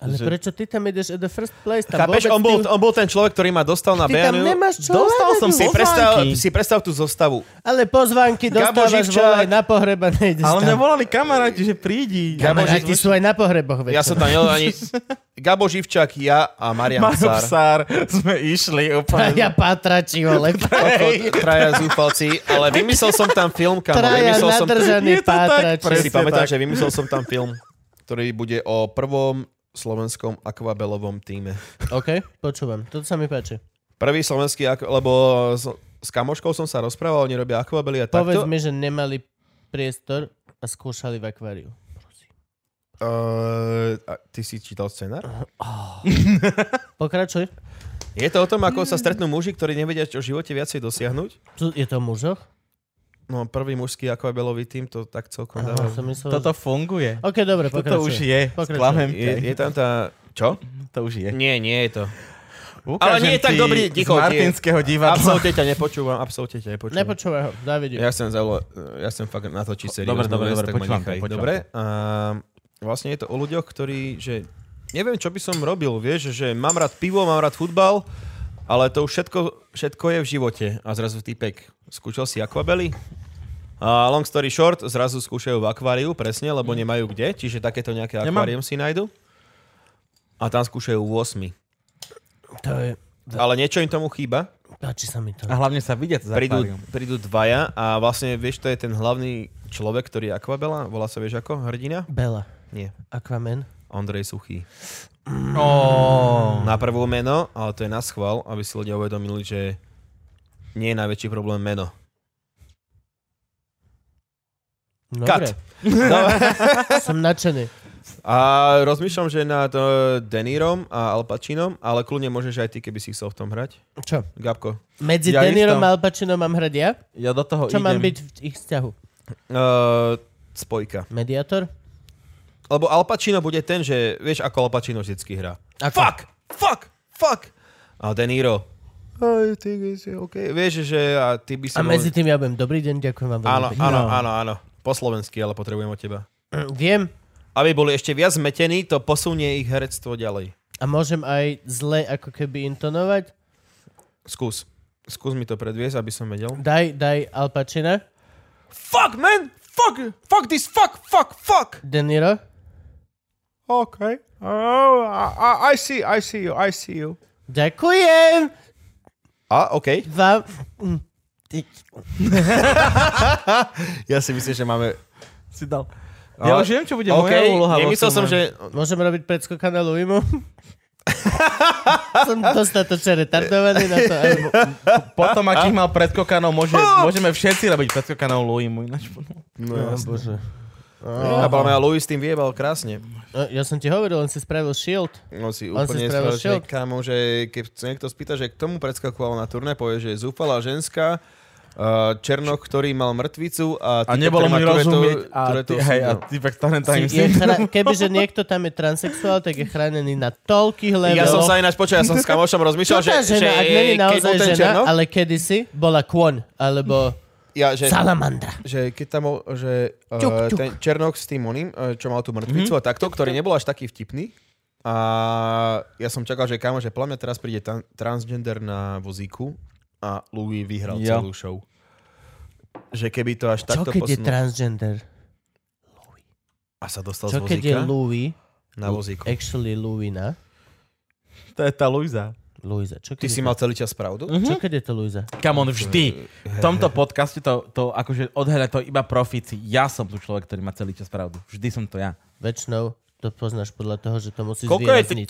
S2: Ale
S5: Že-
S2: prečo ty tam ideš at the first place? Tam
S3: Chápeš,
S2: vôbec
S3: on bol,
S2: ty-
S3: on bol ten človek, ktorý ma dostal na
S2: Ty tam
S3: Bejanu.
S2: nemáš čo
S3: Dostal
S2: hľadať
S3: som si,
S2: pozvánky.
S3: predstav, si predstav tú zostavu.
S2: Ale pozvánky
S3: Gabo
S2: dostávaš
S3: Živčák.
S2: volaj na pohreba, nejdeš
S5: Ale mňa
S2: tam.
S5: volali kamaráti, že prídi.
S2: Kamaráti sú aj na pohreboch.
S3: Ja som tam jel ani... Gabo Živčak, ja a Marian Sár.
S5: Psár sme išli úplne.
S2: Traja pátrači, vole.
S3: Ako traja zúfalci, ale vymyslel som tam film, kamo.
S2: Traja
S3: Vymyslel som,
S2: nadržaní
S5: Je to tak,
S3: si
S2: pátrači.
S5: presne.
S3: pamätáš, že vymyslel som tam film, ktorý bude o prvom slovenskom akvabelovom týme.
S2: OK, počúvam. To sa mi páči.
S3: Prvý slovenský, ak- lebo s, s kamoškou som sa rozprával, oni robia akvabely a
S2: Povedz
S3: takto.
S2: mi, že nemali priestor a skúšali v akváriu.
S3: Uh, a ty si čítal scenár?
S2: Pokračuj.
S3: Je to o tom, ako sa stretnú muži, ktorí nevedia, čo v živote viacej dosiahnuť?
S2: Tu- Je to o mužoch?
S3: No, prvý mužský akvabelový tým to tak celkom dáva.
S2: Som myslel,
S5: Toto
S2: že...
S5: funguje.
S2: OK, dobre,
S5: Toto už
S2: pokračuj.
S5: je.
S2: Pokračuj.
S5: Sklamem ťa.
S3: Je, je tam tá... Čo?
S5: To už je.
S3: Nie, nie je to.
S5: Ukážem
S3: nie je tak
S5: ti
S3: dobrý, ticho,
S5: Z
S3: tie-
S5: Martinského divadla.
S3: Absolutne ťa nepočúvam, absolútne ťa nepočúvam.
S2: Nepočúvaj ho, Davidiu.
S3: Ja chcem, zaujať, ja chcem fakt natočiť serióznu
S5: Dobre, dobre,
S3: vec,
S5: dobre,
S3: tak ma
S5: počúvam
S3: nechaj.
S5: ťa, počúvam
S3: Dobre,
S5: ťa.
S3: a vlastne je to o ľuďoch, ktorí, že neviem, čo by som robil, vieš, že mám rád pivo, mám rád futbal, ale to už všetko, všetko je v živote. A zrazu týpek, skúšal si akvabely? A long story short, zrazu skúšajú v akváriu, presne, lebo nemajú kde, čiže takéto nejaké
S5: Nemám.
S3: akvárium si nájdu. A tam skúšajú 8.
S2: To je...
S3: Ale niečo im tomu chýba,
S2: Páči sa mi to.
S5: A hlavne sa vidieť za
S3: prídu,
S5: akvárium.
S3: prídu dvaja a vlastne vieš, to je ten hlavný človek, ktorý je Aquabela, volá sa vieš ako, hrdina?
S2: Bela.
S3: Nie.
S2: Aquaman.
S3: Ondrej Suchý.
S5: Oh.
S3: Na prvú meno, ale to je na schvál, aby si ľudia uvedomili, že nie je najväčší problém meno.
S2: Dobre. Som nadšený.
S3: A rozmýšľam, že nad eh, Denírom a Al Pacinom, ale kľudne môžeš aj ty, keby si chcel v tom hrať.
S2: Čo?
S3: Gabko.
S2: Medzi
S5: Ja
S2: ja Denirom
S5: isto.
S2: a Al Pacinom mám hrať ja?
S5: Ja do toho
S2: Čo
S5: idem.
S2: mám byť v ich vzťahu?
S3: Uh, spojka.
S2: Mediátor?
S3: Lebo Al Pacino bude ten, že vieš, ako Al Pacino vždycky hrá.
S2: Ako?
S3: Fuck! Fuck! Fuck! A De Niro. Aj, ty si, okay. Vieš, že a ty by
S2: A
S3: si...
S2: medzi tým No. ja budem, dobrý deň, ďakujem vám veľmi
S3: Áno,
S2: pekne.
S3: áno, áno, áno. Po slovensky, ale potrebujem od teba.
S2: Mm, Viem.
S3: Aby boli ešte viac zmetení, to posunie ich herectvo ďalej.
S2: A môžem aj zle ako keby intonovať?
S3: Skús. Skús mi to predviesť, aby som vedel.
S2: Daj, daj Al Pacina.
S3: Fuck, man! Fuck! Fuck this! Fuck! Fuck! Fuck!
S2: De Niro.
S3: OK. Oh, I, I see, I see you, I see you.
S2: Ďakujem
S3: A, OK.
S2: vám. Mm, ty-
S3: Ja si myslím, že máme...
S5: Si dal. Ja
S3: Ale-
S5: už viem, čo bude
S3: OK,
S5: moja úloha. vo
S3: nemyslel som,
S5: filme.
S3: že
S2: Môžem robiť predskoka na Luimu? Som dostatočne retardovaný na to. aby-
S5: Potom, akých mal predskokanov, môže, môžeme všetci robiť predskokanov Luimu. Ináč...
S3: No, no bože. A podľa mňa Louis tým viebal krásne.
S2: No, Ja som ti hovoril, on si spravil shield.
S3: On si
S2: On
S3: úplne
S2: si
S3: spravil,
S2: spravil
S3: že
S2: šok.
S3: kámo, že keď sa niekto spýta, že k tomu predskakoval na turné, povie, že je zúfalá ženská, uh, Černoch, ktorý mal mŕtvicu a,
S5: A nebolo mi rozumieť. A ty, hej, a ty tak stane tam
S2: Si- Je chra- kebyže niekto tam je transexuál, tak je chránený na toľkých leveloch.
S3: ja som sa ináč počul, ja som s kamošom rozmýšľal,
S2: Čo
S3: že,
S2: tá
S3: že,
S2: No, žena, ak není
S3: keď
S2: naozaj
S3: bol ten
S2: žena,
S3: Černoch,
S2: ale kedysi bola kôň,
S3: Hm.
S2: alebo
S3: ja, že,
S2: salamandra.
S3: že keď tam, bol, že uh,
S2: Ťuk, ťuk.
S3: ten Černoch s tým oným, uh, čo mal tú
S2: Mhm.
S3: mŕtvicu a takto, ktorý nebol až taký vtipný, a ja som čakal, že kámo, že plamia teraz príde tan- transgender na vozíku a Louis vyhral
S5: Jo.
S3: celú show. Že keby to až
S2: Čo
S3: takto
S2: keď je
S3: posunul-
S2: transgender?
S3: A sa dostal
S2: Čo
S3: z
S2: keď
S3: vozíka
S2: je Louis,
S3: na vozíku.
S2: actually Louina?
S5: To je tá Luisa.
S2: Louisa, čo keď
S3: Ty
S2: je
S3: si
S2: to-
S3: mal Mhm. celý čas pravdu?
S2: Čo keď je to Louisa?
S5: Kamon, vždy. V tomto podcaste to, to akože odhľadá to iba profíci. Ja som tu človek, ktorý má celý čas pravdu. Vždy som to ja.
S2: Väčšinou to poznáš podľa toho, že to musíš
S3: Koľko je t-
S2: zvýrazniť.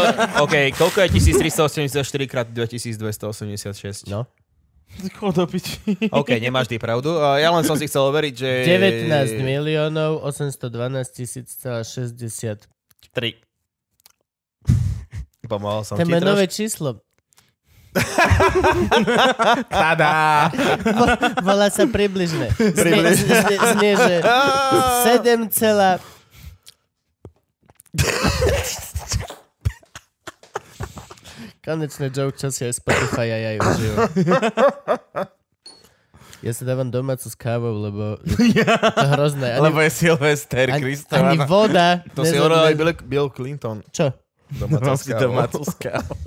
S3: 1300, OK, koľko je 1384 krát 2286?
S2: No.
S5: Chodopiči.
S3: OK, nemáš ty pravdu. A Ja len som si chcel overiť, že...
S2: 19 miliónov 812 tisíc celá 60.
S3: 3. Pomohol som
S2: To je
S3: No, ti
S2: moje nové
S3: trošku.
S2: číslo.
S5: Tadá.
S2: Vo- Volá sa približné. Znie, znie, znie, že 7 celá... Konečné joke, čo si aj Spotify a ja ju žijú. Ja si dávam domácu s kávou, lebo je to hrozné. Ani,
S5: Lebo je Silvester
S2: ani, ani
S5: Kristovaná.
S2: voda.
S3: To si
S2: neza-
S3: hovoril aj
S2: ne-
S3: Bill, Bill Clinton.
S2: Čo?
S3: Domáca s kávou.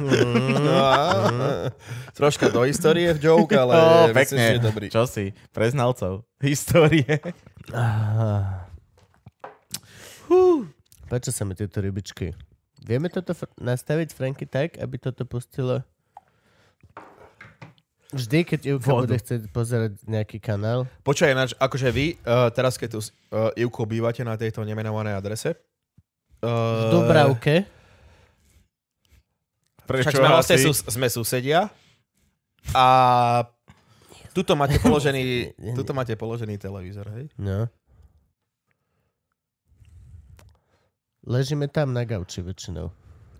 S3: No, a- Troška do histórie v joke, ale
S5: Ó,
S3: myslím,
S5: pekne.
S3: že je dobrý.
S5: Čo si? Pre znalcov. Histórie.
S2: Páčia sa mi tieto rybičky. Vieme toto fr- nastaviť, Franky, tak, aby toto pustilo... Vždy, keď Ivka bude chcieť pozerať nejaký kanál.
S3: Počkaj, ináč, akože vy, uh, teraz keď tu s uh, Ivkou bývate na tejto nemenovanej adrese,
S2: V
S5: Eh.
S3: uh,
S2: Dubravke.
S5: Prečo
S3: Však sme, vlastne
S5: asi?
S3: sus, sme susedia a tuto máte položený, tuto máte položený televízor, hej?
S2: No. Ležíme tam na gauči väčšinou.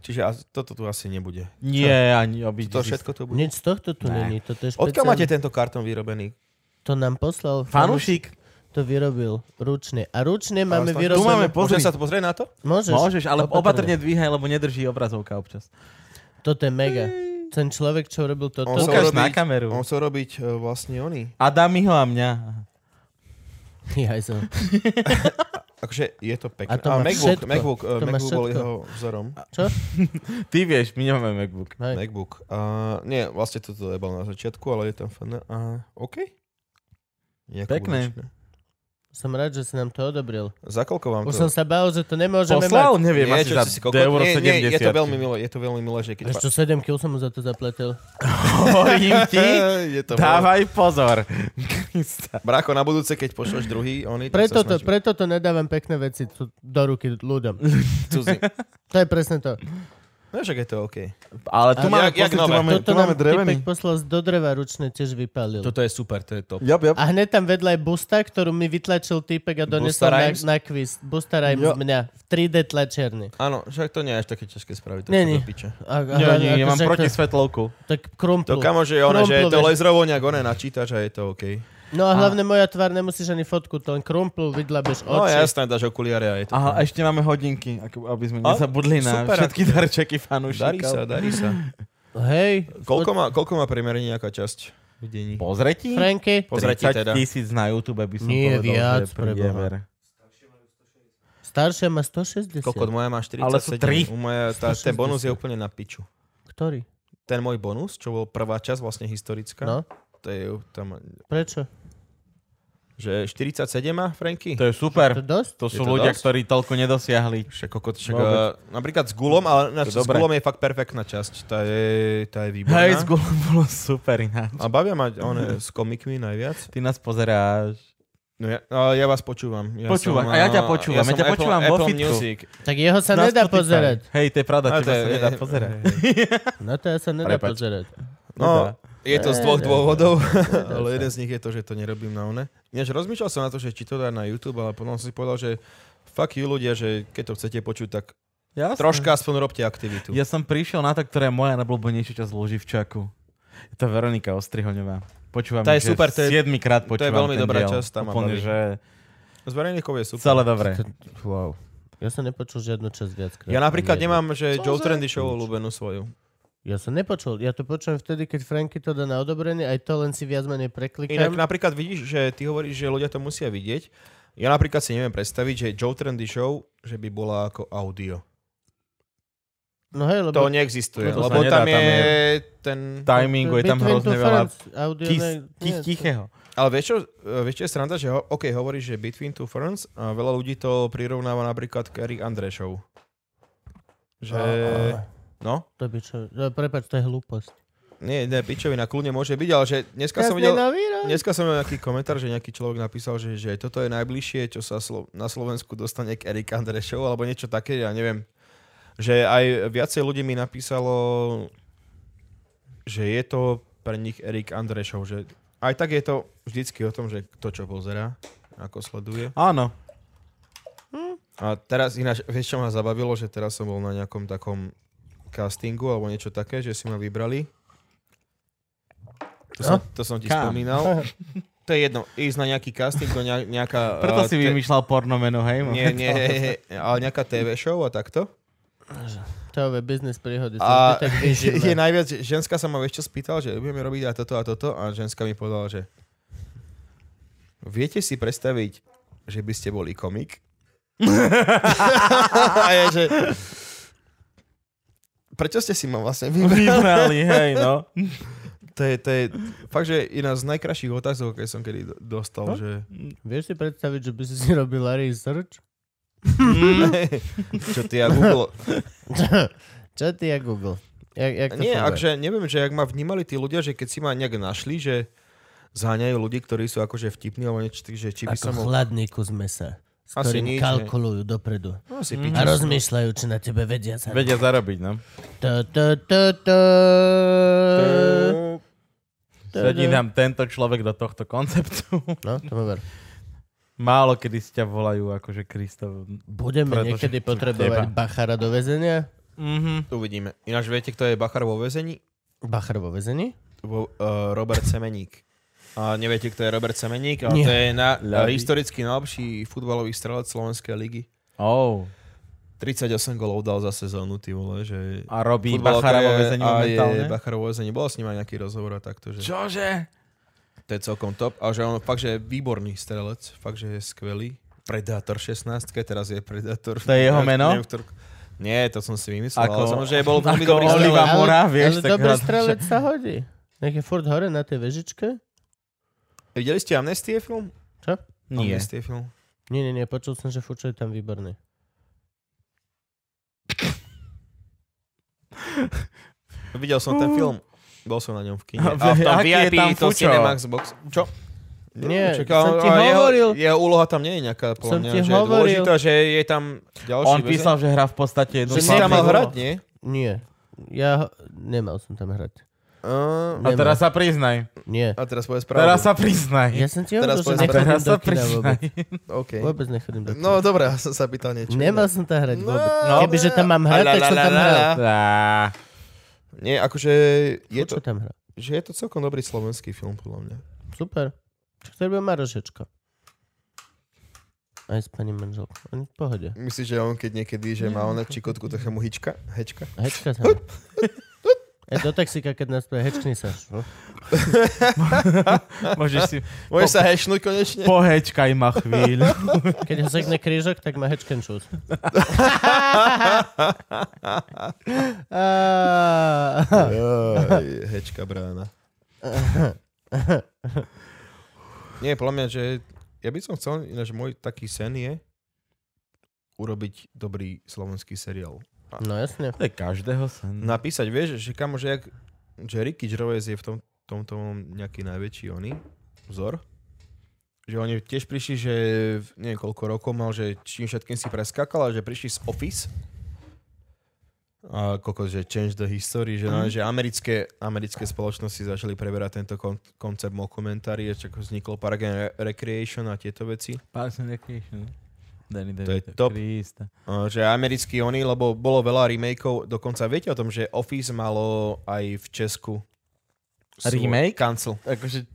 S3: Čiže as- toto tu asi nebude.
S5: Nie, ani obi...
S3: To všetko tu bude.
S2: Nič z tohto tu
S5: Ne.
S2: není. Toto je
S3: Odkiaľ
S2: špeciálne.
S3: máte tento kartón vyrobený?
S2: To nám poslal.
S5: Fanušik.
S2: Fanuš To vyrobil ručne. A ručne máme
S3: Ale-
S2: vyrobené...
S5: Tu máme- pozri.
S3: Môžem sa tu pozrieť na to?
S2: Môžeš?
S5: Môžeš, ale opatrne dvíhaj, lebo nedrží obrazovka občas.
S2: Toto je mega. Ten človek, čo robil toto...
S3: On sa
S5: Ukáž
S3: urobiť-
S5: na kameru.
S3: On chcel robiť e, vlastne oni.
S5: Adamiho a mňa.
S2: Jaj, som-
S3: Akože je to
S2: A
S3: pekné.
S2: to má
S3: MacBook,
S2: všetko.
S3: MacBook, e,
S2: To má
S3: MacBook bol
S2: všetko.
S3: jeho vzorom.
S5: Ty vieš, my nemáme MacBook.
S2: Hej.
S3: MacBook. A, nie, vlastne toto je bol na začiatku, ale je tam fan. A, OK. Nejako
S5: Pekné.
S3: budečné.
S2: Som rád, že si nám to odobril.
S3: Za koľko vám
S2: Už
S3: to?
S2: som sa bál, že to nemôžeme
S5: Poslal?
S2: mať.
S5: Neviem,
S3: Nie,
S5: asi
S3: čo
S5: za
S3: si si kokot?
S5: euro
S3: nie, nie,
S5: 70.
S3: je to veľmi milé, je to veľmi milé, že keď...
S2: Vieš
S3: pa-
S2: čo, 7 kill som mu za to zaplatil.
S5: Hovorím ti,
S3: je to Dávaj.
S5: dávaj pozor. Krista.
S3: Bráko, na budúce, keď pošleš druhý, oni... tak
S2: Preto
S3: sa
S2: to,
S3: snažím.
S2: preto to nedávam pekné veci tu- do ruky ľuďom.
S3: Cudzí.
S2: To je presne to.
S3: No, však je to OK.
S5: Ale
S2: A
S5: tu máme,
S3: jak- jak
S5: pozri, tu
S3: nové?
S5: máme, tu
S2: Toto
S5: máme
S2: nám
S5: drevený.
S2: typek poslal z do dreva ručne, tiež vypálil.
S3: je super, to je top.
S5: Jop, jop.
S2: A hneď tam vedľa je busta, ktorú mi vytlačil typek a donesol
S3: Busta
S2: na,
S3: Rhymes?
S2: na quiz. Busta Rhymes
S5: Jo.
S2: z mňa. V 3D tlačiarni.
S3: Áno, však to nie je až také ťažké spraviť. To
S2: Nie, nie.
S3: nie, nie. Piče.
S2: A, a,
S5: Nie,
S2: a-
S5: nie, ja mám
S2: akože
S5: proti
S2: to-
S5: svetlovku.
S2: Tak krumpl.
S3: To
S5: Hm.
S3: kamo, že je
S5: No,
S3: ono, že je to
S2: Krumplové.
S3: lejzrovo nejak one načítaš a je to OK.
S2: No a hlavne moja tvár, nemusíš ani fotku, to len krumplu vydlabeš
S3: No
S2: oči.
S3: jasné, dáš okuliare a je to
S5: Aha,
S3: fajn.
S5: ešte máme hodinky, ako- aby sme
S3: A,
S5: nezabudli na
S3: super.
S5: všetky darčeky fanúšikov.
S3: Darí sa, darí sa.
S2: Hej,
S3: Koľko má, koľko má priemerne nejaká časť v dení?
S5: Pozre ti?
S2: Franky.
S3: Pozre ti
S5: 30
S3: teda.
S5: tisíc na YouTube by som
S2: Nie,
S5: povedal,
S2: viac,
S5: že je
S2: preboha.
S5: priemer.
S2: Staršia má 160.
S3: Kokot, moja má 47.
S5: Ale sú tri.
S3: U moja, tá, ten
S2: 160.
S3: bonus je úplne na piču.
S2: Ktorý?
S3: Ten môj bonus, čo bol prvá časť vlastne historická,
S2: No,
S3: to je tam,
S2: prečo?
S3: že 47 má Franky?
S5: To je super.
S2: To dosť?
S5: To
S3: Je
S5: sú
S3: to
S5: ľudia,
S3: dosť?
S5: ktorí toľko nedosiahli.
S3: Však, kokot, však,
S5: Vôbec.
S3: uh, napríklad s Gulom, ale na, s
S5: No, To dobre.
S3: Gulom je fakt perfektná časť. Tá je, tá je výborná.
S5: Hej, z Gulom bolo super ináč.
S3: A bavia ma one, s komikmi najviac.
S5: Ty nás pozeráš.
S3: No ja, a ja vás počúvam. Ja
S5: Počúvam,
S3: som,
S5: a ja ťa
S3: a-
S5: počúvam, ja ťa
S3: som
S5: počúvam vo
S3: Apple, Apple
S5: fitku.
S3: Music.
S2: Tak jeho sa
S5: Na
S2: nedá
S5: Spotify.
S2: pozerať.
S5: Hej, to je pravda,
S3: A to
S5: teba
S3: je-
S5: sa nedá pozerať.
S2: Na to ja sa nedá
S5: Prepač.
S2: pozerať.
S3: No, je to z dvoch
S2: Ne, ne,
S3: dôvodov, ale jeden z nich je to, že to nerobím na one. Ináč rozmýšľal som na to, že či to dá na YouTube, ale potom som si povedal, že fuck you ľudia, že keď to chcete počuť, tak
S5: Jasné.
S3: troška aspoň robte aktivitu.
S5: Ja som prišiel na to, ktoré je moja najblbonejšia časť Loživčaku. Je to Veronika Ostrihoňová. Počúvam,
S3: Tá je
S5: že
S3: super, to je-
S5: siedmikrát
S3: to je
S5: počúvam
S3: veľmi
S5: ten
S3: dobrá
S5: diel.
S3: časť, tá ma
S5: Úplne,
S3: baví.
S5: že
S3: Z verejníkov je super.
S5: celé dobré.
S2: Wow. Ja som nepočul žiadnu časť viackrát.
S3: Ja napríklad
S2: Ani jednu.
S3: nemám, že Joe Trendy Show obľúbenú svoju.
S2: Ja som nepočul. Ja to počujem vtedy, keď Franky to dá na odobrenie, aj to len si viac menej
S3: Inak
S2: preklikám.
S3: napríklad vidíš, že ty hovoríš, že ľudia to musia vidieť. Ja napríklad si neviem predstaviť, že Joe Trendy Show, že by bola ako audio.
S2: No hej, lebo...
S3: To neexistuje,
S5: to sa
S3: lebo tam
S5: nedá, tam
S3: je
S5: je-
S3: ten...
S5: Timingu je tam
S2: Between
S5: hrozne
S2: two
S5: veľa
S2: friends, Audio,
S5: tis,
S2: ne-
S5: tich,
S2: nie,
S5: tichého.
S3: Ale vieš čo, e, vieš čo je sranda, že ho, OK, hovoríš, že Between Two Ferns a veľa ľudí to prirovnáva napríklad k Erik Andrešov. Že... No?
S2: To by čo... no, Prepač, to je hlúposť.
S3: Nie, nie, pičovina, kľudne môže byť, ale že dneska som
S2: Krásny
S3: videl...
S2: nový rok.
S3: Dneska som videl nejaký komentár, že nejaký človek napísal, že, že toto je najbližšie, čo sa Slo- na Slovensku dostane k Erik Andrešov, alebo niečo také, ja neviem. Že aj viacej ľudí mi napísalo, že je to pre nich Erik Andrešov, že aj tak je to vždycky o tom, že kto čo pozera, ako sleduje.
S5: Áno.
S3: A teraz ináč, vieš čo ma zabavilo, že teraz som bol na nejakom takom castingu alebo niečo také, že si ma vybrali. To som, to som ti
S5: No, Kam?
S3: spomínal. To je jedno, ísť na nejaký casting, do nej- nejaká...
S5: Preto
S3: eh,
S5: si
S3: te-
S5: vymýšľal pornomeno, hej?
S3: Nie, nie, ale nejaká TV show a takto.
S2: To je biznis príhody. sú vždy
S3: A
S2: tak
S3: je
S2: vyživné.
S3: najviac, ženská sa ma ešte spýtal, že budeme robiť aj toto a toto a ženská mi povedala, že Viete si predstaviť, že by ste boli komik? a je, že... Prečo ste si ma vlastne vybrali?
S5: Vybrali, hej, no.
S3: To je, to je fakt, že jedna z najkrajších otázok, aké som kedy
S2: No.
S3: do- dostal, že...
S2: Vieš si predstaviť, že by si si robila research? Mhm.
S3: Čo ty a Google...
S2: Čo ty a Google? Jak, jak to
S3: Nie,
S2: funguje?
S3: akže neviem, že ak ma vnímali tí ľudia, že keď si ma nejak našli, že zháňajú ľudí, ktorí sú akože vtipní, alebo niečo, že či by
S2: Ako
S3: som... Mohol...
S2: chladný kus mesa, s ktorým
S3: Asi nič, ne?
S2: kalkulujú dopredu.
S3: No,
S2: A
S3: asi piča.
S2: rozmýšľajú, či na tebe vedia sa.
S5: Vedia zarobiť, no.
S2: To, to, to, to.
S5: Sedí nám tento človek do tohto konceptu.
S2: No, to mi ver.
S5: Málo kedy si ťa volajú akože Kristof.
S2: Budeme
S5: Pretože
S2: niekedy potrebovať
S5: teba.
S2: bachara do väzenia?
S5: Mhm.
S3: Uvidíme. Ináč viete, kto je Bachar vo väzení?
S2: Bachar vo väzení?
S3: Vo, uh, Robert Semeník. A neviete, kto je Robert Semeník, ale
S2: Nie.
S3: to je na, uh,
S5: Ľavý.
S3: historicky najlepší futbalový strelec Slovenskej ligy.
S5: Oh.
S3: 38 golov dal za sezónu, ty vole, že...
S5: A robí
S3: Futbalka
S5: Bachara vo
S3: je- a
S5: väzení
S3: je
S5: momentálne.
S3: Bachar vo väzení. Bol s ním aj nejaký rozhovor a takto, že...
S5: Čože?
S3: To je celkom top. A že on fakt, že je výborný strelec. Fakt, že je skvelý. Predátor 16, teraz je Predátor.
S5: To je jeho meno?
S3: Neviem, ktor- Nie, to som si vymyslel.
S5: Ako-
S3: Ako, ale som, že bol veľmi
S5: ako
S3: dobrý
S5: Oliva
S3: strelec.
S5: Oliva Mora, vieš,
S2: ale
S5: tak
S2: dobrý
S5: hľadám, že-
S2: strelec sa hodí. Nech je furt hore na tej vežičke?
S3: Videli ste Amnestie film?
S2: Čo?
S3: No,
S5: Nie.
S3: Amnestie film.
S2: Nie, nie, nie, počul som, že furt čo je tam výborný.
S3: Videl som ten film. Bol som na ňom v kine. A,
S5: A
S3: v tom
S5: aký je
S3: VIP,
S5: tam
S3: to
S5: Fučo?
S3: Cinemax Box. Čo?
S2: Nie,
S3: Neviem,
S2: som ti
S3: a jeho,
S2: hovoril.
S3: jeho úloha tam nie je nejaká, podľa
S2: Som
S3: mňa,
S2: ti
S3: že je
S2: hovoril.
S3: dôležitá, že je tam ďalší
S5: On
S3: väzeň.
S5: písal, že hrá v podstate jednu
S3: že si
S5: slabú
S3: tam mal
S5: úlohu.
S3: hrať, nie?
S2: Nie, ja ho... nemal som tam hrať.
S3: Uh,
S5: A teraz sa priznaj.
S2: Nie.
S3: a teraz povedz pravdu.
S5: Teraz sa priznaj.
S2: Ja som ti hovoril,
S3: Teraz
S2: že
S3: povedz
S2: nechodím
S5: Teraz
S2: do
S5: sa
S2: kina vôbec.
S5: priznaj.
S3: OK.
S2: Vôbec nechodím do kina.
S3: No dobre, ja som sa pýtal niečo.
S2: Nemal som tam hrať
S3: No,
S2: vôbec.
S3: no.
S2: Kebyže tam mám hrať, tak som tam hral.
S3: Alalalala.
S5: Á,
S3: Nie, akože
S2: Je
S3: je to,
S2: Čo tam hral?
S3: že je to celkom dobrý slovenský film, podľa mňa.
S2: Super. Čo to robil Marošečko? Aj s pani manželkou. Oni v pohode.
S3: Myslíš, že on keď niekedy, že má ona čikotku, tak mu hička? Hečka?
S2: Hečka sa. Aj do taxíka, keď nás pre hečkni sa. No.
S5: Môžeš si...
S3: Môžeš
S5: Po-
S3: sa hešnúť konečne?
S5: Pohečkaj ma chvíľu.
S2: Keď ho sekne krížok, tak má hečken čus.
S3: Joj, hečka brána. Nie, podľa mňa, že ja by som chcel, ináč môj taký sen je urobiť dobrý slovenský seriál.
S2: No jasne.
S5: To je každého sen.
S3: napísať, vieš, že kamo, že jak, že Ricky Gervais je v tom, tomto nejaký najväčší oný vzor. Že oni tiež prišli, že v- neviem koľko rokov mal, že čím všetkým si preskakal, a že prišli z Office. A koľko, že Change the History, že, mm. že americké, americké spoločnosti začali preberať tento kon- koncept dokumentárie, čo ako vzniklo Park and Re- Recreation a tieto veci.
S5: Parks and Recreation. Danny
S3: To je
S5: DeVito,
S3: top.
S5: Krista.
S3: Uh, že americký oni, lebo bolo veľa remakeov, dokonca viete o tom, že Office malo aj v Česku svoj
S5: Remake?
S3: Cancel.
S5: Akože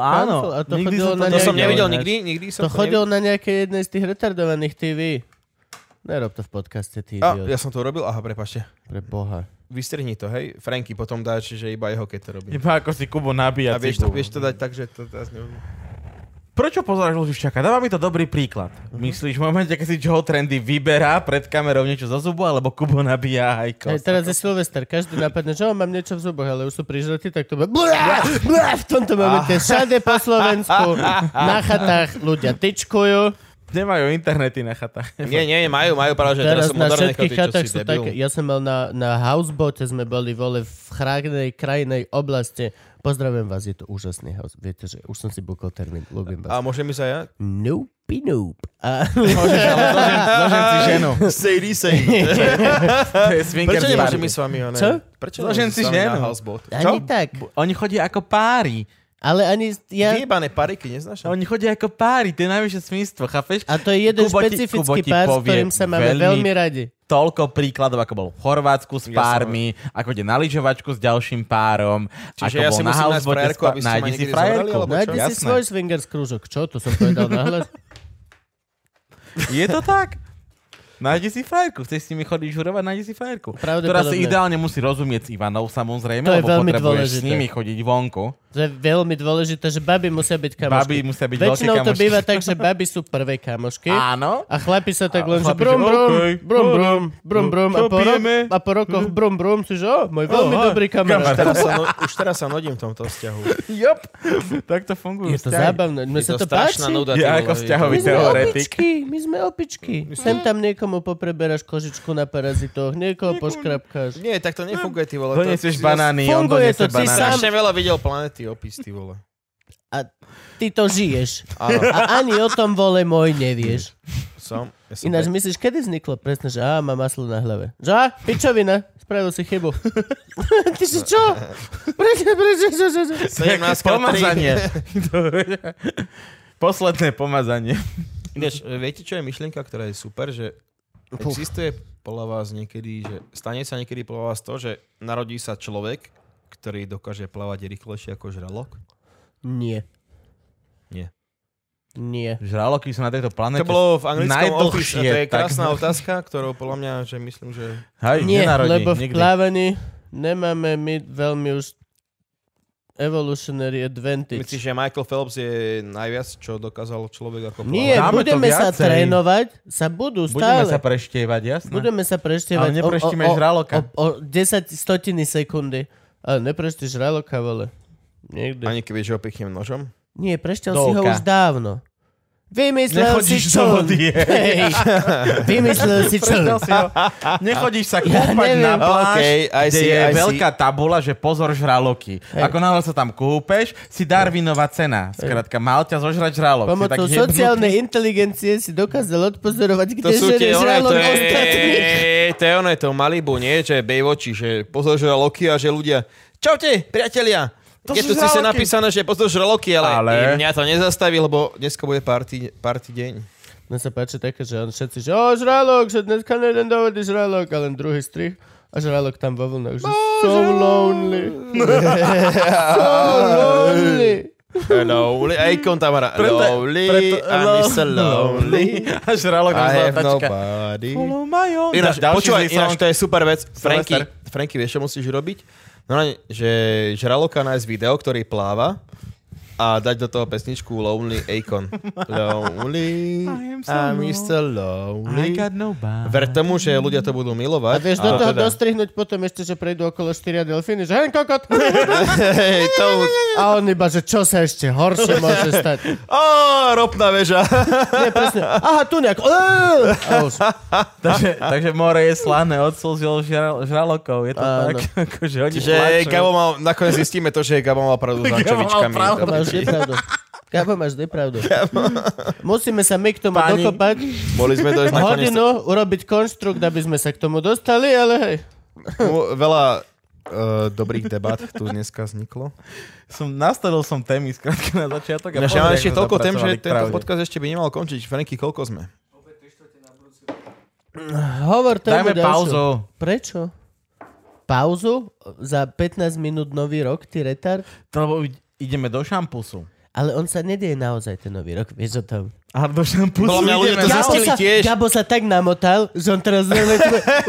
S2: Áno,
S5: áno.
S2: kancel, a to
S5: Nikdy
S2: chodilo
S5: som
S2: na
S5: to
S3: To som
S2: Nejde,
S3: nevidel
S2: ináč.
S3: nikdy, nikdy som
S2: To chodil na nejakej jednej z tých retardovaných TV. Nerob to v podcaste, ty
S3: A, ja
S2: idiot.
S3: som to urobil, aha, prepašte.
S2: Pre boha.
S3: Vystrihni to, hej. Franky potom dá, že iba jeho, keď to robí.
S5: Iba ako si Kubo nabíja
S3: A vieš to,
S5: cibu.
S3: vieš to dať tak, že to teraz neviem.
S5: Prečo pozeráš Ložiščaka? Dáva mi to dobrý príklad.
S2: Mhm.
S5: Myslíš, v momente, keď si Joe Trendy vyberá pred kamerou niečo zo zubu, alebo Kubo nabíja aj kost.
S2: Hej, teraz je Silvester, každý napadne, že "O, mám niečo v zuboch, ale už sú prižratí, tak to bude blá, blá, v tomto momente všade po Slovensku, na chatách ľudia tyčkujú.
S5: Nemajú internety na chatách.
S3: Nie, nie, majú, majú práve, že
S2: Teraz
S3: teraz, sú
S2: na
S3: moderné
S2: všetkých
S3: chaty, čo
S2: chatách
S3: si
S2: sú
S3: debil.
S2: také, ja som mal na, na housebote, sme boli vole v chránej krajnej oblasti. Pozdravujem vás, je to úžasný house. Viete, že už som si bukol termín, ľúbim
S3: A
S2: vás.
S3: môžem ísť aj ja?
S2: Nope, nope. A,
S5: Zložen si ženu.
S3: Sadie, sadie.
S5: To je swinger
S3: Prečo nemôžem
S5: party.
S3: ísť s vami, one?
S2: Čo?
S3: Prečo
S5: Zložen
S3: nemôžem
S5: si
S3: ísť s vami na
S5: ženu.
S3: houseboat?
S2: ani
S5: Čo?
S2: tak,
S5: Bu- Oni chodia ako páry.
S2: ale ani ja...
S3: Vyjebané pariky, neznášam.
S5: Oni chodia ako páry. To je najvyššie svinstvo, chápeš?
S2: A to je jeden
S5: Kubo ti- Kubo
S2: špecifický
S5: ti
S2: pár, s
S5: povie
S2: ktorým sa máme
S5: veľmi-
S2: veľmi radi.
S5: toľko príkladov, ako bol v Chorvátsku s pármi, ako ide na lyžovačku s ďalším párom,
S3: no. Čiže
S5: ako
S3: ja
S5: bol
S3: si musím
S5: na
S3: nájsť
S5: houseboate
S3: frajerku,
S5: s pa-
S3: aby ste ma
S5: nájdi si
S3: niekde
S5: frajerku.
S3: zobrali, alebo
S2: Nájdi si
S5: Jasné.
S2: svoj swingers krúžok. Čo? To som povedal nahlas.
S5: Je to tak? Nájdi si frajerku, chceš s nimi chodiť žurovať, nájdi si frajerku. Ktorá si
S2: Pravdepodobne.
S5: ideálne musí rozumieť s Ivanou samozrejme,
S2: To je
S5: lebo
S2: veľmi
S5: potrebuješ s
S2: dôležité.
S5: nimi chodiť vonku.
S2: To je veľmi dôležité, že baby musia byť kamošky.
S5: Baby musia byť veľké
S2: Väčšinou to
S5: kamošky.
S2: býva tak, že baby sú prvé kamošky.
S5: Áno.
S2: A chlapi sa tak len, že
S5: chlapi, že
S2: brum, brum,
S5: okej,
S2: brum, brum, brum, brum, a
S5: čo
S2: po, ro-
S5: pijeme?
S2: a po rokoch brum, brum, si že, o, môj veľmi dobrý kamarát.
S3: Teraz sa, no, už teraz sa nodím v tomto vzťahu.
S5: Jop. tak to funguje.
S2: Je to zábavné, mne
S7: Je
S2: sa
S7: to
S2: to
S7: strašná
S2: páči.
S7: nuda.
S5: Ja
S7: ty
S5: ako
S7: vole.
S5: vzťahový
S2: My sme
S5: teoretik.
S2: opičky, my sme opičky. Sem tam niekomu popreberáš kožičku na parazitoch, niekoho poškrapkáš.
S3: Nie, tak to nefunguje, ty vole. to-
S5: Donesieš banány, on
S2: Funguje to,
S5: doniesie
S2: ty
S5: banány.
S2: sám-
S7: Strašne veľa videl planety opis, ty vole.
S2: Ty to žiješ.
S7: Áno,
S2: A ani o tom vole môj nevieš.
S3: Som, ja som
S2: Ináč myslíš, kedy vzniklo presne, že á, má maslo na hlave. Že á, pičovina, spravil si chybu. Ty si čo? Prečo, prečo, prečo, prečo?
S7: 17 krát
S5: Pomazanie. Posledné pomazanie.
S3: Ináč, e, viete, čo je myšlienka, ktorá je super, že
S2: Puf.
S3: existuje podľa vás niekedy, že stane sa niekedy podľa vás to, že narodí sa človek, ktorý dokáže plávať rýchlejšie ako žralok?
S2: Nie.
S3: Nie.
S2: Nie.
S5: Žraloky sú na tejto planete.
S3: To bolo v anglickom opise,
S5: najdlhšie,
S3: to je
S5: tak-
S3: krásna otázka, ktorou podľa mňa, že myslím, že...
S5: Hej,
S2: Nie,
S5: nenarodí,
S2: lebo v
S5: nikdy.
S2: plávaní nemáme my veľmi už evolutionary advantage.
S3: Myslíš, že Michael Phelps je najviac, čo dokázal človek ako
S2: Nie,
S5: Dáme to
S2: budeme sa
S5: viacej.
S2: trénovať, sa budú
S5: Budeme
S2: stále.
S5: sa preštievať, jasné.
S2: Budeme sa preštievať
S5: Ale nepreštíme žraloka.
S2: O, o, o 10 stotiny sekundy. Ale neprešti žraloka, vole. Niekde.
S3: Ani keby, že ho pichnem nožom?
S2: Nie, prešťal
S5: Do
S2: si ho
S5: oka.
S2: už dávno. Vymyslel si
S5: Nechodíš
S2: čo?
S5: do vody.
S2: Hej, vymyslel si čo?
S5: Prečo si ho- Nechodíš sa
S2: Ja
S5: kúpať
S2: neviem.
S5: na pláž,
S3: Okej, I
S5: kde
S3: see,
S5: je
S3: I see.
S5: veľká tabula, že pozor žraloky. Ako náhle sa tam kúpeš, si Darwinová cena. Skrátka, mal ťa zožrať žralok. Si tak
S2: Pomocou
S5: jebnutý.
S2: sociálnej inteligencie si dokázal odpozorovať, kde žerie
S7: one,
S2: žralok
S7: to je,
S2: ostatných.
S7: to je ono, je to Malibu, nie? Že Baywatchi, že pozor žraloky a že ľudia, čaute, priatelia,
S5: To
S7: je tu
S5: sú
S7: síce
S5: žraloky.
S7: napísané, že pozor žraloky, ale, ale...
S5: Ale-
S7: mňa to nezastaví, lebo dneska bude party, party deň.
S2: Mne No sa páči také, že on všetci, že o, žralok, že dneska nejden do vody žralok, a len druhý strich a žralok tam vo vlnách, že so lonely. so lonely.
S7: Lonely, aj kon tam hrá.
S5: Preto-
S7: Lonely,
S5: preto-
S7: I'm Mr. Lonely.
S5: A žralok
S7: I have no
S5: zlatačka.
S7: nobody.
S5: Follow my own.
S7: Ináč,
S5: Ďalší
S7: počúvaj,
S5: zlý
S7: ináč
S5: song.
S7: to je super vec. Franky,
S5: Silvester.
S7: Franky, vieš, čo musíš robiť? No, ne, že žraloka nájsť video, ktorý pláva a dať do toho pesničku Lonely Akon. Lonely,
S5: I am so
S7: I'm Mr.
S5: I
S7: Lonely.
S5: got no nobody.
S7: Ver tomu, že ľudia to budú
S2: A
S7: milovať.
S2: vieš do
S7: A
S2: toho
S7: teda-
S2: dostrihnúť potom ešte, že prejdú okolo štyria delfíny, že hen kokot.
S7: Hej, to...
S2: A on iba, že čo sa ešte horšie môže stať.
S7: Ó, ropná väža.
S2: Nie, presne. Aha, tu nejak. Á! A už.
S5: Takže, takže more je slané od slziel žral, žralokov. Je to
S2: Áno.
S5: tak, akože oni
S7: Že
S5: plačú.
S7: Gabo mal, nakoniec zistíme to, že Gabo mal pravdu s
S5: Gabo mal
S7: ančovičkami.
S5: pravdu.
S2: Gabo, máš nepravdu. Gabo, máš nepravdu. Musíme sa my k tomu
S5: Pani-
S2: dokopať.
S7: Boli sme to už nakoniec...
S2: Hodinu urobiť konštrukt, aby sme sa k tomu dostali, ale hej.
S7: Mu- Veľa eh,
S3: Uh, dobrých debát tu dneska vzniklo.
S5: Som, nastavil som témy skrátka na
S7: Ja,
S5: začiatok. A
S7: ja
S5: pozri,
S7: mám
S5: ako
S7: ešte
S5: sme
S7: toľko tém, že
S5: zapracovali k
S7: tento
S5: pravde.
S7: podcast ešte by nemal končiť. Franky, koľko sme?
S2: Hovor tému
S5: Dajme
S2: ďalšiu.
S5: pauzu.
S2: Prečo? Pauzu? Za 15 minút nový rok, ty retard?
S5: To, No, lebo id- ideme do šampusu.
S2: Ale on sa nedieje naozaj ten nový rok, vieš o tom.
S5: A do šampusu
S7: Podľa mňa ľudia to
S5: ideme.
S7: zistili
S2: sa,
S7: tiež.
S2: Gabo sa tak namotal, že on teraz len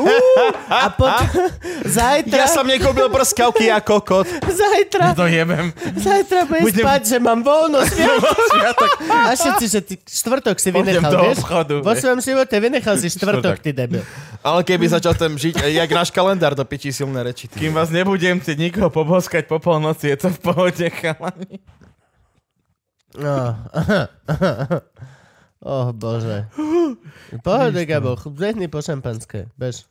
S2: Uú, a potom zajtra,
S7: Ja som nekúpil prskavky a kokot.
S2: zajtra,
S5: To jebem.
S2: zajtra bude
S5: Budem-
S2: spať, že mám voľno sviatok.
S5: Sviatok.
S2: A všetci, že ty štvrtok si
S5: Pôjdem
S2: vynechal,
S5: do
S2: vieš?
S5: obchodu.
S2: Vo svojom živote vynechal si štvrtok, ty debil.
S7: Ale keby začal tam žiť, eh, jak náš kalendár, to pičí silné reči. Ty.
S5: Kým vás nebudem chcieť nikoho poboskať po polnoci, je to v pohode, chalani.
S2: No. oh, bože. V Pohode,
S5: no.
S2: Gabo, zehni po šampanské, bež.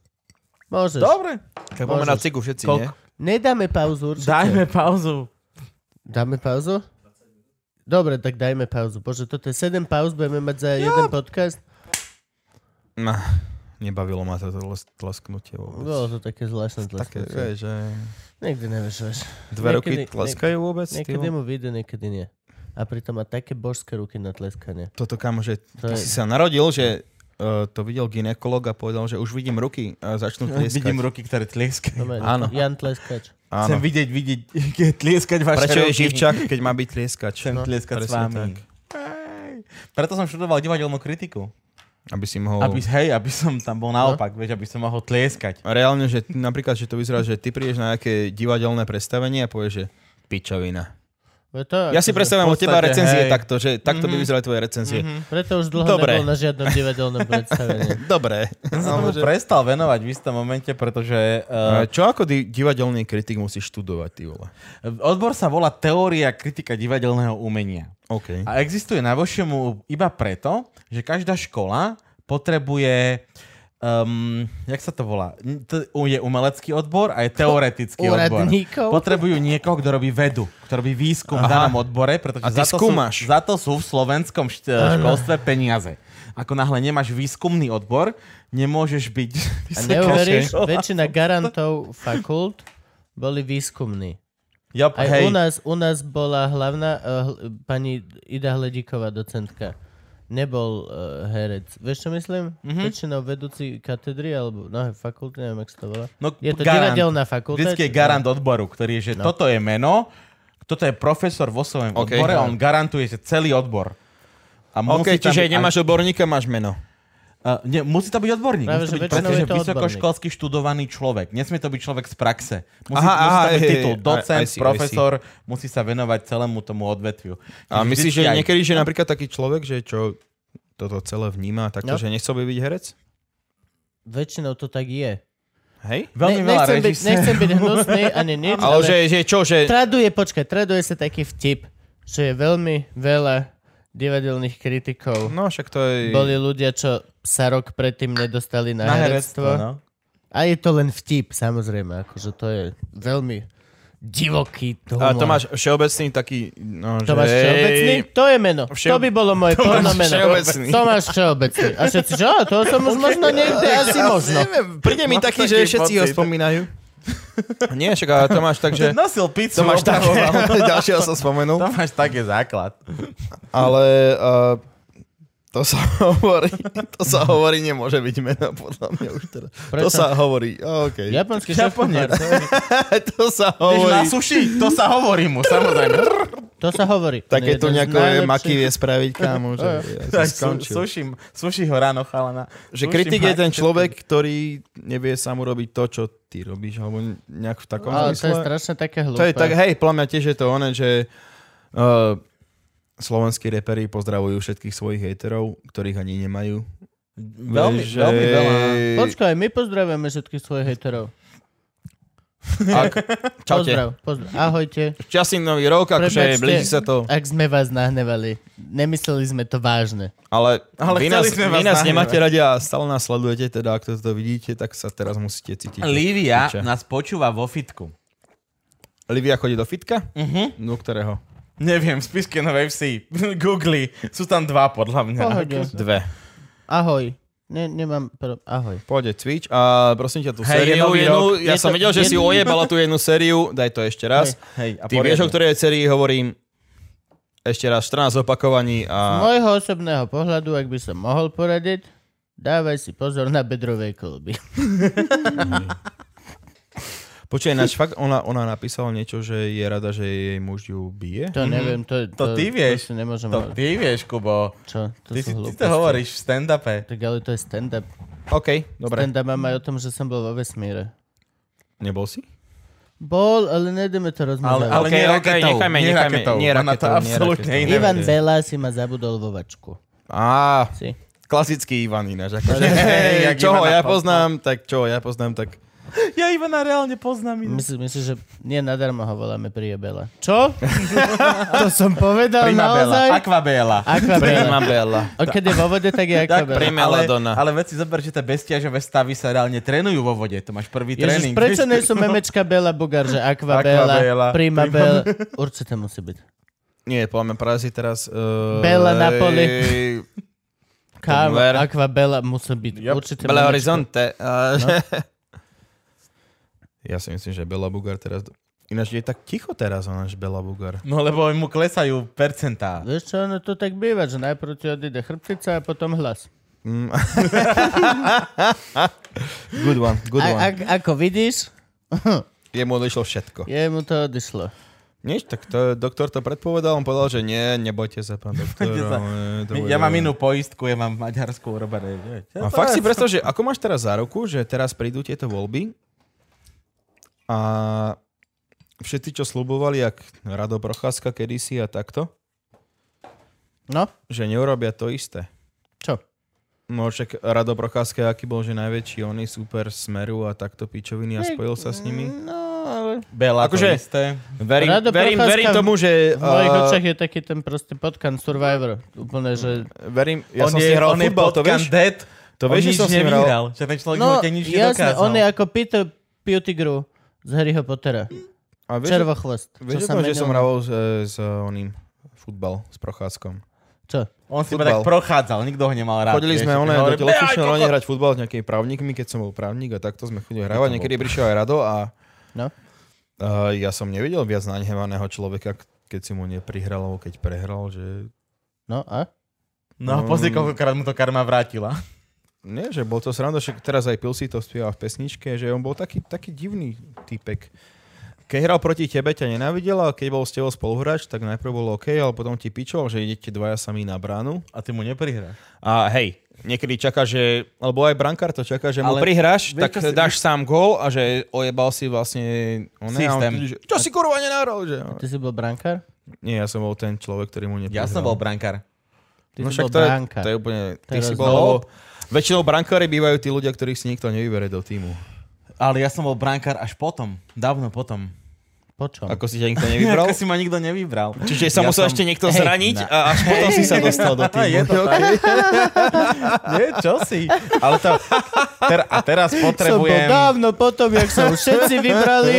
S2: Môžeš.
S5: Dobre.
S7: Tak poďme na cigu všetci, nie?
S2: Nedáme pauzu určite.
S5: Dajme pauzu.
S2: Dáme pauzu? Dobre, tak dajme pauzu. Bože, toto je 7 pauz, budeme mať za jeden podcast.
S3: No, nebavilo ma to tles- tlesknutie vôbec.
S2: Bolo to také zvláštne
S3: Také,
S2: tlesknutie.
S3: vieš, že
S2: Nikdy nevieš, vieš.
S3: dve roky
S2: Niekedy-
S3: tleskajú vôbec. ty
S2: Niekedy
S3: vole?
S2: mu vyjde, niekedy nie. A pritom má také božské ruky na tleskanie.
S3: Toto kamo, že
S2: To
S3: ty
S2: je-
S3: si sa narodil, že eh, to videl ginekolog a povedal, že už vidím ruky a začnú tlieskať.
S5: Vidím ruky, ktoré tlieskajú.
S2: Dobre,
S3: Áno.
S2: Jan Tleskač.
S5: Chcem
S3: Áno.
S5: vidieť, vidieť, keď tlieskať vaše
S3: Prečo je
S5: ruky.
S3: živčak, keď má byť tlieskač?
S5: Chcem tlieskať s
S3: presne
S5: vami.
S3: tak.
S5: Ej. Preto som študoval divadelnú kritiku.
S3: Aby si mohol...
S5: Aby, hej, aby som tam bol naopak, vieš, aby som mohol tlieskať.
S3: Reálne, že ty- napríklad, že to vyzerá, že ty prídeš na nejaké divadelné predstavenie a povieš, že pičovina.
S2: Je To, akože
S3: Ja si predstavujem od
S5: podstate,
S3: teba recenzie
S5: hej. Mhm.
S3: takto, že takto by vyzerali tvoje recenzie.
S2: Preto už dlho
S3: Dobre.
S2: nebol na žiadnom divadelnom predstavení.
S3: Dobre.
S5: Ja som sa tomu prestal venovať v istom momente, pretože
S3: A
S5: uh,
S3: Čo ako di- divadelný kritik musíš študovať, ty vole?
S5: odbor sa volá Teória kritika divadelného umenia.
S3: OK.
S5: A existuje na vošemu iba preto, že každá škola potrebuje Um, jak sa to volá? N- t- u- Je umelecký odbor a je teoretický odbor.
S2: Úradníkov.
S5: Potrebujú niekoho, kto robí vedu, kto robí výskum v danom odbore,
S3: A
S5: pretože
S3: ty
S5: za, to
S3: skúmaš.
S5: Sú, za to sú v slovenskom št- eh, školstve peniaze. Ako náhle nemáš výskumný odbor, nemôžeš byť...
S2: A neuveríš, väčšina garantov fakult boli výskumní.
S5: Yep,
S2: Aj u nás, u nás bola hlavná eh, hl- pani Ida Hledíková, docentka. Nebol eh, herec. Vieš, čo myslím?
S5: Mhm.
S2: Mm-hmm. Väčšinou vedúci katedry alebo no, fakulty, neviem, jak sa to volá.
S5: No,
S2: Je to
S5: garant.
S2: divadelná fakulta.
S5: Vždycky
S2: či-
S5: je garant odboru, ktorý je, že no. toto je meno, toto je profesor vo svojom
S3: OK.
S5: okay, odbore, on garantuje, že celý odbor. A
S3: OK,
S5: musí tam
S3: čiže
S5: byť-
S3: nemáš odborníka, máš meno.
S5: A, ne, musí to byť odborník.
S2: Práve, že
S5: musí to byť
S2: väčšinou
S5: proste,
S2: je
S5: že
S2: to
S5: vysokoškolský študovaný človek. Nesmie to byť človek z praxe. Musí,
S3: Aha,
S5: musí
S3: aha,
S5: to byť
S3: hej,
S5: titul
S3: hej,
S5: docent,
S3: I- I see, I see.
S5: profesor, musí sa venovať celému tomu odvetviu.
S3: A
S5: Čiže
S3: myslíš, že
S5: vždycky aj- No.
S3: niekedy, že napríklad taký človek, že čo toto celé vníma, takto,
S2: No.
S3: že nechcel by byť herec?
S2: Väčšinou to tak je.
S3: Hej?
S5: Veľmi
S2: ne,
S5: veľa
S2: nechcem, byť,
S5: režisérov-
S2: nechcem byť hnusný ani nič,
S3: Ale že, že čo, že...
S2: traduje, počkaj, traduje sa taký vtip, že je veľmi veľa divadelných kritikov.
S3: No však to je...
S2: Boli ľudia, čo sa rok predtým nedostali na,
S5: na
S2: herectvo.
S5: herectvo. No.
S2: A je to len vtip, samozrejme, akože to je veľmi divoký humor.
S3: A to máš všeobecný taký... No, že...
S2: Tomáš Všeobecný? To je meno.
S3: Všeo-
S2: To by bolo moje plno meno.
S3: Všeobecný.
S2: Tomáš Všeobecný. A všetci, že "Á, to som už možno niekde, asi možno.
S3: Neviem, príde mi taký, že všetci ho spomínajú. Nie, však ale to máš tak, že...
S5: Nosil pizzu.
S3: To máš také,
S5: opravoval.
S3: ďalšieho som spomenul.
S5: To máš taký základ.
S3: Ale uh, to sa hovorí, to sa hovorí, nemôže byť meno, podľa mňa už teraz. To
S2: Prečo?
S3: sa hovorí, OK.
S2: Japonský šéf
S3: To sa
S5: Ideš na
S3: hovorí.
S5: suši, to sa hovorí mu, samozrejme.
S2: To sa hovorí. On je
S3: Takéto
S2: jeden z
S3: nejaké
S2: najlepších-
S3: maky vie spraviť, kámo, že ja som
S5: Tak
S3: skončil.
S5: suši, suši ho ráno chalana.
S3: Že
S5: Sushi
S3: kritik je
S5: má-
S3: ten človek, ktorý nevie sám urobiť to, čo ty robíš, alebo nejak v takom
S2: Ale to je
S3: zmysle.
S2: strašne také hlúpe.
S3: To je tak, hej, podľa mňa tiež je to oné, že uh, slovenskí reperi pozdravujú všetkých svojich hejterov, ktorých ani nemajú.
S5: Veľmi,
S3: Vieš,
S5: veľmi
S3: že-
S5: veľa.
S2: Počkaj, my pozdravujeme všetkých svojich hejterov.
S3: Ak, čaute.
S2: Pozdrav, pozdrav. Ahojte.
S3: Šťastný nový rok, akože
S2: Prepačte.
S3: blíži sa to.
S2: Ak sme vás nahnevali, nemysleli sme to vážne.
S3: Ale,
S5: Ale
S3: vy nás,
S5: chceli sme
S3: vy
S5: vás
S3: nás
S5: nahnevať.
S3: nemáte radi a stále nás sledujete, teda ak toto vidíte, tak sa teraz musíte cítiť.
S5: Lívia
S3: Piče.
S5: nás počúva vo fitku.
S3: Livia chodí do fitka? Uh-huh. Do ktorého?
S5: Neviem, z Piske Novej Vsi. Googli. Sú tam dva, podľa mňa.
S3: akože-
S2: Pohode.
S3: Dve.
S2: Ahoj. Ne, nemám... Pro... Ahoj.
S3: Pôjde cvič a prosím ťa tú
S5: Hej, je
S3: sériu.
S5: nový
S3: jednu,
S5: rok.
S3: ja
S2: Je
S3: som
S2: to-
S3: vedel, že
S2: je-
S3: si ojebala tú jednu sériu, daj to ešte raz.
S5: Hej, a
S3: Ty vieš, o ktorej
S5: poriadne.
S3: sérii hovorím ešte raz 14 opakovaní
S2: Z
S3: a
S2: môjho osobného pohľadu, ak by som mohol poradiť, dávaj si pozor na bedrové kolby.
S3: počuj, ináč fakt ona, ona napísala niečo, že je rada, že jej muž ju bije.
S2: To neviem, to...
S5: To ty
S2: To
S5: vieš.
S2: si nemôžem...
S5: To ty vieš, Kubo.
S2: Čo? To sú
S5: Ty, si, ty
S2: hlúposti.
S5: to hovoríš v stand-upe.
S2: Tak ale to je stand-up.
S3: OK, dobre.
S2: Stand-up mám aj o tom, že som bol vo vesmíre.
S3: Nebol si?
S2: Bol, ale nejdeme to rozmýšľať.
S5: Ale, ale
S3: Okej,
S5: nie
S3: okej,
S5: raketou.
S3: nechajme,
S5: nie
S3: nechajme,
S5: raketou.
S3: nie
S5: Ona to
S3: raketou, nie
S5: absolútne
S3: raketou.
S5: iné.
S2: Ivan Bela si ma zabudol vo vačku.
S3: Á,
S2: Si.
S3: klasický Ivan ináč.
S5: Hej, jak
S3: Akože, čo ho
S5: Ivana
S3: ja
S5: Pavla.
S3: poznám, tak čo ho ja poznám, tak...
S5: Ja Ivana reálne poznám. inak.
S2: Myslím, myslím, že nie nadarmo ho voláme Priebela. Čo? to som povedal
S5: Primabela.
S2: naozaj?
S5: Akvabela.
S2: Akvabela.
S3: Bella.
S2: On keď je vo vode, tak je akvabela.
S3: Prima Ladonna.
S5: ale veci zober, že tie bestiažové stavy sa reálne trénujú vo vode. To máš prvý
S2: Ježiš,
S5: tréning.
S2: prečo nie sú memečka Bela Bugar, že
S5: Akvabela,
S2: akvabela, primabela. Určite musí byť.
S3: Nie, podľa mňa práve si teraz... Uh,
S2: Bela na poli. Kámo,
S3: Tumbler.
S2: akvabela musí byť.
S5: Yep.
S2: Určite memečka.
S3: Bela Horizonte. Uh, ja si myslím, že Bela Bugar teraz... Ináč je tak ticho teraz ona, že Bela Bugar.
S5: No lebo mu klesajú percentá.
S2: Vieš čo, ono to tak býva, že najprv ti odíde chrbtica a potom hlas.
S3: Good one, good one.
S2: A, ak, ako vidíš,
S3: Jemu odišlo všetko.
S2: jemu to odišlo.
S3: Nič, tak to, doktor to predpovedal, on povedal, že nie, nebojte sa, pán doktor.
S5: Nebojte sa.
S3: ale to bude-
S5: Ja mám inú No poistku, ja mám maďarskú urobené. vieš.
S3: A fakt si predstav, že ako máš teraz záruku, že teraz prídu tieto voľby a všetci, čo slubovali, jak Rado Procházka kedysi a takto,
S2: No,
S3: že neurobia to isté.
S2: Čo?
S3: No však Rado Procházka, aký bol, že najväčší oný super smeru a takto pičoviny a
S5: Hm.
S3: spojil sa s nimi.
S2: no ale
S5: Bela
S3: Akože-
S5: to isté.
S3: Verím,
S2: Rado
S3: verím,
S2: Procházka
S3: verím tomu, že...
S2: v mojich
S3: a,
S2: očiach je taký ten proste potkan Survivor. Úplne, že...
S3: verím, ja
S5: on
S3: som
S5: je,
S3: si hral
S5: on
S3: futbal,
S5: je
S3: to vieš?
S5: Dead,
S3: To vieš,
S5: on
S3: že
S5: nič
S3: som si hral...
S5: nevyhral. Že ten človek no,
S2: No,
S5: nič
S2: jasné,
S5: nedokázal.
S2: on je ako Peter Pettigrew z Harryho Pottera.
S3: A vieš, že-
S2: Červochvost. Čo
S3: vieš o
S2: sa
S3: tom, že
S2: menil
S3: som
S2: na-
S3: hral s, eh, s oným futbal, s Procházkom.
S2: Čo?
S5: on si iba tak
S3: futbal.
S5: prochádzal, nikto ho nemal rád.
S3: Chodili
S5: vieš,
S3: sme
S5: že
S3: one do
S5: hovorí, "Behaj,
S3: telefíčne
S5: kokot!"
S3: len hrať futbal s nejakými právnikmi, keď som bol právnik a takto sme chodili hrávať. Niekedy prišiel aj Rado a
S2: No.
S3: a ja som nevidel viac nahnevaného človeka, keď si mu neprihralo, keď prehral, že
S2: No a?
S5: No,
S3: Mm.
S5: pozri, koľkokrát mu to karma vrátila.
S3: nie, že bol to sranda, však teraz aj Pilsi to spieva v pesničke, že on bol taký, taký divný typek. Keď hral proti tebe, ťa nenávidel a keď bol s tebou spoluhráč, tak najprv bol OK, ale potom ti pičoval, že idete dvaja sami na bránu.
S5: A ty mu neprihráš.
S3: A hej, niekedy čaká, že, alebo aj brankár to čaká, že mu
S5: Ale
S3: prihráš,
S5: vieš,
S3: tak
S5: čo si-
S3: dáš sám gól a že ojebal si vlastne... One, a on
S5: Systém.
S3: ti- že, čo si kurva nenahral? Že...
S2: Ty si bol brankár?
S3: Nie, ja som bol ten človek, ktorý mu neprihral.
S5: Ja som bol brankár.
S2: Ty si bol
S3: No to je,
S2: brankár.
S3: to je úplne... Ty
S2: Teraz
S3: si bol...
S2: no.
S3: lebo Väčšinou brankári bývajú tí ľudia, ktorých si nikto nevybere do týmu.
S5: Ale ja som bol brankár až potom, dávno potom.
S2: Počom?
S3: Ako si ťa nikto nevybral?
S5: Ako si ma nikto nevybral.
S3: Čiže sa
S5: Ja
S3: musel
S5: som-
S3: ešte niekto
S5: Hej,
S3: zraniť
S5: na-
S3: a až potom si sa dostal do týmu.
S5: Je to tak. Nie, čo si? Ale to... Ter, a teraz
S2: Som bol
S5: potrebujem...
S2: dávno potom, jak sa už všetci vybrali.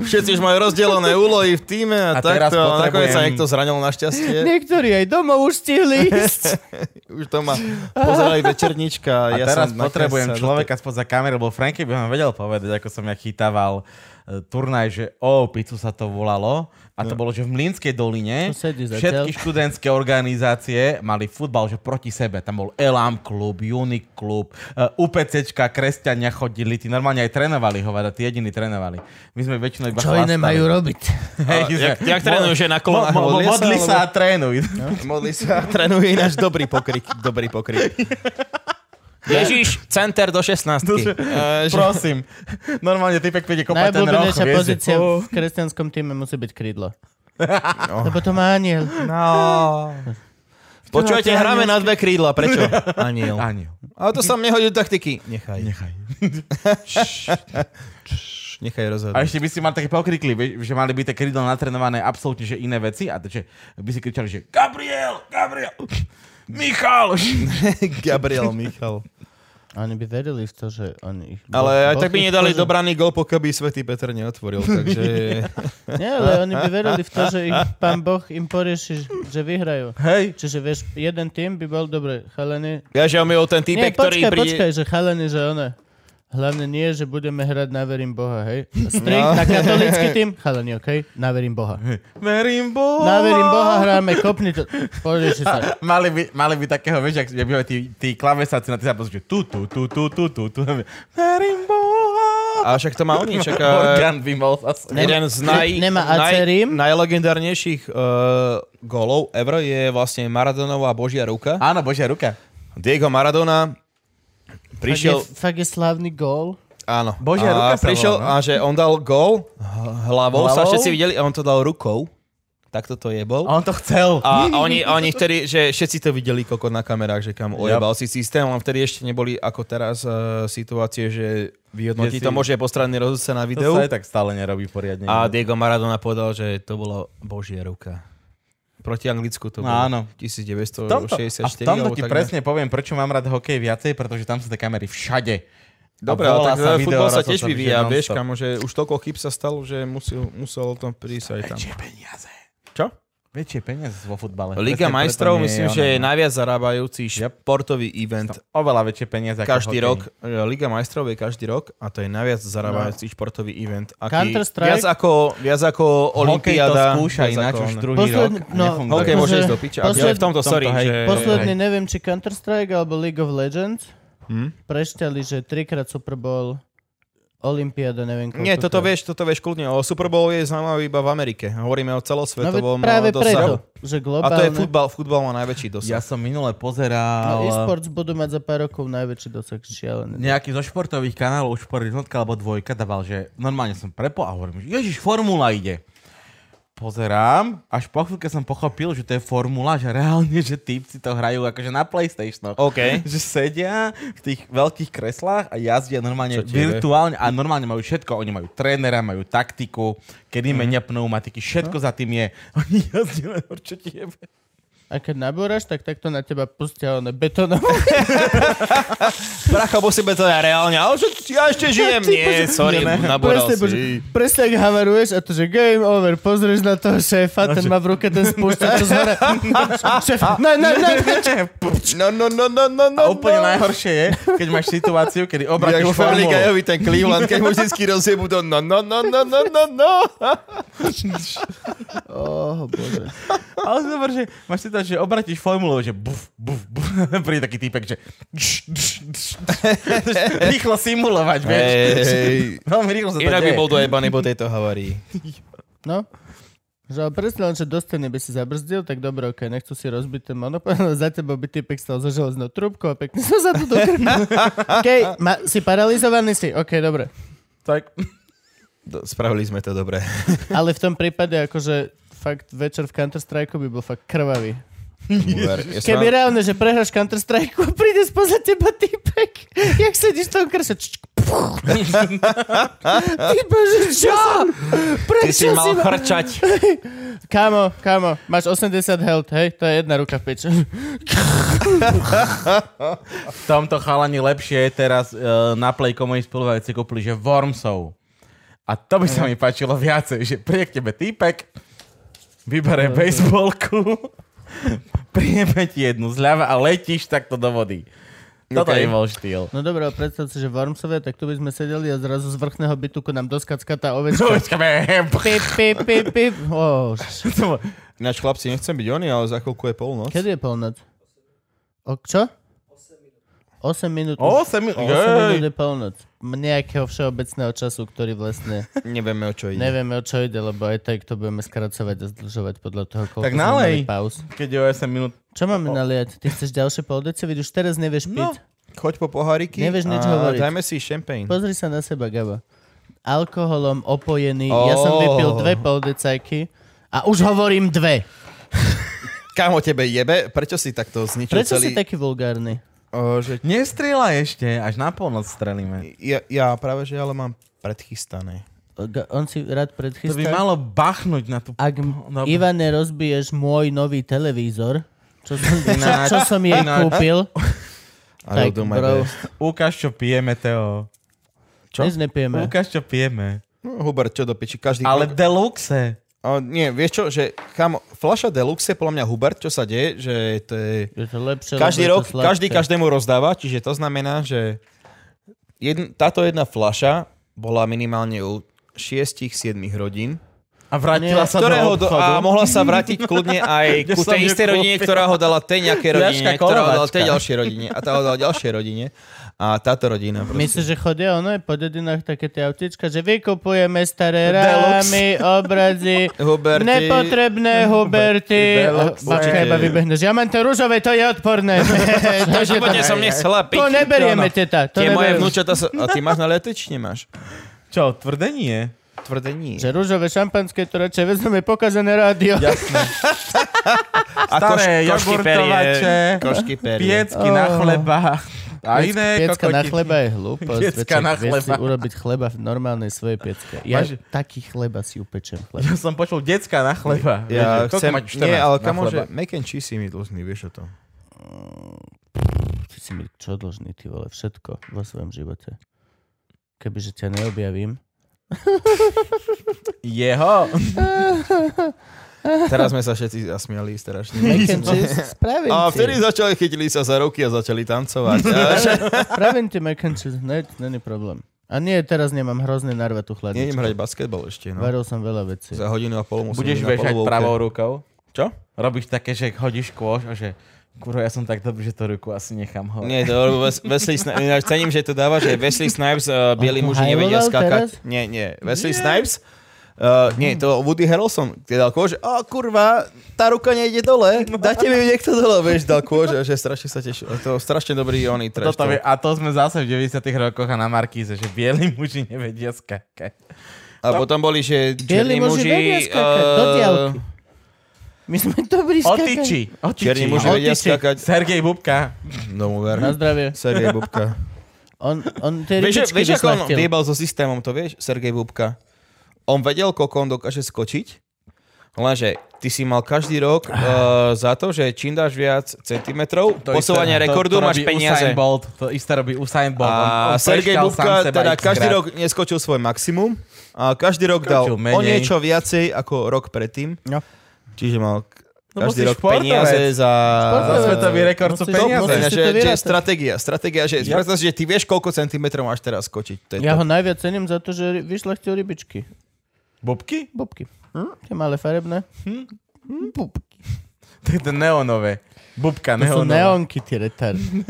S3: Všetci už majú rozdelené úlohy v týme a,
S5: A teraz
S3: takto. A nakoniec sa
S5: potrebujem-
S3: niekto zranil našťastie.
S2: Niektorí aj domov už stihli ísť.
S3: Už to má pozerali večernička.
S5: A
S3: ja
S5: ja teraz
S3: som no, nakoniec
S5: potrebujem
S3: sa do
S5: človeka spoza kamery, lebo Franky by vám vedel povedať, ako som ja chytával e, turnaj, že o, pizzu sa to volalo. A
S3: No.
S5: to bolo, že v Mlinskej doline
S2: Tu sedí zatiaľ.
S5: všetky študentské organizácie mali futbal, že proti sebe. Tam bol Elam klub, Unic klub, e, UPCčka, kresťania chodili, tí normálne aj trénovali, hovada, tí jediní trénovali. My sme väčšinou iba
S2: Čo iné
S5: chlastali.
S2: majú robiť?
S5: Hej, my
S3: jak-
S5: sme-
S3: jak trénujú, že na
S5: mo-
S3: kolenách
S5: mo-
S3: modlia sa,
S5: Modli sa a
S3: alebo-
S5: trénuj.
S2: No.
S3: Modli sa. Trénuje ináč dobrý pokrik. Dobrý pokrik. Ježiš, center do Eh, 16.
S5: Prosím. Normálne typek príde kopať ten roh.
S2: Najobľúbenejšia
S5: vieš, že-
S2: pozícia
S3: Oh.
S2: v kresťanskom týme musí byť krídlo. Lebo to má aniel.
S3: No. Počujete, hráme na dve krídla. Prečo? Aniel.
S5: Áno.
S3: Ale to sa mne hodí do taktiky. Nechaj.
S5: Nechaj.
S3: Nechaj rozhodnúť.
S5: A ešte by si mal také pokrikli, vieš, že mali by tie krídla natrenované absolútne že iné veci a že by si kričali, že Gabriel, Gabriel, Michal.
S3: Gabriel Michal.
S2: Oni by verili v to, že oni... ich-
S3: Ale aj
S2: Boh
S3: tak by
S2: ich
S3: nedali
S2: stvoril.
S3: dobraný gol, pokiaľ by Svetý Peter neotvoril. Takže
S2: Nie, ale oni by verili v to, že ich pán Boh im porieši, že vyhrajú.
S5: Hej.
S2: Čiže vieš, jeden tým by bol dobre, chalani.
S3: ja že on je ten
S2: Nie,
S3: týpek, ktorý
S2: počkaj,
S3: príde...
S2: počkaj, že chalani, že ona. Hlavne nie, že budeme hrať na verím Boha, hej? Strik
S3: No.
S2: na katolícky tým, chalani, okej, na verím Boha.
S5: Verím Bohu.
S2: Na verím Boha hráme, kopni to. Porieši sa.
S5: Mali by, mali by takého, vieš, ak že bývajú tí, tí klavesáci na tí zápasy, že tu, tu, tu, tu, tu, tu, tu. Verím Boha.
S3: A však eh, to má oni, čaká...
S5: Orgán by mal zase.
S3: Jeden z naj,
S2: nemá AC
S3: naj,
S2: Rím?
S3: najlegendárnejších uh, golov ever je vlastne Maradonová božia ruka.
S5: Áno, Božia ruka.
S3: Diego Maradona prišiel,
S2: Fakt je, fakt je slávny gól.
S3: áno.
S5: Božia
S3: a
S5: ruka sa
S3: prišiel
S5: volá,
S3: a
S5: no?
S3: že on dal gol h- hlavou, hlavou, sa
S5: Hlavou?
S3: všetci videli, a on to dal rukou. Takto to jebol.
S5: A on to chcel.
S3: A a oni, a oni vtedy, že všetci to videli koko na kamerách, že kam ojebal si systém, len vtedy ešte neboli ako teraz uh, situácie, že vyhodnotí
S5: Že si-
S3: to môže postranný rozhodca na
S5: To
S3: videu.
S5: sa aj tak stále nerobí poriadne.
S3: A Diego Maradona povedal, že to bola božia ruka. Proti Anglicku to bolo.
S5: Áno.
S3: V
S5: tomto,
S3: 1964.
S5: a v tomto
S3: alebo
S5: ti
S3: tak nejak.
S5: presne poviem, prečo mám rád hokej viacej, pretože tam sú tie kamery všade. A
S3: Dobre, ale
S5: volá
S3: tak sa futbol sa
S5: rozhodca,
S3: tiež
S5: že
S3: vyvíja,
S5: non-stop.
S3: vieš, kamo, že už toľko chyb sa stalo, že musil, muselo to prísť aj tam.
S5: Väčšie peniaze.
S3: Čo?
S5: Väčšie peniaze vo futbale.
S3: Liga
S5: Presne
S3: majstrov
S5: preto nie
S3: myslím,
S5: ona,
S3: že je
S5: no.
S3: najviac zarábajúci športový event
S5: Oveľa väčšie peniaze ako
S3: každý
S5: hokej.
S3: rok. E, Liga majstrov je každý rok a to je najviac
S5: No.
S3: zarábajúci športový event. Aký,
S2: Counter-Strike?
S3: viac ako, viac ako
S5: Hokej to
S3: Olympiáda.
S5: skúša
S3: viac
S5: ináč
S3: ako
S5: už
S3: ona.
S5: druhý
S2: Posledný-
S5: rok. a
S2: no,
S5: nefunguje.
S3: Hokej
S2: Akože-
S3: môže ísť do piče. ale
S2: posled-
S3: v tomto,
S5: v tomto,
S3: sorry.
S5: hej.
S3: že...
S2: Posledne neviem, či Counter-Strike alebo League of Legends prešťali, že trikrát Super Bowl Olympiáda, neviem koľko.
S1: Nie, toto
S2: krát.
S1: vieš, toto vieš kľudne. O Super Bowl je zaujímavý iba v Amerike. Hovoríme
S2: No
S1: o
S2: veď
S1: celosvetovom
S2: práve
S1: eh,
S2: preto,
S1: dosahu.
S2: že
S1: A
S2: globálne...
S1: to je futbal. Futbal má najväčší
S5: Ja
S1: dosah.
S5: som
S2: No,
S5: minule pozeral...
S2: e-sports budú mať za pár rokov najväčší dosah šialený.
S5: nejaký zo športových kanálov, šport jednotka alebo dvojka dával, že normálne som prepo a hovorím, že ježiš, formula ide. Pozerám, až po chvíľke som pochopil, že to je formula, že reálne, že typci to hrajú akože na Playstationu.
S1: OK.
S5: Že sedia v tých veľkých kreslách a jazdia
S3: Čo
S5: normálne
S3: ti jebe?
S5: virtuálne a normálne majú všetko. Oni majú trénera, majú taktiku, kedy mm-hmm. menia pneumatiky, všetko no? za tým je. Oni jazdia len určite jebe.
S2: A keď nabúraš, tak takto na teba pustia one betónové.
S1: Bracho, musíme
S3: teda
S1: to dať reálne. Ale že ja ešte žijem. Nie, sorry, naboral
S2: Presne, bože,
S1: si.
S2: presne ak havaruješ a to, že game over, pozrieš na toho šéfa, ten má v ruke ten spúšťač, čo zhora. Šéf, ne, ne, ne, ne.
S3: No, no, no, no, no, no.
S5: A úplne najhoršie je, keď máš situáciu, kedy
S3: Jak
S5: obratil
S3: v Family
S5: formulu.
S3: Guyovi ten Cleveland, keď mu vždycky rozjebu to no, no, no, no, no, no, no.
S2: Oh, bože.
S5: Ale zober, že máš si to, že obratíš formulu, že buf, buf, buf, príde taký týpek, že dš, dš, dš, dš. rýchlo simulovať, vieš.
S3: Hej,
S5: Veľmi rýchlo sa to
S3: inak by
S5: deje.
S3: bol dojebaný po tejto havárii.
S2: No. Že ale presne len, že do steny by si zabrzdil, tak dobre, okej, nechcú si rozbiť ten monopol, ale za tebou by typek stal so železnou trubkou a pekne sa za to dokrvil. okej, ma, si paralizovaný si, okej, dobre.
S5: Tak,
S3: Do- Spravili sme to dobre.
S2: Ale v tom prípade, akože fakt večer v Counter-Strike by bol fakt krvavý. Keby reálne, že prehráš Counter-Strike a príde spoza teba typek, jak sedíš v tom krse. čč, čk, puch. Ty bože, čo? Prečo si mal
S3: chrčať.
S2: Kamo, kamo, máš 80 health, hej? To je jedna ruka v peči.
S5: v tomto chalani lepšie je teraz uh, na Playko moji spolubajúci kúpili, že Wormsov. A to by sa mi páčilo viacej, že príde k tebe týpek, vybere baseballku, prijeme ti jednu zľava a letíš takto do vody. Toto
S3: Okay.
S5: je bol štýl.
S2: No dobré, ale predstav si, že v Wormsove, tak tu by sme sedeli a zrazu z vrchného bytuku nám doskacka tá
S5: No.
S2: ovečka. Pip, pip, pip, pip. Oh, š-
S3: Ináč chlapci, nechcem byť oni, ale za chvíľku je polnoc.
S2: Kedy je polnoc? O, čo? 8 minút. už-
S5: O, sem...
S2: O 8
S5: Jej.
S2: minút je polnoc. Nejakého všeobecného času, ktorý vlastne
S3: Nevieme, o čo ide.
S2: nevieme, o čo ide, lebo aj tak to budeme skracovať a zdlžovať podľa toho, koľko
S5: Tak
S2: sme
S5: nalej.
S2: mali pauz.
S5: Keď je 8 minút.
S2: Čo máme naliať? Ty chceš ďalšie poldece? Veď už teraz nevieš
S5: No.
S2: piť.
S3: Choď po poháriky
S2: Nevieš nič
S3: a
S2: hovoriť.
S3: dajme si champagne.
S2: Pozri sa na seba, Gabo. Alkoholom opojený. Ja som vypil
S3: Oh.
S2: dve poldecajky a už hovorím dve.
S3: Kámo, tebe jebe, prečo si takto zničil
S2: Prečo si
S3: celý...
S2: taký vulgárny?
S3: O, že...
S5: Nestrieľaj ešte, až na polnoc strelíme.
S3: ja, ja práve, že ale mám predchystané.
S2: Ga- On si rád
S5: To
S2: predchystá.
S5: by malo bachnúť na tú...
S2: Ak m-
S5: Dobre.
S2: Ivane rozbiješ môj nový televízor, čo som, čo,
S5: Ináč-
S2: čo som jej
S5: ináč-
S2: kúpil,
S3: I
S2: tak
S3: will do my
S2: bro,
S3: best.
S5: Ukáž, čo pijeme, Teo.
S2: čo? nič nepijeme.
S5: Ukáž, čo pijeme.
S3: No, Hubert, čo do piči, každý...
S5: Ale deluxe.
S3: O, nie, vieš čo, že chamo, Flaša Deluxe je podľa mňa Hubert, čo sa deje, že to je...
S2: Je to lepšie,
S3: Každý
S2: lebo
S3: rok,
S2: je to sladké.
S3: každý každému rozdáva, čiže to znamená, že jedn, táto jedna flaša bola minimálne u 6-7 hodín.
S5: A
S2: Nie,
S5: vrátila sa
S3: ktorého do,
S5: do obchodu.
S3: a mohla sa vrátiť kľudne aj
S5: Kde
S3: ku
S5: som ju
S3: tej istej
S5: kúpil.
S3: rodine, ktorá ho dala tej nejakej rodine,
S5: Jaška
S3: ktorá ho dala
S5: Kolovačka.
S3: tej ďalšej rodine a tá ho dala ďalšej rodine a táto rodina. Proste.
S2: Myslíš, že chodia ono je po dedinách také tie autička, že vykupujeme staré
S5: Deluxe.
S2: rámy, obrazy,
S3: Huberty.
S2: nepotrebné Huberty.
S5: Deluxe.
S2: Bačka iba vybehneš. Ja mám to rúžové, to je odporné. to,
S3: V živote
S2: teta,
S3: som nechcela piť.
S2: to neberieme, teta. To
S3: Tie moje
S2: neberieme.
S3: vnúčata sa... A ty máš na letič? Nemáš?
S5: Čo, tvrdenie?
S3: Tvrdení.
S2: Že rúžové šampanské, to radšej vezmeme pokazané rádio.
S3: A
S5: Staré
S3: koš- košky perie.
S5: jogurtovače.
S3: Košky perie.
S5: Piecky na
S2: Oh.
S5: chleba. A iné
S2: piecka na
S5: kokotiny.
S2: chleba je hlúposť.
S5: Piecka
S2: Piecka
S5: na
S2: na Vieš si
S5: chleba.
S2: urobiť chleba v normálnej svojej piecke. Ja
S5: Máš-
S2: taký chleba si upečem chleba.
S5: Ja som počul decka na
S3: Ja
S5: chleba. Vieš, že, koľko
S3: chcem...
S5: máš? 14
S3: Nie, ale
S5: na
S3: kamo,
S5: chleba.
S3: že mac and cheese si mi dlžný, vieš o tom.
S2: Ty si mi čo dlžný, ty vole, všetko vo svojom živote. Kebyže ťa neobjavím.
S5: Jeho.
S3: Teraz sme sa všetci zasmiali strašne.
S2: Mac and cheese, spravím
S3: A
S2: ti.
S3: vtedy začali, chytili sa za ruky a začali tancovať. A že-
S2: Spravím ti mac and cheese, ne, není problém. A nie, teraz nemám hrozne narvatú
S3: Nie, idem
S2: chladničku.
S3: hrať basketbal ešte, no.
S2: Varil som veľa vecí.
S3: Za hodinu a pol musím
S5: Budeš
S3: byť na
S5: vežať
S3: polovovke.
S5: pravou rukou?
S3: Čo?
S5: Robíš také, že chodíš kôš a že Kurva, ja som tak dobrý, že to ruku asi nechám ho.
S3: Nie, to lebo Wes- Wesley Snipes, ináč cením, že to dáva, že Wesley Snipes, uh, bieli muži nevedia
S2: hajloval
S3: skákať. Nie, nie, Wesley Snipes, Uh, nie, to Woody Harrelson, keď dal kôž, a kurva, tá ruka nejde dole, dáte mi ju niekto dole, vieš, dal kôž, a že strašne sa tešil. To je strašne dobrý oný trash.
S5: Toto
S3: talk.
S5: vie, a to sme zase v 90 rokoch a na Markíze, že bieli muži nevedia skákať.
S3: A potom boli, že
S2: Bieli
S3: černí
S2: muži vedia
S3: muži...
S2: skákať do
S3: eh,
S2: diaľky. My sme dobrí skákať.
S5: Otiči, otiči.
S3: Černí muži
S5: otiči.
S3: vedia skákať.
S5: Sergej Bubka.
S3: Domu ver.
S2: Na zdravie.
S3: Sergej Bubka.
S2: On, on tie
S3: Vieš,
S2: rybičky
S3: vieš ako on
S2: vyšlachtil.
S3: vyjebal so systémom, to vieš, Sergej Bubka. On vedel, koľko on dokáže skočiť, lenže ty si mal každý rok uh, za to, že čím dáš viac centimetrov,
S5: To
S3: posúvanie
S5: isté-
S3: rekordu,
S5: to, to
S3: máš
S5: robí
S3: peniaze.
S5: Usain Bolt, to isté robí Usain Bolt.
S3: A Sergej
S5: preškal sám
S3: Bubka
S5: seba
S3: teda
S5: x
S3: každý
S5: krát.
S3: rok neskočil svoj maximum a každý rok dal
S5: Skočil menej.
S3: o niečo viacej ako rok predtým.
S2: No.
S3: Čiže mal k-
S5: No,
S3: každý
S5: bol si
S3: rok
S5: športovec.
S3: peniaze za...
S5: Za svetový rekord sú
S2: Musíš-
S5: peniaze.
S2: musíš-
S3: Že,
S2: si No, to
S3: že, že
S2: vyrátať.
S3: stratégia, stratégia, že ja. si, že ty vieš, koľko centimetrov máš teraz skočiť. To je
S2: Ja
S3: to.
S2: ho najviac cením za to, že ry- vyšlachtil rybičky.
S5: Bubky?
S2: Bobky. Hm? Tie malé farebné. Hm? Bobky.
S5: To je to neonové. Bubka,
S2: To sú
S5: neonové.
S2: neonky, ty retard.
S3: Hm.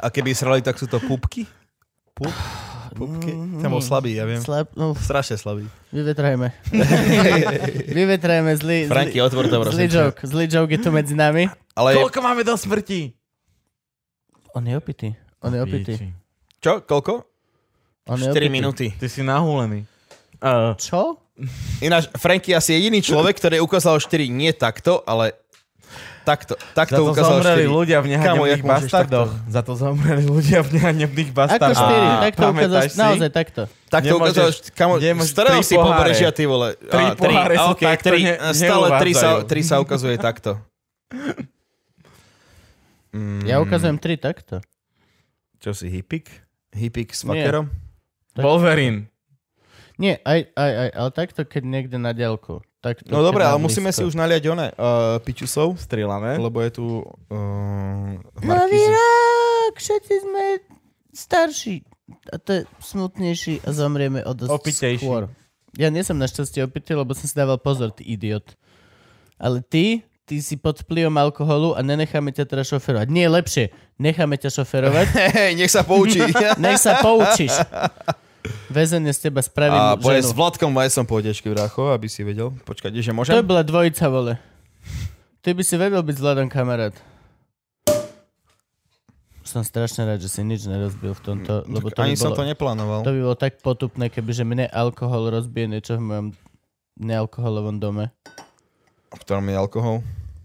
S3: A keby srali, tak sú to pupky? Pup? Pupky?
S5: Mm.
S3: Tam bol slabý, ja viem.
S2: Slab, no,
S3: Strašne slabý.
S2: vyvetrajme. vyvetrajme zlý,
S3: Franky,
S2: zlý,
S3: otvor to,
S2: zlý
S3: prosím. ťa.
S2: joke. Zlý joke je tu medzi nami.
S3: Ale
S5: Koľko máme do smrti?
S2: On je opitý. On je opitý.
S5: Piči.
S3: čo? Koľko?
S2: On je
S3: 4
S2: opitý.
S3: minúty.
S5: Ty si nahúlený. Uh,
S2: Čo?
S3: Ináč, Franky je asi jediný človek, ktorý ukázal 4 nie takto, ale takto.
S5: za
S3: Takto
S5: to
S3: ukázal
S5: zomreli
S3: 4.
S5: ľudia
S3: Kamo,
S5: v
S3: jak
S5: nehanebných
S3: môžeš
S5: bastardoch. Za to zomreli ľudia v nehanebných
S2: Ako
S5: bastardoch.
S2: štyri?
S5: A
S2: Tak to
S5: pamätáš
S2: ukázaš
S5: si?
S2: naozaj takto.
S3: Takto
S5: Nemôžeš-
S3: ukázal, kamo,
S5: nemôžeš-
S3: staral
S5: tri
S3: si
S5: poháre.
S3: pobrežia, ty vole.
S5: Tri
S3: Á,
S5: poháre sú
S3: okej,
S5: takto
S3: tri.
S5: ne-
S3: Stále 3 sa,
S5: neuvádzajú.
S3: 3 sa ukazuje takto. Mm.
S2: Ja ukazujem tri takto.
S3: Čo si, hippik? Hippik s
S2: Nie.
S3: fuckerom?
S5: Wolverine.
S2: Nie, aj, aj, aj, ale takto, keď niekde na diaľku. Takto,
S3: No
S2: keď
S3: dobre,
S2: na
S3: ale musíme si
S2: blízko.
S3: už naliať one, uh, pičusov,
S5: Strieľame.
S3: lebo je tu uh,
S2: Nový
S3: Markíze.
S2: rok, všetci sme starší. A to je smutnejší a zomrieme o dosť
S5: Opitejší.
S2: skôr. Ja nie som našťastie opitý, lebo som si dával pozor, ty idiot. Ale ty, ty si pod vplyvom alkoholu a nenecháme ťa teraz šoferovať. Nie, lepšie, necháme ťa šoferovať,
S3: Hej, nech sa poučí.
S2: nech sa poučíš. Väzenie z teba spravím
S3: A bude s
S2: ženu.
S3: Vladkom Vajsom po dečky Vracho, aby si vedel. Počkaj, že
S2: To
S3: môžem?
S2: je bola dvojica, vole. Ty by si vedel byť s Vladom kamarát. Som strašne rád, že si nič nerozbil v tomto, lebo to by
S3: Mm, Ani
S2: bolo...
S3: som to neplánoval.
S2: To by bolo tak potupné, kebyže mne alkohol rozbije niečo v mojom nealkoholovom dome.
S3: V ktorom je alkohol.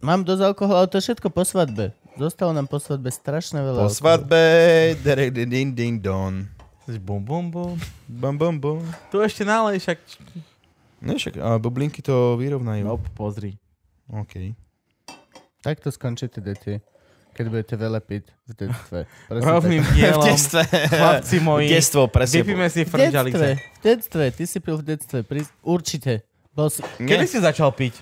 S2: Mám dosť alkoholu, ale to je všetko po svadbe. Zostalo nám po svadbe strašne veľa
S3: Po
S2: alkoholu.
S3: svadbe, derek, din, din, din, don.
S5: Bum, bum, bum.
S3: Bum, bum, bum.
S5: Tu ešte nálej, však...
S3: Ne, však, a bublinky to vyrovnajú.
S5: No, pozri.
S3: OK.
S2: Takto skončíte, deti. Keď budete veľa piť v detstve. Prosím ťa.
S5: Rovným
S3: V
S5: dielom,
S3: detstve.
S5: chlapci moji,
S3: Detstvo, presne.
S5: vypíme
S2: v
S5: si
S2: detstve.
S5: frňžalice.
S2: V detstve. Ty si pil v detstve. Pri... Určite. Bol si...
S5: Kedy si začal piť?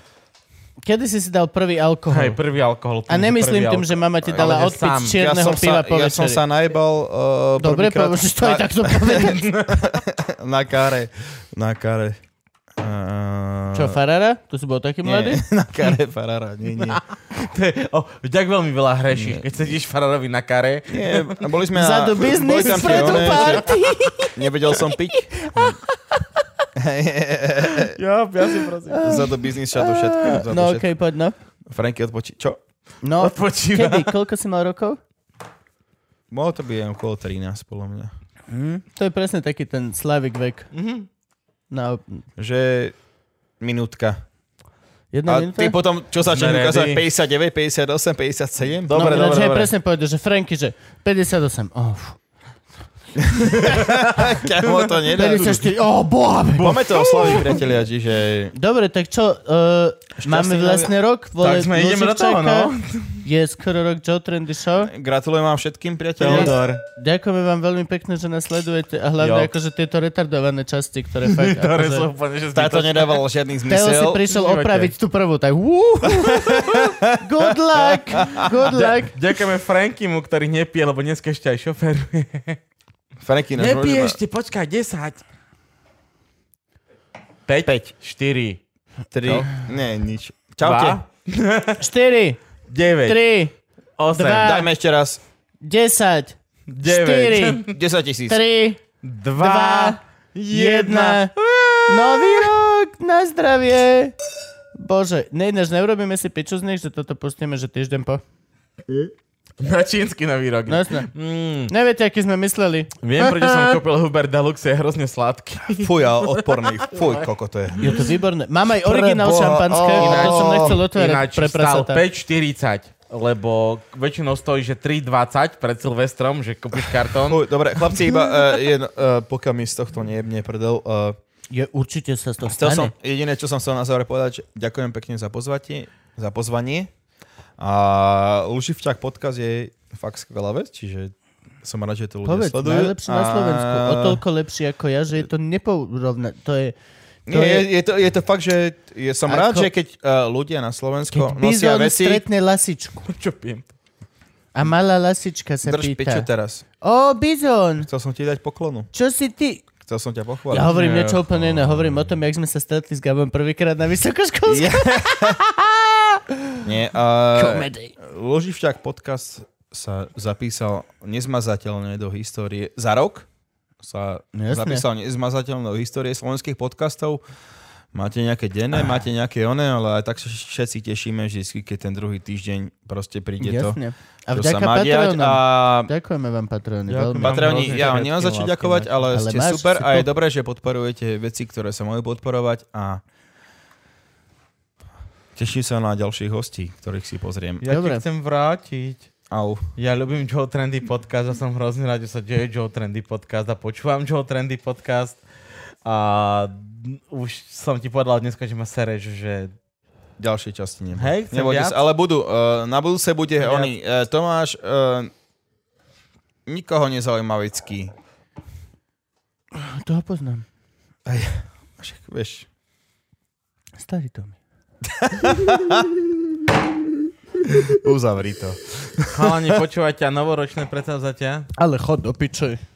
S2: Kedy si si dal prvý alkohol?
S5: Hej, prvý alkohol.
S2: A nemyslím tým,
S5: tým,
S2: že mama ti dala
S5: Ale že
S2: odpiť
S5: sám.
S2: z
S3: Ja
S2: čierneho
S3: som,
S2: piva
S3: sa,
S2: po
S3: ja som
S2: večeri.
S3: sa najebal uh,
S2: Dobre,
S3: prvýkrát
S2: povedz, to aj
S3: na-
S2: takto povedať.
S3: na kare. Na kare. Uh,
S2: Čo, Farara? Tu si bol taký mladý?
S3: Nie, na kare Farara, nie, nie.
S5: O, vďak veľmi veľa hrešíš, keď sedíš farárovi na kare.
S3: nie boli sme na...
S2: Za do
S3: boli
S2: biznis,
S3: tam tie
S2: predu
S3: one, že
S2: party.
S3: Nevedel som piť.
S5: Ja, ja si prosím.
S3: za do biznis šatu všetko. Za
S2: No
S3: no, okay.
S2: okej, poď no.
S3: Franky odpočí. Čo?
S2: No,
S5: Odpočíva.
S2: kedy? Koľko si mal rokov?
S3: Mohlo to byť aj okolo 13, podľa mňa. Hm?
S2: To je presne taký ten Slavik vek. No,
S3: Že minútka.
S2: jedna
S3: A
S2: minúta?
S3: ty potom, čo začal
S5: Sme
S3: ukázať?
S5: ready.
S3: 59, 58, 57?
S2: no,
S5: Dobre,
S2: ináč,
S5: dobre,
S2: hej,
S5: dobre.
S2: presne povedal, že Franky, že 58. Oh, fú.
S3: Kámo, to nedá.
S2: 54. Oh, boha.
S3: Máme to oslaviť, priatelia, čiže...
S2: Dobre, tak čo, uh, máme vlastne rok, vole,
S5: Tak sme, ideme do toho,
S2: Luživčáka.
S5: no.
S2: Je skoro rok Joe Trendy Show.
S3: Gratulujem vám všetkým, priatelia.
S5: Teodor.
S2: Ďakujeme vám veľmi pekne, že nás sledujete a hlavne
S5: Jo.
S2: akože tieto retardované časti, ktoré fakt...
S5: Ktoré
S2: akože-
S5: sú úplne, že
S3: Táto
S5: zbytočné.
S3: nedával
S2: Teo
S3: žiadny
S2: si
S3: zmysel.
S2: prišiel
S5: Užívate.
S2: opraviť tú prvú, tak wú, good luck, good luck.
S5: Ďakujeme Frankimu, ktorý nepije, lebo dneska ešte aj šoferuje.
S3: Franky, náš môžeme-
S5: Nepije ešte, počkaj, 10. 5, 5 4,
S3: Tri. Nie, nič.
S5: 2,
S3: Čaute.
S2: 4,
S5: 9.
S2: 3,
S5: 8,
S2: Dva,
S3: Dajme ešte raz.
S2: 10, 4,
S3: 10 tisíc.
S2: 3,
S5: 2, 1.
S2: 1. Nový rok, na zdravie. Bože, ne, než neurobíme si piču z nich, že toto pustíme, že týždeň po.
S5: Na čínsky nový rok.
S2: No jasné.
S5: Mm,
S2: Neviete, aký sme mysleli.
S5: viem, prečo som kúpil Huber Deluxe, je hrozne sladký.
S3: Fuj, a odporný. Fuj, koko to je.
S2: Je to Akože výborné. Mám aj originál
S3: Preboha,
S2: šampanské,
S3: ó.
S2: to som nechcel otvárať
S5: Ináč
S2: pre
S5: stál
S2: prasatá.
S5: 5,40 lebo väčšinou stojí, že 3,20 pred Silvestrom, že kúpiš kartón.
S3: Fuj, dobre, chlapci, iba uh, jedno, uh, pokiaľ mi z tohto nejebne prdel, uh,
S2: Je, určite sa to
S3: Chcel som,
S2: stane.
S3: jediné, čo som chcel na záver povedať, že ďakujem pekne za, pozvati, za pozvanie. A Luživčák podcast je fakt skvelá vec, čiže som rád, že to ľudia
S2: Povedz,
S3: sledujú.
S2: najlepší na Slovensku.
S3: A-
S2: O toľko lepší ako ja, že je to nepourovné. To je...
S3: Nie, je, je, to, je to fakt, že je, som
S2: Ako-
S3: rád, že keď uh, ľudia na Slovensku
S2: Keď
S3: nosia
S2: bizon
S3: veci...
S2: stretne lasičku.
S5: Čo pijem?
S2: A malá lasička sa
S3: Drž piču
S2: pýta.
S3: teraz.
S2: Ó, bizon,
S3: Chcel som ti dať poklonu.
S2: čo si ty?
S3: Chcel som ťa pochváliť.
S2: Ja hovorím niečo úplne iné. Hovorím o tom, jak sme sa stretli s Gabom prvýkrát na vysokoškolskom.
S3: Nie, uh,
S2: Komedy.
S3: Loživčák podcast sa zapísal nezmazateľne do histórie za rok. Sa
S2: No jasne.
S3: zapísal nezmazateľne do histórie slovenských podcastov. Máte nejaké denné,
S2: Ah.
S3: máte nejaké oné, ale aj tak sa všetci tešíme vždy, keď ten druhý týždeň proste príde to,
S2: Jasne. A
S3: čo sa
S2: vďaka
S3: má diať.
S2: Patreonom.
S3: A
S2: Ďakujeme vám, Patreoni.
S5: Ďakujem.
S2: Veľmi.
S3: Patreoni,
S5: hrozne
S3: ja vám
S5: pekne,
S3: nemám za čo
S5: lásky,
S3: ďakovať, ale,
S2: Ale
S3: ste
S2: máš,
S3: super
S2: si
S3: a je
S2: po-
S3: dobré, že podporujete veci, ktoré sa majú podporovať a teším sa na ďalších hostí, ktorých si pozriem.
S5: Ja
S2: Dobre.
S5: Dobre. chcem vrátiť.
S3: Au.
S5: Ja ľúbim Joe Trendy podcast a som hrozne rád, že sa deje Joe Trendy podcast a počúvam Joe Trendy podcast. A už som ti povedal dneska, že ma sereš, že
S3: ďalšej časti nebude.
S5: Hej, chcem
S3: Nebojte
S5: viac?
S3: sa, ale budú. Uh, na budúce bude
S5: Viac.
S3: oni. Uh, Tomáš, uh, nikoho nezaujímavický.
S2: Toho poznám.
S3: Však, vieš.
S2: Starý Tomi.
S3: Uzavri to.
S5: chalani, počúvajte a novoročné predsavzatia.
S2: Ale chod do piče.